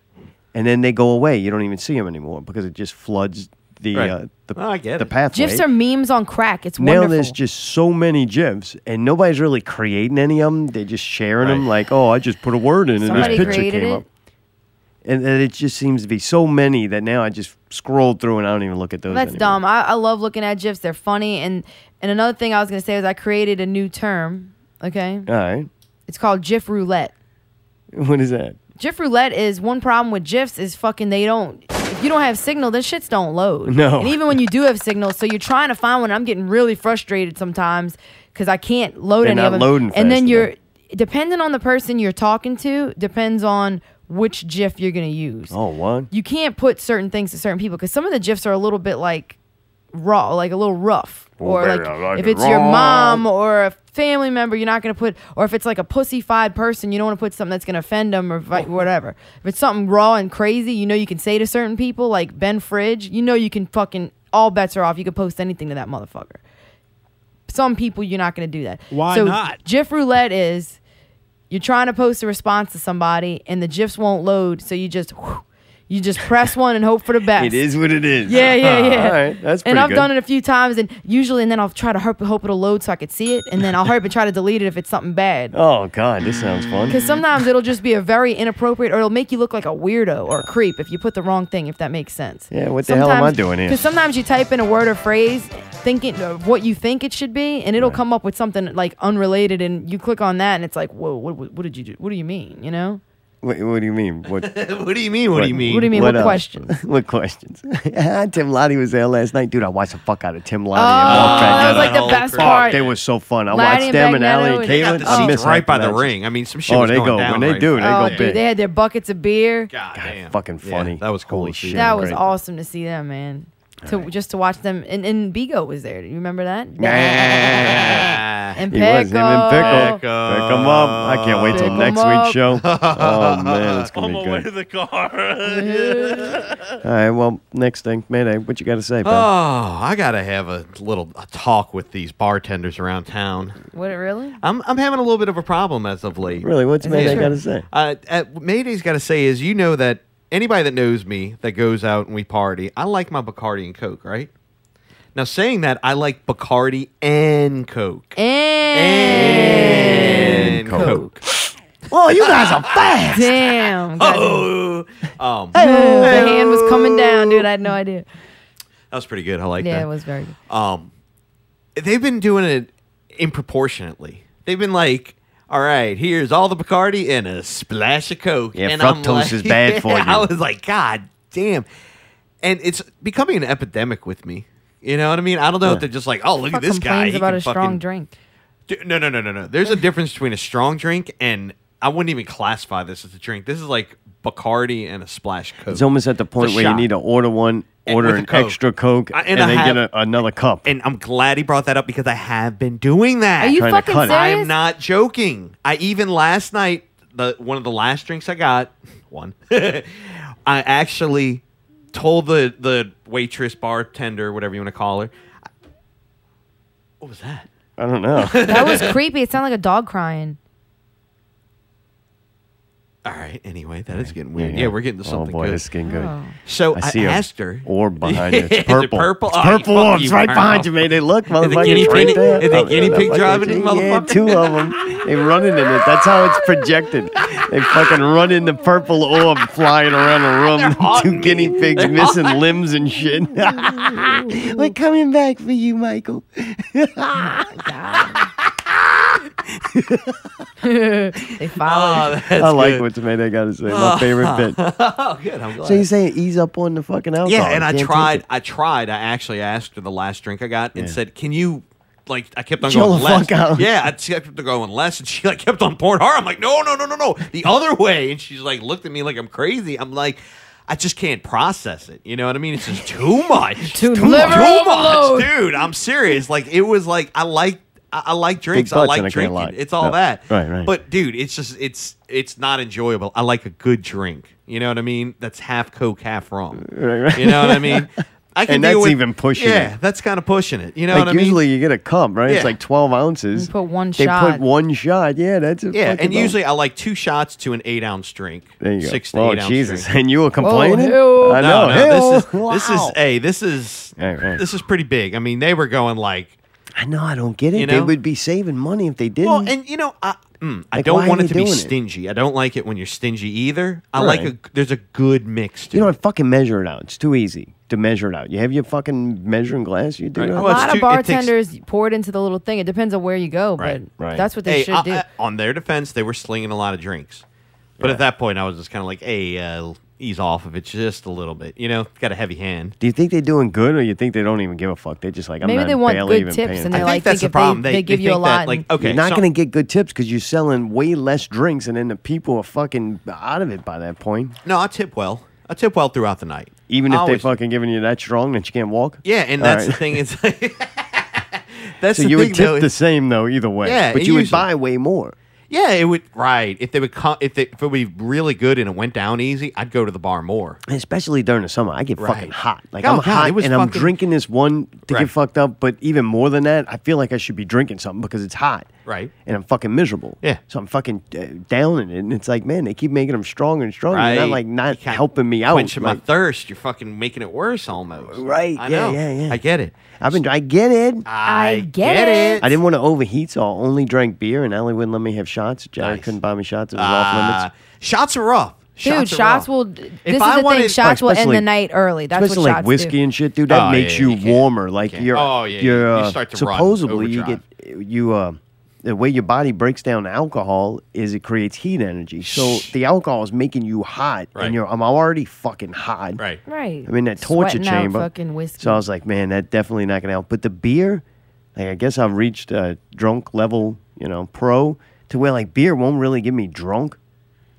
Speaker 1: And then they go away. You don't even see them anymore because it just floods the
Speaker 5: Right.
Speaker 1: uh, the
Speaker 5: Oh, I get
Speaker 1: the
Speaker 5: it.
Speaker 1: pathway.
Speaker 2: GIFs are memes on crack. It's
Speaker 1: now
Speaker 2: wonderful.
Speaker 1: there's just so many gifs, and nobody's really creating any of them. They're just sharing them. Like, oh, I just put a word in,
Speaker 2: Somebody
Speaker 1: and this picture
Speaker 2: created
Speaker 1: came
Speaker 2: it.
Speaker 1: up. And and it just seems to be so many that now I just scroll through and I don't even look at those.
Speaker 2: That's
Speaker 1: anymore.
Speaker 2: dumb. I, I love looking at GIFs. They're funny. And and another thing I was gonna say is I created a new term. Okay,
Speaker 1: All right,
Speaker 2: it's called GIF roulette.
Speaker 1: what is that?
Speaker 2: GIF roulette is one problem with GIFs is fucking they don't. If you don't have signal, then shits don't load.
Speaker 1: No.
Speaker 2: And even when you do have signal, so you're trying to find one. I'm getting really frustrated sometimes because I can't load
Speaker 1: They're
Speaker 2: any
Speaker 1: not
Speaker 2: of them.
Speaker 1: loading
Speaker 2: and then
Speaker 1: fast
Speaker 2: you're depending on the person you're talking to depends on which GIF you're gonna use.
Speaker 1: Oh, what?
Speaker 2: You can't put certain things to certain people because some of the GIFs are a little bit like raw, like a little rough.
Speaker 9: Oh,
Speaker 2: Or
Speaker 9: baby,
Speaker 2: like,
Speaker 9: I like
Speaker 2: if
Speaker 9: it
Speaker 2: it's your
Speaker 9: raw.
Speaker 2: mom or a family member, you're not gonna put. Or if it's like a pussyfied person, you don't want to put something that's gonna offend them or
Speaker 9: Oh.
Speaker 2: vi- whatever. If it's something raw and crazy, you know you can say to certain people, like Ben Fridge, you know you can fucking all bets are off. You can post anything to that motherfucker. Some people you're not gonna do that.
Speaker 13: Why
Speaker 2: so
Speaker 13: not?
Speaker 2: GIF roulette is you're trying to post a response to somebody and the GIFs won't load, so you just whew, you just press one and hope for the best.
Speaker 1: It is what it is.
Speaker 2: Yeah, yeah, yeah.
Speaker 1: All right, that's pretty
Speaker 2: and I've
Speaker 1: good.
Speaker 2: done it a few times, and usually, and then I'll try to hope, hope it'll load so I could see it, and then I'll hope and try to delete it if it's something bad.
Speaker 1: Oh God, this sounds fun.
Speaker 2: Because sometimes it'll just be a very inappropriate, or it'll make you look like a weirdo or a creep if you put the wrong thing, if that makes sense.
Speaker 1: Yeah, what the hell am I doing here?
Speaker 2: Because sometimes you type in a word or phrase thinking of what you think it should be, and it'll come up with something like unrelated, and you click on that, and it's like, whoa, what, what, what did you do? What do you mean? You know?
Speaker 1: What, what do you mean? What,
Speaker 5: What do you mean? What do you mean? What do you mean? What
Speaker 1: else?
Speaker 5: questions?
Speaker 1: what questions? Tim Lottie was there last night. Dude, I watched the fuck out of Tim Lottie.
Speaker 2: Oh,
Speaker 1: and Walt
Speaker 2: that was,
Speaker 1: Magneto.
Speaker 2: like, the
Speaker 1: Oh,
Speaker 2: best
Speaker 1: fuck,
Speaker 2: part.
Speaker 1: They were so fun. I
Speaker 2: Lottie
Speaker 1: watched
Speaker 2: and
Speaker 1: them and Allie
Speaker 2: Magneto
Speaker 1: and
Speaker 2: and- They got
Speaker 1: Caitlin.
Speaker 2: the
Speaker 1: I
Speaker 2: seats
Speaker 1: miss
Speaker 5: right by the
Speaker 1: matches.
Speaker 5: ring. I mean, some shit
Speaker 1: Oh,
Speaker 5: was
Speaker 1: they
Speaker 5: going
Speaker 1: go.
Speaker 5: down
Speaker 1: when they
Speaker 5: right
Speaker 1: do, they
Speaker 5: there.
Speaker 2: oh,
Speaker 1: go
Speaker 2: dude,
Speaker 1: big.
Speaker 2: they had their buckets of beer.
Speaker 1: God, fucking funny. that was cool. Shit.
Speaker 2: that was
Speaker 1: great.
Speaker 2: awesome to see them, man. To just to watch them, and, and Bigo was there. Do you remember that? and
Speaker 1: He was him and
Speaker 2: Pickle.
Speaker 1: Pickle. Pick him up. I can't wait till
Speaker 2: Pick 'em
Speaker 1: next
Speaker 2: up.
Speaker 1: week's show. Oh man, it's gonna be good.
Speaker 5: the car.
Speaker 1: All right. Well, next thing, Mayday. What you got to say,
Speaker 5: Oh,
Speaker 1: pal?
Speaker 5: I gotta have a little a talk with these bartenders around town.
Speaker 2: What it really?
Speaker 5: I'm I'm having a little bit of a problem as of late.
Speaker 1: Really, what's
Speaker 5: Yeah.
Speaker 1: Mayday got to say?
Speaker 5: Uh, at, what Mayday's got to say is, you know that anybody that knows me that goes out and we party, I like my Bacardi and Coke, right? Now, saying that, I like Bacardi and Coke. And, Coke.
Speaker 2: Oh, you guys are fast. Damn. God.
Speaker 5: Oh, um,
Speaker 2: Oh, the hand was coming down, dude. I had no idea.
Speaker 5: that was pretty good. I like
Speaker 2: yeah,
Speaker 5: that.
Speaker 2: it was very good.
Speaker 5: Um, they've been doing it improportionately. They've been like, all right, here's all the Bacardi and a splash of Coke.
Speaker 1: Yeah,
Speaker 5: and
Speaker 1: fructose is bad for
Speaker 5: I
Speaker 1: you.
Speaker 5: was like, God damn. And it's becoming an epidemic with me. You know what I mean? I don't know if
Speaker 2: Yeah.
Speaker 5: they're just like, oh, look at this guy.
Speaker 2: Complains
Speaker 5: He
Speaker 2: about
Speaker 5: can
Speaker 2: a strong
Speaker 5: fucking-
Speaker 2: drink.
Speaker 5: Dude, No, no, no, no, no. There's a difference between a strong drink and I wouldn't even classify this as a drink. This is like Bacardi and a splash Coke.
Speaker 1: It's almost at the point
Speaker 5: a
Speaker 1: where you
Speaker 5: shot.
Speaker 1: need to order one,
Speaker 5: And
Speaker 1: order
Speaker 5: with a
Speaker 1: an
Speaker 5: Coke.
Speaker 1: extra Coke,
Speaker 5: I-
Speaker 1: and,
Speaker 5: and I
Speaker 1: then
Speaker 5: have-
Speaker 1: get a, another cup.
Speaker 5: And I'm glad he brought that up because I have been doing that.
Speaker 1: Are you Trying to fucking cut it.
Speaker 5: I am
Speaker 1: serious?
Speaker 5: not joking. I even last night, the one of the last drinks I got, one, I actually told the the waitress, bartender, whatever you want to call her. What was that?
Speaker 1: I don't know.
Speaker 2: That was creepy. It sounded like a dog crying.
Speaker 5: All right. Anyway, that is getting weird. Yeah, we're getting to something
Speaker 1: Oh boy,
Speaker 5: good.
Speaker 1: this is getting good.
Speaker 5: Oh. So I
Speaker 1: a
Speaker 5: asked her-
Speaker 1: Orb behind you.
Speaker 5: Is
Speaker 1: It's
Speaker 5: it
Speaker 1: purple.
Speaker 5: purple?
Speaker 1: It's
Speaker 5: Oh, you
Speaker 1: purple
Speaker 5: fucking
Speaker 1: orbs right
Speaker 5: pervert.
Speaker 1: behind you, man. They look,
Speaker 5: Is it
Speaker 1: motherfucker.
Speaker 5: guinea
Speaker 1: it's right
Speaker 5: pig?
Speaker 1: there.
Speaker 5: Is it
Speaker 1: Oh,
Speaker 5: guinea pig
Speaker 1: motherfucker.
Speaker 5: driving it,
Speaker 1: Yeah,
Speaker 5: motherfucker?
Speaker 1: two of them. They running in it. That's how it's projected. They fucking run in the purple orb flying around the room. two guinea pigs
Speaker 17: They're
Speaker 1: missing
Speaker 17: hot.
Speaker 1: limbs and shit.
Speaker 5: Oh,
Speaker 1: We're coming back for you, Michael.
Speaker 2: they followed.
Speaker 1: I like what Tomato got to say. My favorite bit.
Speaker 5: oh, good. I'm glad.
Speaker 1: So you're saying ease up on the fucking alcohol?
Speaker 5: Yeah, and I
Speaker 1: Can't take
Speaker 5: tried.
Speaker 1: it.
Speaker 5: I tried. I actually asked her the last drink I got and
Speaker 1: Yeah.
Speaker 5: said, "Can you?" Like I kept on
Speaker 1: Chill
Speaker 5: going
Speaker 1: the
Speaker 5: less.
Speaker 1: fuck out.
Speaker 5: Yeah, I kept on going less, and she like kept on pouring hard. I'm like, no, no, no, no, no, the other way. And she's like, looked at me like I'm crazy. I'm like, I just can't process it. You know what I mean? It's just too much.
Speaker 2: too
Speaker 5: much,
Speaker 2: liver
Speaker 5: too
Speaker 2: overload.
Speaker 5: much, dude. I'm serious. Like it was like I like I, I like drinks. I
Speaker 1: butts
Speaker 5: like
Speaker 1: and I can't
Speaker 5: drinking.
Speaker 1: lie.
Speaker 5: It's all
Speaker 1: No.
Speaker 5: that.
Speaker 1: Right, right.
Speaker 5: But dude, it's just it's it's not enjoyable. I like a good drink. You know what I mean? That's half coke, half rum.
Speaker 1: Right, right.
Speaker 5: You know what I mean? I
Speaker 1: And
Speaker 5: deal
Speaker 1: that's even pushing
Speaker 5: Yeah,
Speaker 1: it.
Speaker 5: that's kind of pushing it. You know
Speaker 1: like
Speaker 5: what I mean?
Speaker 1: usually you get a cup, right?
Speaker 5: Yeah.
Speaker 1: It's like twelve ounces.
Speaker 2: You put one
Speaker 1: they
Speaker 2: shot.
Speaker 1: put one shot. Yeah, that's a
Speaker 5: yeah,
Speaker 1: fucking
Speaker 5: and
Speaker 1: bomb.
Speaker 5: usually I like two shots to an eight ounce drink.
Speaker 1: there you go.
Speaker 5: Six to
Speaker 1: oh
Speaker 5: eight ounce
Speaker 1: Jesus!
Speaker 5: drink.
Speaker 1: And you were complaining?
Speaker 5: Oh,
Speaker 1: I
Speaker 5: no,
Speaker 1: know.
Speaker 5: no, this is
Speaker 1: Hell.
Speaker 5: this
Speaker 1: Wow.
Speaker 5: is hey, this is this is pretty big. I mean, they were going like
Speaker 1: I know. I don't get it.
Speaker 5: You
Speaker 1: They
Speaker 5: know?
Speaker 1: would be saving money if they didn't.
Speaker 5: Well, and you know, I, mm, I
Speaker 1: Like, why
Speaker 5: don't
Speaker 1: are
Speaker 5: want
Speaker 1: you
Speaker 5: it to be
Speaker 1: doing it?
Speaker 5: stingy. I don't like it when you're stingy either. I like
Speaker 1: Right.
Speaker 5: a there's a good mix. To
Speaker 1: you know what? Fucking measure it out. It's too easy to measure it out. You have your fucking measuring glass. You do
Speaker 5: Right.
Speaker 1: it.
Speaker 5: Oh,
Speaker 1: out.
Speaker 2: A lot of bartenders pour it into the little thing. It depends on where you go, but that's what they
Speaker 5: Hey, uh,
Speaker 2: should
Speaker 5: I-
Speaker 2: do.
Speaker 5: I- on their defense, they were slinging a lot of drinks, but at that point, I was just kind of like, "Hey, uh, ease off of it just a little bit." You know, got a heavy hand.
Speaker 1: Do you think they're doing good, or you think they don't even give a fuck? They just like I'm
Speaker 2: Maybe
Speaker 1: not
Speaker 2: they want
Speaker 1: barely
Speaker 2: good
Speaker 1: even
Speaker 2: tips
Speaker 1: paying
Speaker 2: and they're
Speaker 1: attention.
Speaker 2: like, think if They, they give you a
Speaker 5: think
Speaker 2: lot.
Speaker 5: that, like,
Speaker 2: and-
Speaker 5: okay,
Speaker 1: you're not
Speaker 5: so-
Speaker 1: going to get good tips because you're selling way less drinks, and then the people are fucking out of it by that point.
Speaker 5: No, I tip well. I tip well throughout the night,
Speaker 1: Even
Speaker 5: I
Speaker 1: if they
Speaker 5: always-
Speaker 1: fucking giving you that strong that you can't walk.
Speaker 5: Yeah, and
Speaker 1: All
Speaker 5: that's the
Speaker 1: right.
Speaker 5: thing. It's like, that's
Speaker 1: so
Speaker 5: the
Speaker 1: you
Speaker 5: thing,
Speaker 1: would
Speaker 5: though,
Speaker 1: tip the
Speaker 5: is-
Speaker 1: same though either way.
Speaker 5: Yeah,
Speaker 1: but
Speaker 5: it
Speaker 1: you would
Speaker 5: usually-
Speaker 1: buy way more.
Speaker 5: Yeah, it would right if they would come if, they, if it would be really good and it went down easy. I'd go to the bar more.
Speaker 1: Especially during the summer, I get fucking
Speaker 5: Right.
Speaker 1: hot. Like
Speaker 5: Oh,
Speaker 1: I'm
Speaker 5: God,
Speaker 1: hot,
Speaker 5: it was
Speaker 1: and I'm
Speaker 5: fucking-
Speaker 1: drinking this one to
Speaker 5: Right.
Speaker 1: get fucked up. But even more than that, I feel like I should be drinking something because it's hot,
Speaker 5: Right.
Speaker 1: and I'm fucking miserable.
Speaker 5: Yeah.
Speaker 1: So I'm fucking uh, down in it, and it's like, man, they keep making them stronger and stronger. and They're
Speaker 5: Right.
Speaker 1: not like not helping me out.
Speaker 5: Quenching my
Speaker 1: Like,
Speaker 5: thirst, you're fucking making it worse almost. Right. I
Speaker 1: yeah,
Speaker 5: know.
Speaker 1: yeah, yeah.
Speaker 5: I get it.
Speaker 1: I've been. I get it.
Speaker 5: I get get it. it.
Speaker 1: I didn't want to overheat, so I only drank beer, and Ellie wouldn't let me have shots. Jared couldn't buy me shots. It was off
Speaker 5: Ah,
Speaker 1: limits.
Speaker 5: Shots are off.
Speaker 2: Dude, shots,
Speaker 5: are off.
Speaker 2: will. This
Speaker 5: If
Speaker 2: is
Speaker 5: I
Speaker 2: the thing.
Speaker 5: wanted-
Speaker 2: Shots will end the
Speaker 1: Especially-
Speaker 2: night early. That's what
Speaker 1: Especially like
Speaker 2: shots
Speaker 1: whiskey
Speaker 2: do.
Speaker 1: and shit, dude. That
Speaker 5: Oh,
Speaker 1: makes
Speaker 5: yeah,
Speaker 1: you, warmer. Like you're,
Speaker 5: Oh, yeah,
Speaker 1: you're
Speaker 5: you
Speaker 1: uh,
Speaker 5: start to run,
Speaker 1: supposedly you
Speaker 5: overdrive.
Speaker 1: get you uh, the way your body breaks down alcohol is it creates heat energy. So the alcohol is making you hot,
Speaker 2: Right.
Speaker 1: and you're I'm already fucking hot. Right.
Speaker 2: Right.
Speaker 1: I mean that torture
Speaker 2: Sweating out
Speaker 1: chamber.
Speaker 2: fucking whiskey.
Speaker 1: So I was like, man, that definitely not gonna help. But the beer, like I guess I've reached uh, drunk level, you know, pro to where like beer won't really get me drunk.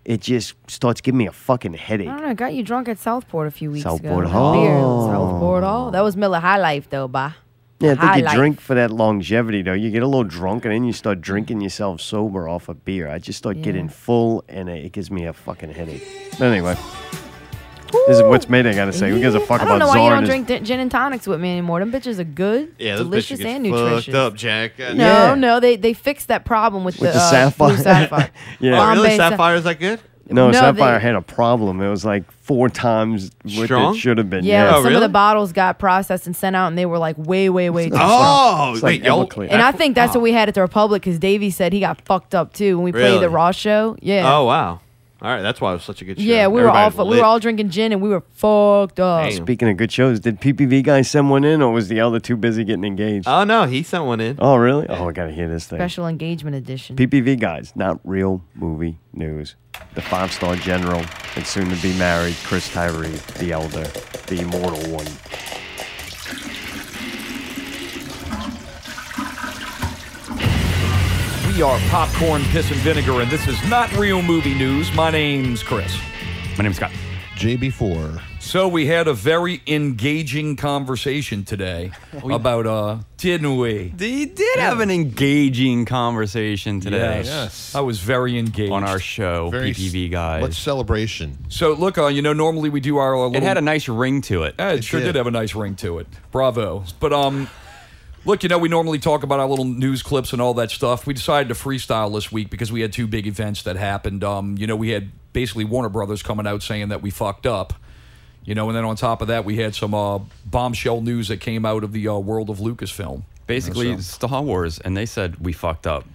Speaker 1: It just starts giving me a fucking
Speaker 2: I
Speaker 1: headache.
Speaker 2: don't know. I got you drunk at Southport a few weeks
Speaker 1: Southport
Speaker 2: ago.
Speaker 1: Hall.
Speaker 2: Beer, Southport Hall. That was Miller High Life, though, bah.
Speaker 1: Yeah, I think
Speaker 2: High
Speaker 1: you
Speaker 2: Life.
Speaker 1: drink for that longevity though. You get a little drunk and then you start drinking yourself sober off of beer. I just start
Speaker 2: Yeah.
Speaker 1: getting full and it, it gives me a fucking headache. But anyway, this is what's made. I gotta say, who gives a fuck
Speaker 2: I don't know
Speaker 1: about
Speaker 2: why you
Speaker 1: Zorn?
Speaker 2: don't
Speaker 1: is-
Speaker 2: drink d- gin and tonics with me anymore. Them bitches are good,
Speaker 5: Yeah, those
Speaker 2: delicious,
Speaker 5: bitches
Speaker 2: and
Speaker 5: gets
Speaker 2: nutritious.
Speaker 5: fucked up, Jack. Uh, God
Speaker 2: No,
Speaker 5: damn.
Speaker 2: no, they they fixed that problem with,
Speaker 1: With
Speaker 2: the,
Speaker 1: the
Speaker 2: uh,
Speaker 1: sapphire.
Speaker 2: blue sapphire.
Speaker 1: Yeah.
Speaker 5: Oh, really?
Speaker 2: Bombay sa-
Speaker 5: Sapphire is that good?
Speaker 1: No,
Speaker 2: No,
Speaker 1: Sapphire
Speaker 2: they-
Speaker 1: had a problem. It was like four times what
Speaker 5: Strong? Oh,
Speaker 1: it should have been.
Speaker 2: Yeah,
Speaker 1: Yeah,
Speaker 2: like some of the bottles got processed and sent out, and they were like way, way, way too
Speaker 5: Oh,
Speaker 2: strong.
Speaker 1: It's like wait, y'all- Everclear.
Speaker 2: And I think that's what we had at the Republic because Davey said he got fucked up too when we played
Speaker 5: Really?
Speaker 2: the Raw show. Yeah.
Speaker 5: Oh wow. All right, that's why it was such a good show.
Speaker 2: yeah, we were all
Speaker 5: Everybody
Speaker 2: fu-
Speaker 5: was
Speaker 2: we were
Speaker 5: lit.
Speaker 2: all drinking gin and we were fucked up.
Speaker 1: Speaking of good shows, did PPV guy send one in, or was the other too busy getting engaged?
Speaker 5: Oh no, he sent one in.
Speaker 1: Oh really? Oh, I gotta hear this thing.
Speaker 2: Special engagement edition.
Speaker 1: PPV guys, not real movie news. The five star general and soon to be married Chris Tyree, the elder, the immortal one.
Speaker 7: We are popcorn, piss, and vinegar, and this is not real movie news. My name's Chris.
Speaker 9: My name's Scott. JB4.
Speaker 7: So we had a very engaging conversation today about, uh, didn't we?
Speaker 9: You did have an engaging conversation today.
Speaker 7: Yes. I was very engaged
Speaker 9: on our show,
Speaker 7: Very
Speaker 9: PPV guys.
Speaker 7: what
Speaker 9: celebration?
Speaker 7: So look, uh, you know, normally we do our little.
Speaker 9: It had a nice ring to it.
Speaker 7: Yeah, it, sure did. have a nice ring to it. Bravo. But um, look, you know, we normally talk about our little news clips and all that stuff. We decided to freestyle this week because we had two big events that happened. Um, you know, we had basically Warner Brothers coming out saying that we fucked up. You know, and then on top of that, we had some uh, bombshell news that came out of the uh, world of Lucasfilm.
Speaker 9: Basically, Star Wars, and they said we fucked up.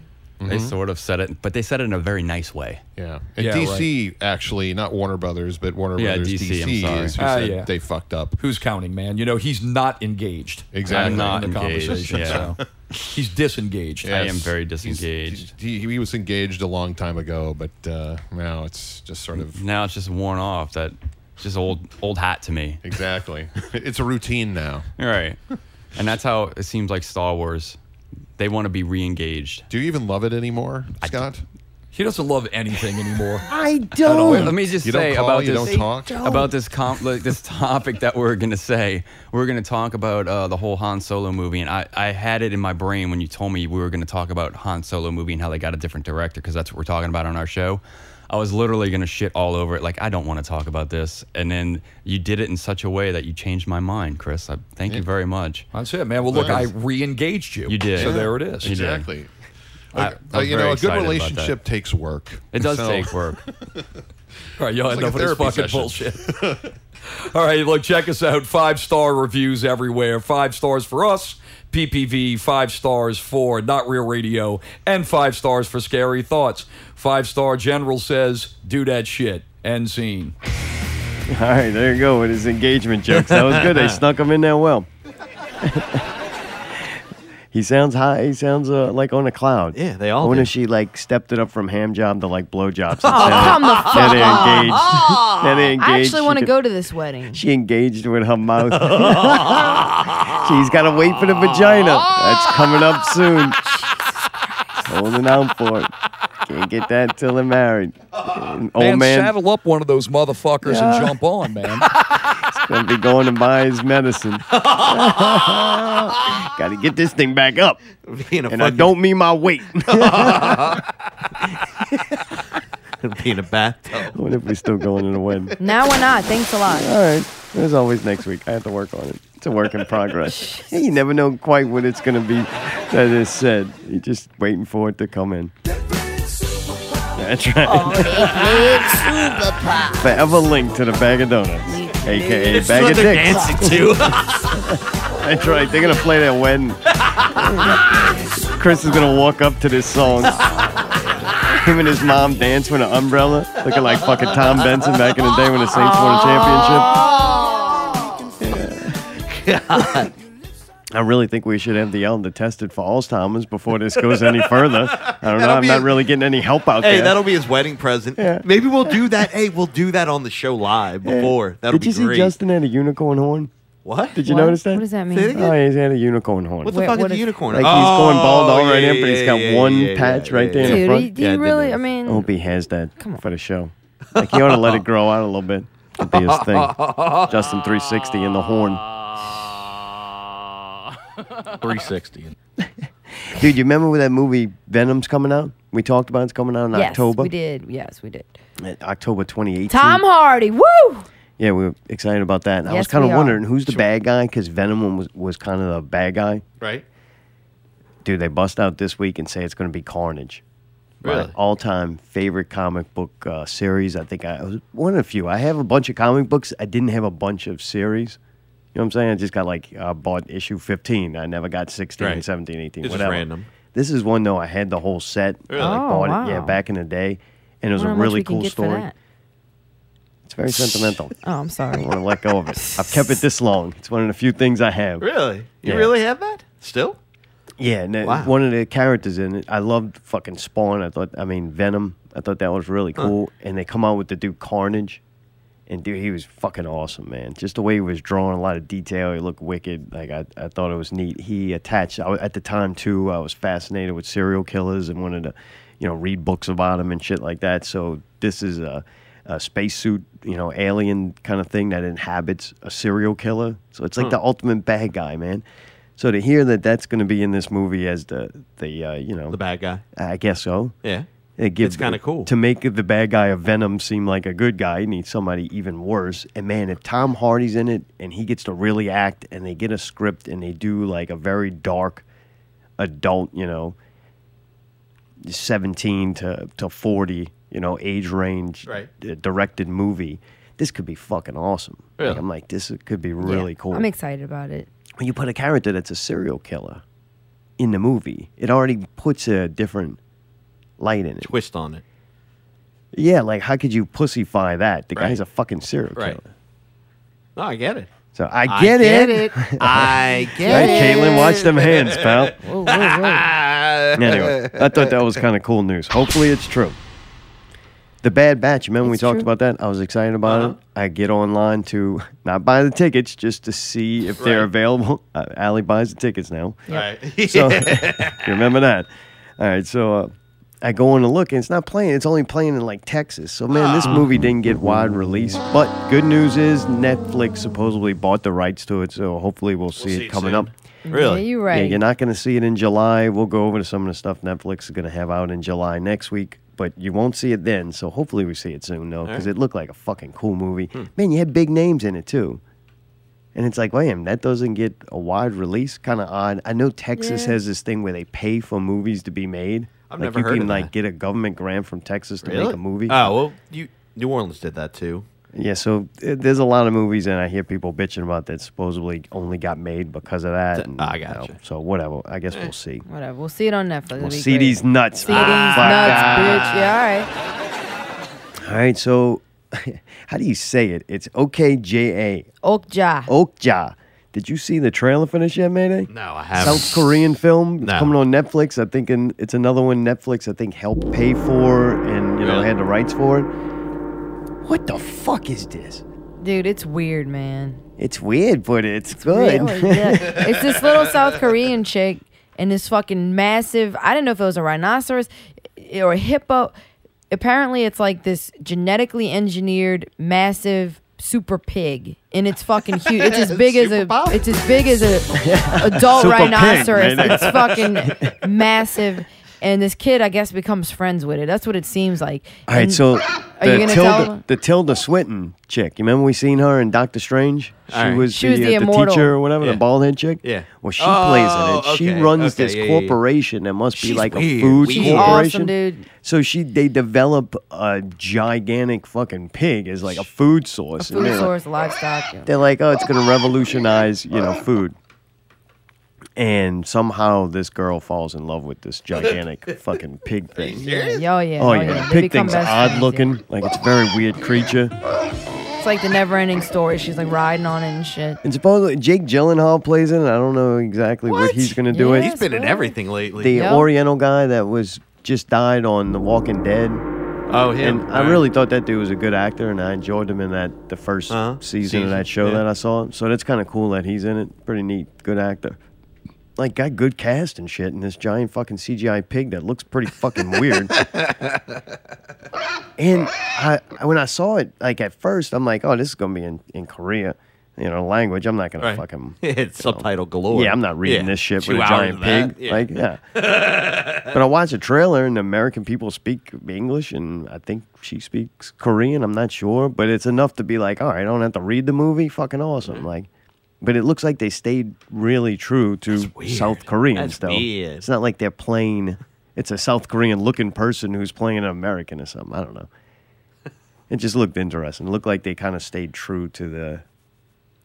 Speaker 9: They
Speaker 7: Mhm.
Speaker 9: sort of said it, but they said it in a very nice way.
Speaker 7: Yeah.
Speaker 13: And
Speaker 9: Yeah,
Speaker 13: DC actually, not Warner Brothers, but Warner
Speaker 9: Yeah,
Speaker 13: Brothers
Speaker 9: DC,
Speaker 13: DC,
Speaker 9: I'm sorry.
Speaker 13: is who
Speaker 9: Ah,
Speaker 13: said
Speaker 9: yeah.
Speaker 13: they fucked up.
Speaker 7: Who's counting, man? You know, he's not engaged.
Speaker 13: Exactly.
Speaker 7: in the
Speaker 13: I'm not engaged,
Speaker 7: conversation,
Speaker 13: yeah.
Speaker 7: so. He's disengaged.
Speaker 13: Yes. He's- he, he was engaged a long time ago, but uh, now it's just sort of
Speaker 9: Now it's just worn off. That it's just old old hat to me.
Speaker 13: Exactly. It's a routine now.
Speaker 9: Right. and that's how it seems like Star Wars. They want to be re-engaged.
Speaker 13: Do you even love it anymore, Scott?
Speaker 7: He doesn't love anything anymore.
Speaker 1: I
Speaker 9: Wait, let me just
Speaker 13: You don't
Speaker 9: say
Speaker 13: call,
Speaker 9: about
Speaker 13: you
Speaker 9: this
Speaker 13: don't talk? They don't.
Speaker 9: about this com- like, this topic that we're gonna say. We're gonna talk about uh, the whole Han Solo movie, and I, I had it in my brain when you told me we were gonna talk about Han Solo movie and how they got a different director because that's what we're talking about on our show. I was literally gonna shit all over it, like I don't want to talk about this, and then you did it in such a way that you changed my mind, Chris. I, thank you very much.
Speaker 7: That's it, man. Well, look, I re-engaged you.
Speaker 9: You did.
Speaker 7: So there it is.
Speaker 9: You did.
Speaker 13: Exactly.
Speaker 9: I-
Speaker 13: Okay,
Speaker 9: I'm
Speaker 13: but you
Speaker 9: very
Speaker 13: know, a
Speaker 9: excited
Speaker 13: good
Speaker 9: about that.
Speaker 13: relationship takes work.
Speaker 9: It does
Speaker 13: So-
Speaker 9: take work.
Speaker 7: All right, y'all
Speaker 13: It's
Speaker 7: end
Speaker 13: like
Speaker 7: up
Speaker 13: a
Speaker 7: with
Speaker 13: therapy
Speaker 7: this fucking
Speaker 13: session.
Speaker 7: bullshit. All right, look, check us out. Five star reviews everywhere. Five stars for us, PPV. Five stars for Not Real Radio, and five stars for Scary Thoughts. Five star general says, "Do that shit." End scene.
Speaker 1: All right, there you go with his engagement jokes. That was good. they snuck him in there well. he sounds high. He sounds uh, like on a cloud. Yeah,
Speaker 5: they all
Speaker 1: I
Speaker 5: do.
Speaker 1: wonder if she like stepped it up from ham job to like blowjobs.
Speaker 2: Oh, come the
Speaker 1: Then
Speaker 2: fuck
Speaker 1: they
Speaker 2: up.
Speaker 1: engaged. Then they engaged.
Speaker 2: I actually
Speaker 1: She
Speaker 2: want to
Speaker 1: could-
Speaker 2: go to this wedding.
Speaker 1: She engaged with her mouth. She's got to wait for the vagina. That's coming up soon. Holding out for it. Can't get that till they're married. And old
Speaker 7: man,
Speaker 1: man,
Speaker 7: saddle up one of those motherfuckers
Speaker 1: Yeah.
Speaker 7: and jump on, man.
Speaker 1: gonna be going to buy his medicine. got to get this thing back up.
Speaker 5: Being a
Speaker 1: and I
Speaker 5: fucking-
Speaker 1: don't mean my weight.
Speaker 5: Being a bathtub.
Speaker 1: I wonder if we're still going to the wedding.
Speaker 2: Now we're not. Thanks a lot.
Speaker 1: All right. As always, next week. I have to work on it. It's a work in progress. Hey, you never know quite what it's going to be that is said. You're just waiting for it to come in. That's
Speaker 2: Oh,
Speaker 16: Oh,
Speaker 1: right. Forever linked to the bag of donuts, aka
Speaker 16: It's
Speaker 1: bag
Speaker 16: what
Speaker 1: of
Speaker 16: they're
Speaker 1: dicks.
Speaker 16: dancing to.
Speaker 1: That's right. They're gonna play their wedding. Chris is gonna walk up to this song. Him and his mom dance with an umbrella, looking like fucking Tom Benson back in the day when the
Speaker 2: Oh.
Speaker 1: Saints won a championship. I really think we should have the Elton tested for Alzheimer's before this goes any further. I don't know.
Speaker 5: That'll
Speaker 1: I'm
Speaker 5: be
Speaker 1: not
Speaker 5: a-
Speaker 1: really getting any help out
Speaker 5: hey,
Speaker 1: there.
Speaker 5: that'll be his wedding present. Maybe we'll do that. Hey, we'll do that on the show live
Speaker 1: Yeah.
Speaker 5: before. That'll
Speaker 1: Did
Speaker 5: be
Speaker 1: you see
Speaker 5: great.
Speaker 1: Justin had a unicorn horn?
Speaker 5: What?
Speaker 1: Did you
Speaker 5: What?
Speaker 1: notice that?
Speaker 5: What does that mean? Say it again.
Speaker 1: Oh, he's had a unicorn horn.
Speaker 5: What the Wait, fuck is what a is- unicorn
Speaker 1: Like
Speaker 5: horn?
Speaker 1: he's going bald
Speaker 5: Oh,
Speaker 1: all right
Speaker 5: yeah,
Speaker 1: in, but he's
Speaker 5: yeah,
Speaker 1: got
Speaker 5: yeah,
Speaker 1: one
Speaker 5: yeah, yeah,
Speaker 1: patch right there in
Speaker 5: yeah.
Speaker 1: the
Speaker 5: Dude,
Speaker 1: front.
Speaker 5: he- do you Yeah, I did really-
Speaker 2: I mean-
Speaker 1: I hope he has that for the show. Like he ought to let it grow out a little bit. Could be his thing. Justin 360 and the horn.
Speaker 7: 360.
Speaker 1: Dude, you remember when that movie Venom's coming out? We talked about it's coming out in
Speaker 2: yes,
Speaker 1: October.
Speaker 2: we did. Yes, we did.
Speaker 1: Uh, October 2018.
Speaker 2: Tom Hardy. Woo!
Speaker 1: Yeah, we were excited about that. And I was
Speaker 2: Yes,
Speaker 1: kind of
Speaker 2: we are.
Speaker 1: wondering who's the bad guy because Venom was, was kind of the bad guy.
Speaker 5: Right?
Speaker 1: Dude, they bust out this week and say it's going to be Carnage.
Speaker 5: Really?
Speaker 1: My all time favorite comic book uh, series. I think I was one of the few. I have a bunch of comic books. I didn't have a bunch of series. You know what I'm saying? I just got like, uh, bought issue 15. I never got 16,
Speaker 5: Right.
Speaker 1: 17, 18,
Speaker 5: It's just
Speaker 1: whatever.
Speaker 5: random.
Speaker 1: This is one, though, I had the whole set.
Speaker 5: Really?
Speaker 1: I
Speaker 5: Oh,
Speaker 1: bought it, yeah,
Speaker 2: wow.
Speaker 1: back in the day. And it was a
Speaker 2: Wonder how much
Speaker 1: really
Speaker 2: we can
Speaker 1: cool
Speaker 2: get for
Speaker 1: story.
Speaker 2: that.
Speaker 1: It's very sentimental.
Speaker 2: Oh, I'm
Speaker 1: I
Speaker 2: sorry.
Speaker 1: want to let go of it. I've kept it this long. It's one of the few things I have.
Speaker 5: Really? You
Speaker 1: Yeah.
Speaker 5: really have that? Still?
Speaker 1: Yeah, and it-
Speaker 5: Wow.
Speaker 1: one of the characters in it, I loved fucking Spawn. I thought, I mean, Venom. I thought that was really cool. And they come out with the dude Carnage, and dude, he was fucking awesome, man. Just the way he was drawn, a lot of detail. He looked wicked. Like I, I thought it was neat. He attached I, wa- at the time too. I was fascinated with serial killers and wanted to, you know, read books about them and shit like that. So this is a, a spacesuit, you know, alien kind of thing that inhabits a serial killer. So it's like
Speaker 11: Huh.
Speaker 1: the ultimate bad guy, man. So to hear that that's going to be in this movie as the the uh, you know the
Speaker 5: bad guy,
Speaker 1: I guess so.
Speaker 5: Yeah.
Speaker 1: It gives
Speaker 5: It's kinda cool.
Speaker 1: to make the bad guy of Venom seem like a good guy. You need somebody even worse. And man, if Tom Hardy's in it and he gets to really act, and they get a script and they do like a very dark adult, you know, seventeen to to forty, you know, age range
Speaker 5: Right.
Speaker 1: uh, directed movie. This could be fucking awesome. Like,
Speaker 2: Really?
Speaker 1: I'm like, this could be really cool
Speaker 2: I'm excited about it.
Speaker 1: when you put a character that's a serial killer in the movie, it already puts a different light in it.
Speaker 5: Twist on it.
Speaker 1: Yeah, like how could you pussyfy that? The guy's a fucking serial killer.
Speaker 5: Right. No, I get it.
Speaker 1: So I get,
Speaker 5: get it. I get
Speaker 1: right, Caitlin,
Speaker 5: it.
Speaker 1: watch them hands, pal.
Speaker 5: Whoa, whoa, whoa.
Speaker 1: Mm-hmm. anyway, I thought that was kind of cool news. Hopefully, it's true. The Bad Batch. Remember we talked about that? I was excited about
Speaker 5: Uh-huh.
Speaker 1: it. I get online to not buy the tickets, just to see if they're
Speaker 11: Right.
Speaker 1: available. Uh, Allie buys the tickets now.
Speaker 11: Yep.
Speaker 1: Right. so you remember that? All right. So uh, I go in to look, and it's not playing. It's only playing in like Texas. So man, this movie didn't get wide release. But good news is Netflix supposedly bought the rights to it. So hopefully we'll see, it coming up.
Speaker 2: Really? Yeah, you're right.
Speaker 1: you're not going to see it in July. We'll go over to some of the stuff Netflix is going to have out in July next week, but you won't see it then. So hopefully we see it soon, though, because
Speaker 11: Alright.
Speaker 1: it looked like a fucking cool movie.
Speaker 5: Hmm.
Speaker 1: Man, you had big names in it, too. And it's like, wait a minute, that doesn't get a wide release. Kind of odd. I know Texas
Speaker 11: Yeah.
Speaker 1: has this thing where they pay for movies to be made.
Speaker 5: I've
Speaker 1: like
Speaker 5: never
Speaker 1: you
Speaker 5: heard
Speaker 1: can
Speaker 5: of
Speaker 1: like
Speaker 5: that.
Speaker 1: get a government grant from Texas to
Speaker 5: Really?
Speaker 1: make a movie.
Speaker 5: Oh, well, you New Orleans did that too.
Speaker 1: Yeah, so uh, there's a lot of movies, and I hear people bitching about that supposedly only got made because of that. And, I got you. know, So whatever, I guess we'll see.
Speaker 2: Whatever. We'll see it on Netflix.
Speaker 1: We'll
Speaker 2: It'll Eh. be
Speaker 1: see
Speaker 2: great.
Speaker 1: these nuts. Ah,
Speaker 2: See these nuts, bitch. Yeah, all right.
Speaker 1: All right, so how do you say it? It's OKJA.
Speaker 2: Okja.
Speaker 1: Okja. Did you see the trailer for this yet, Mayday?
Speaker 5: No, I haven't.
Speaker 1: South Korean film. It's
Speaker 5: No.
Speaker 1: coming on Netflix. I think in, it's another one Netflix, I think, helped pay for and, you know,
Speaker 2: Really?
Speaker 1: had the rights for it. What the fuck is this?
Speaker 2: Dude, it's weird, man.
Speaker 1: It's weird, but it's, good.
Speaker 2: Really? Oh, Yeah. it's this little South Korean chick and this fucking massive, I didn't know if it was a rhinoceros eh, or a hippo. Apparently, it's like this genetically engineered, massive super pig. And it's fucking huge. It's as big as a. It's as big as a adult
Speaker 22: Super pig,
Speaker 2: rhinoceros.
Speaker 22: man.
Speaker 2: it's fucking massive. And this kid, I guess, becomes friends with it. That's what it seems like.
Speaker 1: All right,
Speaker 2: And
Speaker 1: so
Speaker 2: are you
Speaker 1: the
Speaker 2: gonna tell
Speaker 1: Tilda,
Speaker 2: them?
Speaker 1: the Tilda Swinton chick. You remember we seen her in Doctor Strange? She
Speaker 11: All right.
Speaker 1: was
Speaker 2: She
Speaker 1: the,
Speaker 2: was the
Speaker 1: uh, the
Speaker 2: immortal.
Speaker 1: teacher or whatever,
Speaker 11: Yeah.
Speaker 1: the bald head chick.
Speaker 11: Yeah.
Speaker 1: Well, she
Speaker 11: Oh,
Speaker 1: plays in it. She
Speaker 11: okay,
Speaker 1: runs
Speaker 11: okay,
Speaker 1: this
Speaker 11: yeah, yeah, yeah.
Speaker 1: corporation that must be
Speaker 11: She's
Speaker 1: like
Speaker 11: weird,
Speaker 1: a food
Speaker 11: She's
Speaker 1: corporation.
Speaker 11: awesome,
Speaker 2: dude.
Speaker 1: So she they develop a gigantic fucking pig as like a food source. and
Speaker 2: Food
Speaker 1: they're like-
Speaker 2: source, livestock. yeah.
Speaker 1: they're like, oh, it's going to revolutionize, you know, food. And somehow this girl falls in love with this gigantic fucking pig thing.
Speaker 2: Yeah, oh yeah.
Speaker 1: Oh,
Speaker 2: oh,
Speaker 1: yeah.
Speaker 2: yeah. They
Speaker 1: Pig
Speaker 2: become
Speaker 1: thing's
Speaker 2: best
Speaker 1: odd
Speaker 2: friends, yeah.
Speaker 1: looking. Like, it's a very weird creature.
Speaker 2: It's like the never ending story. She's like riding on it and shit.
Speaker 1: And supposedly Jake Gyllenhaal plays in. it. I don't know exactly what, he's going to do.
Speaker 2: Yes,
Speaker 1: it.
Speaker 2: He's been in what? everything
Speaker 5: lately.
Speaker 1: The
Speaker 2: Yep.
Speaker 1: Oriental guy that was just died on The Walking Dead.
Speaker 5: Oh, him.
Speaker 1: And
Speaker 5: All
Speaker 1: I
Speaker 5: right.
Speaker 1: really thought that dude was a good actor, and I enjoyed him in that the 1st season, of that show
Speaker 5: Uh-huh. yeah.
Speaker 1: that I saw. So that's kind of cool that he's in it. Pretty neat, good actor. Like got good cast and shit, and this giant fucking CGI pig that looks pretty fucking weird. And I, I- when I saw it, like at first, I'm like, oh, this is gonna be in, in Korea, you know, language. I'm not gonna fucking.
Speaker 5: it's subtitle galore.
Speaker 1: Yeah, I'm not reading this shit with
Speaker 5: Two
Speaker 1: a
Speaker 5: hours
Speaker 1: giant
Speaker 5: of that.
Speaker 1: pig. Like, yeah. but I watched a trailer, and American people speak English, and I think she speaks Korean. I'm not sure, but it's enough to be like, all right, I don't have to read the movie. Fucking awesome. Like, but it looks like they stayed really true to South
Speaker 5: That's
Speaker 1: Koreans, though.
Speaker 5: weird.
Speaker 1: It's not like they're playing. It's a South Korean looking person who's playing an American or something. I don't know. It just looked interesting. It looked like they kind of stayed true to the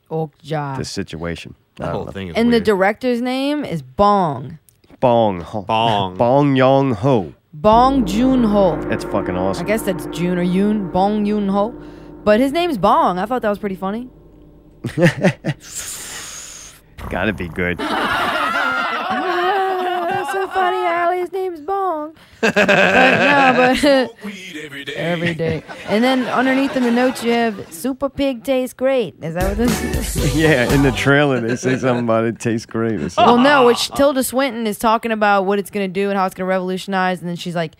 Speaker 2: Oak
Speaker 1: the situation. The whole thing
Speaker 2: And the director's name is Bong.
Speaker 1: Bong. Ho-
Speaker 5: Bong.
Speaker 1: Bong Yong Ho.
Speaker 2: Bong Joon Ho.
Speaker 1: That's fucking
Speaker 2: I
Speaker 1: awesome.
Speaker 2: guess that's June or Yoon. Bong Yoon Ho. But his name's Bong. I thought that was pretty funny.
Speaker 1: Gotta be good.
Speaker 2: Ah, that's so funny. Ali's name's Bong. But no, but every day. And then underneath in the notes you have Super Pig tastes great. Is that what this is?
Speaker 1: yeah, in the trailer they say something about it tastes great. Or
Speaker 2: Well,
Speaker 1: something.
Speaker 2: no, which Tilda Swinton is talking about what it's going to do and how it's going to revolutionize. And then she's like,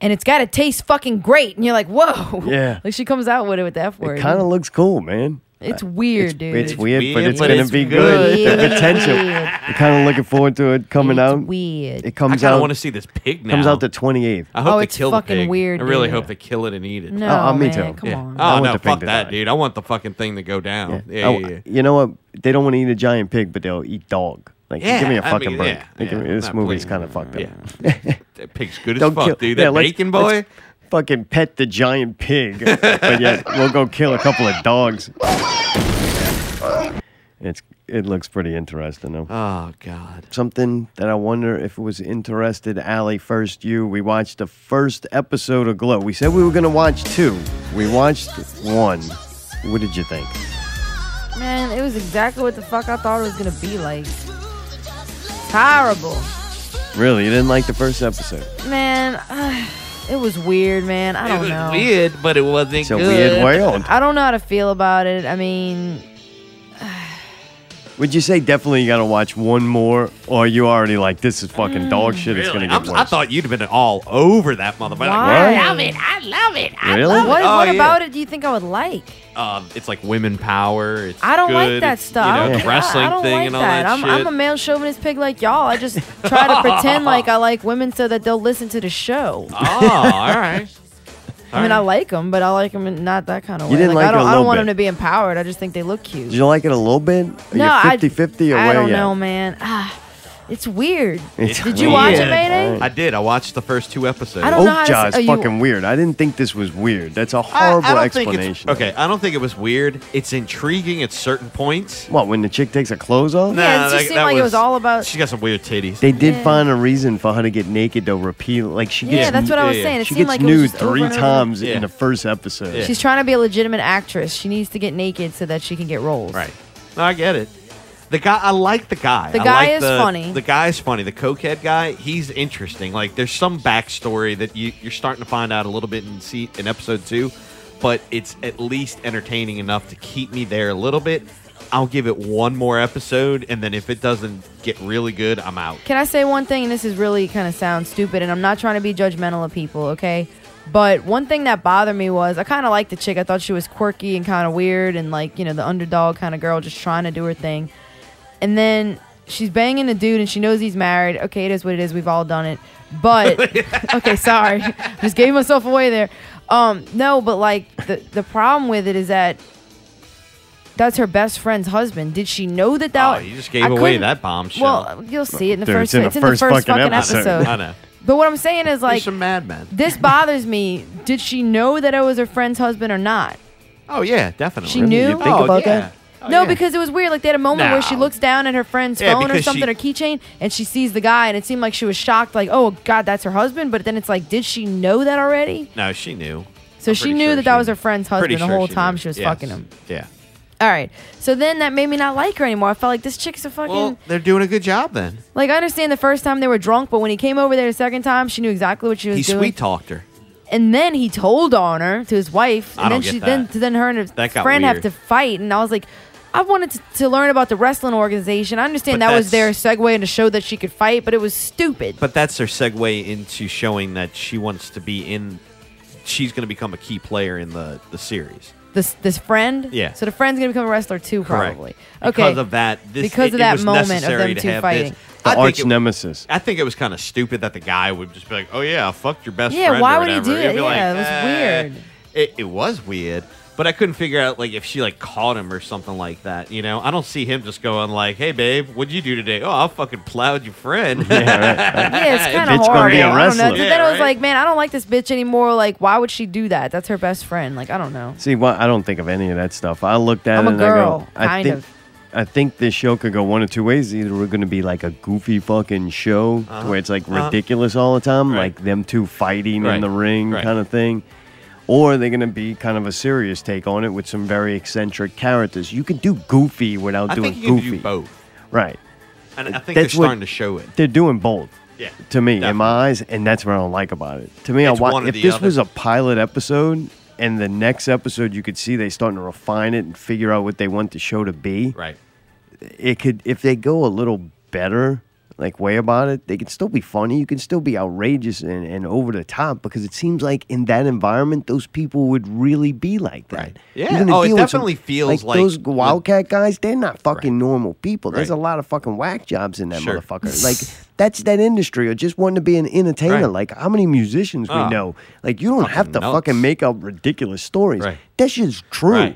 Speaker 2: and it's got to taste fucking great. And you're like, whoa.
Speaker 1: Yeah.
Speaker 2: Like she comes out with it with the F word.
Speaker 1: It kind of looks cool, man.
Speaker 2: It's weird, dude.
Speaker 1: It's, weird, but
Speaker 5: weird,
Speaker 1: it's
Speaker 5: but
Speaker 1: gonna
Speaker 5: it's
Speaker 1: be good.
Speaker 5: good.
Speaker 1: The potential.
Speaker 2: Weird.
Speaker 1: You're kind of looking forward to it coming out.
Speaker 2: Weird.
Speaker 1: It comes
Speaker 5: I
Speaker 1: out.
Speaker 5: want to see this pig now.
Speaker 1: Comes out the 28th.
Speaker 5: I hope
Speaker 2: Oh,
Speaker 5: they
Speaker 2: it's
Speaker 5: kill the
Speaker 2: fucking
Speaker 5: pig.
Speaker 2: weird,
Speaker 5: I really
Speaker 2: dude.
Speaker 5: hope they kill it and eat it.
Speaker 2: No, Oh, oh, me man, too. come
Speaker 5: Yeah.
Speaker 2: on.
Speaker 1: I
Speaker 5: Oh
Speaker 1: want
Speaker 5: no,
Speaker 1: the pig
Speaker 5: fuck
Speaker 1: to
Speaker 5: that,
Speaker 1: die.
Speaker 5: dude. I want the fucking thing to go down. Yeah,
Speaker 1: Oh,
Speaker 5: yeah, yeah.
Speaker 1: You know what? They don't want to eat a giant pig, but they'll eat dog. Like,
Speaker 5: Yeah,
Speaker 1: give me a
Speaker 5: I
Speaker 1: fucking
Speaker 5: mean,
Speaker 1: break.
Speaker 5: yeah,
Speaker 1: Like, give
Speaker 5: yeah,
Speaker 1: me- this
Speaker 5: not
Speaker 1: movie's
Speaker 5: blatant.
Speaker 1: kind of fucked up.
Speaker 5: That pig's good as
Speaker 1: Don't
Speaker 5: fuck,
Speaker 1: kill-
Speaker 5: dude.
Speaker 1: yeah,
Speaker 5: That
Speaker 1: let's-
Speaker 5: bacon boy.
Speaker 1: let's Fucking pet the giant pig, but yet we'll go kill a couple of dogs. It's it looks pretty interesting though.
Speaker 5: Oh God!
Speaker 1: Something that I wonder if it was interested. Allie, first you. We watched the first episode of Glow. We said we were gonna watch two. We watched one. What did you think?
Speaker 2: Man, it was exactly what the fuck I thought it was going to be like. Terrible.
Speaker 1: Really, you didn't like the first episode?
Speaker 2: Man, it was weird, man. I don't
Speaker 5: it was
Speaker 2: know.
Speaker 5: weird, but it wasn't
Speaker 1: It's a
Speaker 5: good.
Speaker 1: weird world.
Speaker 2: I don't know how to feel about it. I mean,
Speaker 1: Would you say definitely you gotta watch one more, or you already like this is fucking dog shit? It's gonna
Speaker 5: Mm, Really?
Speaker 1: get
Speaker 5: I'm-
Speaker 1: worse.
Speaker 5: I thought you'd have been all over that motherfucker.
Speaker 2: Why?
Speaker 5: Like,
Speaker 2: I love it.
Speaker 5: I love it.
Speaker 1: Really?
Speaker 2: what,
Speaker 5: Oh,
Speaker 2: what
Speaker 5: yeah.
Speaker 2: about it do you think I would like?
Speaker 5: Um, it's like women power. It's
Speaker 2: I don't like
Speaker 5: good,
Speaker 2: that
Speaker 5: it's,
Speaker 2: stuff. I
Speaker 5: You know,
Speaker 2: don't
Speaker 5: the
Speaker 2: think- I-
Speaker 5: wrestling
Speaker 2: I don't
Speaker 5: thing
Speaker 2: like
Speaker 5: and all that,
Speaker 2: I'm,
Speaker 5: shit.
Speaker 2: I'm a male chauvinist pig like y'all. I just try to pretend like I like women so that they'll listen to the show.
Speaker 5: oh, all right.
Speaker 2: I mean, I like them, but I like them in not that kind of
Speaker 1: You
Speaker 2: way.
Speaker 1: didn't
Speaker 2: like,
Speaker 1: like
Speaker 2: I
Speaker 1: it
Speaker 2: don't, I
Speaker 1: a
Speaker 2: don't
Speaker 1: little
Speaker 2: want
Speaker 1: bit.
Speaker 2: them to be empowered. I just think they look cute.
Speaker 1: Did you like it a little bit? Are
Speaker 2: No,
Speaker 1: you
Speaker 2: I-
Speaker 1: 50 50 or
Speaker 2: I
Speaker 1: where
Speaker 2: don't
Speaker 1: you at?
Speaker 2: know, man. Ah, it's weird.
Speaker 1: It's
Speaker 2: Did you watch it,
Speaker 1: weird.
Speaker 2: Mayday?
Speaker 5: I did. I watched the first two episodes.
Speaker 2: I don't know how to
Speaker 1: Oakjaw
Speaker 2: say-
Speaker 1: is
Speaker 2: oh, you-
Speaker 1: fucking weird. I didn't think this was weird. That's a horrible
Speaker 5: I don't
Speaker 1: explanation.
Speaker 5: Think it's, okay, I don't think it was weird. It's intriguing at certain points.
Speaker 1: What, when the chick takes her clothes off?
Speaker 5: Nah,
Speaker 2: Yeah, it just
Speaker 5: that-
Speaker 2: seemed
Speaker 5: that
Speaker 2: like it was all about.
Speaker 5: Uh, She got some weird titties.
Speaker 1: They did
Speaker 2: Yeah.
Speaker 1: find a reason for her to get naked though, repeat like she
Speaker 2: Yeah,
Speaker 1: gets
Speaker 2: that's what I was
Speaker 1: yeah,
Speaker 2: saying. It
Speaker 1: she
Speaker 2: seemed like
Speaker 1: gets
Speaker 2: it was
Speaker 1: nude
Speaker 2: just over
Speaker 1: three
Speaker 2: and over.
Speaker 1: times in the first episode.
Speaker 2: She's trying to be a legitimate actress. She needs to get naked so that she can get roles.
Speaker 5: Right. No, I get it. The guy, I like the guy.
Speaker 2: The
Speaker 5: I
Speaker 2: guy
Speaker 5: like
Speaker 2: is
Speaker 5: the-
Speaker 2: funny.
Speaker 5: The guy is funny. The cokehead guy, he's interesting. Like, there's some backstory that you, you're starting to find out a little bit in see in episode two, but it's at least entertaining enough to keep me there a little bit. I'll give it one more episode, and then if it doesn't get really good, I'm out.
Speaker 2: Can I say one thing? And this is really kind of sounds stupid, and I'm not trying to be judgmental of people, okay? But one thing that bothered me was I kind of liked the chick. I thought she was quirky and kind of weird, and like you know the underdog kind of girl, just trying to do her thing. And then she's banging a dude, and she knows he's married. Okay, it is what it is. We've all done it. But okay, sorry, just gave myself away there. Um, no, but like the the problem with it is that that's her best friend's husband. Did she know that that?
Speaker 5: Oh, you just gave
Speaker 2: I
Speaker 5: away
Speaker 2: couldn't-
Speaker 5: that bombshell.
Speaker 2: Well, you'll see it in the
Speaker 5: Dude,
Speaker 2: first.
Speaker 5: it's in the first
Speaker 2: fucking,
Speaker 5: fucking
Speaker 2: episode.
Speaker 5: episode. I know.
Speaker 2: But what I'm saying is like
Speaker 5: He's a madman.
Speaker 2: This bothers me. Did she know that it was her friend's husband or not?
Speaker 5: Oh yeah, definitely.
Speaker 2: She knew.
Speaker 5: You think about that?
Speaker 2: no, because it was weird. Like they had a moment where she
Speaker 5: No.
Speaker 2: looks down at her friend's
Speaker 5: Yeah,
Speaker 2: phone or
Speaker 5: because she-
Speaker 2: something, or keychain, and she sees the guy, and it seemed like she was shocked, like, "Oh God, that's her husband." But then it's like, did she know that already?
Speaker 5: No, she knew.
Speaker 2: So she knew that that was her friend's
Speaker 5: Pretty
Speaker 2: husband the
Speaker 5: sure
Speaker 2: whole
Speaker 5: she
Speaker 2: time
Speaker 5: knew.
Speaker 2: she was
Speaker 5: Yes.
Speaker 2: fucking him.
Speaker 5: Yeah.
Speaker 2: All right. So then that made me not like her anymore. I felt like this chick's a fucking.
Speaker 5: Well, they're doing a good job then.
Speaker 2: like, I understand the first time they were drunk, but when he came over there the second time, she knew exactly what she was
Speaker 5: He
Speaker 2: doing.
Speaker 5: sweet talked her.
Speaker 2: And then he told on her to his wife. And
Speaker 5: I
Speaker 2: then
Speaker 5: don't get
Speaker 2: she
Speaker 5: that.
Speaker 2: then then her and her
Speaker 5: That got
Speaker 2: friend have
Speaker 5: weird.
Speaker 2: to fight. And I was like, I wanted to, to learn about the wrestling organization. I understand
Speaker 5: But
Speaker 2: that was their
Speaker 5: that's-
Speaker 2: segue into show that she could fight, but it was stupid.
Speaker 5: But that's their segue into showing that she wants to be in. She's going to become a key player in the the series.
Speaker 2: This this friend.
Speaker 5: Yeah.
Speaker 2: So the friend's gonna become a wrestler too, probably.
Speaker 5: Correct.
Speaker 2: Okay.
Speaker 5: Because of that. This,
Speaker 2: Because of
Speaker 5: it- it
Speaker 2: that
Speaker 5: was
Speaker 2: moment of
Speaker 5: necessary
Speaker 2: them
Speaker 5: to
Speaker 2: two
Speaker 5: have
Speaker 2: fighting.
Speaker 5: This.
Speaker 1: The
Speaker 5: I think
Speaker 1: arch
Speaker 5: it-
Speaker 1: nemesis.
Speaker 5: I think it was kind of stupid that the guy would just be like, "Oh yeah, I fucked your best
Speaker 2: Yeah,
Speaker 5: friend."
Speaker 2: why
Speaker 5: or
Speaker 2: would he do
Speaker 5: whatever." He'd
Speaker 2: that? Yeah,
Speaker 5: be like,
Speaker 2: it was
Speaker 5: "Eh."
Speaker 2: weird.
Speaker 5: It, it was weird, but I couldn't figure out like if she like caught him or something like that. You know, I don't see him just going like, "Hey babe, what'd you do today?" Oh, I fucking plowed your friend.
Speaker 2: Yeah, it's kind of
Speaker 5: Bitch
Speaker 2: horrible.
Speaker 5: gonna be
Speaker 2: I
Speaker 5: a
Speaker 2: don't know.
Speaker 5: wrestler.
Speaker 2: Then
Speaker 5: Yeah,
Speaker 2: I was
Speaker 5: right?
Speaker 2: like, man, I don't like this bitch anymore. Like, why would she do that? That's her best friend. Like, I don't know.
Speaker 1: See, well, I don't think of any of that stuff. I looked at
Speaker 2: I'm
Speaker 1: it
Speaker 2: a
Speaker 1: and
Speaker 2: girl,
Speaker 1: I go, I
Speaker 2: kind
Speaker 1: think,
Speaker 2: of.
Speaker 1: I think this show could go one of two ways. Either we're going to be like a goofy fucking show to
Speaker 13: Uh-huh.
Speaker 1: where it's like
Speaker 13: Uh-huh.
Speaker 1: ridiculous all the time, like them two fighting in
Speaker 13: Right.
Speaker 1: the ring
Speaker 13: Right.
Speaker 1: kind of thing. Or they're going to be kind of a serious take on it with some very eccentric characters. You can do goofy without
Speaker 5: I
Speaker 1: doing
Speaker 5: think you can
Speaker 1: goofy.
Speaker 5: do both.
Speaker 1: Right.
Speaker 5: And I think they're
Speaker 1: That's what-
Speaker 5: starting to show it.
Speaker 1: They're doing both.
Speaker 5: Yeah,
Speaker 1: To me, in my eyes, and that's what I don't like about it. To me,
Speaker 5: It's
Speaker 1: I
Speaker 5: one
Speaker 1: watch
Speaker 5: or
Speaker 1: if
Speaker 5: the
Speaker 1: this
Speaker 5: other.
Speaker 1: was a pilot episode and the next episode you could see they starting to refine it and figure out what they want the show to be.
Speaker 5: Right.
Speaker 1: It could if they go a little better, like way about it, they could still be funny. You can still be outrageous and, and over the top because it seems like in that environment those people would really be like that.
Speaker 5: Yeah.
Speaker 1: You're gonna
Speaker 5: Oh, it
Speaker 1: deal with some-
Speaker 5: definitely feels like
Speaker 1: those Wildcat guys, they're not fucking normal people. There's
Speaker 5: Right.
Speaker 1: a lot of fucking whack jobs in that
Speaker 5: Sure.
Speaker 1: motherfucker. Like that's that industry, or just wanting to be an entertainer.
Speaker 5: Right.
Speaker 1: Like how many musicians
Speaker 5: Oh.
Speaker 1: we know? Like you don't have to fucking make up ridiculous stories. That shit's true.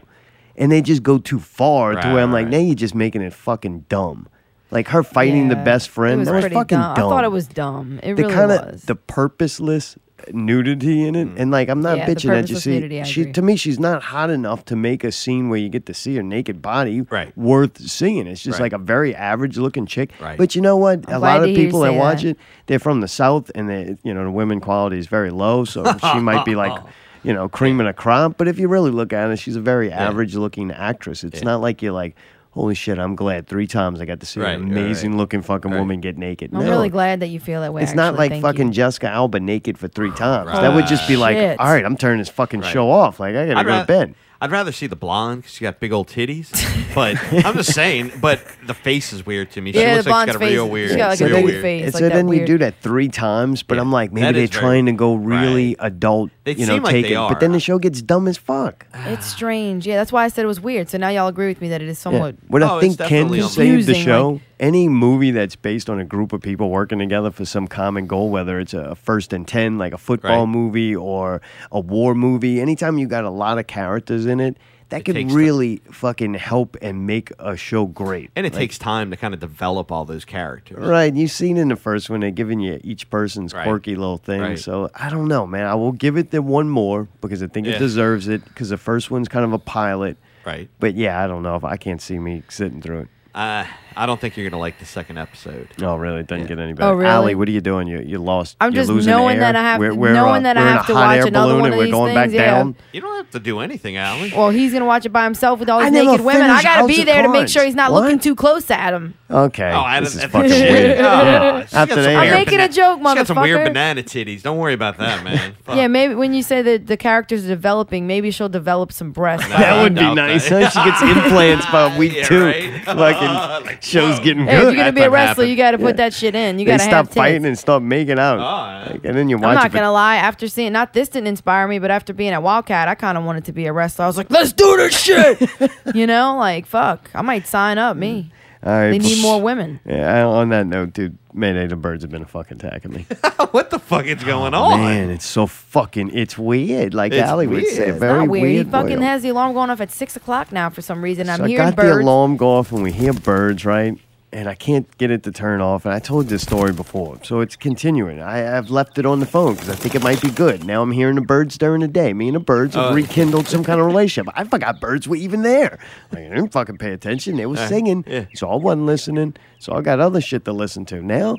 Speaker 1: And they just go too far to where I'm like, now you're just making it fucking dumb. Like her fighting the
Speaker 2: Yeah.
Speaker 1: best friend,
Speaker 2: It was
Speaker 1: that was
Speaker 2: pretty
Speaker 1: fucking
Speaker 2: dumb.
Speaker 1: dumb.
Speaker 2: I thought it was dumb. It
Speaker 1: the
Speaker 2: really
Speaker 1: kinda-
Speaker 2: was.
Speaker 1: the purposeless nudity in it, and like I'm not
Speaker 2: Yeah, the
Speaker 1: bitching at you.
Speaker 2: purposeless
Speaker 1: See,
Speaker 2: nudity, I
Speaker 1: she
Speaker 2: agree.
Speaker 1: to me, she's not hot enough to make a scene where you get to see her naked body worth seeing. It's just
Speaker 13: Right.
Speaker 1: like a very average looking chick.
Speaker 13: Right.
Speaker 1: But you know what?
Speaker 13: I'm
Speaker 1: a
Speaker 13: glad
Speaker 1: lot
Speaker 13: to
Speaker 1: of
Speaker 13: hear you
Speaker 1: people that
Speaker 13: say
Speaker 1: watch
Speaker 13: that.
Speaker 1: it, they're from the south, and they, you know, the women quality is very low, so she might be like. You know, cream in a crop, but if you really look at it, she's a very average looking actress. It's not like you're like, holy shit, I'm glad three times I got to see
Speaker 13: Right,
Speaker 1: an
Speaker 13: right, right.
Speaker 1: amazing looking fucking woman get naked.
Speaker 2: I'm
Speaker 1: No.
Speaker 2: really glad that you feel that way.
Speaker 1: It's not
Speaker 2: actually.
Speaker 1: like
Speaker 2: Thank
Speaker 1: fucking
Speaker 2: you.
Speaker 1: Jessica Alba naked for three times. That would just be like,
Speaker 2: Shit.
Speaker 1: all right, I'm turning this fucking
Speaker 5: Right.
Speaker 1: show off. Like, I gotta
Speaker 5: I'd
Speaker 1: go
Speaker 5: rath-
Speaker 1: to bed.
Speaker 5: I'd rather see the blonde because she got big old titties. But I'm just saying. But the face is weird to me. She
Speaker 2: Yeah, the
Speaker 5: looks like she's
Speaker 2: blonde's
Speaker 5: got a real
Speaker 2: face-
Speaker 5: weird.
Speaker 2: she's got, like, a
Speaker 5: real
Speaker 2: big
Speaker 5: weird.
Speaker 2: face.
Speaker 1: And
Speaker 2: like
Speaker 1: so
Speaker 2: that
Speaker 1: then
Speaker 2: weird-
Speaker 1: you do that three times, but I'm like, maybe
Speaker 5: That
Speaker 1: they're
Speaker 5: is very-
Speaker 1: trying to go really adult.
Speaker 5: They
Speaker 1: you know,
Speaker 5: seem like
Speaker 1: take
Speaker 5: they
Speaker 1: it,
Speaker 5: are.
Speaker 1: but then the show gets dumb as fuck.
Speaker 2: It's strange. Yeah, that's why I said it was weird. So now y'all agree with me that it is
Speaker 1: Ah. Yeah.
Speaker 2: somewhat.
Speaker 1: What
Speaker 5: Oh,
Speaker 1: I think can save the
Speaker 2: confusing,
Speaker 1: show,
Speaker 2: like-
Speaker 1: any movie that's based on a group of people working together for some common goal, whether it's a first and ten, like a football
Speaker 13: Right.
Speaker 1: movie or a war movie, anytime you got a lot of characters in it, that could
Speaker 5: takes the-
Speaker 1: really fucking help and make a show great.
Speaker 5: And it
Speaker 1: Like,
Speaker 5: takes time to kind of develop all those characters.
Speaker 1: Right, you've seen in the first one, they're giving you each person's quirky little thing.
Speaker 5: Right.
Speaker 1: So I don't know, man. I will give it the one more because I think
Speaker 5: Yeah.
Speaker 1: it deserves it because the first one's kind of a pilot.
Speaker 5: Right.
Speaker 1: But yeah, I don't know if I can't see me sitting through it.
Speaker 5: Uh, I don't think you're gonna like the second episode.
Speaker 1: Oh, really? It doesn't get any better.
Speaker 2: Oh, really?
Speaker 1: Allie, what are you doing? You you lost.
Speaker 2: I'm
Speaker 1: You're
Speaker 2: just
Speaker 1: losing
Speaker 2: knowing
Speaker 1: air.
Speaker 2: that I have-
Speaker 1: We're, we're,
Speaker 2: knowing
Speaker 1: uh,
Speaker 2: that I
Speaker 1: we're in
Speaker 2: have
Speaker 1: a
Speaker 2: to
Speaker 1: hot
Speaker 2: watch
Speaker 1: air
Speaker 2: another
Speaker 1: balloon
Speaker 2: one
Speaker 1: and
Speaker 2: of
Speaker 1: we're
Speaker 2: these
Speaker 1: going back
Speaker 2: things, yeah.
Speaker 1: down.
Speaker 5: You don't have to do anything, Alan.
Speaker 2: Well, he's gonna watch it by himself with all
Speaker 1: I
Speaker 2: these
Speaker 1: never
Speaker 2: naked women. I
Speaker 1: finished
Speaker 2: gotta
Speaker 1: House
Speaker 2: be
Speaker 1: of
Speaker 2: there to make
Speaker 1: Cards.
Speaker 2: sure he's not
Speaker 1: What?
Speaker 2: looking too close at him.
Speaker 1: Okay.
Speaker 5: Oh, I
Speaker 1: this
Speaker 5: don't-
Speaker 1: is
Speaker 5: that's-
Speaker 1: fucking
Speaker 5: Yeah.
Speaker 1: weird.
Speaker 5: Yeah.
Speaker 1: yeah.
Speaker 5: She's Oh, got
Speaker 1: After
Speaker 5: some
Speaker 1: that,
Speaker 2: I'm making a joke,
Speaker 5: She got some weird
Speaker 2: motherfucker.
Speaker 5: banana titties. Don't worry about that, man. Fuck.
Speaker 2: Yeah, maybe when you say that the characters are developing, maybe she'll develop some breasts.
Speaker 1: that would be
Speaker 5: doubt
Speaker 1: nice.
Speaker 5: that.
Speaker 1: she gets implants by week
Speaker 5: Yeah,
Speaker 1: two.
Speaker 5: right?
Speaker 1: Fucking show's getting
Speaker 2: Hey, if
Speaker 1: good.
Speaker 2: you're gonna be a wrestler, you gotta put that shit in. You
Speaker 1: they
Speaker 2: gotta
Speaker 1: stop
Speaker 2: have tits.
Speaker 1: fighting and stop making out, Like, and then you watch.
Speaker 2: I'm
Speaker 1: it
Speaker 2: not
Speaker 1: for-
Speaker 2: gonna lie. After seeing, not this didn't inspire me, but after being at Wildcat, I kind of wanted to be a wrestler. I was like, let's do this shit. you know, like fuck, I might sign up. Me,
Speaker 1: All right.
Speaker 2: they need more women.
Speaker 1: Yeah, I- on that note, dude, Mayday the birds have been fucking attacking me.
Speaker 5: fuck is going on?
Speaker 1: Oh, Man, it's so fucking, it's weird. Like
Speaker 5: It's
Speaker 1: Allie would say,
Speaker 2: It's
Speaker 1: very
Speaker 2: not weird.
Speaker 1: weird.
Speaker 2: He fucking
Speaker 1: boy.
Speaker 2: has the alarm going off at six o'clock now for some reason. I'm
Speaker 1: So I
Speaker 2: hearing
Speaker 1: got the
Speaker 2: birds.
Speaker 1: alarm go off and we hear birds, right? And I can't get it to turn off. And I told this story before, so it's continuing. I, I've left it on the phone because I think it might be good. Now I'm hearing the birds during the day. Me and the birds have
Speaker 13: Oh.
Speaker 1: rekindled some kind of relationship. I forgot birds were even there. Like, I didn't fucking pay attention. They were
Speaker 13: Uh,
Speaker 1: singing, so I wasn't listening. So I got other shit to listen to. Now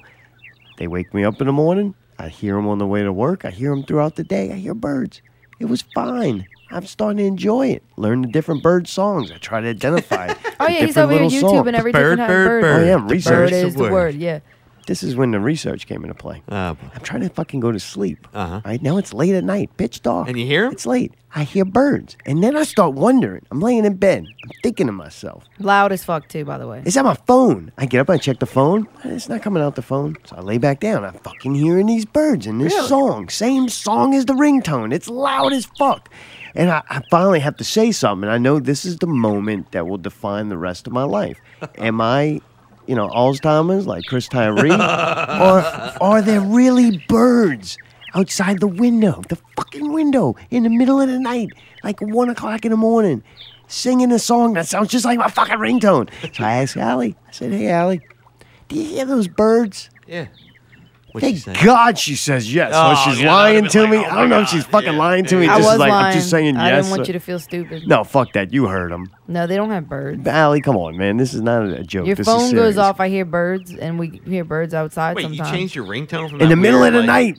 Speaker 1: they wake me up in the morning. I hear them on the way to work. I hear them throughout the day. I hear birds. It was fine. I'm starting to enjoy it. Learn the different bird songs. I try to identify.
Speaker 2: Oh
Speaker 1: the
Speaker 2: yeah, he's
Speaker 1: different
Speaker 2: over here
Speaker 1: little
Speaker 2: YouTube
Speaker 1: songs.
Speaker 2: and everything. had bird.
Speaker 1: I am
Speaker 2: The
Speaker 1: research
Speaker 2: Bird is the word. Ah, Yeah.
Speaker 1: This is when the research came into play. I'm trying to fucking go to sleep. Uh-huh. Right now, it's late at night, pitch dark. And you hear? It's late. I hear birds, and then I start wondering. I'm laying in bed. I'm thinking to myself,
Speaker 2: Loud as fuck too, by the way.
Speaker 1: Is that my phone? I get up, I check the phone. It's not coming out the phone. So I lay back down. I'm fucking hearing these birds and this song. Same song as the ringtone. It's loud as fuck. And I, I finally have to say something. I know this is the moment that will define the rest of my life. Am I, you know, Alzheimer's like Chris Tyree? or are there really birds outside the window, the fucking window, in the middle of the night, like one o'clock in the morning, singing a song that sounds just like my fucking ringtone? So I asked Allie. I said, "Hey, Allie, do you hear those birds?"
Speaker 5: Yeah.
Speaker 1: Thank God she says yes. or
Speaker 5: Oh,
Speaker 1: she's
Speaker 5: yeah, that
Speaker 1: lying
Speaker 5: would've
Speaker 1: to
Speaker 5: been
Speaker 1: me.
Speaker 5: like, oh
Speaker 1: I don't
Speaker 5: my
Speaker 1: know if she's fucking lying to me.
Speaker 2: I
Speaker 1: just
Speaker 2: was
Speaker 1: like
Speaker 2: lying.
Speaker 1: I'm just saying
Speaker 2: I
Speaker 1: yes. uh,
Speaker 2: didn't want you to feel stupid.
Speaker 1: No, fuck that. You heard him.
Speaker 2: No, they don't have birds.
Speaker 1: Allie, come on, man. This is not a joke.
Speaker 2: Your
Speaker 1: this is
Speaker 2: phone
Speaker 1: serious.
Speaker 2: goes off. I hear birds, and we hear birds outside
Speaker 5: Wait,
Speaker 2: sometimes.
Speaker 5: you changed your ringtone from
Speaker 1: in
Speaker 5: that
Speaker 1: the middle
Speaker 5: weird,
Speaker 1: of the
Speaker 5: like-
Speaker 1: night.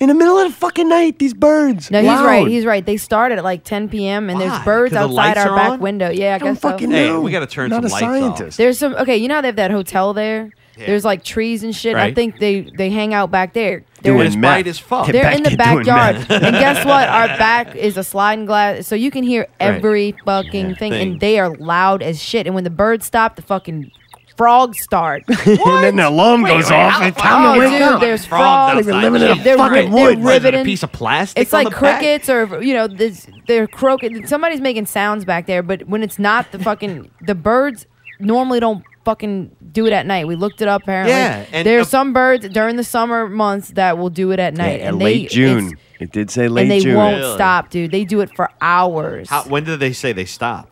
Speaker 1: In the middle of the fucking night, these birds.
Speaker 2: No, he's
Speaker 1: loud.
Speaker 2: right. He's right. They start at like 10 p.m. and there's birds
Speaker 5: 'Cause the
Speaker 2: outside
Speaker 5: lights
Speaker 2: our
Speaker 5: are
Speaker 2: back
Speaker 5: on?
Speaker 2: window. Yeah, I
Speaker 5: Don't
Speaker 2: guess so.
Speaker 5: fucking Hey, know. we gotta turn Not some a lights off. scientist.
Speaker 2: There's some okay. You know how they have that hotel there.
Speaker 5: Yeah.
Speaker 2: There's like trees and shit. I
Speaker 5: Right.
Speaker 2: think they they hang out back there. They're
Speaker 5: Doing
Speaker 2: in-
Speaker 5: It's meth. bright as fuck. Get
Speaker 2: They're
Speaker 5: back
Speaker 2: in the
Speaker 5: there doing
Speaker 2: backyard,
Speaker 5: meth.
Speaker 2: and guess what? Our back is a sliding glass, so you can hear every fucking thing,
Speaker 1: Thing.
Speaker 2: and they are loud as shit. And when the birds stop, the fucking frogs start.
Speaker 1: and then the alarm
Speaker 2: Wait,
Speaker 1: goes
Speaker 2: wait,
Speaker 1: off.
Speaker 2: how
Speaker 1: It's
Speaker 2: the
Speaker 1: time to
Speaker 2: fuck-
Speaker 1: wake
Speaker 2: Oh, dude,
Speaker 1: up.
Speaker 2: there's frogs
Speaker 1: Like we're
Speaker 2: outside.
Speaker 1: living in a
Speaker 2: They're
Speaker 1: fucking
Speaker 2: ri-
Speaker 1: wood.
Speaker 2: they're What is it, a riveting-
Speaker 5: piece of plastic
Speaker 2: It's like crickets or you know, this, they're croaking. Somebody's making sounds back there, but when it's not the fucking the birds normally don't fucking do it at night. We looked it up apparently.
Speaker 1: Yeah, and-
Speaker 2: there are some birds during the summer months that will do it at night,
Speaker 1: Yeah,
Speaker 2: and they
Speaker 1: late
Speaker 2: it's-
Speaker 1: June. It did say late
Speaker 2: and they
Speaker 1: June.
Speaker 2: won't stop, dude. They do it for hours.
Speaker 5: How, when did they say they stop?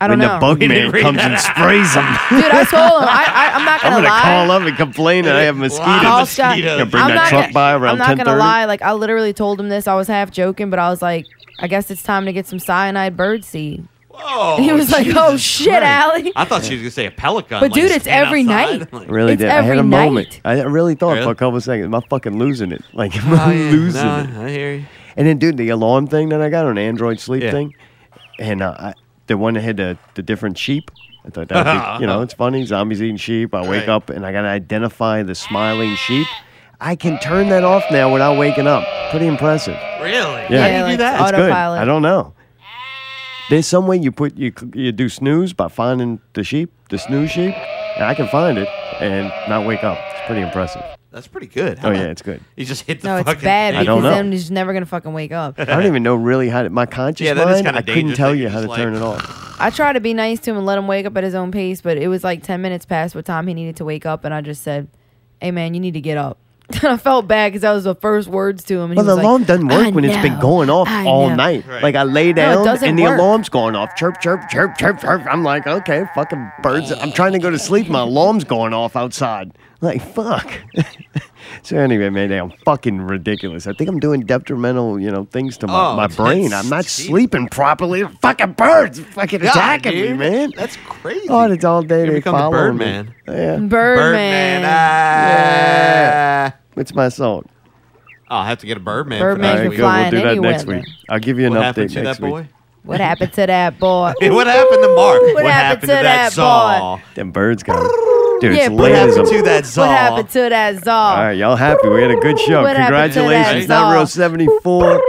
Speaker 2: I don't
Speaker 1: when
Speaker 2: know.
Speaker 1: the bug
Speaker 5: We
Speaker 1: man
Speaker 5: didn't read
Speaker 1: comes
Speaker 5: that.
Speaker 1: and sprays them.
Speaker 2: Dude, I told him I, I, I'm not
Speaker 1: I'm
Speaker 2: gonna,
Speaker 1: gonna
Speaker 2: lie.
Speaker 1: call up and complain that I have mosquitoes.
Speaker 2: I'll stop-
Speaker 1: Gonna bring
Speaker 2: I'm
Speaker 1: that
Speaker 2: not
Speaker 1: truck
Speaker 2: gonna-
Speaker 1: by around
Speaker 2: I'm not
Speaker 1: ten
Speaker 2: gonna
Speaker 1: thirty.
Speaker 2: lie. Like I literally told him this. I was half joking, but I was like, I guess it's time to get some cyanide birdseed.
Speaker 5: Oh,
Speaker 2: he was like,
Speaker 5: Jesus
Speaker 2: "Oh shit,
Speaker 5: Christ.
Speaker 2: Allie."
Speaker 5: I thought she was gonna say a pellet gun.
Speaker 2: But
Speaker 5: like,
Speaker 2: dude, it's
Speaker 5: stand
Speaker 2: every
Speaker 5: outside.
Speaker 2: night.
Speaker 1: I really
Speaker 2: It's
Speaker 1: did. I had
Speaker 2: every
Speaker 1: a
Speaker 2: night.
Speaker 1: moment. I really thought for a couple seconds, am I fucking losing it? Like, am I losing
Speaker 5: Nah,
Speaker 1: it?
Speaker 5: I hear you.
Speaker 1: And then, dude, the alarm thing that I got on the Android sleep
Speaker 5: Yeah.
Speaker 1: thing, and uh, I, the one that had the, the different sheep. I thought that would be, you know, it's funny. Zombies eating sheep. I wake
Speaker 5: Right.
Speaker 1: up and I got to identify the smiling sheep. I can turn that off now without waking up. Pretty impressive.
Speaker 5: Really?
Speaker 1: Yeah,
Speaker 5: How do you do that?
Speaker 1: It's good. I don't know. There's some way you put you you do snooze by finding the sheep, the snooze sheep, and I can find it and not wake up. It's pretty impressive.
Speaker 5: That's pretty good.
Speaker 1: Oh yeah, it's good.
Speaker 5: You just hit the
Speaker 2: No,
Speaker 5: fucking.
Speaker 2: it's bad
Speaker 1: I don't
Speaker 2: because
Speaker 1: know.
Speaker 2: then he's never gonna fucking wake up.
Speaker 1: I don't even know really how to. My conscious
Speaker 5: Yeah, that is
Speaker 1: mind,
Speaker 5: kinda
Speaker 1: I couldn't
Speaker 5: dangerous
Speaker 1: tell
Speaker 5: that
Speaker 1: you
Speaker 5: you're
Speaker 1: how to
Speaker 5: just
Speaker 1: turn
Speaker 5: like-
Speaker 1: it off.
Speaker 2: I tried to be nice to him and let him wake up at his own pace, but it was like ten minutes past what time he needed to wake up, and I just said, "Hey man, you need to get up." I felt bad because that was the first words to him. And
Speaker 1: Well,
Speaker 2: he
Speaker 1: the
Speaker 2: was
Speaker 1: alarm
Speaker 2: like,
Speaker 1: doesn't work
Speaker 2: "I
Speaker 1: when it's been
Speaker 2: know,
Speaker 1: going off
Speaker 2: I
Speaker 1: all
Speaker 2: know."
Speaker 1: night. Like I lay
Speaker 2: No, it
Speaker 1: down
Speaker 2: doesn't
Speaker 1: and the
Speaker 2: work.
Speaker 1: alarm's going off. Chirp, chirp, chirp, chirp, chirp. I'm like, okay, fucking birds. I'm trying to go to sleep. My alarm's going off outside. Like fuck. so anyway, man, I'm fucking ridiculous. I think I'm doing detrimental, you know, things to my,
Speaker 5: Oh,
Speaker 1: my brain.
Speaker 5: that's
Speaker 1: I'm not sleeping properly. Fucking birds, fucking
Speaker 5: God,
Speaker 1: attacking me,
Speaker 5: dude.
Speaker 1: man.
Speaker 5: That's crazy.
Speaker 1: Oh, it's all day.
Speaker 5: You
Speaker 1: they
Speaker 5: become the
Speaker 1: follow
Speaker 5: bird
Speaker 1: me.
Speaker 5: man. Ah.
Speaker 1: Yeah.
Speaker 2: Birdman.
Speaker 1: Yeah. It's my song.
Speaker 5: Oh, I have to get a Birdman.
Speaker 2: Birdman
Speaker 5: for next
Speaker 1: All right,
Speaker 5: week.
Speaker 1: good. We'll do that next week. I'll give you an
Speaker 5: What happened
Speaker 1: update
Speaker 5: to
Speaker 1: next
Speaker 5: that boy?
Speaker 1: week.
Speaker 2: What happened to that boy?
Speaker 5: Hey, what happened to Mark?
Speaker 2: What happened to that boy?
Speaker 1: Them birds got Dude,
Speaker 2: Yeah,
Speaker 1: it's
Speaker 2: what
Speaker 1: late as
Speaker 2: happened
Speaker 1: a-
Speaker 2: to What happened to that czar?
Speaker 1: All right, y'all happy? We had a good show.
Speaker 2: What happened to that
Speaker 1: Congratulations. Not
Speaker 2: czar?
Speaker 1: real 74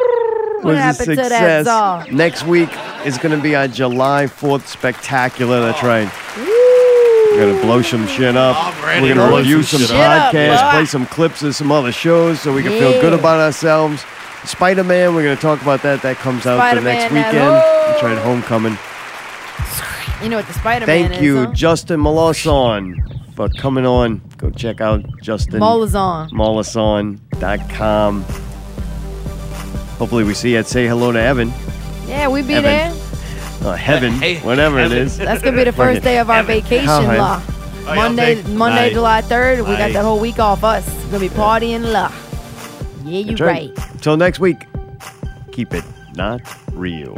Speaker 1: was a
Speaker 2: happened to that
Speaker 1: success.
Speaker 2: czar?
Speaker 1: Next week is going to be our July 4th spectacular. That's right. We're going to blow some shit up.
Speaker 5: ready
Speaker 1: We're
Speaker 5: to
Speaker 1: going to
Speaker 5: blow
Speaker 1: review some
Speaker 5: some shit up,
Speaker 1: podcasts,
Speaker 5: boy.
Speaker 1: play some clips of some other shows so we can feel good
Speaker 5: Yeah.
Speaker 1: about ourselves. Spider Man, we're going to talk about that. That comes out the next
Speaker 2: Spider-Man, that-
Speaker 1: weekend. That's right, Homecoming.
Speaker 2: You know what the Spider Man
Speaker 1: Thank
Speaker 2: is?
Speaker 1: you,
Speaker 2: huh?
Speaker 1: Justin Molosson, for coming on. Go check out Justin
Speaker 2: Molazon.
Speaker 1: Molosson.com. Hopefully, we see you at Say Hello to Evan.
Speaker 2: Yeah, we be
Speaker 1: Evan.
Speaker 2: there.
Speaker 1: Uh, heaven,
Speaker 5: Hey,
Speaker 1: whatever
Speaker 5: Evan.
Speaker 1: it is.
Speaker 2: That's gonna be the first
Speaker 1: Fucking-
Speaker 2: day of our
Speaker 1: Evan.
Speaker 2: vacation
Speaker 1: How high?
Speaker 2: law.
Speaker 5: Oh, y'all
Speaker 2: Monday,
Speaker 5: take-
Speaker 2: Monday,
Speaker 5: Nice.
Speaker 2: July third. We got
Speaker 5: Nice.
Speaker 2: that whole week off us. Gonna be partying law. Yeah, you
Speaker 1: That's
Speaker 2: right.
Speaker 1: Till next week, keep it not real.